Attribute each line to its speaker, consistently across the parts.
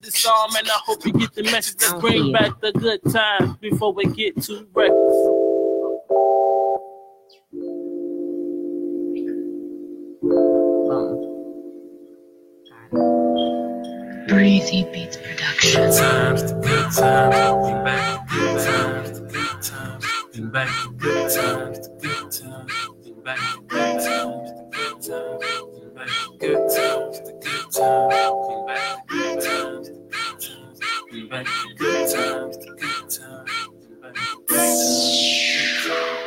Speaker 1: this psalm, and I hope you get the message. Let's bring back the good times before we get too reckless.
Speaker 2: Breezy Beats Production.
Speaker 1: times, the good times, we back to good times, the good times, we back to good times, the good times, we back to good times, the good times, we back to good times, the good times, we back to good times, the good times, we back to good times, the good times, we back to good times.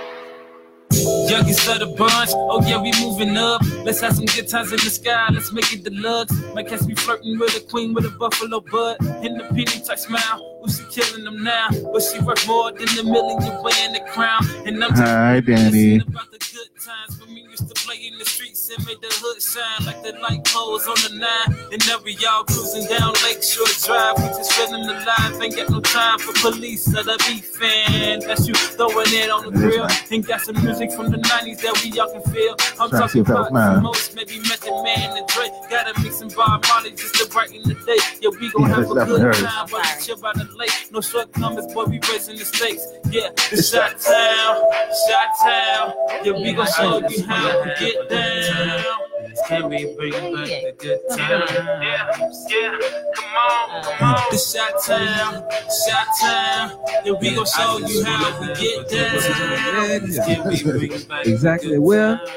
Speaker 1: Youngest of the bunch, oh yeah, we moving up. Let's have some good times in the sky, let's make it deluxe. Might catch me flirting with a queen with a buffalo butt. In the penny type smile, who's she killing them now? But she worth more than a million, you wearing the crown. And I'm just
Speaker 3: Hi,
Speaker 1: reminiscing
Speaker 3: Danny.
Speaker 1: about the good times when we used to play in the streets and made the hood shine like the light poles on the nine. And now we all cruising down Lakeshore Drive, we just feeling alive. Ain't got no time for police or the beef fan. That's you throwing it on the
Speaker 3: It is
Speaker 1: grill.
Speaker 3: nice.
Speaker 1: And got some music from the 90s that we all can feel. I'm
Speaker 3: Trying to see
Speaker 1: talking
Speaker 3: if that was
Speaker 1: about
Speaker 3: mine.
Speaker 1: most, maybe Method Man and Drake. Gotta make some Bob Marley just to brighten the day. Yeah, we gon'
Speaker 3: Yeah,
Speaker 1: have
Speaker 3: that's
Speaker 1: a
Speaker 3: definitely
Speaker 1: good
Speaker 3: hers.
Speaker 1: time, but chill by the lake. No shortcomings, but we raising the stakes. Yeah, the shot town, shot town. Yeah, we gon' show you how we get down. Can we bring back the good times? Yeah, yeah, come on, come on. The shot town, shot town. Yeah, we gon' show you how we get down. Can we bring back
Speaker 4: Exactly
Speaker 1: the good
Speaker 4: where-
Speaker 1: times?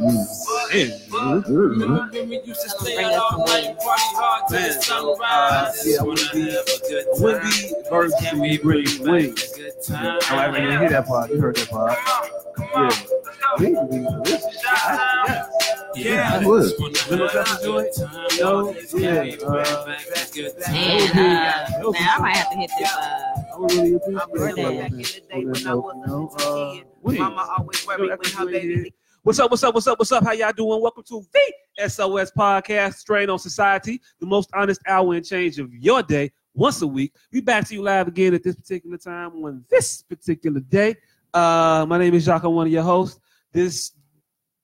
Speaker 3: Mm.
Speaker 4: Wendy versus Wings. Wings. Oh, I didn't hear that part. You heard that part. Yeah. Wings would be delicious.
Speaker 3: I would.
Speaker 4: No, yeah. Uh,
Speaker 2: Man, uh, man, I might have to hit this. Uh,
Speaker 4: I would
Speaker 5: I
Speaker 4: really appreciate
Speaker 5: remember
Speaker 4: it.
Speaker 5: back in the day when I was a little kid. Mama always worried when her baby.
Speaker 4: What's up, what's up, what's up, what's up? How y'all doing? Welcome to the SOS Podcast, Strain on Society, the most honest hour and change of your day, once a week. We back to you live again at this particular time on this particular day. Uh, my name is Jacques, I'm one of your hosts. This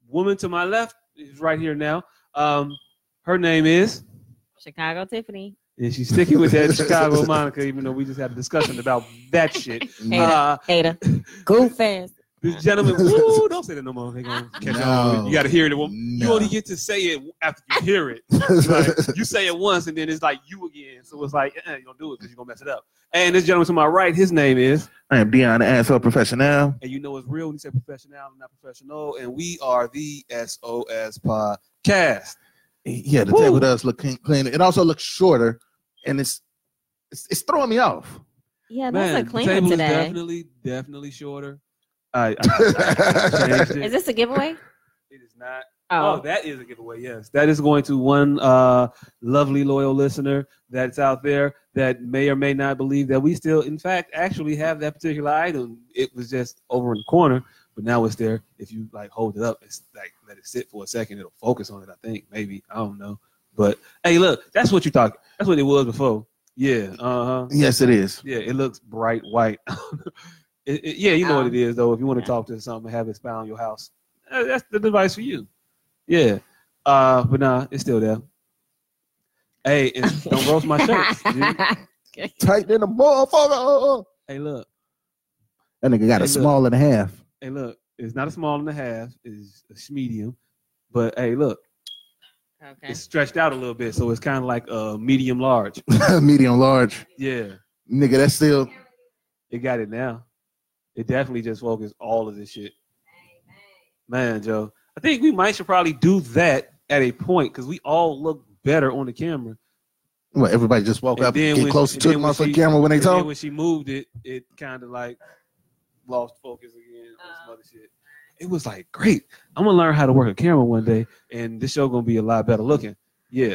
Speaker 4: woman to my left is right here now. Um, her name is,
Speaker 2: Chicago Tiffany.
Speaker 4: and she's sticking with that Chicago Monica, even though we just had a discussion about that shit. Uh,
Speaker 2: Hater. Goof ass.
Speaker 4: this gentleman, woo, don't say that no more. They gonna catch on.
Speaker 3: No.
Speaker 4: You got to hear it. One, You
Speaker 3: No.
Speaker 4: only get to say it after you hear it. Like, you say it once and then it's like you again. So it's like, uh-uh, you don't do it because you're going to mess it up. And this gentleman to my right, his name is,
Speaker 3: I am Dion, the asshole professional.
Speaker 4: and you know it's real when you say professional, not professional. And we are the SOS Podcast.
Speaker 3: Yeah, the
Speaker 4: Woo.
Speaker 3: table does look clean, cleaner. It also looks shorter, and it's it's, it's throwing me off.
Speaker 2: Yeah, that's
Speaker 4: Man,
Speaker 2: a
Speaker 4: the
Speaker 2: cleaner
Speaker 4: table is
Speaker 2: today.
Speaker 4: definitely, definitely shorter. I, I- I changed it.
Speaker 2: Is this a giveaway?
Speaker 4: it is not. Oh,
Speaker 2: Oh,
Speaker 4: that is a giveaway. Yes, that is going to one uh, lovely loyal listener that's out there that may or may not believe that we still, in fact, actually have that particular item. It was just over in the corner, but now it's there. If you like hold it up, it's like let it sit for a second, it'll focus on it. I think maybe I don't know, but hey, look, that's what you talking. That's what it was before. Yeah. Uh huh.
Speaker 3: yes, it is.
Speaker 4: Yeah, it looks bright white. it, it- yeah, you know what it is though. If you want to
Speaker 2: Um, Yeah.
Speaker 4: talk to something, have it found your house. Uh, That's the device for you. Yeah, uh, but nah, it's still there. Hey, and don't roast my shirts. dude.
Speaker 3: Tight in the motherfucker.
Speaker 4: Hey, look.
Speaker 3: That nigga got
Speaker 4: Hey,
Speaker 3: a
Speaker 4: look.
Speaker 3: small and a half.
Speaker 4: Hey, look. It's not a small and a half. It's a medium. But hey, look,
Speaker 2: okay.
Speaker 4: it's stretched out a little bit, so it's kind of like a medium large.
Speaker 3: Medium large.
Speaker 4: Yeah,
Speaker 3: Nigga, that's still
Speaker 4: it got it now. It definitely just focused all of this shit. Man, Joe, I think we might should probably do that at a point because we all look better on the camera.
Speaker 3: what everybody just walk
Speaker 4: And
Speaker 3: up,
Speaker 4: then
Speaker 3: get
Speaker 4: when-
Speaker 3: closer
Speaker 4: and
Speaker 3: to the
Speaker 4: then when she-
Speaker 3: motherfucking camera when they
Speaker 4: And then
Speaker 3: talk.
Speaker 4: when she moved it, it kind of like lost focus again on some other shit. It was like, great, I'm gonna learn how to work a camera one day, and this show gonna be a lot better looking. Yeah.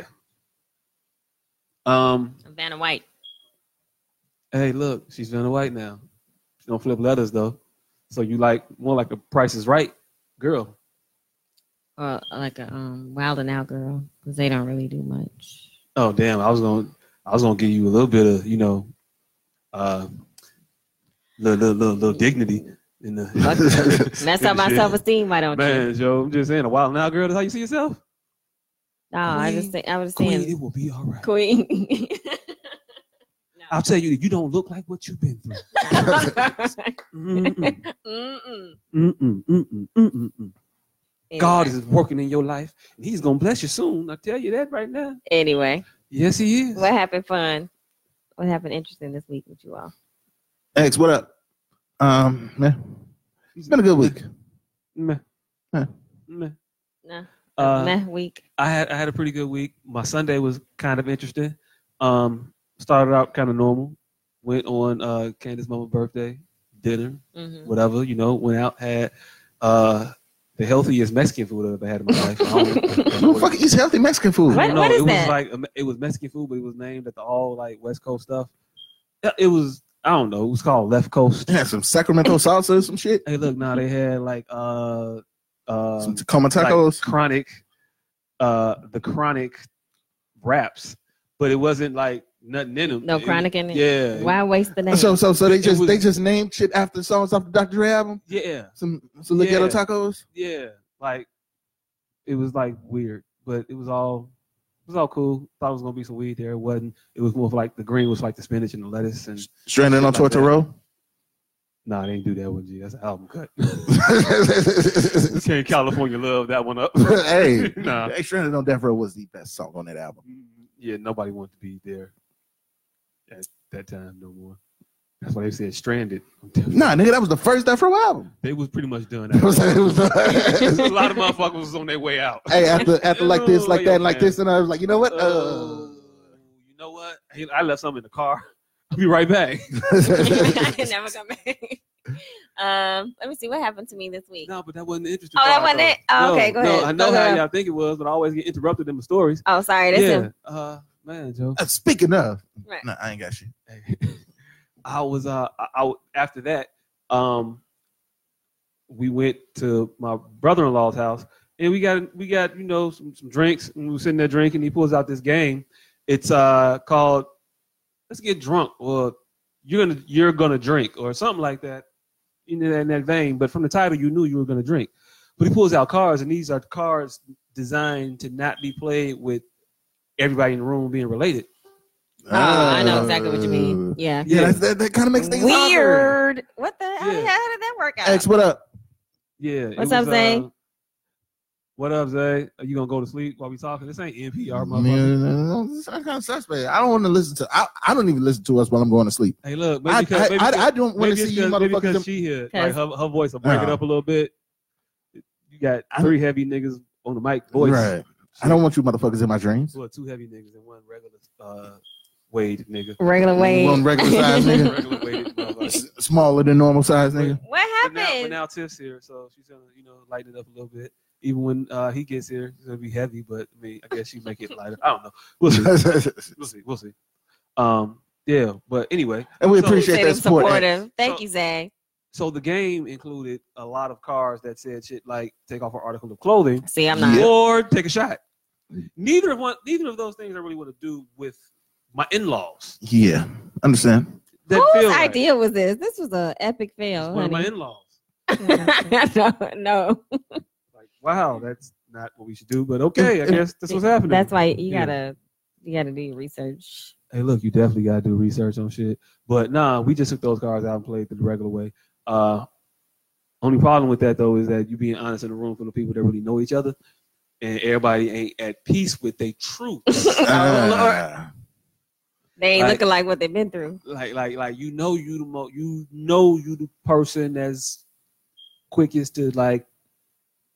Speaker 4: Um.
Speaker 2: Vanna White.
Speaker 4: Hey, look, she's Vanna White now. She don't flip letters though, so you like more like a Price is Right girl.
Speaker 2: Or like a um, Wild and Out girl. Because they don't really do much.
Speaker 4: Oh damn! I was gonna, I was gonna give you a little bit of, you know, uh, little, little, little, little dignity in the.
Speaker 2: Mess up my
Speaker 4: Shit.
Speaker 2: self esteem, why don't you?
Speaker 4: Man, Joe, I'm just saying, a wild now, girl. That's how you see yourself.
Speaker 2: No, I just
Speaker 4: Queen,
Speaker 2: think I was
Speaker 4: Queen,
Speaker 2: saying
Speaker 4: it will be all right.
Speaker 2: Queen.
Speaker 4: I'll tell you, you don't look like what you've been through. Mm-mm,
Speaker 2: Mm-mm.
Speaker 4: mm-mm, mm-mm, mm-mm. God is working in your life, and He's gonna bless you soon. I tell you that right now.
Speaker 2: Anyway,
Speaker 4: Yes, He is.
Speaker 2: what happened fun? What happened interesting this week with you all?
Speaker 3: X, what up? Um, yeah. It's been a good week.
Speaker 4: Meh.
Speaker 3: Huh.
Speaker 4: Meh.
Speaker 2: Nah,
Speaker 4: Uh,
Speaker 2: meh week.
Speaker 4: I had I had a pretty good week. My Sunday was kind of interesting. Um, started out kind of normal. Went on uh, Candace's mama's birthday dinner,
Speaker 2: hmm
Speaker 4: whatever you know. Went out had uh, the healthiest Mexican food I've ever had in my life. I don't know
Speaker 3: Who
Speaker 4: what-
Speaker 3: fucking eats healthy Mexican food?
Speaker 2: What-
Speaker 4: No, it
Speaker 2: is
Speaker 4: was
Speaker 2: that?
Speaker 4: like um, it was Mexican food, but it was named after all like West Coast stuff. Yeah, It was I don't know. It was called Left Coast.
Speaker 3: They had some Sacramento salsa, or some shit,
Speaker 4: Hey, look now they had like uh uh
Speaker 3: some Tacoma
Speaker 4: like,
Speaker 3: tacos.
Speaker 4: chronic uh the chronic wraps, but it wasn't like nothing in them.
Speaker 2: No chronic in it.
Speaker 4: Yeah.
Speaker 2: Why waste the name?
Speaker 3: so, so, so they
Speaker 4: It
Speaker 3: just
Speaker 4: was-
Speaker 3: they just named shit after songs off the Dr. Dre album.
Speaker 4: Yeah.
Speaker 3: Some some little
Speaker 4: Yeah.
Speaker 3: ghetto tacos.
Speaker 4: Yeah. Like it was like weird, but it was all it was all cool. Thought it was gonna be some weed there. It wasn't. It was more of like the green was like the spinach and the lettuce and
Speaker 3: Stranded on
Speaker 4: Shit like that.
Speaker 3: Tortoro.
Speaker 4: nah, they didn't do that one, G. That's an album cut. Can't California love that one up.
Speaker 3: hey,
Speaker 4: Nah.
Speaker 3: hey, Stranded on Death Row was the best song on that album.
Speaker 4: yeah, nobody wanted to be there at that time no more. That's why they said stranded.
Speaker 3: Nah, nigga, that was the first Death Row album.
Speaker 4: They was pretty much done.
Speaker 3: It was- it was-
Speaker 4: a lot of motherfuckers was on their way out.
Speaker 3: hey, after after like this, like that, and like
Speaker 4: Oh,
Speaker 3: this, and I was like, you know what?
Speaker 4: Uh,
Speaker 3: Uh,
Speaker 4: you know what? Hey, I left something in the car. I'll be right back.
Speaker 2: I never come back. um, let me see what happened to me this week.
Speaker 4: No, but that wasn't the interesting.
Speaker 2: Oh, that
Speaker 4: part,
Speaker 2: wasn't
Speaker 4: though.
Speaker 2: it? Oh,
Speaker 4: No,
Speaker 2: okay, go
Speaker 4: no,
Speaker 2: ahead.
Speaker 4: I know
Speaker 2: Go
Speaker 4: how
Speaker 2: ahead.
Speaker 4: y'all think it was, but I always get interrupted in my stories.
Speaker 2: Oh, sorry, that's
Speaker 4: yeah.
Speaker 2: him.
Speaker 4: Uh, man, Joe.
Speaker 3: uh, speaking of,
Speaker 2: Right.
Speaker 3: nah, I ain't got shit.
Speaker 4: I was uh I, I- after that um we went to my brother-in-law's house and we got we got you know some, some drinks and we were sitting there drinking he pulls out this game it's uh called let's get drunk or you're gonna you're gonna drink or something like that in that, in that vein but from the title you knew you were gonna drink but he pulls out cards and these are cards designed to not be played with everybody in the room being related
Speaker 2: Oh, I know exactly what you
Speaker 4: Uh,
Speaker 2: mean. Yeah.
Speaker 3: Uh, Yeah, that's- that, that kind of makes things awkward.
Speaker 2: Weird. What the hell? How did
Speaker 4: Yeah.
Speaker 2: that work out?
Speaker 3: X, what up?
Speaker 4: Yeah. it
Speaker 2: What's up,
Speaker 4: was,
Speaker 2: Zay?
Speaker 4: uh, what up, Zay? Are you gonna go to sleep while we talking? This ain't NPR, motherfucker.
Speaker 3: Man, kind of suspect. I don't want to listen to. I, I don't even listen to us while I'm going to sleep.
Speaker 4: Hey, look, maybe
Speaker 3: I,
Speaker 4: because, maybe
Speaker 3: I, I,
Speaker 4: because-
Speaker 3: I don't want
Speaker 4: maybe
Speaker 3: to
Speaker 4: it's
Speaker 3: see you
Speaker 4: 'cause- maybe 'cause
Speaker 3: motherfuckers.
Speaker 4: she here. Like
Speaker 2: Cause-
Speaker 4: her, her voice will break it
Speaker 3: Uh-huh.
Speaker 4: up a little bit. You got
Speaker 3: I-
Speaker 4: three heavy niggas on the mic voice.
Speaker 3: Right. I don't want you motherfuckers in my dreams.
Speaker 4: Well, two heavy niggas and one regular uh Wade nigga.
Speaker 2: regular way.
Speaker 3: One regular size nigga.
Speaker 4: regular Wade motherfucker.
Speaker 3: S- Smaller than normal size nigga.
Speaker 2: What
Speaker 4: But now, but
Speaker 2: happened?
Speaker 4: now Tiff's here, so she's gonna, you know, lighten it up a little bit. Even when uh, he gets here, it's gonna be heavy, but I mean, I guess she make it lighter. I don't know. We'll see. we'll see. We'll see. Um, yeah, but anyway,
Speaker 3: and we
Speaker 4: So-
Speaker 2: You
Speaker 3: appreciate
Speaker 2: said it
Speaker 3: that
Speaker 2: was
Speaker 3: support. X.
Speaker 2: supportive. Thank
Speaker 4: So-
Speaker 2: you, Zay.
Speaker 4: so the game included a lot of cards that said shit like take off an article of clothing
Speaker 2: See, I'm not.
Speaker 3: Yeah.
Speaker 4: or take a shot. Neither of one, neither of those things I really want to do with my in-laws.
Speaker 3: Yeah, understand.
Speaker 4: That
Speaker 2: Whose
Speaker 4: feel right.
Speaker 2: idea was this? This was an epic
Speaker 4: It's
Speaker 2: fail,
Speaker 4: one of my
Speaker 2: honey.
Speaker 4: in-laws.
Speaker 2: no, no.
Speaker 4: Like, wow, that's not what we should do, but okay, I guess that's what's happening.
Speaker 2: Mm. That's why you
Speaker 4: Yeah.
Speaker 2: gotta you gotta do your research.
Speaker 4: hey, look, you definitely gotta do research on shit. But nah, we just took those cards out and played the regular way. Uh, only problem with that though is that you being honest in the room for the people that really know each other, and everybody ain't at peace with their truth.
Speaker 2: Oh,
Speaker 3: Ah.
Speaker 2: They ain't
Speaker 4: Like-
Speaker 2: looking like what they've been through.
Speaker 4: like, like, like you know, you the mo- you know, you the person that's quickest to like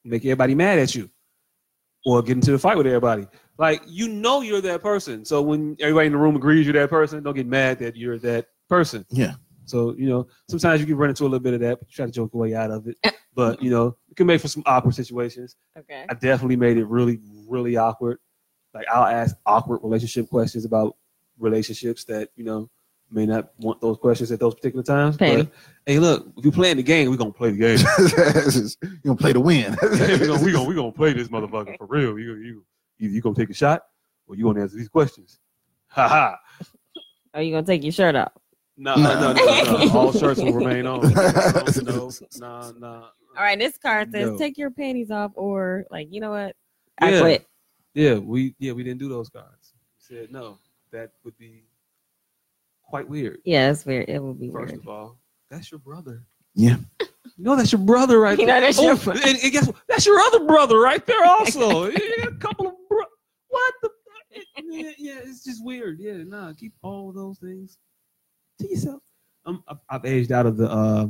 Speaker 4: make everybody mad at you, or get into a fight with everybody. Like you know, you're that person. So when everybody in the room agrees you're that person, don't get mad that you're that person.
Speaker 3: Yeah.
Speaker 4: So you know, sometimes you can run into a little bit of that, but you try to joke your way out of it. But you know, it can make for some awkward situations.
Speaker 2: Okay.
Speaker 4: I definitely made it really, really awkward. Like I'll ask awkward relationship questions about relationships that you know may not want those questions at those particular times.
Speaker 2: Petty.
Speaker 4: But hey, look, if you're playing the game, we're gonna play the game.
Speaker 3: you gonna play to win.
Speaker 4: we're gonna, we gonna, we gonna play this motherfucker for real. You you either you gonna take a shot or you gonna answer these questions. Ha ha.
Speaker 2: Are Oh, you gonna take your shirt off?
Speaker 4: No,
Speaker 3: No.
Speaker 4: no, no, no, All shirts will remain on. No, no, no.
Speaker 2: All right, this card says
Speaker 4: No.
Speaker 2: take your panties off or like you know what? I
Speaker 4: Yeah.
Speaker 2: quit.
Speaker 4: Yeah, we yeah we didn't do those cards. We said no, that would be quite weird.
Speaker 2: Yeah, it's weird. It would be
Speaker 4: First
Speaker 2: weird.
Speaker 4: of all, that's your brother.
Speaker 3: Yeah.
Speaker 4: No, that's your brother right
Speaker 2: You
Speaker 4: there.
Speaker 2: know, that's your
Speaker 4: oh, and, and guess what? That's your other brother right there also. You got a couple of bro- what the yeah, yeah, it's just weird. Yeah, nah, keep all of those things to yourself. Um, I've, I've aged out of the uh,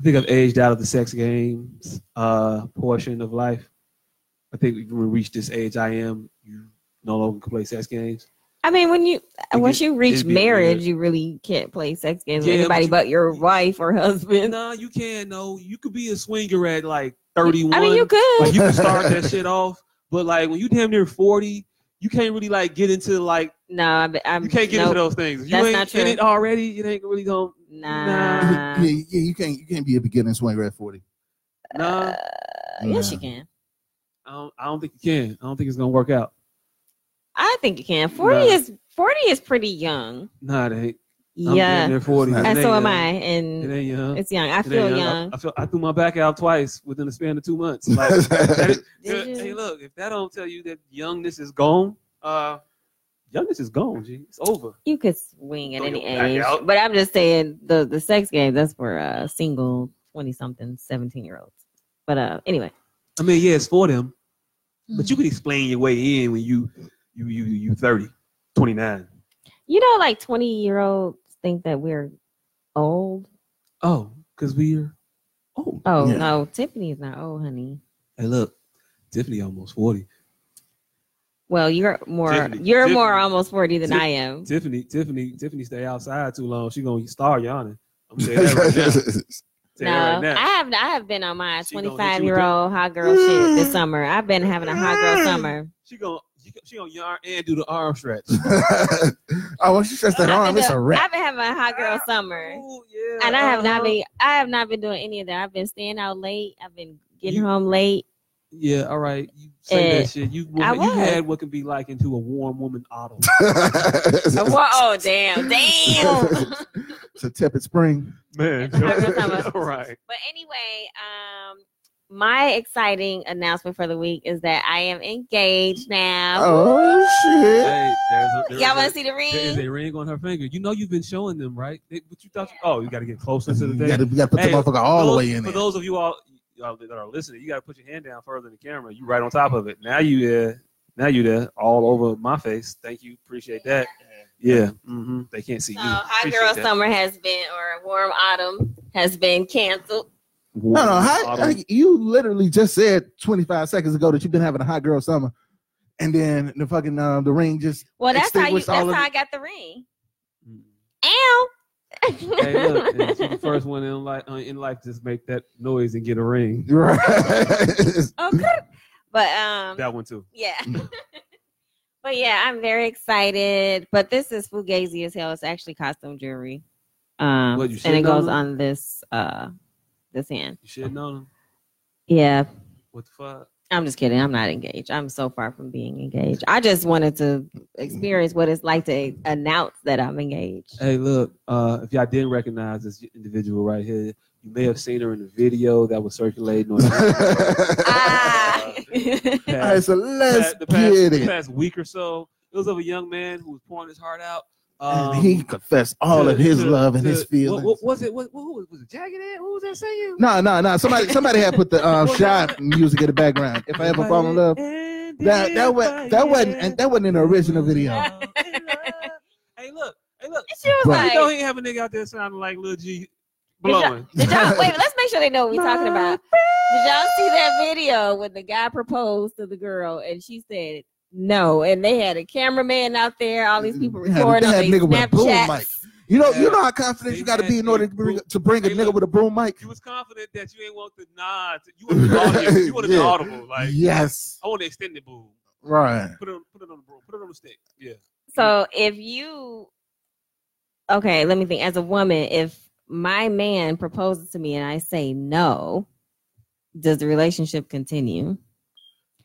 Speaker 4: I think I've aged out of the sex games uh portion of life. I think when we reach this age I am, you no longer can play sex games.
Speaker 2: I mean, when you
Speaker 4: It
Speaker 2: once you reach
Speaker 4: it'd be
Speaker 2: marriage,
Speaker 4: weird.
Speaker 2: you really can't play sex games
Speaker 4: Yeah,
Speaker 2: with
Speaker 4: but
Speaker 2: anybody
Speaker 4: you-
Speaker 2: but your wife or husband.
Speaker 4: Nah, uh, you can no. You could be a swinger at like 31.
Speaker 2: I mean, you could.
Speaker 4: like you can start that shit off, but like when you damn near 40, you can't really like get into like
Speaker 2: No, I, be- I'm.
Speaker 4: you can't get
Speaker 2: nope.
Speaker 4: into those things. If you
Speaker 2: That's
Speaker 4: ain't
Speaker 2: not true.
Speaker 4: in it already, it ain't really gonna
Speaker 2: Nah. Uh,
Speaker 3: yeah, yeah, you can't you can't be a beginning swinger at forty.
Speaker 4: nah.
Speaker 2: Uh, yes, you
Speaker 3: Nah.
Speaker 2: can.
Speaker 4: I don't, I don't think you can. I don't think it's gonna work out.
Speaker 2: I think you can. Forty
Speaker 4: Nah.
Speaker 2: is forty is pretty young.
Speaker 4: Nah, it ain't. I'm damn
Speaker 2: yeah,
Speaker 4: near 40.
Speaker 3: It's
Speaker 4: It
Speaker 3: not.
Speaker 2: and
Speaker 4: ain't
Speaker 2: so am
Speaker 4: young.
Speaker 2: I,
Speaker 4: It
Speaker 2: and
Speaker 4: ain't young.
Speaker 2: it's young. I
Speaker 4: It ain't
Speaker 2: feel
Speaker 4: I-
Speaker 2: young.
Speaker 4: I, feel I threw my back out twice within the span of two months. Like, that is-
Speaker 2: Did you?
Speaker 4: hey, look, if that don't tell you that youngness is gone, uh, youngness is gone. G, it's over.
Speaker 2: You could swing at
Speaker 4: Throw
Speaker 2: any
Speaker 4: your back
Speaker 2: age,
Speaker 4: out.
Speaker 2: but I'm just saying the the sex game that's for uh single twenty something seventeen year olds. But uh, anyway,
Speaker 4: I mean, yeah, it's for them, but you can explain your way in when you you you you 30, 29.
Speaker 2: you know, like twenty year olds think that we're old.
Speaker 4: Oh, because we're old.
Speaker 2: Oh
Speaker 3: Yeah.
Speaker 2: no, Tiffany's not old, honey.
Speaker 4: Hey, look, Tiffany almost 40.
Speaker 2: Well, you're more
Speaker 4: Tiffany,
Speaker 2: you're
Speaker 4: Tiffany.
Speaker 2: more almost forty than
Speaker 4: Tif-
Speaker 2: I am.
Speaker 4: Tiffany, Tiffany, Tiffany stay outside too long. She gonna start yawning. I'm saying that right now. Say
Speaker 2: No,
Speaker 4: that right
Speaker 2: I
Speaker 4: now.
Speaker 2: have I have been on my
Speaker 4: She gonna hit you
Speaker 2: 25 year old hot girl shit this summer. I've been having a hot girl summer.
Speaker 4: She gonna she, gonna- she gonna yarn and do the arm stretch.
Speaker 3: oh, once you stretch that
Speaker 2: I've
Speaker 3: arm,
Speaker 2: been
Speaker 3: it's a
Speaker 2: doing-
Speaker 3: wrap.
Speaker 2: I've been having a hot girl summer,
Speaker 4: Oh, yeah,
Speaker 2: and I have not
Speaker 4: uh-huh.
Speaker 2: been I have not been doing any of that. I've been staying out late. I've been getting
Speaker 4: You-
Speaker 2: home late.
Speaker 4: Yeah, all right. You say
Speaker 2: Eh,
Speaker 4: that shit. You
Speaker 2: I
Speaker 4: you had
Speaker 2: was.
Speaker 4: what can be like into a warm woman autumn.
Speaker 2: Oh, whoa, oh damn, damn.
Speaker 3: it's a tepid spring.
Speaker 4: Man,
Speaker 2: I was talking about-
Speaker 4: all right.
Speaker 2: But anyway, um, my exciting announcement for the week is that I am engaged now.
Speaker 3: Oh shit!
Speaker 4: Hey, there's a,
Speaker 3: Oh.
Speaker 4: there's
Speaker 2: Y'all
Speaker 4: a-
Speaker 2: want to see the
Speaker 4: There is
Speaker 2: ring?
Speaker 4: a ring on her finger. You know you've been showing them, right? They, but you thought, you, oh, you got to get closer to
Speaker 3: Mm-hmm. You
Speaker 4: the
Speaker 3: gotta,
Speaker 4: thing.
Speaker 3: you gotta put
Speaker 4: Hey,
Speaker 3: the motherfucker all the
Speaker 4: Those-
Speaker 3: way in
Speaker 4: For
Speaker 3: there.
Speaker 4: those of you all y'all that are listening, you got to put your hand down further in the camera. You right on top of it. Now you there. Now you there, all over my face. Thank you, appreciate that. Yeah, hmm they can't see
Speaker 2: So,
Speaker 4: you.
Speaker 2: Oh, hot
Speaker 4: Appreciate
Speaker 2: girl
Speaker 4: that.
Speaker 2: summer has been, or warm autumn has been canceled.
Speaker 4: Warm
Speaker 3: No, no. Hot,
Speaker 4: autumn.
Speaker 3: like, you literally just said 25 seconds ago that you've been having a hot girl summer, and then the fucking uh, the ring just
Speaker 2: Well, that's how you.
Speaker 3: Extinguished
Speaker 2: That's
Speaker 3: all
Speaker 2: how
Speaker 3: of
Speaker 2: I
Speaker 3: it.
Speaker 2: got the ring.
Speaker 4: Mm.
Speaker 2: Ow!
Speaker 4: hey, look, and she the first one in life, uh, in life, just make that noise and get a ring.
Speaker 3: right.
Speaker 2: Okay. Oh, But um,
Speaker 4: That one too.
Speaker 2: yeah. but yeah, I'm very excited. But this is fugazi as hell. It's actually costume jewelry. Um,
Speaker 4: What,
Speaker 2: and
Speaker 4: you
Speaker 2: it
Speaker 4: sitting on
Speaker 2: goes
Speaker 4: it?
Speaker 2: on this uh, this hand.
Speaker 4: You should know them.
Speaker 2: Yeah,
Speaker 4: What the fuck?
Speaker 2: I'm just kidding. I'm not engaged. I'm so far from being engaged. I just wanted to experience what it's like to announce that I'm engaged.
Speaker 4: Hey, look, uh, if y'all didn't recognize this individual right here, you may have seen her in the video that was circulating on
Speaker 2: ah.
Speaker 4: the
Speaker 3: All right,
Speaker 4: past,
Speaker 3: so let's
Speaker 4: the past-
Speaker 3: get
Speaker 4: the
Speaker 3: it.
Speaker 4: past week or so. It was of a young man who was pouring his heart out.
Speaker 3: And
Speaker 4: Um,
Speaker 3: he confessed all
Speaker 4: to-
Speaker 3: of his
Speaker 4: to-
Speaker 3: love and
Speaker 4: to-
Speaker 3: his feelings.
Speaker 4: What, what was it? What, who was, was it? Jagged Edge? Who was that singing?
Speaker 3: No, no, no. Somebody, somebody had put the um, shot music in the background. If I ever fall in love, that that was that wasn't and that wasn't in the original video.
Speaker 4: hey, look, hey, look.
Speaker 2: she was
Speaker 3: Right.
Speaker 4: You know he
Speaker 2: like,
Speaker 4: ain't have a nigga out there sounding like Lil G
Speaker 2: Did y'all-
Speaker 4: blowing.
Speaker 2: did y'all, wait, let's make sure they know what we're talking about. Did y'all see that video when the guy proposed to the girl and she said no? And they had a cameraman out there, all these people
Speaker 3: They had-
Speaker 2: recording
Speaker 3: they had
Speaker 2: on these
Speaker 3: nigga with a boom mic.
Speaker 2: Snapchats.
Speaker 3: You know,
Speaker 4: Yeah.
Speaker 3: you know how confident you got to be in order to bring, to bring a nigga with a broom mic.
Speaker 4: You was confident that you ain't want the nod. to- You want to be audible. You want to
Speaker 3: Yeah.
Speaker 4: be audible. Like
Speaker 3: yes,
Speaker 4: I want to extend it, boo.
Speaker 3: right.
Speaker 4: Put it on, put it on the bro. Put it on the stick. Yeah.
Speaker 2: So if you, okay, let me think. As a woman, if my man proposes to me and I say no, does the relationship continue?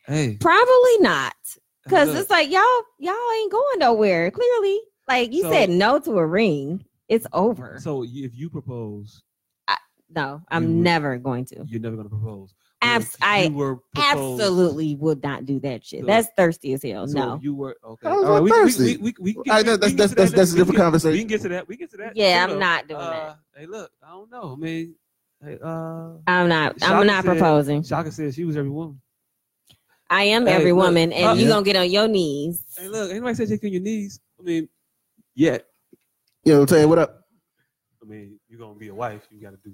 Speaker 4: Hey.
Speaker 2: Probably not. Cause it's like y'all y'all ain't going nowhere. Clearly, like you
Speaker 4: So-
Speaker 2: said no to a ring, it's over.
Speaker 4: so you- if you propose,
Speaker 2: no,
Speaker 4: You
Speaker 2: I'm
Speaker 4: would-
Speaker 2: never going to.
Speaker 4: you're never gonna propose.
Speaker 2: Abs- I
Speaker 4: you were proposed-
Speaker 2: absolutely would not do that shit.
Speaker 4: So-
Speaker 2: That's thirsty as hell.
Speaker 4: So
Speaker 2: no.
Speaker 4: you were okay.
Speaker 3: How was
Speaker 4: All
Speaker 3: I
Speaker 4: we- we-
Speaker 3: thirsty?
Speaker 4: We, we, we, we,
Speaker 3: I know, that's-
Speaker 4: we
Speaker 3: that's-
Speaker 4: can get to
Speaker 3: that's-
Speaker 4: that
Speaker 3: that's a
Speaker 4: next-
Speaker 3: different
Speaker 4: we can-
Speaker 3: conversation.
Speaker 4: We can get to that. We can get to that.
Speaker 2: Yeah,
Speaker 4: Hold
Speaker 2: I'm
Speaker 4: up.
Speaker 2: not doing
Speaker 4: Uh, Hey, look, I don't know. I mean, hey, uh,
Speaker 2: that. I'm not.
Speaker 4: Shaka
Speaker 2: I'm not
Speaker 4: said-
Speaker 2: proposing.
Speaker 4: Shaka said she was every woman.
Speaker 2: I am
Speaker 4: Hey,
Speaker 2: every
Speaker 4: look,
Speaker 2: woman, and
Speaker 4: uh,
Speaker 2: you
Speaker 4: yeah.
Speaker 2: gonna get on your knees.
Speaker 4: Hey, look, anybody said you on your knees? I mean, yeah.
Speaker 3: You know, tell you what up.
Speaker 4: I mean, you're gonna be a wife. You got to do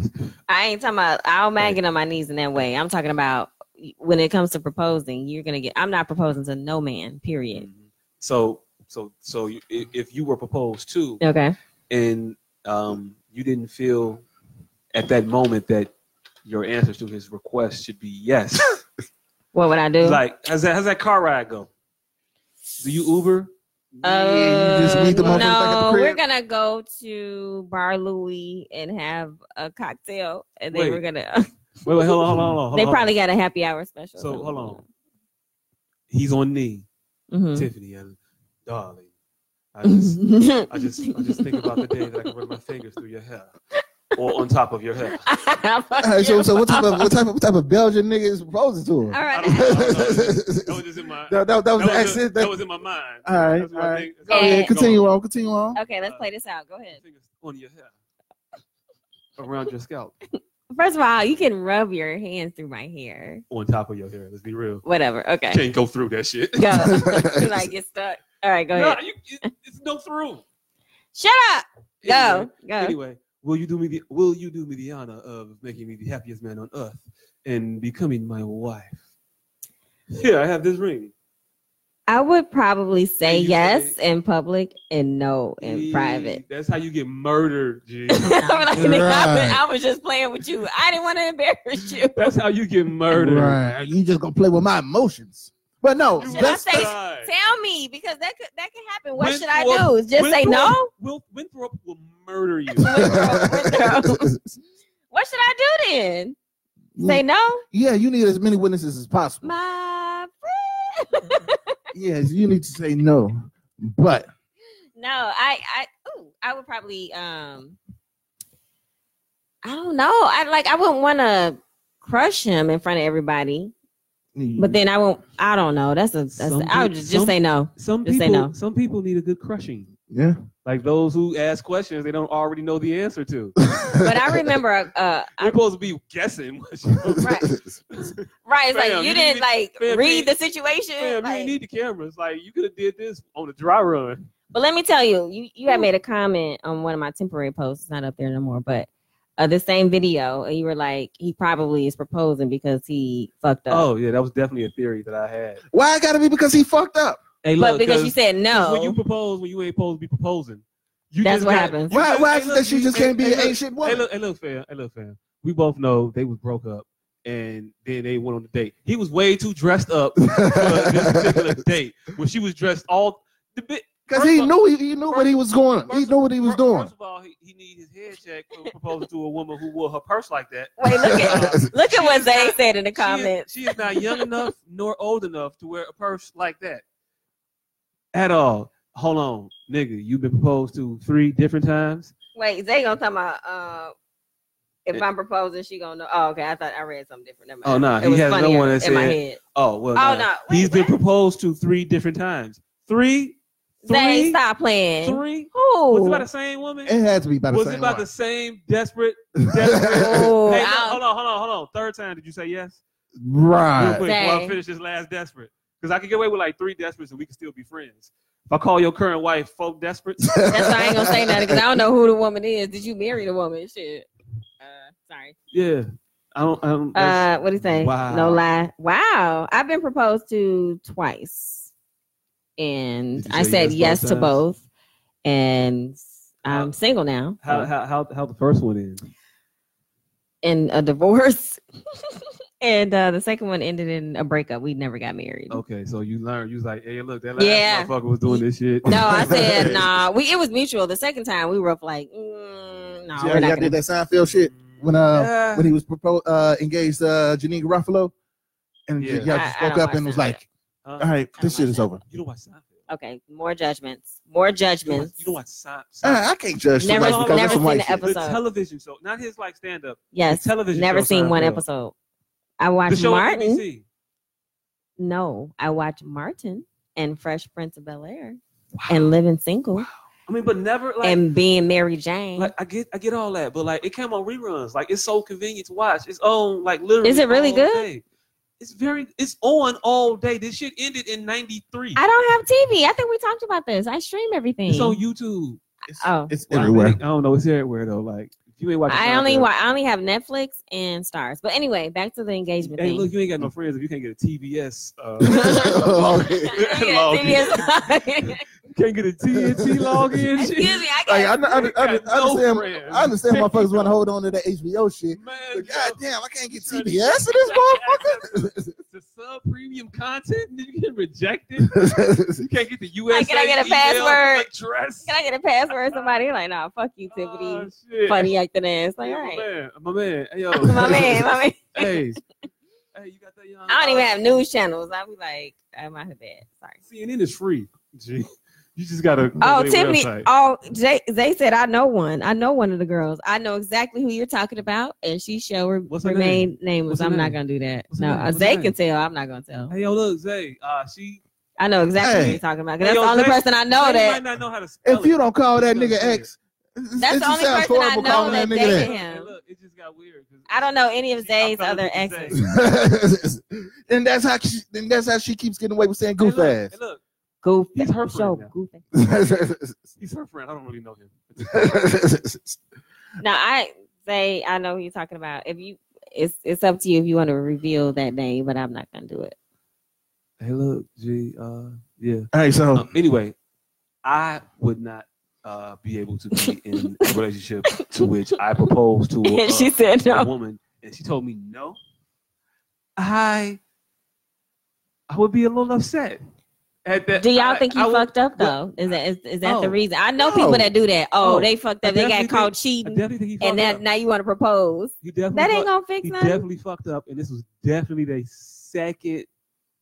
Speaker 4: things.
Speaker 2: I ain't talking about. I'll
Speaker 4: Hey.
Speaker 2: man get on my knees in that way. I'm talking about when it comes to proposing. You're gonna get. I'm not proposing to no man. Period.
Speaker 4: Mhm. So, so, so, you, if, if you were proposed to,
Speaker 2: Okay.
Speaker 4: and um, you didn't feel at that moment that your answer to his request should be yes.
Speaker 2: What would I do?
Speaker 4: like, how's that? How's that car ride go? Do you Uber?
Speaker 3: Yeah, you just
Speaker 2: Uh,
Speaker 3: meet the motherfucker at the
Speaker 2: no,
Speaker 3: crib.
Speaker 2: we're gonna go to Bar Louie and have a cocktail, and then
Speaker 4: Wait.
Speaker 2: we're gonna.
Speaker 4: Wait, wait, hold on, hold on, hold on.
Speaker 2: they
Speaker 4: hold on.
Speaker 2: probably got a happy hour special.
Speaker 4: So, hold on. He's on knee,
Speaker 2: Mhm.
Speaker 4: Tiffany, and darling, I
Speaker 2: Mm-hmm.
Speaker 4: just, I just, I just think about the day that I can run my fingers through your hair, or on top of your hair.
Speaker 2: Fuck
Speaker 3: All right, Uh, so,
Speaker 2: you.
Speaker 3: so what type of what type of what type of Belgian nigga is proposing to him?
Speaker 2: All
Speaker 4: I
Speaker 2: right.
Speaker 4: don't know. That was just in my.
Speaker 3: That, that, that was the
Speaker 4: that was
Speaker 3: accent.
Speaker 4: just-
Speaker 3: That,
Speaker 4: that was in my mind.
Speaker 3: all right,
Speaker 4: That's what
Speaker 3: all
Speaker 4: I
Speaker 3: right.
Speaker 4: think-
Speaker 3: oh yeah,
Speaker 2: Yeah.
Speaker 3: continue on, continue on.
Speaker 2: Okay, let's play this out. Go ahead.
Speaker 4: Fingers on your hair, around your scalp,
Speaker 2: First of all, you can rub your hands through my hair.
Speaker 4: on top of your hair. Let's be real.
Speaker 2: Whatever. Okay.
Speaker 4: Can't go through that shit.
Speaker 2: Go. Till I get stuck. All right, go
Speaker 4: Nah,
Speaker 2: ahead.
Speaker 4: you, it- it's no through.
Speaker 2: Shut up. Go.
Speaker 4: Anyway,
Speaker 2: Go.
Speaker 4: anyway, will you do me the will you do me the honor of making me the happiest man on earth and becoming my wife? Here, I have this ring.
Speaker 2: I would probably say
Speaker 4: You say-
Speaker 2: yes in public and no in
Speaker 4: Eee,
Speaker 2: private.
Speaker 4: That's how you get murdered, G.
Speaker 2: Like, nigga, I, was,
Speaker 3: Right.
Speaker 2: I was just playing with you. I didn't want to embarrass you.
Speaker 4: that's how you get murdered.
Speaker 3: Right, you just gonna play with my emotions. But no,
Speaker 4: You
Speaker 2: Should I
Speaker 3: that's,
Speaker 2: say-
Speaker 3: that's-
Speaker 4: die.
Speaker 2: Tell me because that could that could happen. What
Speaker 4: Winthrop-
Speaker 2: should I do? Just say
Speaker 4: Winthrop-
Speaker 2: no?
Speaker 4: Wil- Winthrop will murder you.
Speaker 2: What should I do then? Say no?
Speaker 3: yeah, you need as many witnesses as possible.
Speaker 2: My
Speaker 3: Yes, you need to say no. But
Speaker 2: No, I I ooh, I would probably um I don't know. I like I wouldn't want to crush him in front of everybody, but then I won't I don't know. That's a that's
Speaker 4: Some
Speaker 2: I would
Speaker 4: peop-
Speaker 2: just,
Speaker 4: some-
Speaker 2: just say no.
Speaker 4: Some
Speaker 2: Just say
Speaker 4: people,
Speaker 2: no.
Speaker 4: some people need a good crushing.
Speaker 3: yeah,
Speaker 4: Like those who ask questions they don't already know the answer to.
Speaker 2: But I remember uh, uh
Speaker 4: You're
Speaker 2: I,
Speaker 4: supposed to be guessing. What you
Speaker 2: Right. right, it's
Speaker 4: Fam,
Speaker 2: like you
Speaker 4: you
Speaker 2: didn't
Speaker 4: need-
Speaker 2: like
Speaker 4: fam, you
Speaker 2: read the
Speaker 4: need-
Speaker 2: situation.
Speaker 4: Damn, you
Speaker 2: like-
Speaker 4: didn't need the cameras. Like you could have did this on a dry run.
Speaker 2: But let me tell you, you you had made a comment on one of my temporary posts. It's not up there no more, but uh, the same video, and you were like, he probably is proposing because he fucked up.
Speaker 4: Oh yeah, that was definitely a theory that I had.
Speaker 3: why I gotta be because he fucked up?
Speaker 4: Hey,
Speaker 2: but because you said
Speaker 4: when
Speaker 2: no,
Speaker 4: you propose, when you ain't supposed to be proposing, you
Speaker 2: That's
Speaker 4: just
Speaker 2: what
Speaker 4: got-
Speaker 2: happens.
Speaker 4: you
Speaker 3: Why?
Speaker 4: just-
Speaker 3: Why
Speaker 4: hey,
Speaker 3: is it
Speaker 4: look,
Speaker 3: that you just can't be
Speaker 4: hey,
Speaker 3: an
Speaker 4: look,
Speaker 3: ancient
Speaker 4: Hey,
Speaker 3: woman?
Speaker 4: look, hey, look, fam. Hey, look, fam. We both know they was broke up, and then they went on a date. He was way too dressed up for this particular date when she was dressed all the bit.
Speaker 3: Because he knew he, he knew what he was going. He knew what he was
Speaker 4: First-
Speaker 3: doing.
Speaker 4: First of all, he, he need his head checked for proposing to a woman who wore her purse like that.
Speaker 2: wait, look at look at what
Speaker 4: She's
Speaker 2: Zay
Speaker 4: not-
Speaker 2: said in the
Speaker 4: She is-
Speaker 2: comments.
Speaker 4: She is, not young enough nor old enough to wear a purse like that. At all. Hold on, nigga. You've been proposed to three different times.
Speaker 2: Wait, Zay gonna talk about uh, if
Speaker 4: It-
Speaker 2: I'm proposing, she gonna know. Oh, okay, I thought I read something different. Never
Speaker 4: Oh,
Speaker 2: mind.
Speaker 4: nah,
Speaker 2: It
Speaker 4: he
Speaker 2: was
Speaker 4: has another
Speaker 2: funnier
Speaker 4: one that
Speaker 2: in my
Speaker 4: said-
Speaker 2: head.
Speaker 4: Oh well.
Speaker 2: Oh,
Speaker 4: nah.
Speaker 2: no, wait,
Speaker 4: He's been
Speaker 2: what?
Speaker 4: proposed to three different times. Three,
Speaker 2: Zay,
Speaker 4: three,
Speaker 2: stop playing.
Speaker 4: three. Was it
Speaker 2: Who?
Speaker 4: about the same woman?
Speaker 3: It had to be about
Speaker 4: was
Speaker 3: the
Speaker 4: it
Speaker 3: same.
Speaker 4: about
Speaker 3: one.
Speaker 4: the same desperate? desperate
Speaker 2: Oh,
Speaker 4: Hey, no,
Speaker 2: I'll-
Speaker 4: hold on, hold on, hold on. Third time, did you say yes? Real
Speaker 3: right?
Speaker 4: quick, before I
Speaker 2: Dang.
Speaker 4: finish this last desperate, because I could get away with like three desperates and we could still be friends. If I call your current wife folk desperates,
Speaker 2: That's why I ain't gonna say nothing because I don't know who the woman is. Did you marry the woman? Shit. Uh, sorry.
Speaker 4: Yeah. I don't. I don't that's-
Speaker 2: Uh, what do you say?
Speaker 4: Wow.
Speaker 2: No lie. Wow. I've been proposed to twice, and
Speaker 4: Did you
Speaker 2: I
Speaker 4: say
Speaker 2: said yes,
Speaker 4: yes both
Speaker 2: to
Speaker 4: times?
Speaker 2: both, and I'm
Speaker 4: How-
Speaker 2: single now
Speaker 4: how, how how how the first one is?
Speaker 2: in a divorce, and uh, the second one ended in a breakup. We never got married.
Speaker 4: Okay, so you learned. You was like, hey, look, that last
Speaker 2: Yeah.
Speaker 4: motherfucker was doing this shit.
Speaker 2: No, I said nah. We it was mutual. The second time we were both like, mm, no,
Speaker 3: See how
Speaker 2: we're
Speaker 3: y'all
Speaker 2: not
Speaker 3: did
Speaker 2: gonna.
Speaker 3: that Seinfeld shit when uh when he was proposed uh engaged uh Janine Garofalo, and
Speaker 4: Yeah.
Speaker 3: yeah. y'all just
Speaker 2: I- I
Speaker 3: woke
Speaker 2: don't
Speaker 3: up and
Speaker 2: watch
Speaker 3: was
Speaker 2: that.
Speaker 3: like,
Speaker 4: Huh?
Speaker 3: "All right,
Speaker 2: I
Speaker 3: this
Speaker 2: don't
Speaker 3: shit is
Speaker 2: watch
Speaker 3: over."
Speaker 4: You don't watch Seinfeld.
Speaker 2: Okay, more judgments. More
Speaker 4: You don't watch,
Speaker 2: judgments.
Speaker 4: you don't watch Sein-
Speaker 3: Uh,
Speaker 4: Seinfeld.
Speaker 3: I can't judge
Speaker 2: Never-
Speaker 3: somebody because
Speaker 2: never
Speaker 3: that's some
Speaker 2: seen
Speaker 3: white
Speaker 2: an
Speaker 3: shit.
Speaker 2: episode.
Speaker 4: The television show, not his like stand up.
Speaker 2: Yes.
Speaker 4: television
Speaker 2: Never
Speaker 4: show
Speaker 2: seen one
Speaker 4: Seinfeld.
Speaker 2: episode. I
Speaker 4: The
Speaker 2: watch
Speaker 4: show on
Speaker 2: Martin.
Speaker 4: NBC.
Speaker 2: No, I watch Martin and Fresh Prince of Bel Air and Living Single
Speaker 4: I mean, but never like
Speaker 2: and being Mary Jane.
Speaker 4: Like I get, I get all that, but like it came on reruns. Like it's so convenient to watch. It's on like literally.
Speaker 2: Is it really
Speaker 4: all
Speaker 2: good?
Speaker 4: day. It's very. It's on all day. This shit ended in '93.
Speaker 2: I don't have TV. I think we talked about this. I stream everything.
Speaker 4: It's on YouTube.
Speaker 2: oh,
Speaker 3: It's
Speaker 4: Well, I
Speaker 3: everywhere.
Speaker 4: think- I, don't know. It's everywhere though. Like if you ain't watching.
Speaker 2: I only
Speaker 4: Seinfeld-
Speaker 2: wa- I only have Netflix and Stars. But anyway, back to the engagement
Speaker 4: Hey,
Speaker 2: thing.
Speaker 4: look, you ain't got no friends if you can't get a TBS. Uh,
Speaker 3: like,
Speaker 2: Yeah, TV is-
Speaker 4: can't get a TNT login. Shit.
Speaker 2: Excuse me. I
Speaker 3: I,
Speaker 2: got
Speaker 3: under- under-
Speaker 4: Got
Speaker 3: under-
Speaker 4: no
Speaker 3: understand,
Speaker 4: friends.
Speaker 3: I understand motherfuckers want to hold on to that HBO shit.
Speaker 4: Man,
Speaker 3: But
Speaker 4: yo,
Speaker 3: God damn, I can't get TBS to this
Speaker 4: the sub premium content, and you get rejected.
Speaker 3: motherfucker.
Speaker 4: You can't get the US.
Speaker 2: can I get a password?
Speaker 4: Address.
Speaker 2: Can I get a password? Somebody like, nah, fuck you,
Speaker 4: Oh,
Speaker 2: Tiffany.
Speaker 4: shit.
Speaker 2: Funny acting ass. Like,
Speaker 4: Yeah,
Speaker 2: all right.
Speaker 4: My man, my man, hey, yo,
Speaker 2: My man, my man.
Speaker 4: hey, hey, you got that Uh, young?
Speaker 2: I don't even have news channels. I be like, I'm out of bed. Sorry.
Speaker 4: CNN is free. Gee, you just gotta. go
Speaker 2: Oh,
Speaker 4: to their
Speaker 2: Tiffany.
Speaker 4: website.
Speaker 2: Oh, Jay, they said I know one. I know one of the girls. I know exactly who you're talking about, and she shall re-
Speaker 4: What's her
Speaker 2: remain nameless.
Speaker 4: What's her
Speaker 2: I'm not
Speaker 4: name?
Speaker 2: gonna do that.
Speaker 4: What's her
Speaker 2: no,
Speaker 4: name?
Speaker 2: uh,
Speaker 4: What's her
Speaker 2: Zay
Speaker 4: name?
Speaker 2: can tell. I'm not gonna tell.
Speaker 4: Hey, yo, look, Zay. Uh, she.
Speaker 2: I know exactly who
Speaker 3: Hey.
Speaker 2: you're talking about. 'cause that's
Speaker 4: Hey, yo,
Speaker 2: the only
Speaker 4: Zay-
Speaker 2: person I know
Speaker 4: Zay
Speaker 2: Oh, that.
Speaker 4: might not know how to spell
Speaker 3: if you
Speaker 4: it.
Speaker 3: don't call that nigga
Speaker 4: That's
Speaker 3: X,
Speaker 2: That's
Speaker 3: it
Speaker 2: the
Speaker 3: just
Speaker 2: only
Speaker 3: sounds
Speaker 2: person I
Speaker 3: horrible
Speaker 2: know
Speaker 3: calling
Speaker 2: that
Speaker 3: nigga
Speaker 2: dated
Speaker 3: that.
Speaker 2: him.
Speaker 4: Look, it just got weird. 'cause-
Speaker 2: I don't know any of
Speaker 4: I
Speaker 2: Zay's
Speaker 4: fell in
Speaker 2: other
Speaker 4: love with
Speaker 2: exes.
Speaker 4: Zay.
Speaker 3: and that's how she, then that's how she keeps getting away with saying
Speaker 4: Hey,
Speaker 3: goof
Speaker 4: look, hey,
Speaker 3: ass.
Speaker 4: look,
Speaker 2: Goof.
Speaker 4: He's her
Speaker 2: So
Speaker 4: friend now.
Speaker 2: goofy.
Speaker 4: he's her friend. I don't really know him.
Speaker 2: Now I say I know who you're talking about. If you, it's it's up to you if you want to reveal that name, but I'm not gonna do it.
Speaker 4: Hey, look, G. Uh, yeah.
Speaker 3: All right, so
Speaker 4: Um, anyway, I would not uh, be able to be in a relationship to which I proposed to a,
Speaker 2: And she said
Speaker 4: a
Speaker 2: no.
Speaker 4: woman, and she told me no. I I would be a little upset at that.
Speaker 2: Do y'all
Speaker 4: I-
Speaker 2: think he
Speaker 4: I would-
Speaker 2: fucked up though? Is that is, is that the
Speaker 4: No.
Speaker 2: reason? I know
Speaker 3: Oh. No.
Speaker 2: people that do that. Oh,
Speaker 4: No.
Speaker 2: they fucked
Speaker 4: I
Speaker 2: up. They got
Speaker 4: definitely
Speaker 2: caught
Speaker 4: I
Speaker 2: cheating,
Speaker 4: definitely think he fucked
Speaker 2: and that
Speaker 4: up.
Speaker 2: now you want to propose.
Speaker 4: He definitely
Speaker 2: That
Speaker 4: fucked-
Speaker 2: ain't gonna fix
Speaker 4: he
Speaker 2: nothing.
Speaker 4: definitely fucked up, and this was definitely their second,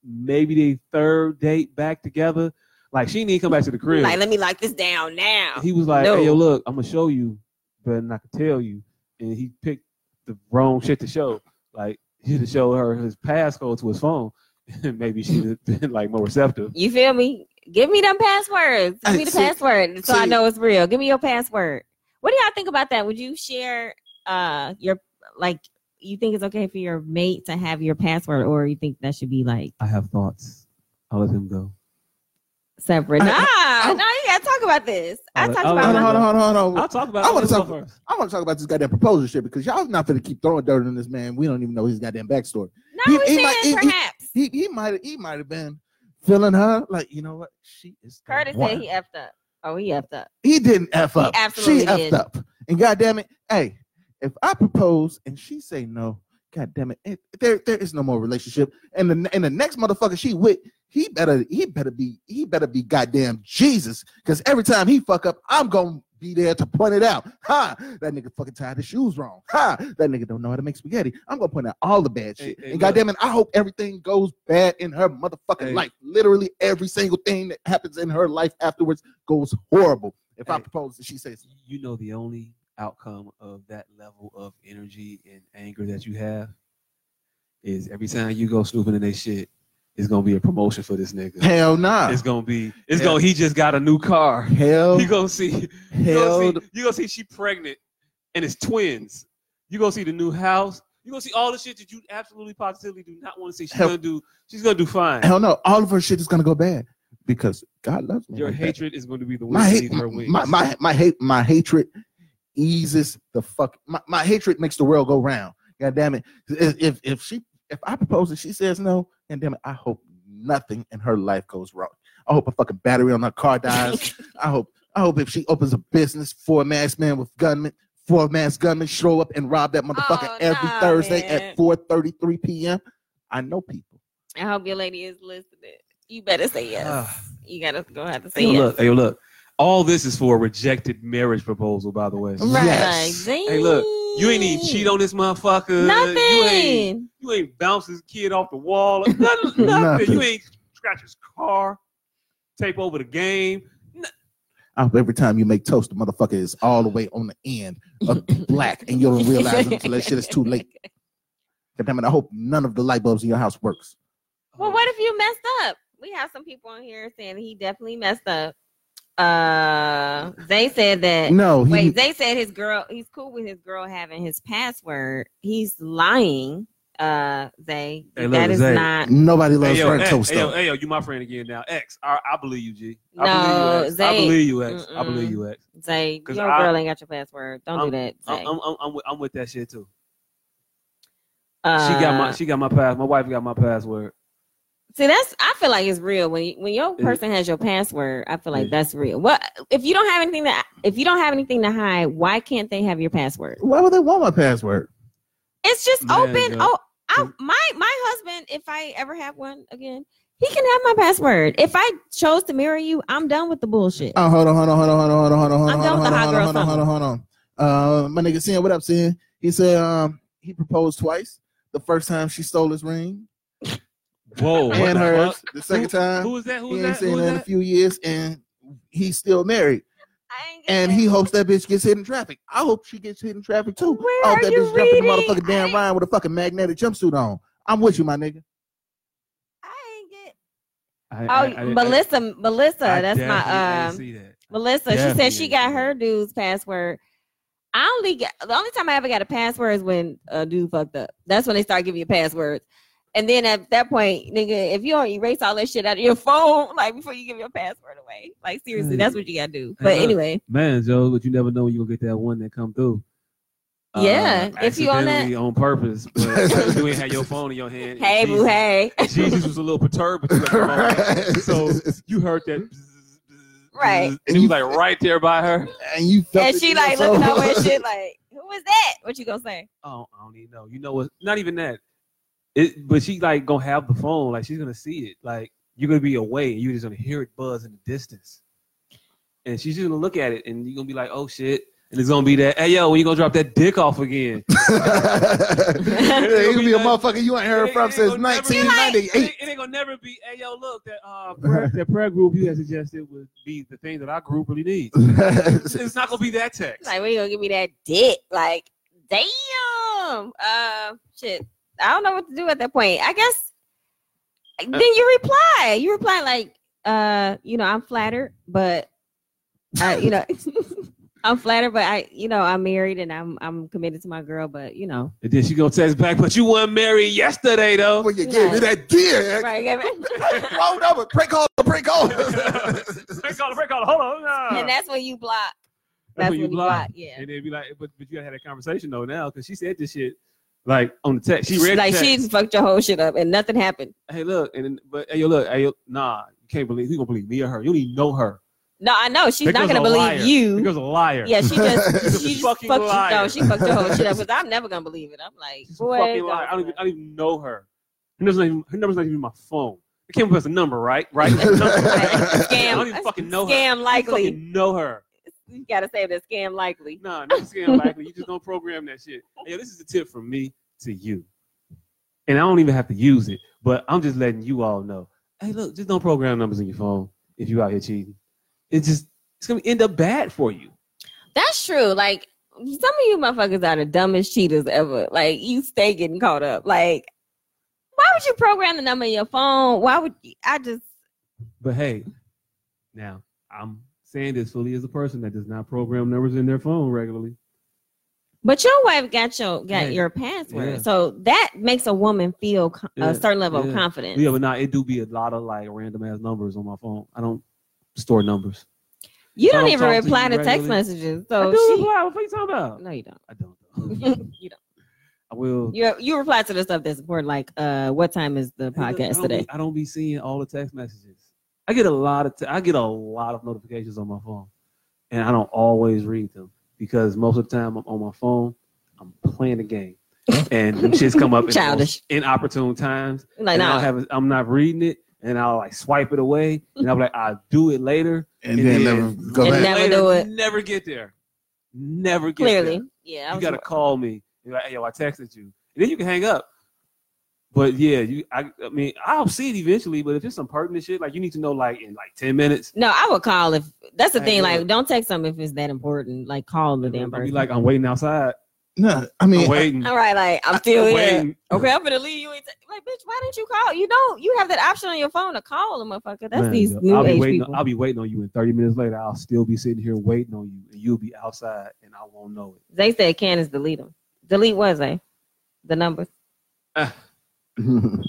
Speaker 4: maybe their third date back together. Like she need to come back to the crib.
Speaker 2: Like, let me lock this down now.
Speaker 4: And he was like,
Speaker 2: No.
Speaker 4: "Hey, yo, look, I'm gonna show you, better than I can tell you." And he picked the wrong shit to show. Like he should have showed her his passcode to his phone, and maybe she'd have been like more receptive.
Speaker 2: You feel me? Give me them passwords. Give
Speaker 3: Hey,
Speaker 2: me the
Speaker 3: see-
Speaker 2: password so I
Speaker 3: see-
Speaker 2: know it's real. Give me your password. What do y'all think about that? Would you share uh your like you think it's okay for your mate to have your password or you think that should be like
Speaker 4: I have thoughts. I'll let him go.
Speaker 2: separate?
Speaker 3: I-
Speaker 2: nah,
Speaker 3: I- Oh,
Speaker 2: nah, you gotta talk about this. I
Speaker 4: I'll-
Speaker 2: talked
Speaker 4: I'll-
Speaker 2: about
Speaker 3: hold
Speaker 2: my
Speaker 3: on, hold on, hold on, hold
Speaker 4: I'll
Speaker 3: on.
Speaker 4: talk about.
Speaker 3: I
Speaker 4: I'll
Speaker 3: wanna
Speaker 4: let him
Speaker 3: talk-
Speaker 4: go first.
Speaker 3: I want to talk about this goddamn proposal shit because y'all not finna keep throwing dirt on this man. We don't even know his goddamn backstory.
Speaker 2: No,
Speaker 3: He-
Speaker 2: we're
Speaker 3: he
Speaker 2: saying
Speaker 3: might- he- he-
Speaker 2: perhaps.
Speaker 3: He he might he might have been feeling her like you know what she is. the
Speaker 2: Curtis
Speaker 3: one.
Speaker 2: said he effed up. Oh, he effed up.
Speaker 3: He didn't f up.
Speaker 2: absolutely
Speaker 3: she effed
Speaker 2: did.
Speaker 3: up. And goddamn it, hey, if I propose and she say no, goddamn it, it- there there is no more relationship. And the and the next motherfucker she with, he better he better be he better be goddamn Jesus, because every time he fuck up, I'm gonna be there to point it out. Ha! That nigga fucking tied his shoes wrong. Ha! That nigga don't know how to make spaghetti. I'm gonna point out all the bad
Speaker 4: Hey,
Speaker 3: shit.
Speaker 4: hey,
Speaker 3: and
Speaker 4: look.
Speaker 3: goddamn it, I hope everything goes bad in her motherfucking
Speaker 4: Hey.
Speaker 3: life. Literally every single thing that happens in her life afterwards goes horrible. If I
Speaker 4: Hey.
Speaker 3: propose and she says,
Speaker 4: You know the only outcome of that level of energy and anger that you have is every time you go snooping in their shit, it's gonna be a promotion for this nigga.
Speaker 3: "Hell nah,
Speaker 4: It's gonna be. It's
Speaker 3: Yeah.
Speaker 4: gonna. He just got a new car.
Speaker 3: hell,
Speaker 4: You gonna see. You
Speaker 3: hell,
Speaker 4: gonna see. You gonna see. She pregnant, and it's twins. You gonna see the new house. You gonna see all the shit that you absolutely positively do not want to see. She's
Speaker 3: Hell-
Speaker 4: gonna do. She's gonna do fine.
Speaker 3: hell no! All of her shit is gonna go bad because God loves me."
Speaker 4: Your
Speaker 3: like that.
Speaker 4: hatred is going to be the
Speaker 3: my
Speaker 4: one
Speaker 3: hate,
Speaker 4: beneath her wings.
Speaker 3: my, my my hate, my hatred eases the fuck. My, my hatred makes the world go round. God damn it! If if- if she if I propose and she says no, and damn it, I hope nothing in her life goes wrong. I hope a fucking battery on her car dies. I hope I hope if she opens a business for a masked man with gunmen, four masked gunmen show up and rob that motherfucker
Speaker 2: Oh,
Speaker 3: every
Speaker 2: nah,
Speaker 3: Thursday
Speaker 2: man.
Speaker 3: at four thirty three p.m. I know people.
Speaker 2: I hope your lady is listening. You better say yes. you gotta go have to say
Speaker 4: Ah. Hey,
Speaker 2: yes.
Speaker 4: look, hey, look. All this is for a rejected marriage proposal, by the way.
Speaker 2: Right.
Speaker 3: Yes.
Speaker 2: Like,
Speaker 4: Hey, look, You ain't even
Speaker 2: dang.
Speaker 4: cheat on this motherfucker.
Speaker 2: Nothing.
Speaker 4: You ain't, you ain't bounce this kid off the wall. Nothing. nothing.
Speaker 3: Nothing.
Speaker 4: You ain't scratch his car, tape over the game.
Speaker 3: I hope every time you make toast, the motherfucker is all the way on the end of black, and you don't realize it until that shit is too late. God damn it, I hope none of the light bulbs in your house works.
Speaker 2: Well, what if you messed up? We have some people on here saying he definitely messed up. Uh, they said that.
Speaker 3: No, he,
Speaker 2: Wait, they said his girl. He's cool with his girl having his password. He's lying. Uh, they.
Speaker 4: Hey, look,
Speaker 2: that is
Speaker 4: Zay.
Speaker 2: not.
Speaker 3: nobody
Speaker 4: Hey
Speaker 3: loves
Speaker 4: yo,
Speaker 3: burnt
Speaker 4: hey,
Speaker 3: toast
Speaker 4: hey, yo,
Speaker 3: though.
Speaker 4: hey, yo, you my friend again now. X, I, I believe you, G. I
Speaker 2: No,
Speaker 4: believe you, X. I
Speaker 2: Zay.
Speaker 4: believe you, X. I
Speaker 2: Mm-mm.
Speaker 4: believe you, X.
Speaker 2: Zay,
Speaker 4: 'Cause
Speaker 2: your
Speaker 4: I-
Speaker 2: girl ain't got your password. Don't do that.
Speaker 4: I'm,
Speaker 2: Zay.
Speaker 4: I'm, I'm, I'm, with, I'm with that shit too.
Speaker 2: uh,
Speaker 4: She got my, she got my pass. My wife got my password.
Speaker 2: See, that's I feel like it's real when you, when your
Speaker 4: Yeah.
Speaker 2: person has your password. I feel like
Speaker 4: Yeah.
Speaker 2: that's real. What if you don't have anything to if you don't have anything to hide? Why can't they have your password?
Speaker 3: Why would they want my password?
Speaker 2: It's just
Speaker 4: Yeah,
Speaker 2: open.
Speaker 4: yeah.
Speaker 2: Oh,
Speaker 4: Mm.
Speaker 2: I, my my husband, if I ever have one again, he can have my password. If I chose to marry you, I'm done with the bullshit.
Speaker 3: Oh, hold on, hold on, hold on, hold on, hold on, hold on,
Speaker 2: I'm
Speaker 3: hold on,
Speaker 2: done with
Speaker 3: hold on,
Speaker 2: the hot
Speaker 3: hold on, hold on,
Speaker 2: girl
Speaker 3: hold on, hold on. Uh, my nigga Sin, what up, Sin? He said um he proposed twice. The first time she stole his ring
Speaker 4: Whoa. Oh, what
Speaker 3: and
Speaker 4: the
Speaker 3: hers.
Speaker 4: fuck?
Speaker 3: The second time
Speaker 4: Who is that? Who
Speaker 3: he
Speaker 4: is
Speaker 3: ain't
Speaker 4: that?
Speaker 3: seen
Speaker 4: Who
Speaker 3: her
Speaker 4: is
Speaker 3: in a
Speaker 4: that?
Speaker 3: few years, and he's still married.
Speaker 2: I ain't get
Speaker 3: And
Speaker 2: that.
Speaker 3: he hopes that bitch gets hit in traffic. I hope she gets hit in traffic too.
Speaker 2: Where
Speaker 3: I hope
Speaker 2: are
Speaker 3: that
Speaker 2: you
Speaker 3: bitch jumping the
Speaker 2: reading?
Speaker 3: motherfucking damn
Speaker 2: I-
Speaker 3: Ryan with a fucking magnetic jumpsuit on. I'm with you, my nigga.
Speaker 2: I ain't get.
Speaker 4: I-
Speaker 2: Oh,
Speaker 4: I- I- I-
Speaker 2: Melissa, Melissa,
Speaker 4: I
Speaker 2: that's my
Speaker 4: definitely ain't
Speaker 2: um.
Speaker 4: see that.
Speaker 2: Melissa, she said she
Speaker 4: Definitely.
Speaker 2: got her dude's password. I only get the only time I ever got a password is when a dude fucked up. That's when they start giving you passwords. And then at that point, nigga, if you don't erase all that shit out of your phone, like before you give your password away, like seriously,
Speaker 3: Mm.
Speaker 2: that's what you gotta do. But
Speaker 3: Uh-huh.
Speaker 4: look.
Speaker 2: anyway,
Speaker 4: Man, Joe, but you never know when you'll get that one that come through. Uh,
Speaker 2: Yeah, if you on that-
Speaker 4: accidentally, on purpose, but you ain't had your phone in your hand. and
Speaker 2: hey boo,
Speaker 4: Jesus-
Speaker 2: hey,
Speaker 4: and Jesus was a little perturbed. Because you had your phone. so you heard that, bzzz, bzzz,
Speaker 2: Right.
Speaker 4: bzzz, And it was like right there by her.
Speaker 3: and you felt
Speaker 2: and
Speaker 3: it
Speaker 2: she
Speaker 3: in
Speaker 2: like
Speaker 3: your
Speaker 2: looking
Speaker 3: soul.
Speaker 2: over and shit, like who is that? What you gonna say?
Speaker 4: Oh, I don't even know. You know what? Not even that. It, but she like gonna have the phone. Like she's gonna see it. Like you're gonna be away, and you're just gonna hear it buzz in the distance. And she's just gonna look at it, and you're gonna be like, "Oh shit!" And it's gonna be that, "Hey yo, when you gonna drop that dick off again?"
Speaker 3: it could be a motherfucker you ain't heard from since
Speaker 4: It ain't gonna never be-
Speaker 3: 1998.
Speaker 4: It ain't- it ain't gonna never be. Hey, yo, look, that uh, prayer, that prayer group you had suggested would be the thing that our group really needs. It's not gonna be that text.
Speaker 2: Like, when you gonna give me that dick? Like, damn. Uh, shit. I don't know what to do at that point. I guess
Speaker 4: Uh,
Speaker 2: then you reply. You reply like, uh, you know, I'm flattered, but uh, you know, I'm flattered, but I, you know, I'm married and I'm I'm committed to my girl, but you know,
Speaker 4: And then she gonna text back, but you weren't married yesterday though.
Speaker 3: when you gave me that dick,
Speaker 2: right? Gavin?
Speaker 3: rolled over, prank call, prank call.
Speaker 4: break all, break all, hold on. nah.
Speaker 2: and that's when you block.
Speaker 4: That's when you block.
Speaker 2: Yeah.
Speaker 4: And they'd be like, but, but you gotta have that conversation though now, because she said this shit like on the text. She
Speaker 2: She's
Speaker 4: read
Speaker 2: like
Speaker 4: the text.
Speaker 2: she fucked your whole shit up and nothing happened.
Speaker 4: Hey, look, and then, but hey, yo, look, hey, yo, nah, you can't believe who gonna believe me or her. You don't even know her.
Speaker 2: No, I know she's
Speaker 4: That
Speaker 2: not
Speaker 4: girl's
Speaker 2: gonna
Speaker 4: a
Speaker 2: believe
Speaker 4: liar.
Speaker 2: you.
Speaker 4: That girl's a liar.
Speaker 2: Yeah, she just she
Speaker 4: She's a
Speaker 2: just fucked
Speaker 4: fucking
Speaker 2: you, no,
Speaker 4: liar.
Speaker 2: she fucked your whole shit up because I'm never gonna believe it. I'm like,
Speaker 4: She's a
Speaker 2: boy,
Speaker 4: fucking
Speaker 2: no,
Speaker 4: liar. I don't even, I
Speaker 2: no.
Speaker 4: don't even know her. Her number's not even, her number's not even my phone. It came up as a number, right? Right? It's a number, right?
Speaker 2: scam.
Speaker 4: I don't even fucking know her.
Speaker 2: Scam
Speaker 4: I
Speaker 2: likely.
Speaker 4: fucking know her.
Speaker 2: You gotta say that scam likely.
Speaker 4: Nah, no scam likely. You just don't program that shit. Hey, yo, this is a tip from me to you. And I don't even have to use it, but I'm just letting you all know. Hey, look, just don't program numbers in your phone if you out here cheating. It just it's gonna end up bad for you.
Speaker 2: That's true. Like some of you motherfuckers are the dumbest cheaters ever. Like you stay getting caught up. Like why would you program the number in your phone? Why would you, I just?
Speaker 4: But hey, now I'm saying this fully as a person that does not program numbers in their phone regularly.
Speaker 2: But your wife got your got
Speaker 4: Yeah.
Speaker 2: your password,
Speaker 4: Yeah.
Speaker 2: so that makes a woman feel co-
Speaker 4: Yeah.
Speaker 2: a certain level
Speaker 4: Yeah.
Speaker 2: of confidence.
Speaker 4: Yeah, but nah, it do be a lot of like random ass numbers on my phone. I don't store numbers.
Speaker 2: You
Speaker 4: I
Speaker 2: don't
Speaker 4: don't
Speaker 2: even
Speaker 4: talk to
Speaker 2: reply
Speaker 4: you
Speaker 2: to text
Speaker 4: regularly.
Speaker 2: messages,
Speaker 4: I
Speaker 2: so
Speaker 4: do
Speaker 2: Oh, she.
Speaker 4: reply. What the fuck you talking about?
Speaker 2: No, you don't.
Speaker 4: I don't. though.
Speaker 2: you don't.
Speaker 4: I will.
Speaker 2: You you reply to the stuff that's important, like uh, what time is the
Speaker 4: Hey, look, I
Speaker 2: podcast
Speaker 4: don't
Speaker 2: today?
Speaker 4: Be, I don't be seeing all the text messages. I get a lot of. Te- I get a lot of notifications on my phone, and I don't always read them because most of the time I'm on my phone. I'm playing the game, and them shits come up in
Speaker 2: Childish.
Speaker 4: in inopportune times.
Speaker 2: Like
Speaker 4: and I'll
Speaker 2: no,
Speaker 4: have it- I'm not reading it, and I'll like swipe it away, and I'll be like, I'll do it later,
Speaker 3: And then never go
Speaker 2: And
Speaker 3: back.
Speaker 2: never do it.
Speaker 4: never get there, never get
Speaker 2: clearly,
Speaker 4: there.
Speaker 2: yeah. I
Speaker 4: You
Speaker 2: was
Speaker 4: gotta call me. You're like, hey, yo, I texted you, and then you can hang up. But yeah, you, I, I mean, I'll see it eventually. But if it's some pertinent shit, like you need to know, like in like ten minutes,
Speaker 2: no, I would call if that's the
Speaker 4: Hey,
Speaker 2: thing.
Speaker 4: look.
Speaker 2: Like, don't text something if it's that important. Like, call the damn
Speaker 4: I'll be
Speaker 2: person.
Speaker 4: like, I'm waiting outside.
Speaker 3: No, I mean,
Speaker 4: I'm waiting.
Speaker 2: All right, like I'm still
Speaker 4: I'm
Speaker 2: here.
Speaker 4: waiting.
Speaker 2: Okay, I'm gonna leave you. in t- Like, bitch, why didn't you call? You know, you have that option on your phone to call a motherfucker. That's
Speaker 4: Man,
Speaker 2: these
Speaker 4: yo,
Speaker 2: new
Speaker 4: I'll be
Speaker 2: age
Speaker 4: waiting.
Speaker 2: people.
Speaker 4: I'll be waiting on you, and 30 minutes later, I'll still be sitting here waiting on you, and you'll be outside, and I won't know it.
Speaker 2: They said Candace delete them. Delete was they? The number. Lisa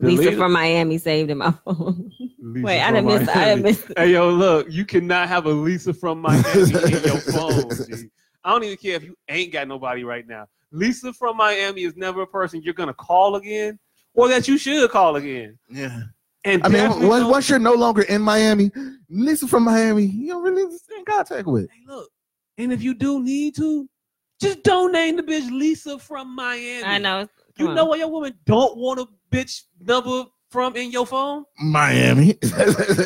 Speaker 4: Delete
Speaker 2: from Miami saved in my phone.
Speaker 4: it. Lisa
Speaker 2: Wait, I
Speaker 4: from
Speaker 2: didn't miss. I
Speaker 4: Miami.
Speaker 2: didn't miss.
Speaker 4: Hey yo, look, you cannot have a Lisa from Miami in your phone. G. I don't even care if you ain't got nobody right now. Lisa from Miami is never a person you're gonna call again, or that you should call again.
Speaker 3: yeah.
Speaker 4: And
Speaker 3: I mean,
Speaker 4: definitely
Speaker 3: once,
Speaker 4: don't-
Speaker 3: once you're no longer in Miami, listen from Miami, you don't really stay in contact with.
Speaker 4: hey, look, and if you do need to, just don't name the bitch Lisa from Miami.
Speaker 2: I know.
Speaker 4: You
Speaker 2: Come
Speaker 4: know
Speaker 2: on.
Speaker 4: what your woman don't want a bitch number from in your phone?
Speaker 3: Miami.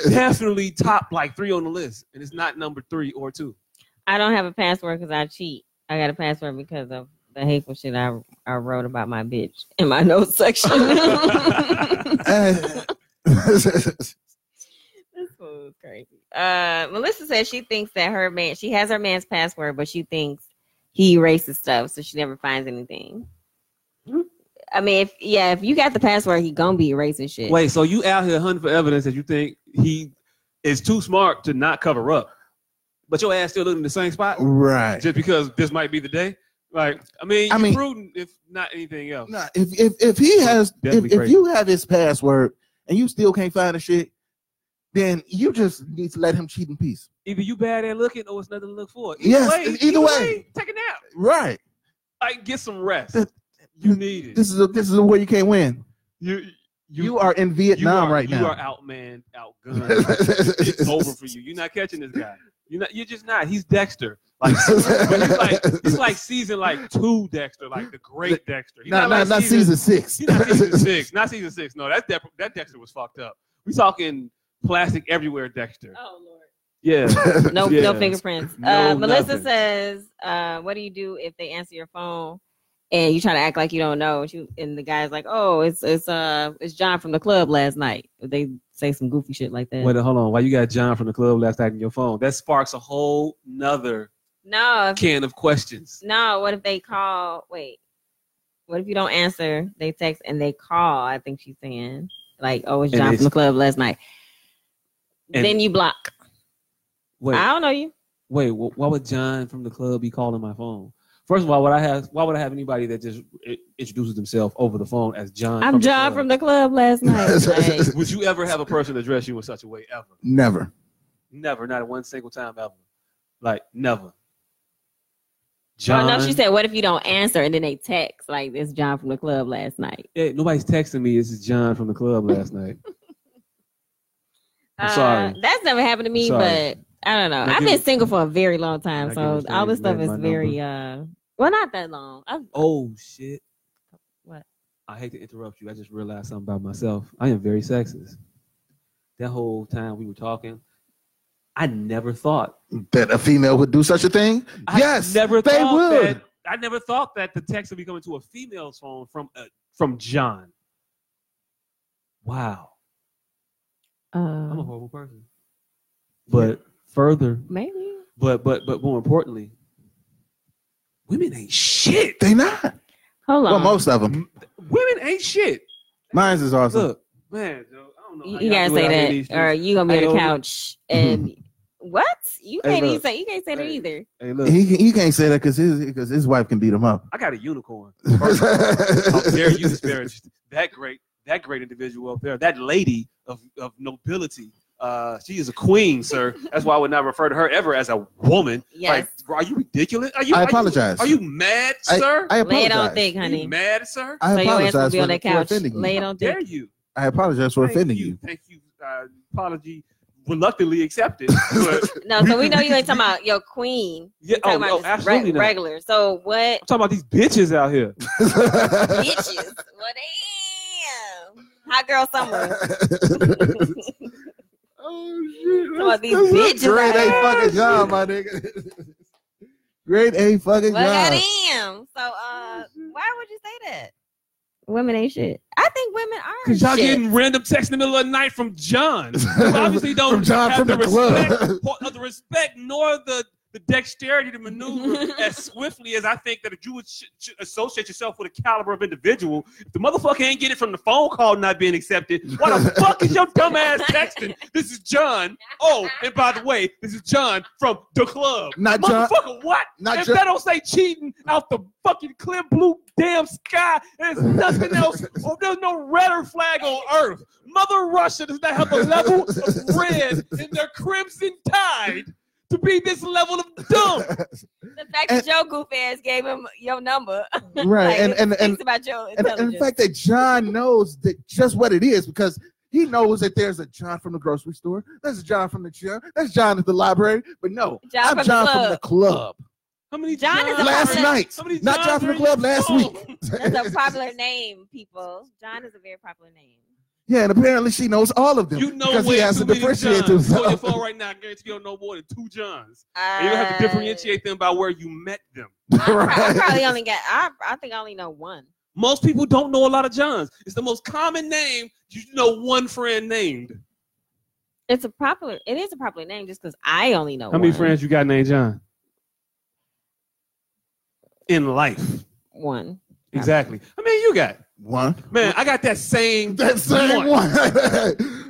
Speaker 4: Definitely top like three on the list, and it's not number three or two.
Speaker 2: I don't have a password because I cheat. I got a password because of the hateful shit I I wrote about my bitch in my notes section. this
Speaker 3: Uh,
Speaker 2: was crazy. Uh, Melissa says she thinks that her man, she has her man's password, but she thinks he erases stuff, so she never finds anything. I mean, if yeah, if you got the password, he gonna be erasing shit.
Speaker 4: Wait, so you out here hunting for evidence that you think he is too smart to not cover up, but your ass still looking in the same spot
Speaker 3: right.
Speaker 4: just because this might be the day? Like, I mean,
Speaker 3: I
Speaker 4: you're
Speaker 3: mean-
Speaker 4: prudent if not anything else.
Speaker 3: Nah, if, if if he has if,
Speaker 4: Definitely
Speaker 3: if
Speaker 4: crazy.
Speaker 3: you have his password and you still can't find the shit, then you just need to let him cheat in peace.
Speaker 4: Either you bad at looking or it's nothing to look for. Either
Speaker 3: Yes,
Speaker 4: way,
Speaker 3: either way.
Speaker 4: take a nap.
Speaker 3: Right.
Speaker 4: Like, get some rest.
Speaker 3: Th-
Speaker 4: You need it.
Speaker 3: This is a, this is where you can't win.
Speaker 4: you,
Speaker 3: You, are in Vietnam
Speaker 4: you are,
Speaker 3: right
Speaker 4: You
Speaker 3: now.
Speaker 4: are outmanned, outgunned. it's over for you. You're not catching this guy. You're not. You're just not. He's Dexter. Like, but he's like he's like season like two Dexter, like the great Dexter. He's
Speaker 3: not,
Speaker 4: like
Speaker 3: not, not season, six.
Speaker 4: He's not season six. Not season six. No, that Dex- that Dexter was fucked up. We talking plastic everywhere Dexter.
Speaker 2: Oh lord.
Speaker 4: Yeah.
Speaker 2: No,
Speaker 4: Yeah.
Speaker 2: no fingerprints.
Speaker 4: No
Speaker 2: uh, Melissa
Speaker 4: nothing.
Speaker 2: says, uh, "What do you do if they answer your phone and you try to act like you don't know?" And, you, and the guy's like, "Oh, it's it's uh it's John from the club last night." They say some goofy shit like that.
Speaker 4: Wait, hold on. Why you got John from the club last night in your phone? That sparks a whole nother
Speaker 2: no, if,
Speaker 4: can of questions.
Speaker 2: no. What if they call? Wait, what if you don't answer? They text and they call. I think she's saying like, "Oh, it's
Speaker 4: And
Speaker 2: John
Speaker 4: it's-
Speaker 2: from the club last night."
Speaker 4: And-
Speaker 2: then you block.
Speaker 4: Wait,
Speaker 2: I don't know you.
Speaker 4: wait. wh- Why would John from the club be calling my phone? First of all, would I have? Why would I have anybody that just i- introduces themselves over the phone as John?
Speaker 2: I'm John
Speaker 4: club?
Speaker 2: from the club last night. Like,
Speaker 4: Would you ever have a person address you in such a way ever?
Speaker 3: Never.
Speaker 4: Never, not one single time ever. Like never.
Speaker 2: Oh no, she said, "What if you don't answer?" And then they text like, "It's John from the club last night."
Speaker 4: Hey, nobody's texting me. This is John from the club last night. I'm sorry.
Speaker 2: Uh, that's never happened to me,
Speaker 4: Sorry.
Speaker 2: but I don't know.
Speaker 4: Not
Speaker 2: I've
Speaker 4: giving-
Speaker 2: been single for a very long time,
Speaker 4: Not
Speaker 2: so
Speaker 4: giving
Speaker 2: all this
Speaker 4: strangers
Speaker 2: stuff
Speaker 4: my-
Speaker 2: is
Speaker 4: my
Speaker 2: very uh, well, not that long. I've,
Speaker 4: Oh shit!
Speaker 2: What?
Speaker 4: I hate to interrupt you. I just realized something about myself. I am very sexist. That whole time we were talking, I never thought.
Speaker 3: That a female would do such a thing?
Speaker 4: I
Speaker 3: yes.
Speaker 4: never
Speaker 3: they
Speaker 4: thought
Speaker 3: would.
Speaker 4: That, I never thought that the text would be coming to a female's phone from uh, from John. Wow, I'm a
Speaker 2: uh,
Speaker 4: horrible person. But further,
Speaker 2: maybe.
Speaker 4: but but but more importantly, women ain't shit.
Speaker 3: They not.
Speaker 2: Hold on.
Speaker 3: Well, most of them.
Speaker 4: Women ain't shit.
Speaker 3: Mine's is awesome.
Speaker 4: Look, man, Joe, I don't know.
Speaker 2: you,
Speaker 4: how
Speaker 2: you
Speaker 4: Oh,
Speaker 2: gotta
Speaker 4: y'all do it out here in
Speaker 2: say
Speaker 4: these
Speaker 2: that, or
Speaker 4: streets.
Speaker 2: you gonna be
Speaker 4: Hey,
Speaker 2: on
Speaker 4: yo.
Speaker 2: the couch and what? You
Speaker 4: Hey,
Speaker 2: can't even
Speaker 4: look.
Speaker 2: say you can't say that
Speaker 4: Hey.
Speaker 2: either.
Speaker 4: Hey, look,
Speaker 3: He, he can't say that because his because his wife can beat him up.
Speaker 4: I got a unicorn. First of all, How dare you
Speaker 3: That's
Speaker 4: disparage that great that great individual up there, that lady of, of nobility. Uh, she is a queen, sir. That's why I would not refer to her ever as a woman.
Speaker 2: Yes.
Speaker 4: Like, are you ridiculous? Are you,
Speaker 3: I
Speaker 4: are you-
Speaker 3: apologize.
Speaker 4: Are you, mad, sir?
Speaker 3: I
Speaker 2: Lay
Speaker 3: apologize.
Speaker 2: it on thick,
Speaker 4: Are you
Speaker 2: honey.
Speaker 4: mad, sir?
Speaker 3: I
Speaker 2: so your ass gonna
Speaker 3: apologize
Speaker 2: be on
Speaker 3: for,
Speaker 2: that
Speaker 3: for
Speaker 2: couch.
Speaker 3: offending you.
Speaker 2: Lay it on thick.
Speaker 4: Dare you?
Speaker 3: I apologize for
Speaker 4: Thank
Speaker 3: offending
Speaker 4: you.
Speaker 3: you.
Speaker 4: Thank you. Uh, apology reluctantly accepted. But
Speaker 2: No, so we know you ain't talking about your queen.
Speaker 4: yeah,
Speaker 2: Talking
Speaker 4: oh,
Speaker 2: about
Speaker 4: oh,
Speaker 2: just
Speaker 4: absolutely
Speaker 2: reg-
Speaker 4: not. I'm
Speaker 2: regular. So what?
Speaker 4: talking about these bitches out here.
Speaker 2: bitches. Well, damn. Hot girl summer.
Speaker 3: oh shit!
Speaker 2: Some of these
Speaker 3: That's a
Speaker 2: bitches
Speaker 3: Grade
Speaker 2: out
Speaker 3: A
Speaker 2: here.
Speaker 3: fucking job, my nigga. Grade A fucking
Speaker 2: well,
Speaker 3: job.
Speaker 2: goddamn. So, uh, why would you say that? Women ain't shit. I think women are.
Speaker 4: Cause y'all
Speaker 2: shit.
Speaker 4: getting random text in the middle of the night from John. who obviously don't
Speaker 3: From John
Speaker 4: have
Speaker 3: from
Speaker 4: the,
Speaker 3: the club.
Speaker 4: respect, or the respect nor the
Speaker 6: the dexterity to maneuver as swiftly as I think that you would sh- sh- associate yourself with a caliber of individual. If the motherfucker ain't get it from the phone call not being accepted, why the fuck is your dumb ass texting? This is John. Oh, and by the way, this is John from the club.
Speaker 3: Not John.
Speaker 6: Motherfucker, what?
Speaker 3: Not
Speaker 6: if
Speaker 3: John.
Speaker 6: that don't say cheating out the fucking clear blue damn sky, there's nothing else. Oh, there's no redder flag on earth. Mother Russia does not have a level of red in their crimson tide to be this level of dumb.
Speaker 2: The fact that your goof ass gave him your number.
Speaker 3: Right.
Speaker 2: like,
Speaker 3: and and
Speaker 2: it
Speaker 3: and
Speaker 2: speaks about your
Speaker 3: and,
Speaker 2: intelligence.
Speaker 3: and the fact that John knows that just what it is because he knows that there's a John from the grocery store, there's a John from the gym, there's John at the library. But no,
Speaker 2: John
Speaker 3: I'm
Speaker 2: from the
Speaker 3: John from
Speaker 2: club.
Speaker 3: the club.
Speaker 6: How many
Speaker 2: John is a
Speaker 6: Johns-
Speaker 3: Last
Speaker 2: popular-
Speaker 3: night,
Speaker 6: how many
Speaker 3: not John
Speaker 6: Johns
Speaker 3: from the
Speaker 6: are
Speaker 3: club.
Speaker 6: in-
Speaker 3: Last
Speaker 6: Oh.
Speaker 3: week.
Speaker 2: That's a popular name, people. John is a very popular name.
Speaker 3: Yeah, and apparently she knows all of them
Speaker 6: You know
Speaker 3: because he
Speaker 6: way
Speaker 3: has
Speaker 6: too
Speaker 3: to
Speaker 6: many
Speaker 3: differentiate
Speaker 6: Johns. On your
Speaker 3: himself.
Speaker 6: phone right now, I guarantee you don't know more than two Johns. And you have to differentiate them by where you met them.
Speaker 2: Uh, I, pro- I
Speaker 3: Right.
Speaker 2: probably only got. I, I think I only know one.
Speaker 6: Most people don't know a lot of Johns. It's the most common name. You know one friend named.
Speaker 2: It's a popular. It is a popular name just because I only know.
Speaker 4: How many
Speaker 2: one.
Speaker 4: friends you got named John?
Speaker 6: In life.
Speaker 2: One.
Speaker 6: Exactly. I mean, you got.
Speaker 3: One,
Speaker 6: Man, I got that same.
Speaker 3: that same one.
Speaker 6: One.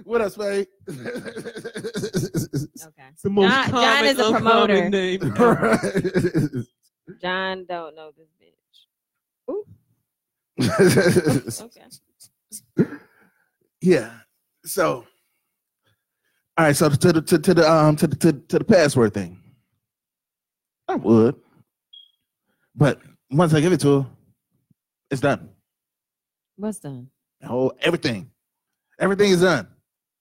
Speaker 3: what else, Wade?
Speaker 2: Okay.
Speaker 6: It's the most
Speaker 2: John- John
Speaker 6: common,
Speaker 2: is a
Speaker 6: uncommon
Speaker 2: promoter.
Speaker 6: name.
Speaker 2: John don't know this bitch. Okay.
Speaker 3: yeah. So, all right. So to the to, to the um to the to, to the password thing, I would, but once I give it to her, it's done.
Speaker 2: What's done?
Speaker 3: The whole everything, everything is done.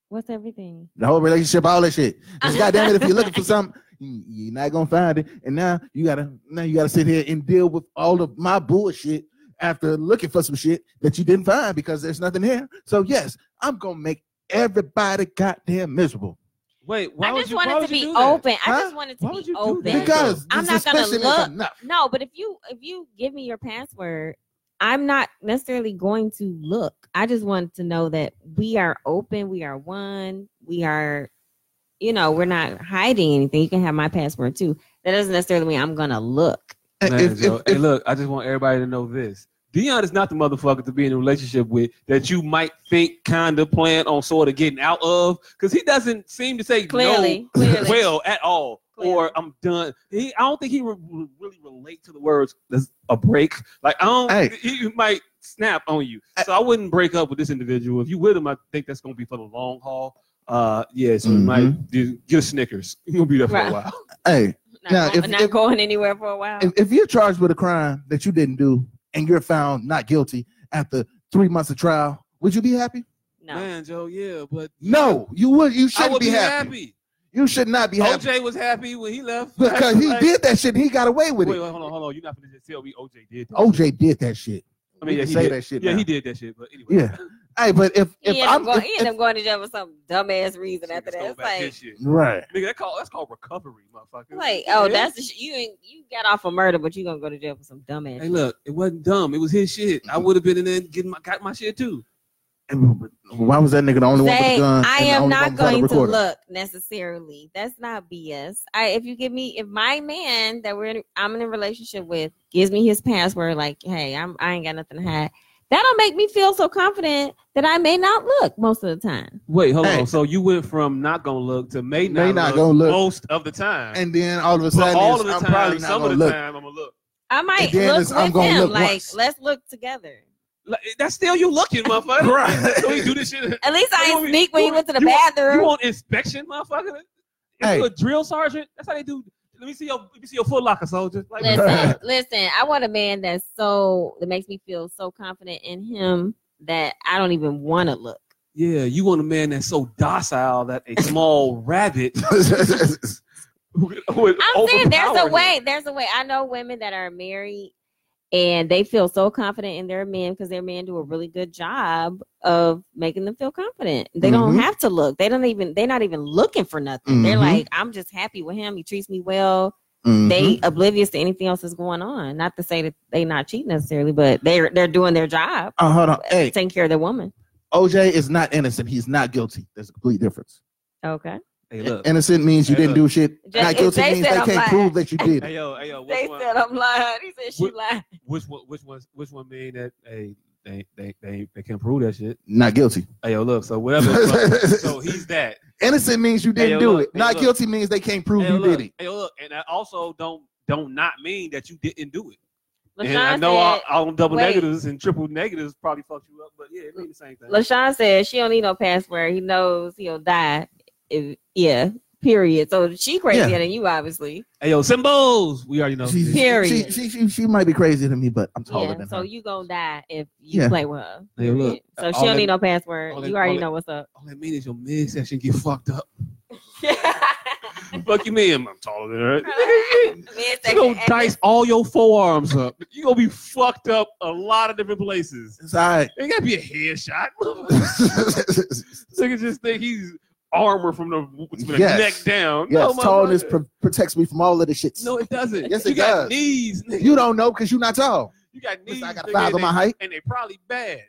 Speaker 2: What's everything?
Speaker 3: The whole relationship, all that shit. 'Cause goddamn it, if you're looking for something, you- you're not gonna find it. And now you gotta now you gotta sit here and deal with all of my bullshit after looking for some shit that you didn't find because there's nothing here. So yes, I'm gonna make everybody goddamn miserable.
Speaker 4: Wait, why
Speaker 2: I
Speaker 4: would
Speaker 2: just
Speaker 4: you,
Speaker 2: wanted
Speaker 4: why
Speaker 2: to
Speaker 4: would you
Speaker 2: be
Speaker 4: do that?
Speaker 2: open. I
Speaker 3: Huh?
Speaker 2: just wanted to
Speaker 4: Why would
Speaker 2: be
Speaker 4: you do
Speaker 2: open.
Speaker 4: that?
Speaker 3: Because
Speaker 2: I'm
Speaker 3: the
Speaker 2: not gonna
Speaker 3: suspicion
Speaker 2: look.
Speaker 3: is enough.
Speaker 2: No, but if you if you give me your password, I'm not necessarily going to look. I just want to know that we are open, we are one, we are, you know, we're not hiding anything. You can have my password too. That doesn't necessarily mean I'm gonna look.
Speaker 3: And
Speaker 4: Man,
Speaker 3: if-
Speaker 4: Joe,
Speaker 3: if-
Speaker 4: hey,
Speaker 3: if-
Speaker 4: look, I just want everybody to know this. Dion is not the motherfucker to be in a relationship with that you might think kind of plan on sort of getting out of because he doesn't seem to say
Speaker 2: Clearly,
Speaker 4: no
Speaker 2: clearly.
Speaker 4: well at all
Speaker 2: Clearly.
Speaker 4: or I'm done. He, I don't think he re- re- really relate to the words "there's a break. Like I don't,
Speaker 3: Hey.
Speaker 4: he he might snap on you. So I wouldn't break up with this individual. If you with him, I think that's gonna be for the long haul. Uh, yeah, so you
Speaker 3: Mhm.
Speaker 4: might do- get a Snickers. You'll be there for
Speaker 2: Right.
Speaker 4: a while.
Speaker 3: hey,
Speaker 2: Not,
Speaker 3: Now,
Speaker 2: go-
Speaker 3: if-
Speaker 2: not
Speaker 3: if-
Speaker 2: going anywhere for a while.
Speaker 3: if, if you're charged with a crime that you didn't do and you're found not guilty after three months of trial, would you be happy?
Speaker 2: no.
Speaker 4: Man, Joe, yeah, but
Speaker 3: No, you would. You
Speaker 4: I
Speaker 3: shouldn't
Speaker 4: would
Speaker 3: be, happy. You should not be happy
Speaker 4: OJ was happy when he left
Speaker 3: because he did that shit. and He got away with
Speaker 4: Wait, wait,
Speaker 3: it.
Speaker 4: hold on, hold on. You're not gonna just tell me OJ did. that shit.
Speaker 3: OJ did that shit.
Speaker 4: I mean,
Speaker 3: We
Speaker 4: yeah,
Speaker 3: can
Speaker 4: he
Speaker 3: say
Speaker 4: did.
Speaker 3: that shit.
Speaker 4: yeah,
Speaker 3: now.
Speaker 4: he did that shit. But anyway,
Speaker 3: Yeah. Hey, but if
Speaker 2: He
Speaker 3: if
Speaker 2: ended,
Speaker 3: I'm
Speaker 2: up going, he
Speaker 3: if-
Speaker 2: ended up going to jail for some dumbass reason after
Speaker 4: Niggas
Speaker 2: that.
Speaker 4: go
Speaker 2: It's
Speaker 4: back
Speaker 2: like,
Speaker 4: his shit.
Speaker 3: if- right,
Speaker 4: nigga, that call, that's called recovery, motherfucker.
Speaker 2: like, oh,
Speaker 4: Yeah.
Speaker 2: that's the sh- you. ain't- You got off for murder, but you gonna go to jail for some dumbass.
Speaker 4: Hey, look, it wasn't dumb. It was his shit. I would have been in there and getting my, got my shit too.
Speaker 3: and why was that nigga the only one with
Speaker 2: Say,
Speaker 3: a gun?
Speaker 2: I
Speaker 3: and the
Speaker 2: am
Speaker 3: only
Speaker 2: not
Speaker 3: one without a
Speaker 2: going to
Speaker 3: recorder?
Speaker 2: look necessarily. That's not BS. I if you give me if my man that we're in, I'm in a relationship with gives me his password, like, hey, I'm I ain't got nothing to hide. That'll make me feel so confident that I may not look most of the time.
Speaker 4: Wait, hold
Speaker 3: Hey.
Speaker 4: on. So you went from not gonna look to may not,
Speaker 3: May not
Speaker 4: look,
Speaker 3: gonna look.
Speaker 4: most of the time,
Speaker 3: And then all of a
Speaker 4: but
Speaker 3: sudden,
Speaker 4: all
Speaker 3: it's,
Speaker 4: of the
Speaker 3: I'm probably
Speaker 4: time,
Speaker 3: not
Speaker 4: some of
Speaker 3: gonna
Speaker 4: the
Speaker 3: look.
Speaker 4: time, I'm gonna look.
Speaker 2: I might
Speaker 3: then
Speaker 2: look
Speaker 3: it's,
Speaker 2: with
Speaker 3: I'm gonna
Speaker 2: him,
Speaker 3: look
Speaker 2: like
Speaker 3: once.
Speaker 2: let's look together.
Speaker 4: Like, that's still you looking, motherfucker.
Speaker 3: Right.
Speaker 4: So we do this shit.
Speaker 2: At least I
Speaker 4: You
Speaker 2: ain't
Speaker 4: want-
Speaker 2: sneak when
Speaker 4: you
Speaker 2: you went to the
Speaker 4: want-
Speaker 2: bathroom.
Speaker 4: You want inspection, motherfucker? If
Speaker 3: Hey.
Speaker 4: you a drill sergeant, that's how they do. Let me see your let me see your foot locker, soldier. Like,
Speaker 2: listen, listen. I want a man that's so that makes me feel so confident in him that I don't even want to look.
Speaker 4: yeah, you want a man that's so docile that a small rabbit would, would
Speaker 2: I'm saying there's a
Speaker 4: overpower
Speaker 2: way.
Speaker 4: him.
Speaker 2: There's a way. I know women that are married and they feel so confident in their men because their men do a really good job of making them feel confident. They don't
Speaker 4: Mm-hmm.
Speaker 3: Mhm.
Speaker 2: have to look. They don't even. They're not even looking for nothing. They're
Speaker 3: Mhm.
Speaker 2: like, I'm just happy with him. He treats me well.
Speaker 3: Mm-hmm.
Speaker 2: They oblivious to anything else that's going on. Not to say that they not cheating necessarily, but they're they're doing their job,
Speaker 3: Oh, hold on. Hey,
Speaker 2: taking care of their woman.
Speaker 3: OJ is not innocent. He's not guilty. There's a complete difference.
Speaker 2: Okay.
Speaker 4: Hey, look.
Speaker 3: Innocent means you
Speaker 6: Hey,
Speaker 3: didn't do shit.
Speaker 2: Just-
Speaker 3: Not
Speaker 2: if
Speaker 3: guilty
Speaker 2: they
Speaker 3: means they
Speaker 2: said
Speaker 3: can't
Speaker 2: I'm lying.
Speaker 3: prove that you did.
Speaker 6: Hey yo, hey yo, which
Speaker 2: They
Speaker 6: one?
Speaker 2: said I'm lying. He said she
Speaker 6: What-
Speaker 2: lying.
Speaker 6: which one? Which one? Which one mean that? Hey, they they they they can't prove that shit.
Speaker 3: Not guilty.
Speaker 6: Hey yo, look. So whatever. so he's that.
Speaker 3: Innocent means you didn't
Speaker 6: yo,
Speaker 3: do
Speaker 6: look,
Speaker 3: it.
Speaker 6: hey,
Speaker 3: Not
Speaker 6: look.
Speaker 3: guilty means they can't prove
Speaker 6: Hey,
Speaker 3: you
Speaker 6: look,
Speaker 3: did it.
Speaker 6: Hey, look, and I also don't don't not mean that you didn't do it. and I
Speaker 2: LaShawn
Speaker 6: know all,
Speaker 2: said,
Speaker 6: all them double
Speaker 2: wait.
Speaker 6: negatives and triple negatives probably fucked you up, but yeah, it means the same thing.
Speaker 2: LaShawn said she don't need no password. He knows he'll die. If, yeah, period. So she crazier
Speaker 3: Yeah.
Speaker 2: than you, obviously.
Speaker 6: Hey yo, symbols. We already know.
Speaker 3: She,
Speaker 6: Hey
Speaker 2: Period.
Speaker 3: she, she, she, she might be crazier than me, but I'm taller
Speaker 2: Yeah.
Speaker 3: than
Speaker 2: So
Speaker 3: her.
Speaker 2: you gonna die if you
Speaker 3: Yeah.
Speaker 2: play with her.
Speaker 6: Hey, look,
Speaker 2: so she
Speaker 6: all
Speaker 2: don't
Speaker 6: that-
Speaker 2: need no password.
Speaker 6: all that-
Speaker 2: You already
Speaker 6: all that-
Speaker 2: know what's up.
Speaker 6: All that means is your mid section get fucked up.
Speaker 2: Man,
Speaker 6: Fuck you, mean? I'm taller than her.
Speaker 2: it's
Speaker 6: You gonna
Speaker 2: actually-
Speaker 6: dice all your forearms up. You gonna be fucked up a lot of different places.
Speaker 3: It's all right.
Speaker 6: It gotta be a headshot. Niggas just think he's armor from the, from the
Speaker 3: Yes.
Speaker 6: neck down.
Speaker 3: yes,
Speaker 6: no,
Speaker 3: tallness
Speaker 6: motherfucker.
Speaker 3: pro- protects me from all of the shit.
Speaker 6: no, it doesn't.
Speaker 3: Yes,
Speaker 6: you
Speaker 3: it
Speaker 6: got
Speaker 3: does.
Speaker 6: knees. Nigga.
Speaker 3: You don't know because you're not tall.
Speaker 6: You got knees.
Speaker 3: Listen, I got
Speaker 6: nigga,
Speaker 3: five
Speaker 6: and
Speaker 3: of my
Speaker 6: they-
Speaker 3: height.
Speaker 6: and they probably bad.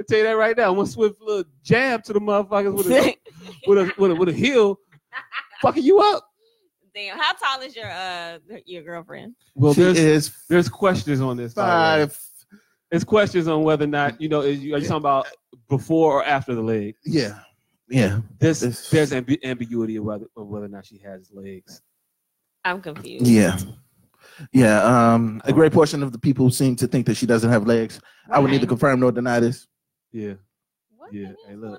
Speaker 6: I tell you that right now. One swift little jab to the motherfuckers with a with a with a, with a heel, fucking you up.
Speaker 2: Damn, how tall is your uh your girlfriend?
Speaker 6: Well,
Speaker 3: she
Speaker 6: there's
Speaker 3: is
Speaker 6: there's questions on this. by the way.
Speaker 3: five.
Speaker 6: There's questions on whether or not you know. Is you, are you talking about before or after the leg?
Speaker 3: Yeah, yeah,
Speaker 6: There's
Speaker 3: It's-
Speaker 6: there's ambi- ambiguity of whether of whether or not she has legs.
Speaker 2: I'm confused.
Speaker 3: yeah, yeah. Um, a great portion of the people seem to think that she doesn't have legs. I would neither
Speaker 2: Right.
Speaker 3: confirm nor deny this.
Speaker 6: Yeah.
Speaker 2: What
Speaker 6: Yeah,
Speaker 2: the hell's
Speaker 6: hey, look.
Speaker 2: going on here?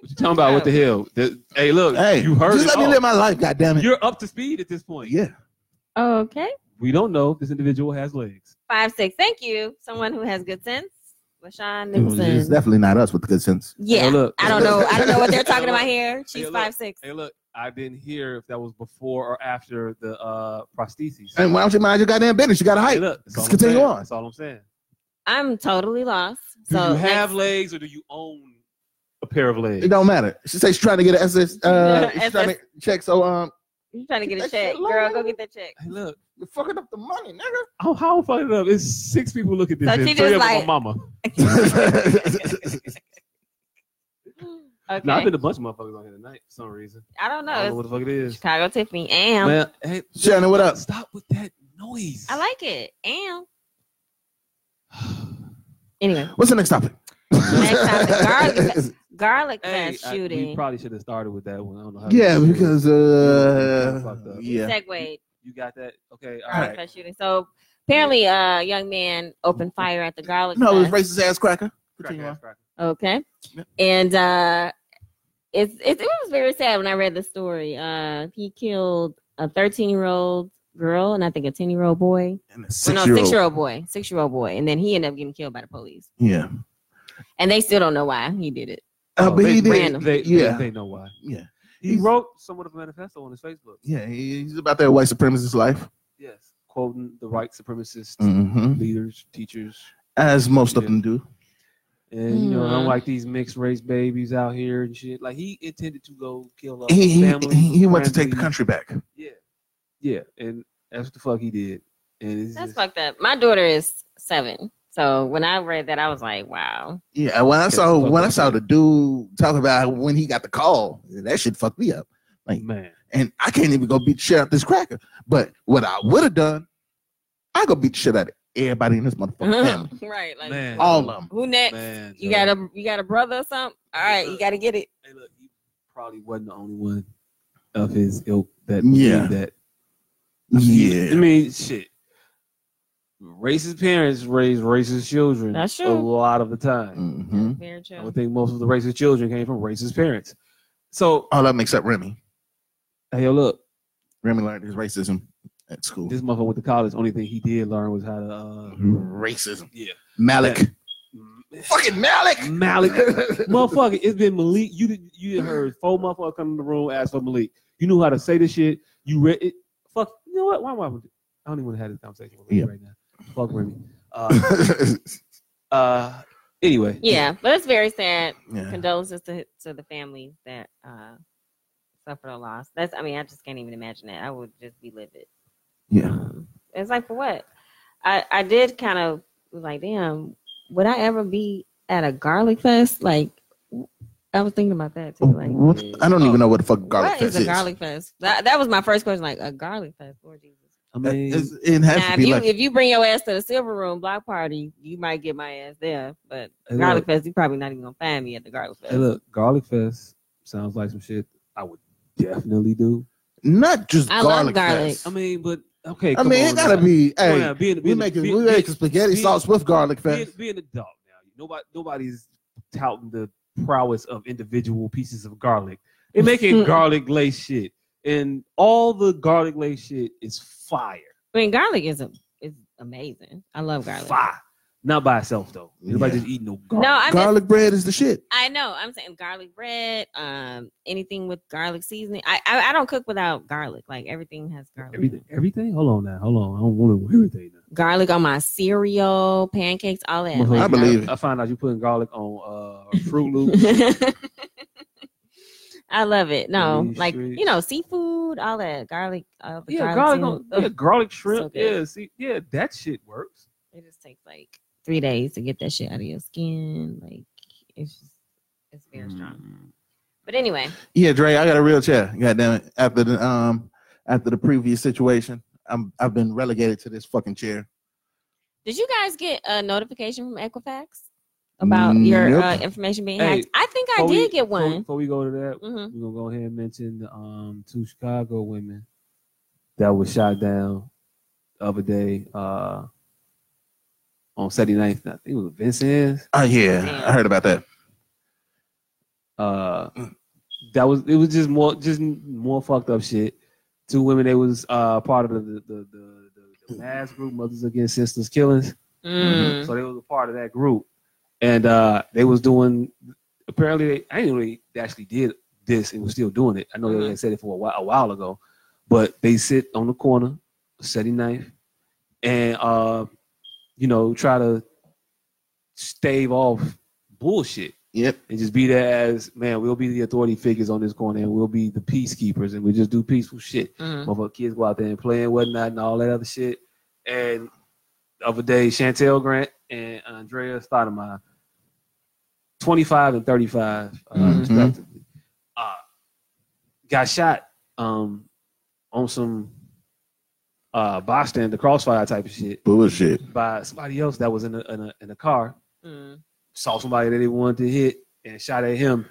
Speaker 6: What you talking about? What the hell? The- hey, look.
Speaker 3: Hey,
Speaker 6: you heard
Speaker 3: Just
Speaker 6: it
Speaker 3: let me
Speaker 6: all.
Speaker 3: live my life. God damn it.
Speaker 6: You're up to speed at this point.
Speaker 3: yeah.
Speaker 2: Oh, Okay.
Speaker 6: We don't know if this individual has legs.
Speaker 2: Five six. Thank you. Someone who has good sense. LaShawn
Speaker 3: It's
Speaker 2: Nicholson.
Speaker 3: definitely not us with good sense.
Speaker 2: Yeah.
Speaker 6: Hey, look.
Speaker 2: I don't know. I don't know what they're talking about here.
Speaker 6: Hey,
Speaker 2: She's
Speaker 6: look.
Speaker 2: five six.
Speaker 6: Hey, look. I didn't hear if that was before or after the uh, prostheses.
Speaker 3: And why don't you mind your goddamn business? You got a
Speaker 6: Hey,
Speaker 3: height.
Speaker 6: look. that's all
Speaker 3: Let's
Speaker 6: I'm
Speaker 3: continue
Speaker 6: saying.
Speaker 3: on.
Speaker 6: That's all I'm saying.
Speaker 2: I'm totally lost.
Speaker 6: Do
Speaker 2: So
Speaker 6: you have
Speaker 2: next-
Speaker 6: legs or do you own a pair of legs?
Speaker 3: It don't matter. She says she's trying to get an SS, uh, she's
Speaker 2: SS.
Speaker 3: trying to check. So um,
Speaker 2: you trying to get a
Speaker 3: That shit
Speaker 2: check,
Speaker 3: low,
Speaker 2: girl?
Speaker 3: nigga.
Speaker 2: Go get that check.
Speaker 6: Hey, look.
Speaker 3: you're fucking up the money,
Speaker 6: How how fucked it up? It's six people look at this.
Speaker 2: So
Speaker 6: and
Speaker 2: she
Speaker 6: three
Speaker 2: just
Speaker 6: of them
Speaker 2: like-
Speaker 6: are mama.
Speaker 3: nigga.
Speaker 2: Okay.
Speaker 6: No, I've been a bunch of motherfuckers on here tonight for some reason.
Speaker 2: I don't know.
Speaker 6: I don't know
Speaker 2: It's
Speaker 6: what the fuck it is.
Speaker 2: Chicago Tiffany. Am
Speaker 6: Man, hey,
Speaker 3: Shannon, what up?
Speaker 6: Stop with that noise.
Speaker 2: I like it. Am anyway.
Speaker 3: What's the next topic?
Speaker 2: Next topic, garlic. Garlic
Speaker 6: hey,
Speaker 4: uh,
Speaker 2: fest
Speaker 6: I- we
Speaker 2: shooting.
Speaker 6: probably should have started with that one. I don't know how.
Speaker 3: yeah,
Speaker 6: we-
Speaker 3: because uh, yeah,
Speaker 2: Segway.
Speaker 6: you got that. Okay,
Speaker 3: Uh,
Speaker 6: all
Speaker 2: Garlic
Speaker 6: right.
Speaker 2: fest shooting. So apparently, a uh, young man opened fire at the garlic.
Speaker 3: no, it was
Speaker 2: fest.
Speaker 3: racist ass cracker.
Speaker 6: Crack,
Speaker 3: Continue on.
Speaker 6: crack, crack.
Speaker 2: Okay.
Speaker 3: Yeah.
Speaker 2: And uh it's, it's it was very sad when I read the story. Uh he killed a 13-year-old girl and I think a 10-year-old boy.
Speaker 3: And a
Speaker 2: Well, no,
Speaker 3: six-year-old.
Speaker 2: 6-year-old boy. 6-year-old boy and then he ended up getting killed by the police.
Speaker 3: Yeah,
Speaker 2: And they still don't know why he did it.
Speaker 3: uh,
Speaker 6: Oh,
Speaker 3: but he
Speaker 6: they,
Speaker 3: did.
Speaker 2: random.
Speaker 6: They,
Speaker 3: Yeah.
Speaker 6: they, they know why.
Speaker 3: Yeah,
Speaker 6: He
Speaker 3: He's-
Speaker 6: wrote somewhat of a manifesto on his Facebook.
Speaker 3: yeah, he- he's about that white supremacist life.
Speaker 6: Yes, quoting the right supremacist
Speaker 3: hmm
Speaker 6: leaders, teachers,
Speaker 3: As most of them do.
Speaker 6: and you know,
Speaker 2: Mhm.
Speaker 6: unlike these mixed race babies out here and shit, like he intended to go kill a
Speaker 3: He he,
Speaker 6: family.
Speaker 3: he, he went to take the
Speaker 6: friendly-
Speaker 3: country back.
Speaker 6: Yeah, yeah, and that's what the fuck he did. And it's
Speaker 2: That's
Speaker 6: just,
Speaker 2: fucked up. My daughter is 7. So when I read that I was like, wow.
Speaker 3: Yeah, when I
Speaker 6: Yes,
Speaker 3: saw
Speaker 6: fuck
Speaker 3: when I
Speaker 6: with
Speaker 3: saw
Speaker 6: that.
Speaker 3: the dude talk about when he got the call, that shit fucked me up. like-
Speaker 6: man.
Speaker 3: And I can't even go beat the shit out this cracker. But what I would have done, I go beat the shit out of everybody in this motherfucking family,
Speaker 2: right, like
Speaker 6: Man.
Speaker 3: all of them.
Speaker 2: who next?
Speaker 6: Man,
Speaker 2: You
Speaker 6: Joe.
Speaker 2: got a you got a brother or something? All right, you got to get it.
Speaker 6: Hey, look, he probably wasn't the only one of his ilk that
Speaker 3: Yeah.
Speaker 6: believed that. I
Speaker 3: Yeah,
Speaker 6: mean, shit. Racist parents raise racist children.
Speaker 2: That's
Speaker 6: A
Speaker 2: true.
Speaker 6: lot of the time.
Speaker 3: hmm
Speaker 2: Very true.
Speaker 6: I would think most of the racist children came from racist parents. So,
Speaker 3: all that makes up Remy.
Speaker 6: hey, yo, look,
Speaker 3: Remy learned his racism at school.
Speaker 6: this motherfucker went to college. Only thing he did learn was how to. Uh,
Speaker 3: Mm-hmm. racism.
Speaker 6: yeah.
Speaker 3: Malik. Fucking Malik.
Speaker 6: Malik. motherfucker, it's been Malik. You did, you done heard four motherfucker come in the room ask for Malik. You knew how to say this shit. You read it. Fuck. You know what? Why? Why? would- I don't even want to have this conversation with Remy
Speaker 3: Yeah.
Speaker 6: right now. Fuck Remy. Uh, uh, anyway.
Speaker 2: yeah, but it's very sad.
Speaker 3: yeah.
Speaker 2: condolences to to the families that uh suffered a loss. That's I mean, I just can't even imagine that. I would just be livid.
Speaker 3: Yeah.
Speaker 2: Um, it's like for what? I I did kind of was like, damn, would I ever be at a garlic fest? Like, I was thinking about that too. Like,
Speaker 3: What- I don't even know what the fuck garlic
Speaker 2: what
Speaker 3: fest
Speaker 2: is
Speaker 3: is.
Speaker 2: a garlic fest? That, that was my first question. Like a garlic fest, Lord Jesus.
Speaker 4: I
Speaker 3: That
Speaker 4: mean,
Speaker 3: is- it has
Speaker 2: Now,
Speaker 3: to
Speaker 2: if
Speaker 3: be
Speaker 2: you
Speaker 3: like
Speaker 2: if you bring your ass to the silver room block party, you might get my ass there. But
Speaker 4: Hey,
Speaker 2: garlic
Speaker 4: look.
Speaker 2: fest, you probably not even gonna find me at the garlic fest.
Speaker 4: hey, look, garlic fest sounds like some shit I would definitely do.
Speaker 3: not just
Speaker 2: I love
Speaker 3: garlic,
Speaker 2: garlic.
Speaker 3: fest.
Speaker 4: I mean, but okay.
Speaker 3: I
Speaker 4: come
Speaker 3: mean,
Speaker 4: on
Speaker 3: it gotta
Speaker 4: now.
Speaker 3: be.
Speaker 4: Come on
Speaker 3: Hey,
Speaker 4: now, being,
Speaker 3: we
Speaker 4: being-
Speaker 3: making
Speaker 4: being-
Speaker 3: we making spaghetti
Speaker 4: being-
Speaker 3: sauce with garlic
Speaker 4: being,
Speaker 3: fest.
Speaker 4: being a dog now. Nobody nobody's touting the prowess of individual pieces of garlic. They're making
Speaker 2: Mm-mm.
Speaker 4: garlic glaze shit. And all the garlic glaze shit is fire.
Speaker 2: I mean, garlic is a is amazing. I love garlic.
Speaker 4: Fire. Not by itself though. Nobody
Speaker 3: Yeah.
Speaker 4: just eating no garlic.
Speaker 2: No, I'm
Speaker 3: Garlic bread is the shit.
Speaker 2: I know. I'm saying garlic bread, um, anything with garlic seasoning. I, I I don't cook without garlic. Like everything has garlic.
Speaker 4: everything. Everything? Hold on now. Hold on. I don't want to everything now.
Speaker 2: Garlic on my cereal, pancakes, all that.
Speaker 4: Motherfucker,
Speaker 3: I
Speaker 2: Like,
Speaker 3: believe it.
Speaker 4: I find out you putting garlic on uh Fruit Loops.
Speaker 2: I, I love it. No,
Speaker 4: These
Speaker 2: like
Speaker 4: streets.
Speaker 2: you know, seafood, all that garlic. All the
Speaker 4: yeah,
Speaker 2: garlic.
Speaker 4: garlic on,
Speaker 2: seasoning.
Speaker 4: yeah, garlic shrimp.
Speaker 2: good.
Speaker 4: yeah, see, yeah, that shit works.
Speaker 2: It just takes like three days to get that shit out of your skin. Like it's just, it's very strong.
Speaker 6: Mm-hmm.
Speaker 2: But anyway,
Speaker 3: Yeah, Dre, I got a real chair. God damn it. After the um after the previous situation, I'm I've been relegated to this fucking chair.
Speaker 2: did you guys get a notification from Equifax about
Speaker 3: Mm,
Speaker 2: your
Speaker 3: nope.
Speaker 2: uh, information being
Speaker 4: Hey,
Speaker 2: hacked? I think I
Speaker 4: Before we-
Speaker 2: did get
Speaker 4: before-
Speaker 2: one.
Speaker 4: Before we go to that,
Speaker 2: hmm
Speaker 4: we're gonna go ahead and mention the um two Chicago women that was shot down the other day uh on Saturday night. I think it was Vincent's.
Speaker 3: Oh yeah,
Speaker 2: Damn.
Speaker 3: I heard about that.
Speaker 4: Uh that was it was just more just more fucked up shit. Two women they was uh part of the the the, the, the mass group Mothers Against Sisters Killings.
Speaker 2: Mm.
Speaker 4: Mm-hmm. So they was a part of that group, and uh, they was doing. Apparently, they, I didn't know they actually did this and was still doing it. I know they
Speaker 2: Mhm.
Speaker 4: had said it for a while, a while ago, but they sit on the corner, setting knife, and uh, you know try to stave off bullshit
Speaker 3: Yep.
Speaker 4: and just be there as man. We'll be the authority figures on this corner, and we'll be the peacekeepers, and we just do peaceful shit.
Speaker 2: Mm.
Speaker 4: Motherfucker kids go out there and play and whatnot and all that other shit. And the other day, Chantel Grant and Andrea Stoudemire, 25 and 35, uh,
Speaker 2: Mhm.
Speaker 4: respectively, uh, got shot um, on some uh, bystander crossfire type of shit
Speaker 3: Bullshit.
Speaker 4: by somebody else that was in a, in a, in a car
Speaker 2: Mm.
Speaker 4: saw somebody that they wanted to hit and shot at him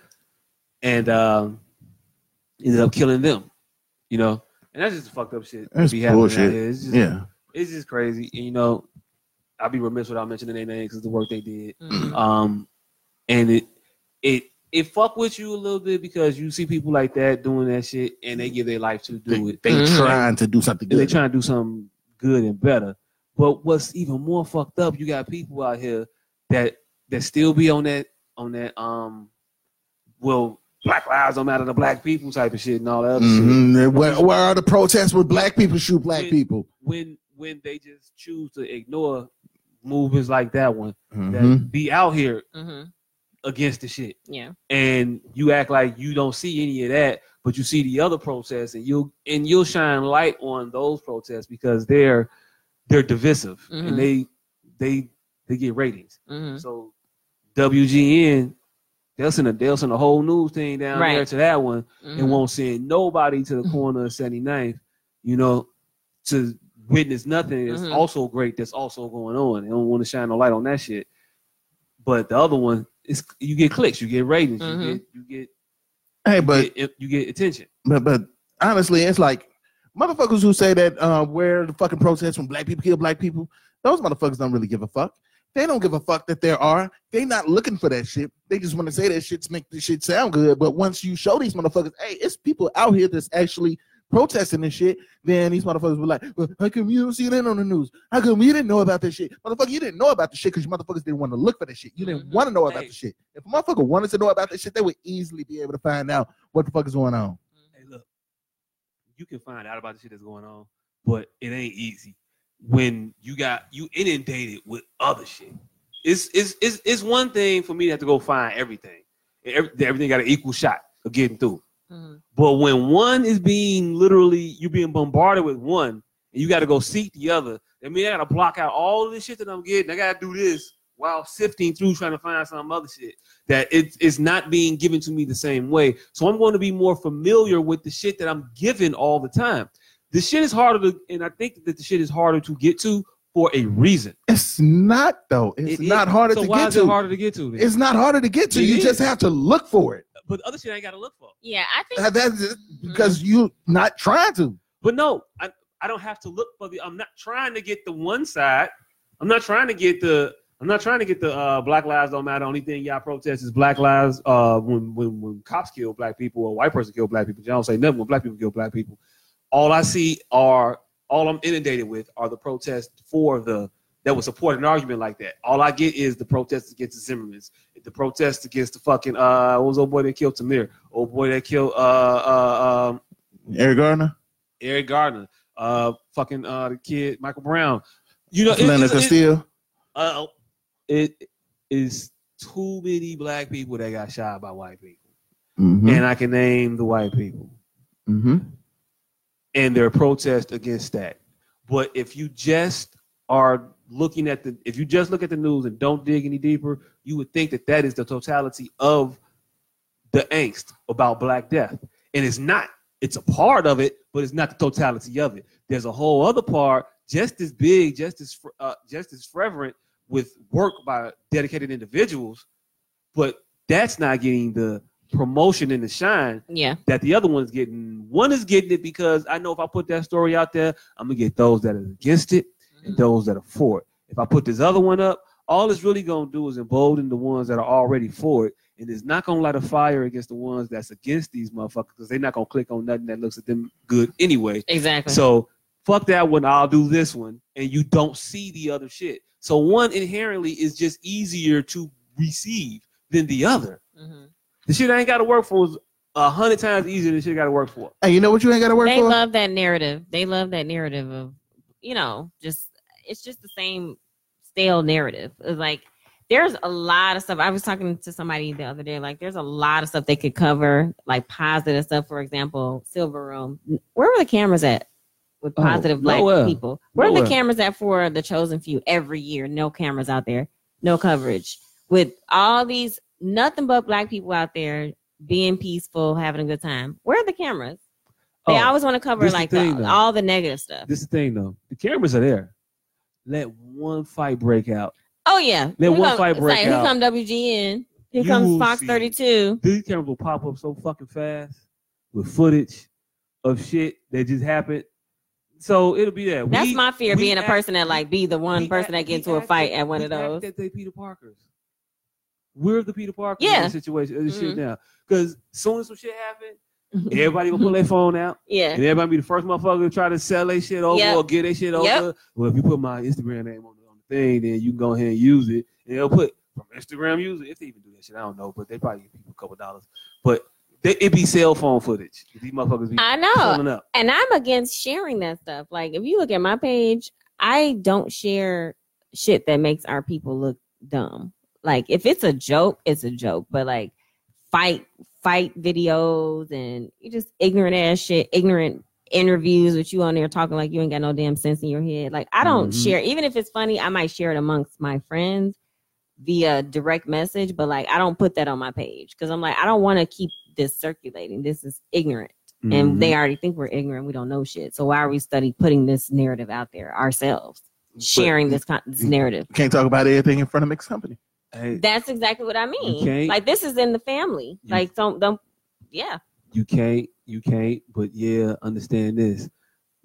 Speaker 4: and um, ended up killing them, you know? And that's just the fucked up shit. that
Speaker 3: That's
Speaker 4: be happening out
Speaker 3: bullshit.
Speaker 4: here. It's just,
Speaker 3: Yeah.
Speaker 4: It's just crazy. And, you know, I'd be remiss without mentioning their names because the work they did.
Speaker 2: Mm.
Speaker 4: Um, and it, it, it fuck with you a little bit because you see people like that doing that shit and they give their life to
Speaker 3: They,
Speaker 4: do it.
Speaker 3: they
Speaker 2: Mhm.
Speaker 3: trying to do something
Speaker 4: And they
Speaker 3: good.
Speaker 4: trying to do something good and better. But what's even more fucked up, you got people out here that that still be on that on that um well black lives don't matter to black people type of shit and all that other shit.
Speaker 3: Mhm. Where, where are the protests where black people shoot black
Speaker 4: Yeah.
Speaker 3: people?
Speaker 4: When when they just choose to ignore movements like that one that
Speaker 3: Mhm.
Speaker 4: be out here
Speaker 2: Mhm.
Speaker 4: against the shit.
Speaker 2: Yeah.
Speaker 4: and you act like you don't see any of that, but you see the other protests, and you'll and you'll shine light on those protests because they're they're divisive
Speaker 2: Mhm.
Speaker 4: and they they they get ratings.
Speaker 2: Mhm.
Speaker 4: So WGN they'll send a they'll send a whole news thing down
Speaker 2: Right.
Speaker 4: there to that one
Speaker 2: Mhm.
Speaker 4: and won't send nobody to the corner of 79th, you know, to witness nothing that's
Speaker 2: Mhm.
Speaker 4: also great that's also going on. They don't want to shine a light on that shit. But the other one is you get clicks, you get ratings,
Speaker 2: Mhm.
Speaker 4: you get you get
Speaker 3: Hey, but
Speaker 4: you get, you get attention.
Speaker 3: But but honestly, it's like motherfuckers who say that uh, where the fucking protests when black people kill black people, those motherfuckers don't really give a fuck. They don't give a fuck that there are. They not looking for that shit. They just want to say that shit to make the shit sound good. But once you show these motherfuckers, hey, it's people out here that's actually protesting this shit, then these motherfuckers were like, well, how come you don't see that on the news? How come you didn't know about this shit? Motherfucker, you didn't know about the shit because you motherfuckers didn't want to look for that shit. You didn't
Speaker 2: Mhm.
Speaker 3: want to know about
Speaker 4: Hey.
Speaker 3: the shit. If a motherfucker wanted to know about this shit, they would easily be able to find out what the fuck is going on.
Speaker 4: Hey, look, you can find out about the shit that's going on, but it ain't easy when you got you inundated with other shit. It's it's it's, it's one thing for me to have to go find everything. And every- everything got an equal shot of getting through.
Speaker 2: Mhm.
Speaker 4: But when one is being literally you being bombarded with one, and you got to go seek the other. I mean, I got to block out all of this shit that I'm getting. I got to do this while sifting through trying to find some other shit that it is not being given to me the same way. So I'm going to be more familiar with the shit that I'm given all the time. The shit is harder to, and I think that the shit is harder to get to for a reason.
Speaker 3: It's not though. It's
Speaker 4: It is.
Speaker 3: not harder
Speaker 4: so
Speaker 3: to
Speaker 4: why
Speaker 3: get
Speaker 4: is
Speaker 3: to.
Speaker 4: It harder to get to. then?
Speaker 3: It's not harder to get to.
Speaker 4: It
Speaker 3: you just
Speaker 4: is.
Speaker 3: have to look for it.
Speaker 4: but the other shit I ain't got to look for.
Speaker 2: Yeah, I think
Speaker 3: That- That's it,
Speaker 4: Mm-hmm.
Speaker 3: because you not trying to.
Speaker 4: But no, I, I don't have to look for the. I'm not trying to get the one side. I'm not trying to get the. I'm not trying to get the uh, Black Lives Don't Matter. Only thing y'all protest is Black Lives. Uh, when when when cops kill black people or white person kill black people, y'all don't say nothing when black people kill black people. All I see are all I'm inundated with are the protests for the that would support an argument like that. All I get is the protests against the Zimmermans, the protests against the fucking uh, what was the old boy that killed Tamir, old boy that killed uh uh um
Speaker 3: Eric Garner,
Speaker 4: Eric Gardner, uh, fucking uh, the kid Michael Brown. You know, it,
Speaker 3: Leonard
Speaker 4: it, it,
Speaker 3: Castile.
Speaker 4: uh, it is too many black people that got shot by white people,
Speaker 3: Mm-hmm.
Speaker 4: and I can name the white people
Speaker 3: Mm-hmm.
Speaker 4: and their protest against that. But if you just are looking at the, if you just look at the news and don't dig any deeper, you would think that that is the totality of the angst about Black Death, and it's not. It's a part of it, but it's not the totality of it. There's a whole other part, just as big, just as fr- uh, just as fervent, with work by dedicated individuals, but that's not getting the promotion and the shine
Speaker 2: yeah.
Speaker 4: that the other one's getting. One is getting it because I know if I put that story out there, I'm gonna get those that are against it
Speaker 2: Mm-hmm.
Speaker 4: and those that are for it. If I put this other one up, all it's really gonna do is embolden the ones that are already for it, and it's not gonna light a fire against the ones that's against these motherfuckers because they're not gonna click on nothing that looks at them good anyway.
Speaker 2: Exactly.
Speaker 4: So fuck that one. I'll do this one, and you don't see the other shit. So one inherently is just easier to receive than the other.
Speaker 2: Mhm.
Speaker 4: The shit I ain't gotta work for is a hundred times easier than shit I gotta work for.
Speaker 3: Hey, you know what you ain't got to work
Speaker 2: They
Speaker 3: for?
Speaker 2: love that narrative. They love that narrative of, you know, just it's just the same stale narrative. It's like there's a lot of stuff. I was talking to somebody the other day. Like there's a lot of stuff they could cover, like positive stuff. For example, Silver Room. Where were the cameras at with
Speaker 4: Oh,
Speaker 2: positive black
Speaker 4: nowhere.
Speaker 2: people? Where are the
Speaker 4: Nowhere.
Speaker 2: cameras at for the Chosen Few every year? No cameras out there. No coverage with all these nothing but black people out there being peaceful, having a good time. Where are the cameras? They
Speaker 4: Oh,
Speaker 2: always want to cover
Speaker 4: this the
Speaker 2: like
Speaker 4: thing,
Speaker 2: the-
Speaker 4: though.
Speaker 2: all the negative stuff.
Speaker 4: This is the thing though. The cameras are there. Let one fight break out.
Speaker 2: oh yeah,
Speaker 4: Let
Speaker 2: Here
Speaker 4: one
Speaker 2: come-
Speaker 4: fight
Speaker 2: it's
Speaker 4: break
Speaker 2: like, Here
Speaker 4: out.
Speaker 2: come WGN. Here
Speaker 4: You
Speaker 2: comes
Speaker 4: will
Speaker 2: Fox
Speaker 4: see.
Speaker 2: Thirty Two.
Speaker 4: These cameras will pop up so fucking fast with footage of shit that just happened. So it'll be there.
Speaker 2: That's
Speaker 4: We-
Speaker 2: my fear,
Speaker 4: we
Speaker 2: being a
Speaker 4: act-
Speaker 2: person that like be the one
Speaker 4: we
Speaker 2: person
Speaker 4: act-
Speaker 2: that gets into
Speaker 4: we
Speaker 2: a
Speaker 4: act
Speaker 2: fight
Speaker 4: that-
Speaker 2: at one of
Speaker 4: we act
Speaker 2: those.
Speaker 4: That they Peter Parkers. We're the Peter Parkers in
Speaker 2: Yeah.
Speaker 4: this situation, in this
Speaker 2: Mhm.
Speaker 4: shit now. Because soon as some shit happened,
Speaker 2: Mm-hmm.
Speaker 4: everybody gonna pull their phone out.
Speaker 2: yeah,
Speaker 4: And everybody be the first motherfucker to try to sell their shit over
Speaker 2: Yep.
Speaker 4: or get their shit over.
Speaker 2: Yep.
Speaker 4: Well, if you put my Instagram name on the, on the thing, then you can go ahead and use it. And they'll put from Instagram user, if they even do that shit, I don't know, but they probably give people a couple dollars. But they, it be cell phone footage. These motherfuckers be
Speaker 2: I know.
Speaker 4: pulling up.
Speaker 2: And I'm against sharing that stuff. Like if you look at my page, I don't share shit that makes our people look dumb. Like if it's a joke, it's a joke. But like fight fight videos and you just ignorant ass shit, ignorant interviews with you on there talking like you ain't got no damn sense in your head. Like I don't
Speaker 4: Mhm.
Speaker 2: share even if it's funny, I might share it amongst my friends via direct message, but like I don't put that on my page cuz I'm like I don't want to keep this circulating. This is ignorant. And
Speaker 4: Mm-hmm.
Speaker 2: they already think we're ignorant, we don't know shit. So why are we study putting this narrative out there ourselves? Sharing this con- this narrative.
Speaker 3: Can't talk about everything in front of mixed company.
Speaker 4: Mm-hmm. Hey,
Speaker 2: That's exactly what I mean.
Speaker 4: can't-
Speaker 2: Like this is in the family.
Speaker 4: You-
Speaker 2: Like don't don't yeah.
Speaker 4: you can't, you can't, but yeah, understand this.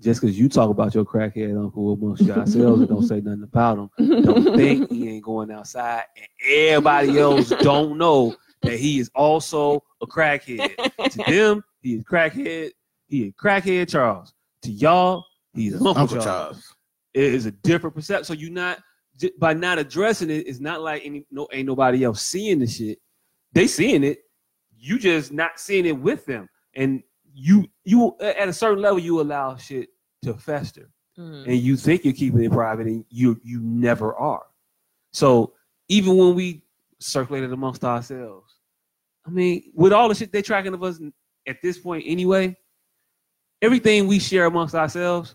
Speaker 4: Just because you talk about your crackhead uncle amongst yourselves and don't say nothing about him, don't think he ain't going outside, and everybody else don't know that he is also a crackhead. to them, he is crackhead. He is crackhead Charles. To y'all, he's Uncle,
Speaker 3: Uncle
Speaker 4: Charles.
Speaker 3: Charles.
Speaker 4: It is a different perception. So you not j- by not addressing it, it's not like any no ain't nobody else seeing the shit. They seeing it. You just not seeing it with them, and you you at a certain level you allow shit to fester
Speaker 2: Mhm.
Speaker 4: and you think you're keeping it private and you you never are so even when we circulated amongst ourselves i mean with all the shit they tracking of us at this point anyway everything we share amongst ourselves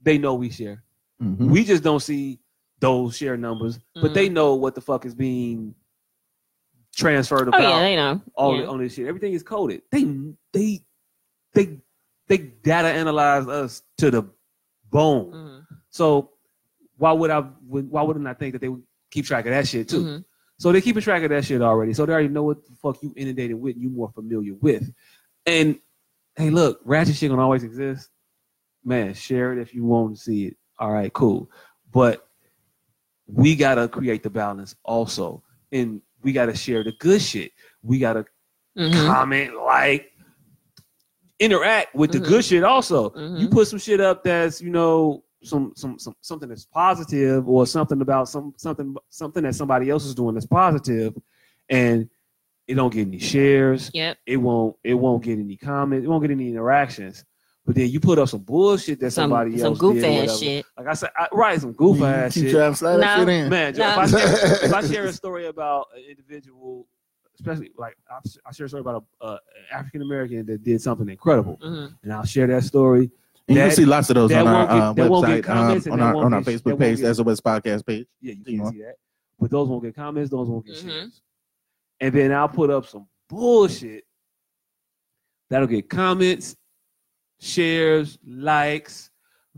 Speaker 4: they know we share
Speaker 3: Mhm.
Speaker 4: we just don't see those share numbers, but
Speaker 2: Mm-hmm.
Speaker 4: they know what the fuck is being transferred
Speaker 2: Oh
Speaker 4: about
Speaker 2: yeah, they know.
Speaker 4: all
Speaker 2: yeah.
Speaker 4: on this shit. Everything is coded. They they they they data analyze us to the bone.
Speaker 2: Mhm,
Speaker 4: So why would I would- why wouldn't I think that they would keep track of that shit too?
Speaker 2: mhm.
Speaker 4: So they keep a track of that shit already. So they already know what the fuck you inundated with, you more familiar with. And hey, look, ratchet shit gonna always exist. Man, share it if you want to see it. All right, cool. But we gotta create the balance also. And we gotta share the good shit. We gotta
Speaker 2: Mhm.
Speaker 4: comment, like, interact with the
Speaker 2: Mhm.
Speaker 4: good shit also. You
Speaker 2: Mhm.
Speaker 4: put some shit up that's, you know, some, some some something that's positive or something about some something something that somebody else is doing that's positive and it don't get any shares,
Speaker 2: Yep.
Speaker 4: it won't it won't get any comments, it won't get any interactions. But then you put up some bullshit that somebody
Speaker 2: Some,
Speaker 4: else
Speaker 2: some goof
Speaker 4: did or
Speaker 2: ass
Speaker 4: whatever.
Speaker 2: shit.
Speaker 4: Like I said, I, right, some goof ass
Speaker 3: Mm-hmm. keep
Speaker 4: shit.
Speaker 3: trying to slide that
Speaker 2: No.
Speaker 3: shit in.
Speaker 4: Man, if,
Speaker 2: No.
Speaker 4: I share, if I share a story about an individual, especially like I I share a story about a uh, African American that did something incredible,
Speaker 2: Mhm.
Speaker 4: and I'll share that story.
Speaker 3: And you
Speaker 4: That-
Speaker 3: can see lots of those on
Speaker 4: that
Speaker 3: our uh,
Speaker 4: won't get- that won't get
Speaker 3: website, um,
Speaker 4: comments and
Speaker 3: on
Speaker 4: that
Speaker 3: our
Speaker 4: won't
Speaker 3: on our
Speaker 4: get- that
Speaker 3: Facebook
Speaker 4: won't
Speaker 3: page,
Speaker 4: get-
Speaker 3: That's a West Podcast page.
Speaker 4: Yeah, you
Speaker 3: You know.
Speaker 4: can see that, but those won't get comments. Those won't get
Speaker 2: Mhm.
Speaker 4: shares. And then I'll put up some bullshit that'll get comments, shares, likes,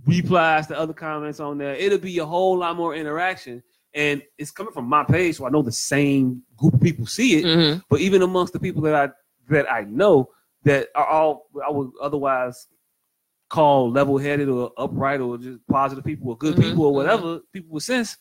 Speaker 4: replies to other comments on there. It'll be a whole lot more interaction. And it's coming from my page, so I know the same group of people see it.
Speaker 2: Mhm.
Speaker 4: but even amongst the people that I that I know that are all I would otherwise call level-headed or upright or just positive people or good
Speaker 2: Mhm,
Speaker 4: people or whatever people with sense,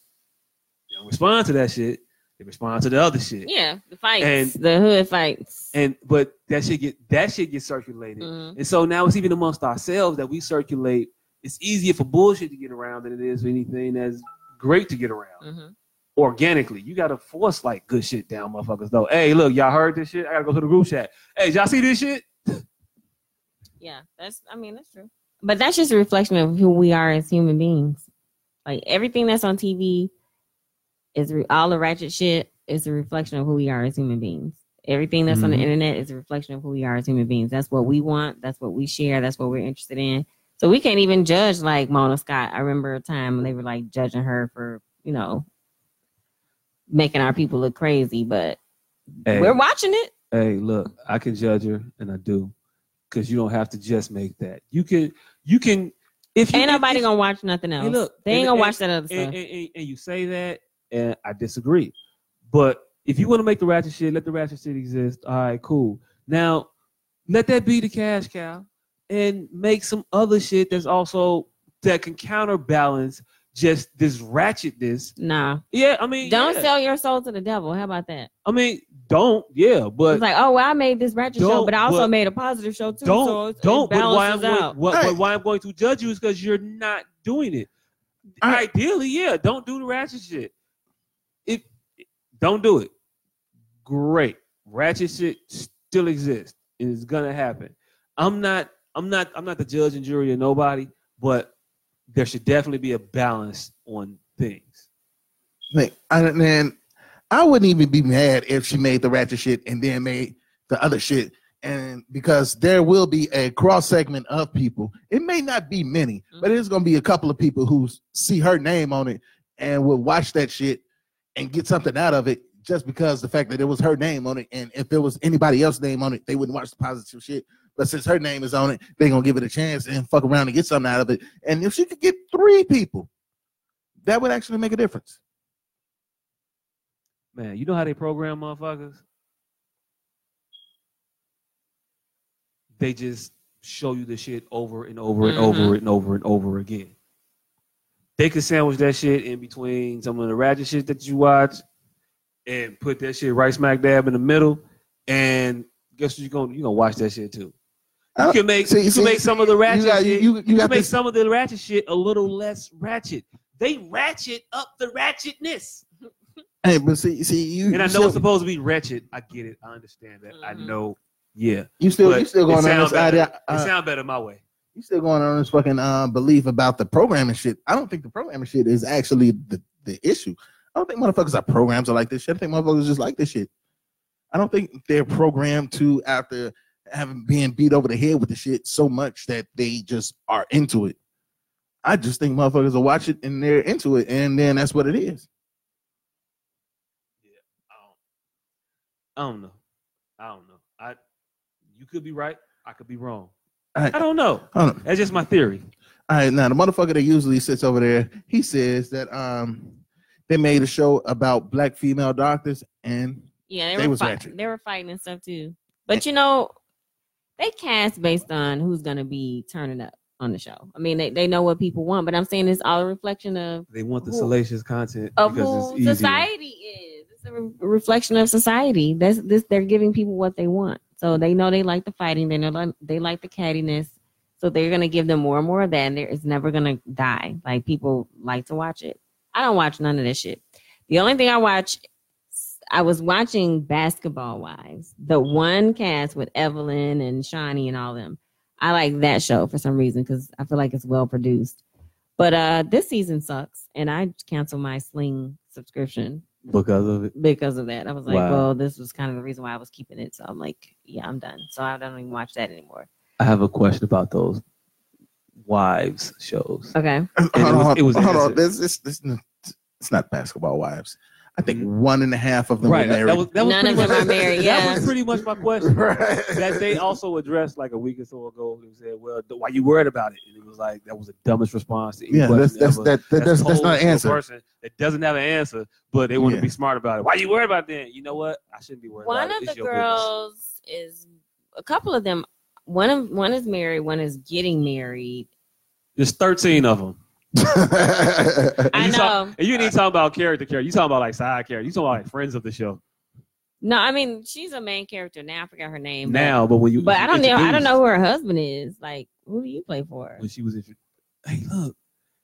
Speaker 4: they don't respond to that shit. They respond to the other shit.
Speaker 2: Yeah. The fights.
Speaker 4: And-
Speaker 2: the hood fights.
Speaker 4: And but that shit get that shit gets circulated.
Speaker 2: Mhm.
Speaker 4: And so now it's even amongst ourselves that we circulate. It's easier for bullshit to get around than it is for anything that's great to get around
Speaker 2: Mhm.
Speaker 4: organically. You gotta force like good shit down, motherfuckers. Though, hey, look, y'all heard this shit? I gotta go to the group chat. Hey, y'all see this shit?
Speaker 2: Yeah. That's. I mean, that's true. But that's just a reflection of who we are as human beings. Like everything that's on TV is re- all the ratchet shit is a reflection of who we are as human beings. Everything that's on the
Speaker 4: Mm-hmm.
Speaker 3: Mhm.
Speaker 2: internet is a reflection of who we are as human beings. That's what we want. That's what we share. That's what we're interested in. So we can't even judge like Mona Scott. I remember a time when they were like judging her for, you know, making our people look crazy, but
Speaker 4: Hey,
Speaker 2: we're watching it.
Speaker 4: hey, look, I can judge her, and I do, because you don't have to just make that. You can, you can, if you
Speaker 2: Ain't nobody
Speaker 4: if-
Speaker 2: gonna watch nothing else.
Speaker 4: look,
Speaker 2: they ain't
Speaker 4: and-
Speaker 2: gonna
Speaker 4: and-
Speaker 2: watch that other stuff.
Speaker 4: and, and, and, and you say that, and I disagree. But if you want to make the ratchet shit, let the ratchet shit exist. All right, cool. Now, let that be the cash cow, and make some other shit that's also that can counterbalance just this ratchetness.
Speaker 2: nah.
Speaker 4: Yeah, I mean,
Speaker 2: Don't
Speaker 4: yeah.
Speaker 2: sell your soul to the devil. How about that?
Speaker 4: I mean, don't. Yeah, but
Speaker 2: it's like, oh well, I made this ratchet show,
Speaker 4: Don't-
Speaker 2: but I also
Speaker 4: but-
Speaker 2: made a positive show too.
Speaker 4: don't
Speaker 2: so it's,
Speaker 4: don't.
Speaker 2: don't. It
Speaker 4: But why I'm
Speaker 2: balances
Speaker 4: going,
Speaker 2: out.
Speaker 4: what,
Speaker 3: Hey.
Speaker 4: why I'm going to judge you is because you're not doing it.
Speaker 3: I-
Speaker 4: Ideally, yeah, don't do the ratchet shit. If don't do it, great. Ratchet shit still exists and it's gonna happen. I'm not. I'm not. I'm not the judge and jury of nobody, but there should definitely be a balance on things.
Speaker 3: Like, I, don't- man, I wouldn't even be mad if she made the ratchet shit and then made the other shit. And because there will be a cross segment of people, it may not be many, but it's gonna be a couple of people who s- see her name on it and will watch that shit and get something out of it just because the fact that it was her name on it. And if it was anybody else's name on it, they wouldn't watch the positive shit. But since her name is on it, they're gonna give it a chance and fuck around and get something out of it. And if she could get three people, that would actually make a difference.
Speaker 4: Man, you know how they program motherfuckers? They just show you the shit over and over and over and over and over again. They could sandwich that shit in between some of the ratchet shit that you watch and put that shit right smack dab in the middle. And guess what you're gonna you're gonna watch that shit too. You
Speaker 3: Uh,
Speaker 4: can make
Speaker 3: see-
Speaker 4: you can
Speaker 3: see-
Speaker 4: make some of the ratchet
Speaker 3: you got,
Speaker 4: shit.
Speaker 3: you, you,
Speaker 4: you
Speaker 3: got
Speaker 4: can make
Speaker 3: this.
Speaker 4: some of the ratchet shit a little less ratchet. They ratchet up the ratchetness.
Speaker 3: Hey, but see, see, you.
Speaker 4: And I
Speaker 3: you
Speaker 4: know
Speaker 3: still,
Speaker 4: it's supposed to be wretched. I get it. I understand that. I
Speaker 2: Mhm.
Speaker 4: know. Yeah.
Speaker 3: you still,
Speaker 4: but
Speaker 3: you still
Speaker 4: it
Speaker 3: going on
Speaker 4: sound
Speaker 3: this idea.
Speaker 4: better.
Speaker 3: uh,
Speaker 4: it sound better my way.
Speaker 3: you still going on this fucking uh, belief about the programming shit. I don't think the programming shit is actually the, the issue. I don't think motherfuckers are programmed to like this shit. I think motherfuckers just like this shit. I don't think they're programmed to after having being beat over the head with the shit so much that they just are into it. I just think motherfuckers will watch it and they're into it, and then that's what it is.
Speaker 4: I don't know. I don't know. I you could be right. I could be wrong.
Speaker 3: I-
Speaker 4: I don't know.
Speaker 3: I don't know.
Speaker 4: That's just my theory.
Speaker 3: All right, now the motherfucker that usually sits over there, he says that um they made a show about black female doctors, and
Speaker 2: Yeah, they,
Speaker 3: They
Speaker 2: were
Speaker 3: was
Speaker 2: fight-
Speaker 3: ratchet.
Speaker 2: they were fighting and stuff too. But you know, they cast based on who's gonna be turning up on the show. I mean, they, they know what people want, but I'm saying it's all a reflection of
Speaker 4: They want the
Speaker 2: Who-
Speaker 4: salacious content
Speaker 2: of
Speaker 4: because
Speaker 2: who
Speaker 4: it's easier.
Speaker 2: society is. It's a re- reflection of society. That's this. They're giving people what they want, so they know they like the fighting. They know li- they like the cattiness. So they're gonna give them more and more of that, and there- it's never gonna die. Like people like to watch it. I don't watch none of this shit. The only thing I watch, I was watching Basketball Wives, the one cast with Evelyn and Shawnee and all them. I like that show for some reason because I feel like it's well produced. But uh this season sucks, and I canceled my Sling subscription
Speaker 4: because of it.
Speaker 2: because of that. I was like,
Speaker 4: Wow.
Speaker 2: well, this was kind of the reason why I was keeping it. So I'm like, yeah, I'm done. So I don't even watch that anymore.
Speaker 4: I have a question about those wives shows.
Speaker 2: Okay.
Speaker 3: hold
Speaker 4: it was-
Speaker 3: on,
Speaker 4: it was
Speaker 3: hold on,
Speaker 4: innocent.
Speaker 3: this, this, this, it's not basketball wives. I think one and a half of them
Speaker 4: Mm-hmm. Right.
Speaker 3: were married.
Speaker 4: That was, that was
Speaker 2: None
Speaker 4: pretty
Speaker 2: of them
Speaker 4: much-
Speaker 2: are married,
Speaker 4: That
Speaker 2: yeah.
Speaker 4: was pretty much my question. that they also addressed like a week or so ago. They said, "Well, th- why you worried about it?" And it was like that was the dumbest response. To any
Speaker 3: yeah,
Speaker 4: question
Speaker 3: that's that's
Speaker 4: ever.
Speaker 3: that, that that's, that's
Speaker 4: posed
Speaker 3: not an
Speaker 4: to a
Speaker 3: answer.
Speaker 4: Person that doesn't have an answer, but they want
Speaker 3: Yeah.
Speaker 4: to be smart about it. Why you worried about that? You know what? I shouldn't be worried.
Speaker 2: One
Speaker 4: about
Speaker 2: of
Speaker 4: it. It's
Speaker 2: the
Speaker 4: your business.
Speaker 2: girls is a couple of them. One of one is married. One is getting married.
Speaker 4: There's 13 of them. And
Speaker 2: I
Speaker 4: you
Speaker 2: know.
Speaker 4: saw- And you ain't even talking about character character. You talking about like side character. You talking about like friends of the show
Speaker 2: no, I mean she's a main character now. I forgot her name. but-
Speaker 4: now, but when you
Speaker 2: But I don't know. I don't
Speaker 4: introduced-
Speaker 2: know who her husband is. Like, who do you play for?
Speaker 4: when she was introduced. Hey, look,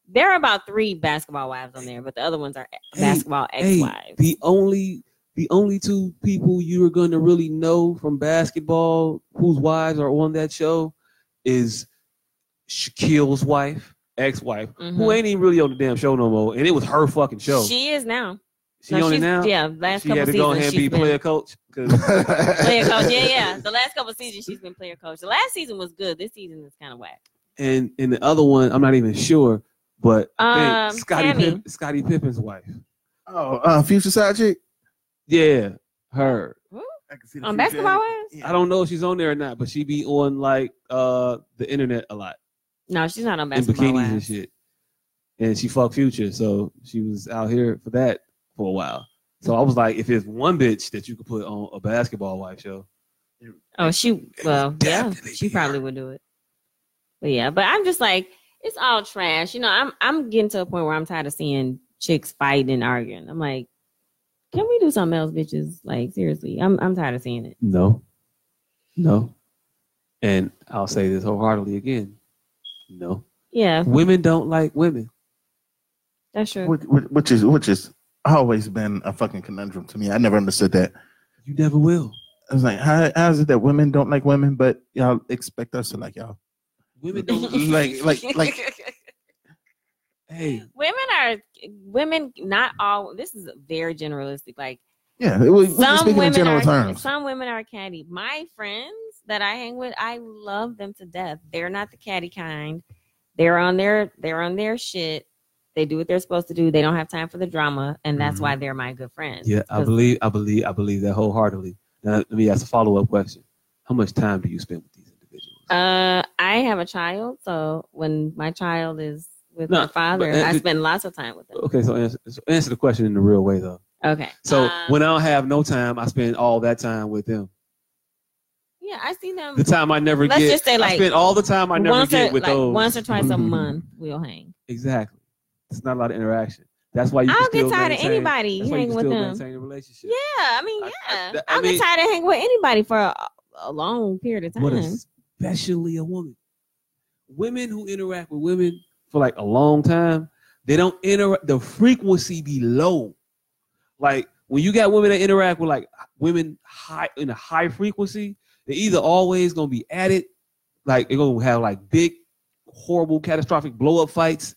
Speaker 2: There are about three basketball wives on there, but the other ones are
Speaker 4: Hey,
Speaker 2: basketball
Speaker 4: hey,
Speaker 2: ex-wives.
Speaker 4: the only the only two people you are going to really know from basketball whose wives are on that show is Shaquille's wife, ex-wife, who
Speaker 2: Mhm.
Speaker 4: ain't even really on the damn show no more, and it was her fucking show.
Speaker 2: She is now.
Speaker 4: She
Speaker 2: No,
Speaker 4: on it
Speaker 2: she's-
Speaker 4: now.
Speaker 2: Yeah, last
Speaker 4: she
Speaker 2: couple
Speaker 4: had to
Speaker 2: seasons
Speaker 4: go ahead and
Speaker 2: she's
Speaker 4: be
Speaker 2: been
Speaker 4: player coach because
Speaker 2: player coach. Yeah, yeah. The last couple seasons she's been player coach. The last season was good. This season is kind of whack.
Speaker 4: and and the other one I'm not even sure, but I
Speaker 2: Um,
Speaker 4: think Scotty
Speaker 2: Tammy.
Speaker 4: Pip, Scotty Pippen's wife.
Speaker 3: Oh, uh, future side chick.
Speaker 4: Yeah, her.
Speaker 3: I can see the
Speaker 2: On
Speaker 3: future.
Speaker 2: basketball wives?
Speaker 3: Yeah.
Speaker 4: I don't know if she's on there or not, but she be on like uh the internet a lot
Speaker 2: No, she's not on
Speaker 4: in
Speaker 2: basketball
Speaker 4: bikinis and
Speaker 2: wives.
Speaker 4: shit. And she fucked Future, so she was out here for that for a while. So I was like, if there's one bitch that you could put on a basketball wife show,
Speaker 2: Oh, she well, yeah,
Speaker 4: definitely
Speaker 2: she
Speaker 4: be her.
Speaker 2: probably would do it. But yeah, but I'm just like, it's all trash. You know, I'm I'm getting to a point where I'm tired of seeing chicks fighting and arguing. I'm like, can we do something else, bitches? Like seriously, I'm I'm tired of seeing it.
Speaker 4: No. No. And I'll say this wholeheartedly again. No.
Speaker 2: Yeah,
Speaker 4: Women don't like women.
Speaker 2: that's true.
Speaker 3: Which, which- which is which is always been a fucking conundrum to me. I never understood that.
Speaker 4: You never will.
Speaker 3: I was like, how, how is it that women don't like women, but y'all expect us to like y'all?
Speaker 4: Women don't
Speaker 3: like- like- like-
Speaker 4: hey.
Speaker 2: women are women. Not all. This is very generalistic. Like
Speaker 3: Yeah, it was, we're
Speaker 2: some
Speaker 3: speaking in
Speaker 2: women
Speaker 3: general
Speaker 2: are
Speaker 3: terms.
Speaker 2: some women are catty. My friends that I hang with, I love them to death. They're not the catty kind. They're on their they're on their shit. They do what they're supposed to do. They don't have time for the drama, and that's why
Speaker 3: Mm-hmm.
Speaker 2: they're my good friends.
Speaker 4: Yeah, I
Speaker 2: 'Cause
Speaker 4: believe I believe I believe that wholeheartedly. Now let me ask a follow up question. How much time do you spend with these individuals?
Speaker 2: Uh, I have a child, so when my child is with
Speaker 4: No,
Speaker 2: my father,
Speaker 4: but- uh,
Speaker 2: I spend lots of time with them.
Speaker 4: okay, so answer, so answer the question in the real way though.
Speaker 2: Okay.
Speaker 4: So
Speaker 2: Um,
Speaker 4: when I don't have no time, I spend all that time with them.
Speaker 2: yeah, I see them
Speaker 4: The time I never
Speaker 2: Hmm. Let's
Speaker 4: get
Speaker 2: just say,
Speaker 4: I
Speaker 2: like,
Speaker 4: spend all the time I never
Speaker 2: once
Speaker 4: get
Speaker 2: or,
Speaker 4: with
Speaker 2: like,
Speaker 4: those.
Speaker 2: once or twice a
Speaker 3: Mm-hmm.
Speaker 2: month. We'll hang.
Speaker 4: Exactly. It's not a lot of interaction. That's why you can
Speaker 2: I'll
Speaker 4: still
Speaker 2: get tired of
Speaker 4: maintain,
Speaker 2: anybody
Speaker 4: That's why you
Speaker 2: hanging
Speaker 4: can
Speaker 2: with
Speaker 4: still
Speaker 2: them.
Speaker 4: maintain a relationship.
Speaker 2: Yeah, I mean,
Speaker 4: I-
Speaker 2: yeah.
Speaker 4: I-
Speaker 2: I,
Speaker 4: th- I
Speaker 2: have been
Speaker 4: mean-
Speaker 2: tired of hanging with anybody for a, a long period of time.
Speaker 4: But
Speaker 6: Mm-hmm.
Speaker 4: especially a woman. Women who interact with women for like a long time, they don't interact the frequency be low. Like when you got women that interact with like women high in a high frequency, they either always gonna be at it, like they're gonna have like big, horrible, catastrophic blow up fights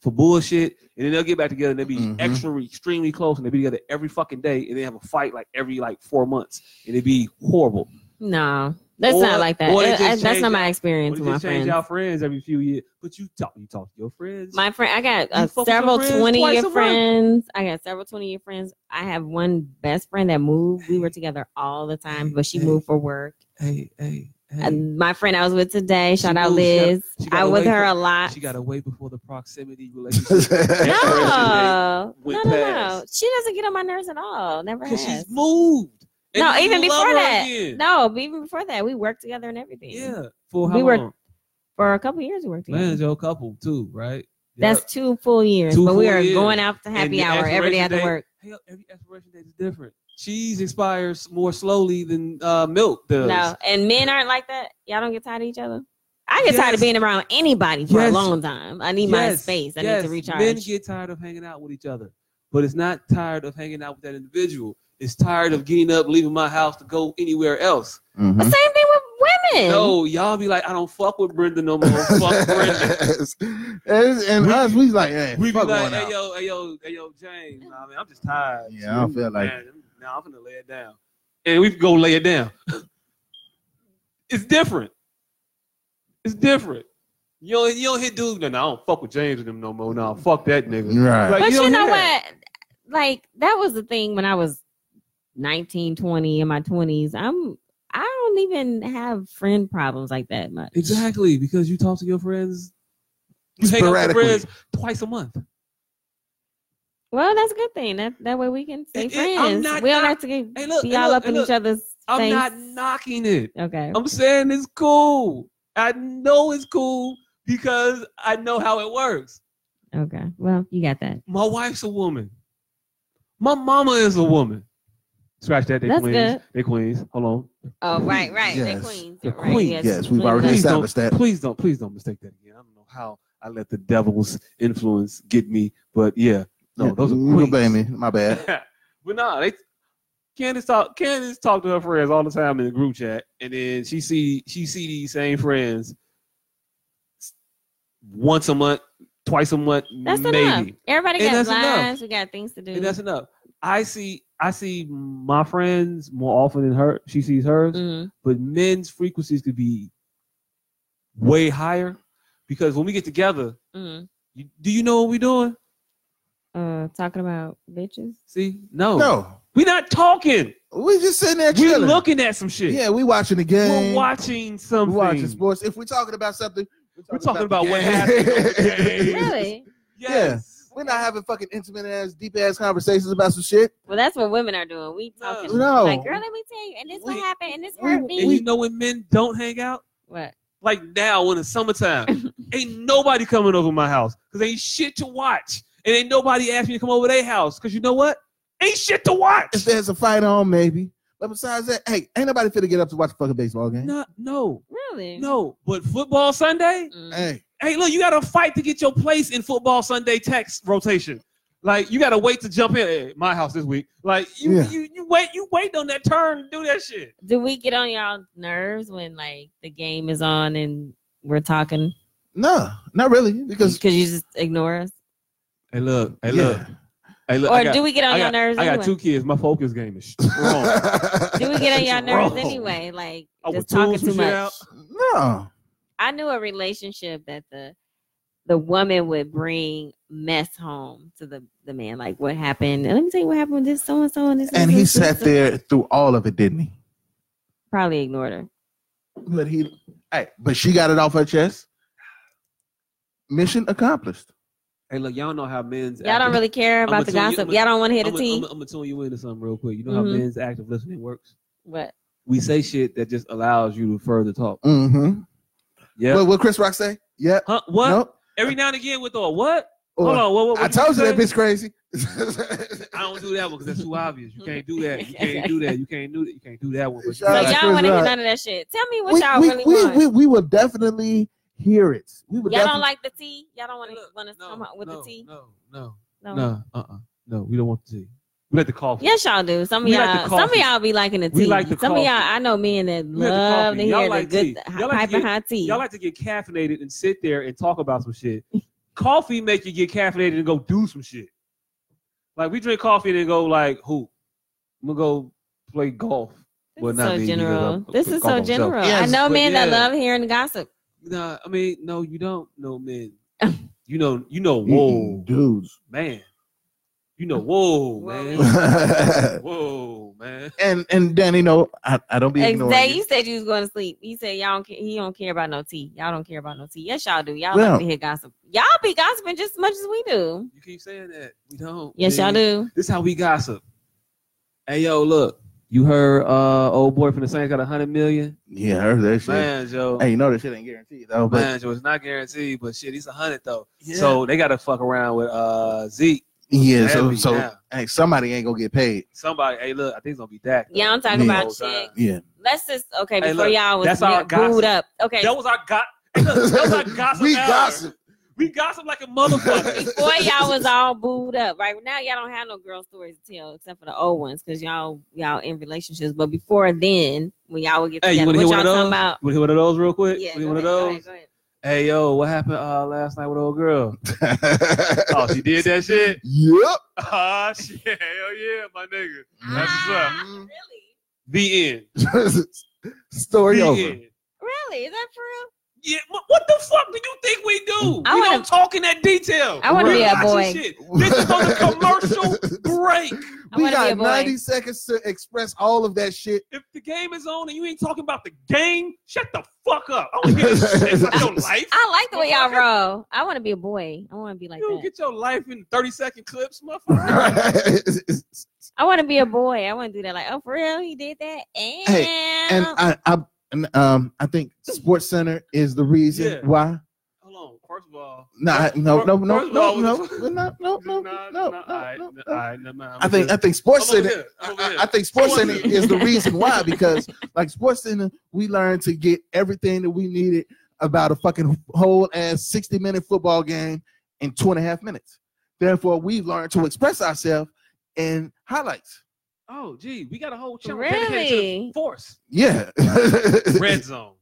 Speaker 4: for bullshit, and then they'll get back together and they'll be
Speaker 6: Mm-hmm.
Speaker 3: Mhm.
Speaker 4: extra extremely close and they be together every fucking day and they have a fight like every like four months and it'd be horrible.
Speaker 2: no, That's
Speaker 6: Or-
Speaker 2: not like that.
Speaker 6: or they
Speaker 2: Uh,
Speaker 6: just
Speaker 2: I- that's
Speaker 6: change
Speaker 2: not
Speaker 6: it.
Speaker 2: my experience
Speaker 6: We
Speaker 2: with my
Speaker 6: just change
Speaker 2: friends.
Speaker 6: our friends every few years. But you talk, you talk to your friends.
Speaker 2: My friend, I got
Speaker 6: You
Speaker 2: uh,
Speaker 6: fuck with
Speaker 2: several
Speaker 6: your friends
Speaker 2: 20
Speaker 6: twice a
Speaker 2: year
Speaker 6: month.
Speaker 2: friends. I got several 20 year friends. I have one best friend that moved. We were together all the time, but she
Speaker 6: Hey.
Speaker 2: moved for work.
Speaker 6: hey, hey, hey.
Speaker 2: And my friend I was with today,
Speaker 6: She
Speaker 2: shout out
Speaker 6: moved, she got-
Speaker 2: Liz.
Speaker 6: she got
Speaker 2: I was with
Speaker 6: away
Speaker 2: her a
Speaker 6: from-
Speaker 2: lot.
Speaker 6: she got away before the proximity relationship.
Speaker 2: no,
Speaker 6: that
Speaker 2: no,
Speaker 6: person that
Speaker 2: no,
Speaker 6: went
Speaker 2: no.
Speaker 6: past.
Speaker 2: She doesn't get on my nerves at all. Never
Speaker 6: Because
Speaker 2: has.
Speaker 6: she's moved. And
Speaker 2: No,
Speaker 6: you
Speaker 2: even
Speaker 6: love
Speaker 2: before
Speaker 6: her
Speaker 2: that.
Speaker 6: again.
Speaker 2: No, but even before that, we worked together and everything.
Speaker 6: Yeah. For how
Speaker 2: We were-
Speaker 6: long?
Speaker 2: For a couple years, we worked together.
Speaker 6: Man's your couple too, right?
Speaker 2: That's two full years.
Speaker 6: Two
Speaker 2: but we
Speaker 6: full
Speaker 2: are
Speaker 6: years.
Speaker 2: going out to
Speaker 6: And
Speaker 2: happy
Speaker 6: the
Speaker 2: hour every day
Speaker 6: expiration
Speaker 2: after
Speaker 6: date-
Speaker 2: work.
Speaker 6: Hell, every expiration date is different. Cheese expires more slowly than uh, milk does.
Speaker 2: No, and men aren't like that. Y'all don't get tired of each other. I get tired of
Speaker 6: Yes.
Speaker 2: being around anybody for
Speaker 6: Yes.
Speaker 2: a long time. I need my
Speaker 6: Yes,
Speaker 2: space. I
Speaker 6: yes,
Speaker 2: need to recharge.
Speaker 6: Men get tired of hanging out with each other, but it's not tired of hanging out with that individual. It's tired of getting up, leaving my house to go anywhere else.
Speaker 2: The
Speaker 3: Mhm.
Speaker 2: same thing with women.
Speaker 6: No, y'all be like, I don't fuck with Brenda no more. fuck Brenda.
Speaker 3: and and us, we like, hey,
Speaker 6: We be
Speaker 3: fuck
Speaker 6: like,
Speaker 3: going
Speaker 6: hey
Speaker 3: out.
Speaker 6: yo, hey yo, hey yo, James. Nah, man, I'm just tired.
Speaker 3: Yeah, I don't feel like-
Speaker 6: Now I'm gonna lay it down, and we go lay it down. it's different. It's different. You don't, you don't hit dudes. No, no, I don't fuck with James and them no more. Nah, fuck that nigga.
Speaker 3: Right.
Speaker 6: Like,
Speaker 2: but you,
Speaker 6: don't
Speaker 2: know
Speaker 6: hear that.
Speaker 2: what? Like that was the thing when I was 19, 20, in my twenties. I'm I don't even have friend problems like that much.
Speaker 6: Exactly, because you talk to your friends. You hang out with
Speaker 3: Sporadically.
Speaker 6: friends twice a month.
Speaker 2: Well, that's a good thing. That that way we can stay
Speaker 6: And- and I'm
Speaker 2: friends.
Speaker 6: not-
Speaker 2: we don't
Speaker 6: not-
Speaker 2: have to get,
Speaker 6: Hey, look,
Speaker 2: be
Speaker 6: hey,
Speaker 2: all
Speaker 6: look,
Speaker 2: up
Speaker 6: hey,
Speaker 2: in
Speaker 6: look.
Speaker 2: each other's
Speaker 6: I'm
Speaker 2: face.
Speaker 6: not knocking it.
Speaker 2: okay.
Speaker 6: I'm saying it's cool. I know it's cool because I know how it works.
Speaker 2: Okay. Well, you got that.
Speaker 6: My wife's a woman. My mama is a woman. Scratch that. They
Speaker 2: That's
Speaker 6: queens.
Speaker 2: good.
Speaker 6: They queens. Hold on.
Speaker 2: Oh, right, right. They're
Speaker 3: Yes.
Speaker 2: queens.
Speaker 6: They're
Speaker 2: right,
Speaker 6: queens.
Speaker 3: Yes, we've already
Speaker 6: Please don't,
Speaker 3: established that.
Speaker 6: please don't, please don't mistake that again. I don't know how I let the devil's influence get me, but yeah, no, those are
Speaker 3: You
Speaker 6: queens.
Speaker 3: can blame me. My bad.
Speaker 6: but nah, they Candace talk Candace talk to her friends all the time in the group chat, and then she see she see these same friends once a month, twice a month,
Speaker 2: That's
Speaker 6: maybe.
Speaker 2: enough. Everybody
Speaker 6: And
Speaker 2: got
Speaker 6: that's enough.
Speaker 2: lives. We got things to do.
Speaker 6: And that's enough. I see I see my friends more often than her she sees hers,
Speaker 2: Mhm.
Speaker 6: but men's frequencies could be way higher because when we get together,
Speaker 2: Mhm.
Speaker 6: you, do you know what we're doing?
Speaker 2: Uh, talking about bitches.
Speaker 6: See? No.
Speaker 3: No,
Speaker 6: We're not talking.
Speaker 3: we just sitting there
Speaker 6: We're
Speaker 3: chilling.
Speaker 6: looking at some shit.
Speaker 3: yeah, we watching the
Speaker 6: We're
Speaker 3: game.
Speaker 6: watching
Speaker 3: We
Speaker 6: something.
Speaker 3: watching sports. If we're talking about something,
Speaker 6: We're talking about
Speaker 3: the
Speaker 6: what
Speaker 3: game.
Speaker 6: happened on the game.
Speaker 2: Really?
Speaker 6: Yes.
Speaker 3: We're not having fucking intimate ass, deep ass conversations about some shit.
Speaker 2: Well, that's what women are doing. We talking
Speaker 3: No.
Speaker 2: like, girl, let me tell you, and this what
Speaker 6: We-
Speaker 2: happened, and this
Speaker 3: we-
Speaker 2: hurt
Speaker 6: And
Speaker 2: me.
Speaker 6: you know when men don't hang out?
Speaker 2: What?
Speaker 6: Like now in the summertime. ain't nobody coming over my house because ain't shit to watch. And ain't nobody asked me to come over their house because you know what? Ain't shit to watch.
Speaker 3: If there's a fight on, maybe. But besides that, hey, ain't nobody finna get up to watch a fucking baseball game.
Speaker 6: No, no,
Speaker 2: Really?
Speaker 6: no. But football Sunday?
Speaker 2: Mm.
Speaker 3: Hey,
Speaker 6: Hey, look, you got to fight to get your place in football Sunday text rotation. Like you got to wait to jump in hey, my house this week. Like you,
Speaker 3: Yeah.
Speaker 6: you, you wait, you wait on that turn to do that shit.
Speaker 2: Do we get on y'all nerves when like the game is on and we're talking
Speaker 3: no, not really, because
Speaker 2: because you just ignore us,
Speaker 6: Hey, look, hey, look,
Speaker 3: yeah.
Speaker 6: hey, look.
Speaker 2: or
Speaker 6: I got,
Speaker 2: do we get on
Speaker 6: I
Speaker 2: your
Speaker 6: got,
Speaker 2: nerves?
Speaker 6: I got
Speaker 2: anyway?
Speaker 6: two kids. My focus game is strong.
Speaker 2: Do we get on
Speaker 6: It's
Speaker 2: y'all nerves
Speaker 6: wrong.
Speaker 2: anyway? Like
Speaker 6: I would
Speaker 2: just talking
Speaker 6: tune some
Speaker 2: too
Speaker 6: shit
Speaker 2: much.
Speaker 6: out.
Speaker 3: no,
Speaker 2: I knew a relationship that the the woman would bring mess home to the the man, like what happened. And let me tell you what happened with this so and so and this.
Speaker 3: and
Speaker 2: this,
Speaker 3: he
Speaker 2: this,
Speaker 3: sat
Speaker 2: this."
Speaker 3: there through all of it, didn't he?
Speaker 2: Probably ignored her.
Speaker 3: But he, hey, but she got it off her chest. Mission accomplished.
Speaker 6: hey, look, y'all know how men's.
Speaker 2: Y'all don't really care
Speaker 6: I'ma
Speaker 2: about the
Speaker 6: tell you-
Speaker 2: gossip.
Speaker 6: I'ma-
Speaker 2: y'all don't want to hear
Speaker 6: I'm
Speaker 2: the tea.
Speaker 6: gonna tune you into something real quick. You know how
Speaker 2: Mhm.
Speaker 6: men's active listening works.
Speaker 2: What?
Speaker 6: We say shit that just allows you to further talk.
Speaker 3: Mm-hmm.
Speaker 6: Yeah.
Speaker 3: What, what Chris Rock say? Yep.
Speaker 6: huh? What?
Speaker 3: Nope.
Speaker 6: Every now and again with the what?
Speaker 3: Or,
Speaker 6: Hold on. What, what,
Speaker 3: I
Speaker 6: what
Speaker 3: told you that
Speaker 6: say?
Speaker 3: bitch crazy.
Speaker 6: I don't do that one because that's too obvious. You can't do that. You can't do that. You can't do that. You can't do that one. But you
Speaker 2: So
Speaker 3: Shout
Speaker 6: gotta-
Speaker 3: out
Speaker 2: y'all
Speaker 3: Chris
Speaker 2: don't want to hear
Speaker 3: Rock.
Speaker 2: none of that shit. Tell me what
Speaker 3: we,
Speaker 2: y'all
Speaker 3: we,
Speaker 2: really
Speaker 3: we,
Speaker 2: want.
Speaker 3: we, we will definitely hear it. We would
Speaker 2: y'all
Speaker 3: definitely
Speaker 2: don't like the tea. Y'all don't want to
Speaker 6: Look,
Speaker 2: want to come out with
Speaker 6: no,
Speaker 2: the tea.
Speaker 6: No, no,
Speaker 2: No.
Speaker 6: no, uh, uh no. We don't want the tea. We like the coffee.
Speaker 2: Yes, y'all do. Some of
Speaker 6: We
Speaker 2: y'all,
Speaker 6: like the
Speaker 2: some of
Speaker 6: coffee.
Speaker 2: y'all be liking the tea.
Speaker 6: We like the
Speaker 2: some of y'all,
Speaker 6: coffee.
Speaker 2: I know men that
Speaker 6: We like the
Speaker 2: love
Speaker 6: coffee.
Speaker 2: to hear
Speaker 6: Y'all
Speaker 2: the
Speaker 6: like
Speaker 2: good
Speaker 6: tea.
Speaker 2: hi-
Speaker 6: Y'all like to
Speaker 2: piping
Speaker 6: get-
Speaker 2: hot tea.
Speaker 6: Y'all like to get caffeinated and sit there and talk about some shit. coffee make you get caffeinated and go do some shit. Like we drink coffee and then go like, who? I'm gonna go play golf.
Speaker 2: This
Speaker 4: Well,
Speaker 2: is
Speaker 4: not
Speaker 2: so
Speaker 4: me, because
Speaker 2: general.
Speaker 4: I'm-
Speaker 2: This
Speaker 4: I'm
Speaker 2: is
Speaker 4: by
Speaker 2: so
Speaker 4: myself.
Speaker 2: general. I
Speaker 4: Yes,
Speaker 2: know
Speaker 4: but
Speaker 2: men that
Speaker 4: yeah.
Speaker 2: love hearing gossip.
Speaker 4: No, I mean, no, you don't know men. you know, you know, whoa,
Speaker 3: dudes.
Speaker 4: man. You know, whoa,
Speaker 5: Whoa.
Speaker 4: man.
Speaker 3: and
Speaker 4: Whoa, man.
Speaker 3: and Danny, no, I, I don't be
Speaker 2: Ex-
Speaker 3: ignoring
Speaker 2: Zay,
Speaker 3: you.
Speaker 2: you said you was going to sleep. He said y'all don't care. He don't care about no tea. Y'all don't care about no tea. Yes, y'all do. Y'all
Speaker 3: Well-
Speaker 2: like to hear gossip. Y'all be gossiping just as much as we do.
Speaker 4: You keep saying that. We don't.
Speaker 2: Yes, y'all
Speaker 4: man.
Speaker 2: do.
Speaker 4: This how we gossip. Hey, yo, look. You heard uh old boy from the Saints got a hundred million?
Speaker 3: Yeah, I heard that shit.
Speaker 4: Man, Joe.
Speaker 3: Hey, you know that shit ain't guaranteed though. But
Speaker 4: man, Joe, it's not guaranteed, but shit, he's a hundred though.
Speaker 3: Yeah.
Speaker 4: So they gotta fuck around with uh Zeke.
Speaker 3: yeah, so
Speaker 4: Every
Speaker 3: so
Speaker 4: now.
Speaker 3: hey, somebody ain't gonna get paid.
Speaker 4: Somebody, hey, look, I think it's gonna be Dak. though.
Speaker 2: Y'all don't talk
Speaker 3: Yeah.
Speaker 2: about
Speaker 4: Whole
Speaker 2: chick.
Speaker 4: time.
Speaker 3: Yeah,
Speaker 2: Let's just okay
Speaker 4: Hey,
Speaker 2: before
Speaker 4: look,
Speaker 2: y'all was
Speaker 4: that's our
Speaker 2: get booed
Speaker 4: gossip.
Speaker 2: up. Okay,
Speaker 6: That was our got. That was our gossip.
Speaker 3: we
Speaker 6: hour.
Speaker 3: gossip.
Speaker 6: We gossip like a motherfucker.
Speaker 2: before y'all was all booed up. Right now y'all don't have no girl stories to tell except for the old ones because y'all y'all in relationships. But before then, when y'all would get
Speaker 4: Hey,
Speaker 2: together,
Speaker 4: you wanna
Speaker 2: what
Speaker 4: hear
Speaker 2: y'all
Speaker 4: one of
Speaker 2: talking
Speaker 4: those?
Speaker 2: about?
Speaker 4: You wanna hear one of those real quick?
Speaker 2: Yeah,
Speaker 4: You
Speaker 2: go
Speaker 4: wanna hear
Speaker 2: ahead, go
Speaker 4: one of
Speaker 2: ahead,
Speaker 4: those?
Speaker 2: go ahead.
Speaker 4: Hey yo, what happened uh, last night with old girl? Oh, she did that shit.
Speaker 3: yep.
Speaker 6: Ah shit, hell yeah, my nigga. That's what's up.
Speaker 2: Ah, really?
Speaker 6: The end.
Speaker 3: Story
Speaker 6: The
Speaker 3: over.
Speaker 6: end.
Speaker 2: Really? Is that for real?
Speaker 6: Yeah, wha- what the fuck do you think we do?
Speaker 2: I
Speaker 6: we
Speaker 2: wanna-
Speaker 6: don't talk in that detail.
Speaker 2: I wanna
Speaker 6: We
Speaker 2: be a
Speaker 6: watch
Speaker 2: boy.
Speaker 6: this shit. This is on the commercial break.
Speaker 2: I
Speaker 3: We
Speaker 2: wanna be a
Speaker 3: got
Speaker 2: boy.
Speaker 3: 90 seconds to express all of that shit.
Speaker 6: If the game is on and you ain't talking about the game, shut the fuck up. I want to get shit about your life.
Speaker 2: I like the way y'all roll. I want to be a boy. I want to be like
Speaker 6: You don't
Speaker 2: that.
Speaker 6: get your life in 30 second clips, motherfucker.
Speaker 2: I want to be a boy. I want to do that. Like, oh, for real, he did that. And,
Speaker 3: and I, I and, um I think Sports Center is the reason
Speaker 6: Yeah.
Speaker 3: why.
Speaker 6: Hold on. First of all,
Speaker 3: No, I- no, no, no,
Speaker 6: First of
Speaker 3: no,
Speaker 6: all,
Speaker 3: no,
Speaker 6: was-
Speaker 3: no, no, no, no,
Speaker 6: Nah,
Speaker 3: no,
Speaker 6: nah,
Speaker 3: no,
Speaker 6: alright,
Speaker 3: no,
Speaker 6: nah,
Speaker 3: no.
Speaker 6: alright, nah, nah,
Speaker 3: I
Speaker 6: I'm
Speaker 3: think
Speaker 6: good.
Speaker 3: I think Sports
Speaker 6: I'm over
Speaker 3: Center.
Speaker 6: here. I'm over
Speaker 3: I,
Speaker 6: here.
Speaker 3: I- I think Sports
Speaker 6: Come
Speaker 3: Center
Speaker 6: over
Speaker 2: here.
Speaker 3: is the reason why because like Sports Center, we learned to get everything that we needed about a fucking whole ass sixty minute football game in two and a half minutes. Therefore, we learned to express ourselves in highlights.
Speaker 6: Oh, gee, we got a whole channel dedicated to the
Speaker 2: really,
Speaker 6: force.
Speaker 3: Yeah.
Speaker 6: Red zone.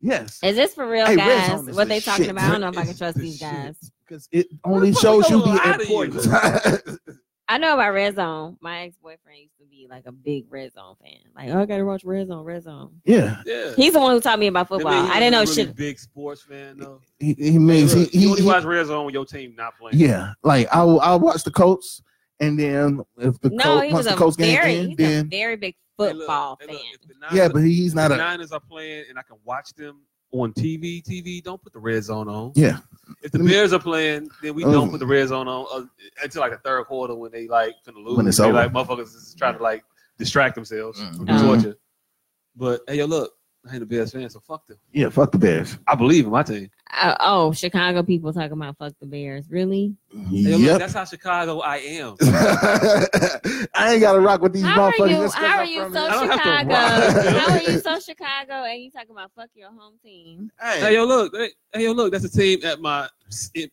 Speaker 3: Yes.
Speaker 2: is this for real,
Speaker 3: Hey, Red
Speaker 2: guys?
Speaker 3: Zone is
Speaker 2: What
Speaker 3: the
Speaker 2: they talking
Speaker 3: shit.
Speaker 2: about? I don't know if I
Speaker 3: Red
Speaker 2: can
Speaker 3: is
Speaker 2: trust
Speaker 3: the
Speaker 2: these
Speaker 3: shit.
Speaker 2: guys.
Speaker 3: because it only
Speaker 6: fuck
Speaker 3: shows
Speaker 6: is
Speaker 3: you
Speaker 6: gonna
Speaker 3: the
Speaker 6: lie to you?
Speaker 3: importance.
Speaker 2: I know about Red Zone. My ex boyfriend used to be like a big Red Zone fan. Like, oh, I gotta watch Red Zone. Red Zone.
Speaker 3: yeah,
Speaker 6: Yeah.
Speaker 2: He's the one who taught me about
Speaker 6: That
Speaker 2: football.
Speaker 6: mean he
Speaker 2: I didn't know
Speaker 6: was a really
Speaker 2: shit.
Speaker 6: Big sports fan though.
Speaker 3: he, he means he,
Speaker 6: Look, you
Speaker 3: he,
Speaker 6: only
Speaker 3: he-
Speaker 6: watch red zone when your team not playing.
Speaker 3: yeah. Like I will, I'll watch the Colts, and then if the
Speaker 2: No,
Speaker 3: Colts
Speaker 2: he was
Speaker 3: once the
Speaker 2: a
Speaker 3: Colts game
Speaker 2: very,
Speaker 3: end,
Speaker 2: he's a
Speaker 3: then
Speaker 2: very big
Speaker 6: Hey, look,
Speaker 2: football
Speaker 6: hey, look,
Speaker 2: fan.
Speaker 6: if the Niners-
Speaker 3: yeah, but he's
Speaker 6: if
Speaker 3: not
Speaker 6: the
Speaker 3: a
Speaker 6: Niners are playing and I can watch them on TV. TV, don't put the red zone on.
Speaker 3: yeah.
Speaker 6: If the
Speaker 3: Let me-
Speaker 6: Bears are playing, then we
Speaker 3: Oh.
Speaker 6: don't put the red zone on uh, until like the third quarter when they like finna lose.
Speaker 3: When it's
Speaker 6: they
Speaker 3: over.
Speaker 6: like motherfuckers is trying to like distract themselves
Speaker 3: Mm.
Speaker 6: from
Speaker 2: Mhm.
Speaker 6: Georgia. But hey, yo, look, I ain't the Bears fan, so fuck them.
Speaker 3: Yeah, fuck the Bears.
Speaker 6: I believe in my team.
Speaker 2: Uh, oh, Chicago people talking about fuck the Bears. Really?
Speaker 6: Hey, yo, look,
Speaker 3: Yep.
Speaker 6: that's how Chicago I am.
Speaker 3: I ain't gotta rock with these
Speaker 2: How are
Speaker 3: motherfuckers.
Speaker 2: you?
Speaker 3: just 'cause
Speaker 2: How
Speaker 3: I'm
Speaker 2: are you
Speaker 3: from
Speaker 2: so
Speaker 3: here.
Speaker 6: I don't have to
Speaker 2: Chicago?
Speaker 3: rock.
Speaker 2: How are you so Chicago? And you talking about fuck your home team?
Speaker 6: Hey, yo, look, hey, hey, yo, look, that's a team at my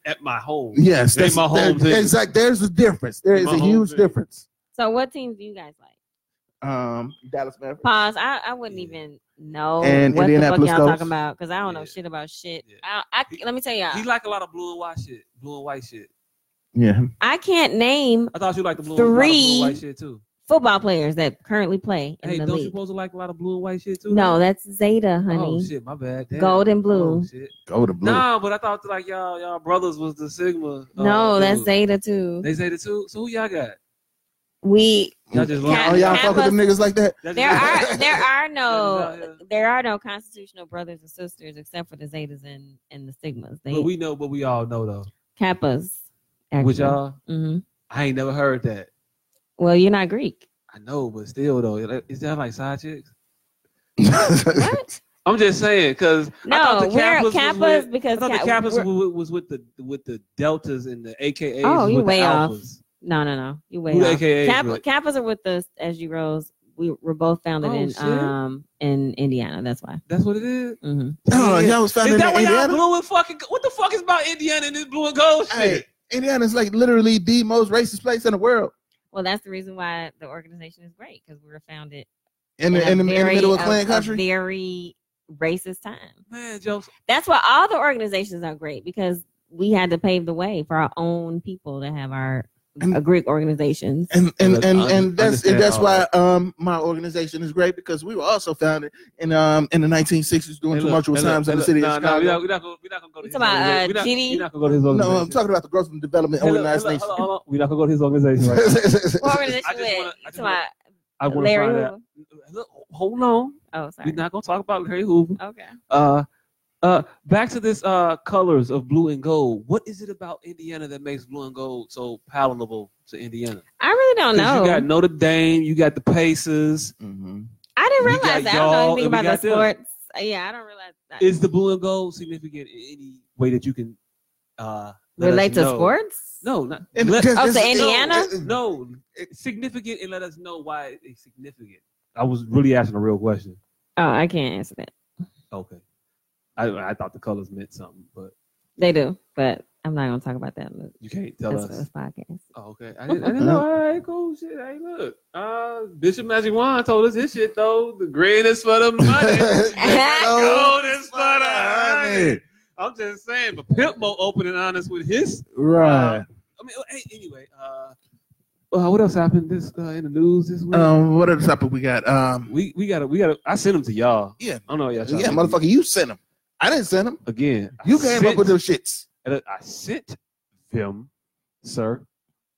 Speaker 6: at my home.
Speaker 3: Yes,
Speaker 6: They
Speaker 3: that's
Speaker 6: my home team.
Speaker 3: Exactly. There's a difference. There
Speaker 6: They
Speaker 3: is
Speaker 6: my
Speaker 3: a
Speaker 6: home
Speaker 3: huge
Speaker 6: team.
Speaker 3: difference.
Speaker 2: So what teams do you guys like?
Speaker 3: Um, Dallas Mavericks.
Speaker 2: Pause. I, I wouldn't even know
Speaker 3: And
Speaker 2: what the fuck
Speaker 3: Indianapolis
Speaker 2: y'all
Speaker 3: Colts.
Speaker 2: talking about because I don't know
Speaker 6: Yeah.
Speaker 2: shit about shit.
Speaker 6: Yeah.
Speaker 2: I, I,
Speaker 6: He-
Speaker 2: let me tell
Speaker 6: He
Speaker 2: y'all,
Speaker 6: like a lot of blue and white shit. Blue and white shit.
Speaker 3: Yeah.
Speaker 2: I can't name
Speaker 6: I thought you liked the blue, a lot of blue
Speaker 2: Three.
Speaker 6: and white shit too.
Speaker 2: football players that currently play in
Speaker 6: Hey,
Speaker 2: the
Speaker 6: don't you
Speaker 2: league.
Speaker 6: supposed to like a lot of blue and white shit too?
Speaker 2: No, that's Zeta,
Speaker 6: Oh
Speaker 2: honey.
Speaker 6: shit, my bad. Damn.
Speaker 2: Gold and blue.
Speaker 6: Oh, shit.
Speaker 3: Go to blue.
Speaker 6: Nah, but I thought that, like y'all y'all brothers was the Sigma. uh,
Speaker 2: no, that's
Speaker 6: dude.
Speaker 2: Zeta too.
Speaker 6: They say the two. So who y'all got?
Speaker 2: We
Speaker 6: Y'all just
Speaker 3: Oh,
Speaker 6: lying.
Speaker 2: yeah.
Speaker 3: y'all fuck with them niggas like that?
Speaker 6: Y'all just
Speaker 2: there
Speaker 6: lying.
Speaker 2: are there are
Speaker 6: That is
Speaker 2: no
Speaker 6: out here.
Speaker 2: there are no constitutional brothers and sisters except for the Zetas and and the Sigmas. They
Speaker 6: But we know, but we all know though.
Speaker 2: Kappas.
Speaker 6: With
Speaker 2: actually.
Speaker 6: y'all,
Speaker 2: Mhm.
Speaker 6: I ain't never heard that.
Speaker 2: Well, you're not Greek.
Speaker 6: I know, but still though, is that like side chicks?
Speaker 2: What?
Speaker 6: I'm just saying, cause I thought
Speaker 2: No,
Speaker 6: the
Speaker 2: we're
Speaker 6: Kappas was
Speaker 2: Kappas
Speaker 6: with- I
Speaker 2: because
Speaker 6: thought the
Speaker 2: Ka-
Speaker 6: Kappas
Speaker 2: we're-
Speaker 6: was, was with the with the deltas and the AKAs.
Speaker 2: Oh, you
Speaker 6: with
Speaker 2: way
Speaker 6: the
Speaker 2: off.
Speaker 6: alphas.
Speaker 2: No, no, no. You way
Speaker 6: Who the
Speaker 2: off.
Speaker 6: AKAs
Speaker 2: Kappa,
Speaker 6: with?
Speaker 2: Kappas are with us as you rose. We were both founded
Speaker 6: Oh,
Speaker 2: in
Speaker 6: shit.
Speaker 2: um in Indiana. That's why.
Speaker 6: That's what it is.
Speaker 2: hmm
Speaker 3: Oh,
Speaker 6: Yeah.
Speaker 3: y'all was founded
Speaker 6: Is that
Speaker 3: in
Speaker 6: why y'all
Speaker 3: Indiana.
Speaker 6: blue and fucking? What the fuck is about Indiana and this blue and gold shit?
Speaker 3: Hey, Indiana's like literally the most racist place in the world.
Speaker 2: Well, that's the reason why the organization is great because we were founded
Speaker 3: In the,
Speaker 2: a
Speaker 3: in the, in the
Speaker 2: very-
Speaker 3: middle of
Speaker 2: a-
Speaker 3: Klan
Speaker 2: a
Speaker 3: country.
Speaker 2: very racist time.
Speaker 6: Man, Joe,
Speaker 2: That's why all the organizations are great because we had to pave the way for our own people to have our
Speaker 3: And-
Speaker 2: uh, Greek organizations.
Speaker 3: and and and,
Speaker 4: Un-
Speaker 3: and that's and
Speaker 4: understand
Speaker 3: that's
Speaker 4: all
Speaker 3: why um my organization is great because we were also founded in um in the 1960s during tumultuous times in the city of
Speaker 4: No, no,
Speaker 3: Chicago.
Speaker 4: we're not, we're not gonna, we're not gonna go
Speaker 2: You
Speaker 4: to his
Speaker 2: talking about, uh,
Speaker 4: organization. We're not-
Speaker 2: GD?
Speaker 4: We're not gonna go to his organization.
Speaker 3: no, I'm talking about the growth and development
Speaker 4: Hey,
Speaker 3: of the
Speaker 4: look,
Speaker 3: United
Speaker 4: look,
Speaker 3: States.
Speaker 4: hold on, hold on. We're not gonna go to his organization right now.
Speaker 2: What
Speaker 4: I
Speaker 2: organization
Speaker 4: just wanna-
Speaker 2: with?
Speaker 4: I just
Speaker 2: Come on,
Speaker 4: I want to
Speaker 2: Larry
Speaker 4: find
Speaker 2: Hoover.
Speaker 4: out. Look, hold on.
Speaker 2: Oh,
Speaker 4: We're
Speaker 2: sorry.
Speaker 4: not gonna talk about Larry Hoover.
Speaker 2: Okay.
Speaker 4: Uh, uh, back to this uh, colors of blue and gold. What is it about Indiana that makes blue and gold so palatable to Indiana?
Speaker 2: I really don't
Speaker 4: 'Cause
Speaker 2: know.
Speaker 4: You got Notre Dame, you got the Pacers.
Speaker 3: Mhm.
Speaker 2: I didn't
Speaker 4: we
Speaker 2: realize
Speaker 4: got
Speaker 2: that. I don't know
Speaker 4: y'all
Speaker 2: anything
Speaker 4: and we
Speaker 2: about the
Speaker 4: got them.
Speaker 2: sports. Uh, Yeah, I don't realize that.
Speaker 4: Is the blue and gold significant in any way that you can uh, let us
Speaker 2: relate to
Speaker 4: know?
Speaker 2: sports?
Speaker 4: No, not
Speaker 3: And
Speaker 4: let-
Speaker 3: just-
Speaker 2: Oh,
Speaker 3: just-
Speaker 2: so Indiana?
Speaker 4: no significant, and let us know why it's significant. I was really asking a real question.
Speaker 2: Oh, I can't answer that.
Speaker 4: Okay, I, I thought the colors meant something, but
Speaker 2: They do, but I'm not gonna talk about that. on
Speaker 4: you can't tell
Speaker 2: That's
Speaker 4: us.
Speaker 2: this podcast.
Speaker 4: Oh, okay. I didn't, I didn't know. All right, cool. Shit. Hey, look. Uh, Bishop Magic Wine told us his shit, though. The green is for the money.
Speaker 3: Gold Oh,
Speaker 4: Gold is for the honey. I'm just saying. But Pimp Mo open and honest with his. um,
Speaker 3: Right.
Speaker 4: I mean, hey, anyway. Uh, uh, what else happened this uh, in the news this week?
Speaker 3: Um, what other topic we got? Um,
Speaker 4: we we gotta we gotta. I sent them to y'all.
Speaker 3: yeah,
Speaker 4: I don't know y'all. trying
Speaker 3: yeah,
Speaker 4: to-
Speaker 3: motherfucker, you sent them. I didn't send them.
Speaker 4: Again, I
Speaker 3: You came up
Speaker 4: sent-
Speaker 3: with those shits.
Speaker 4: and I I sent them, sir.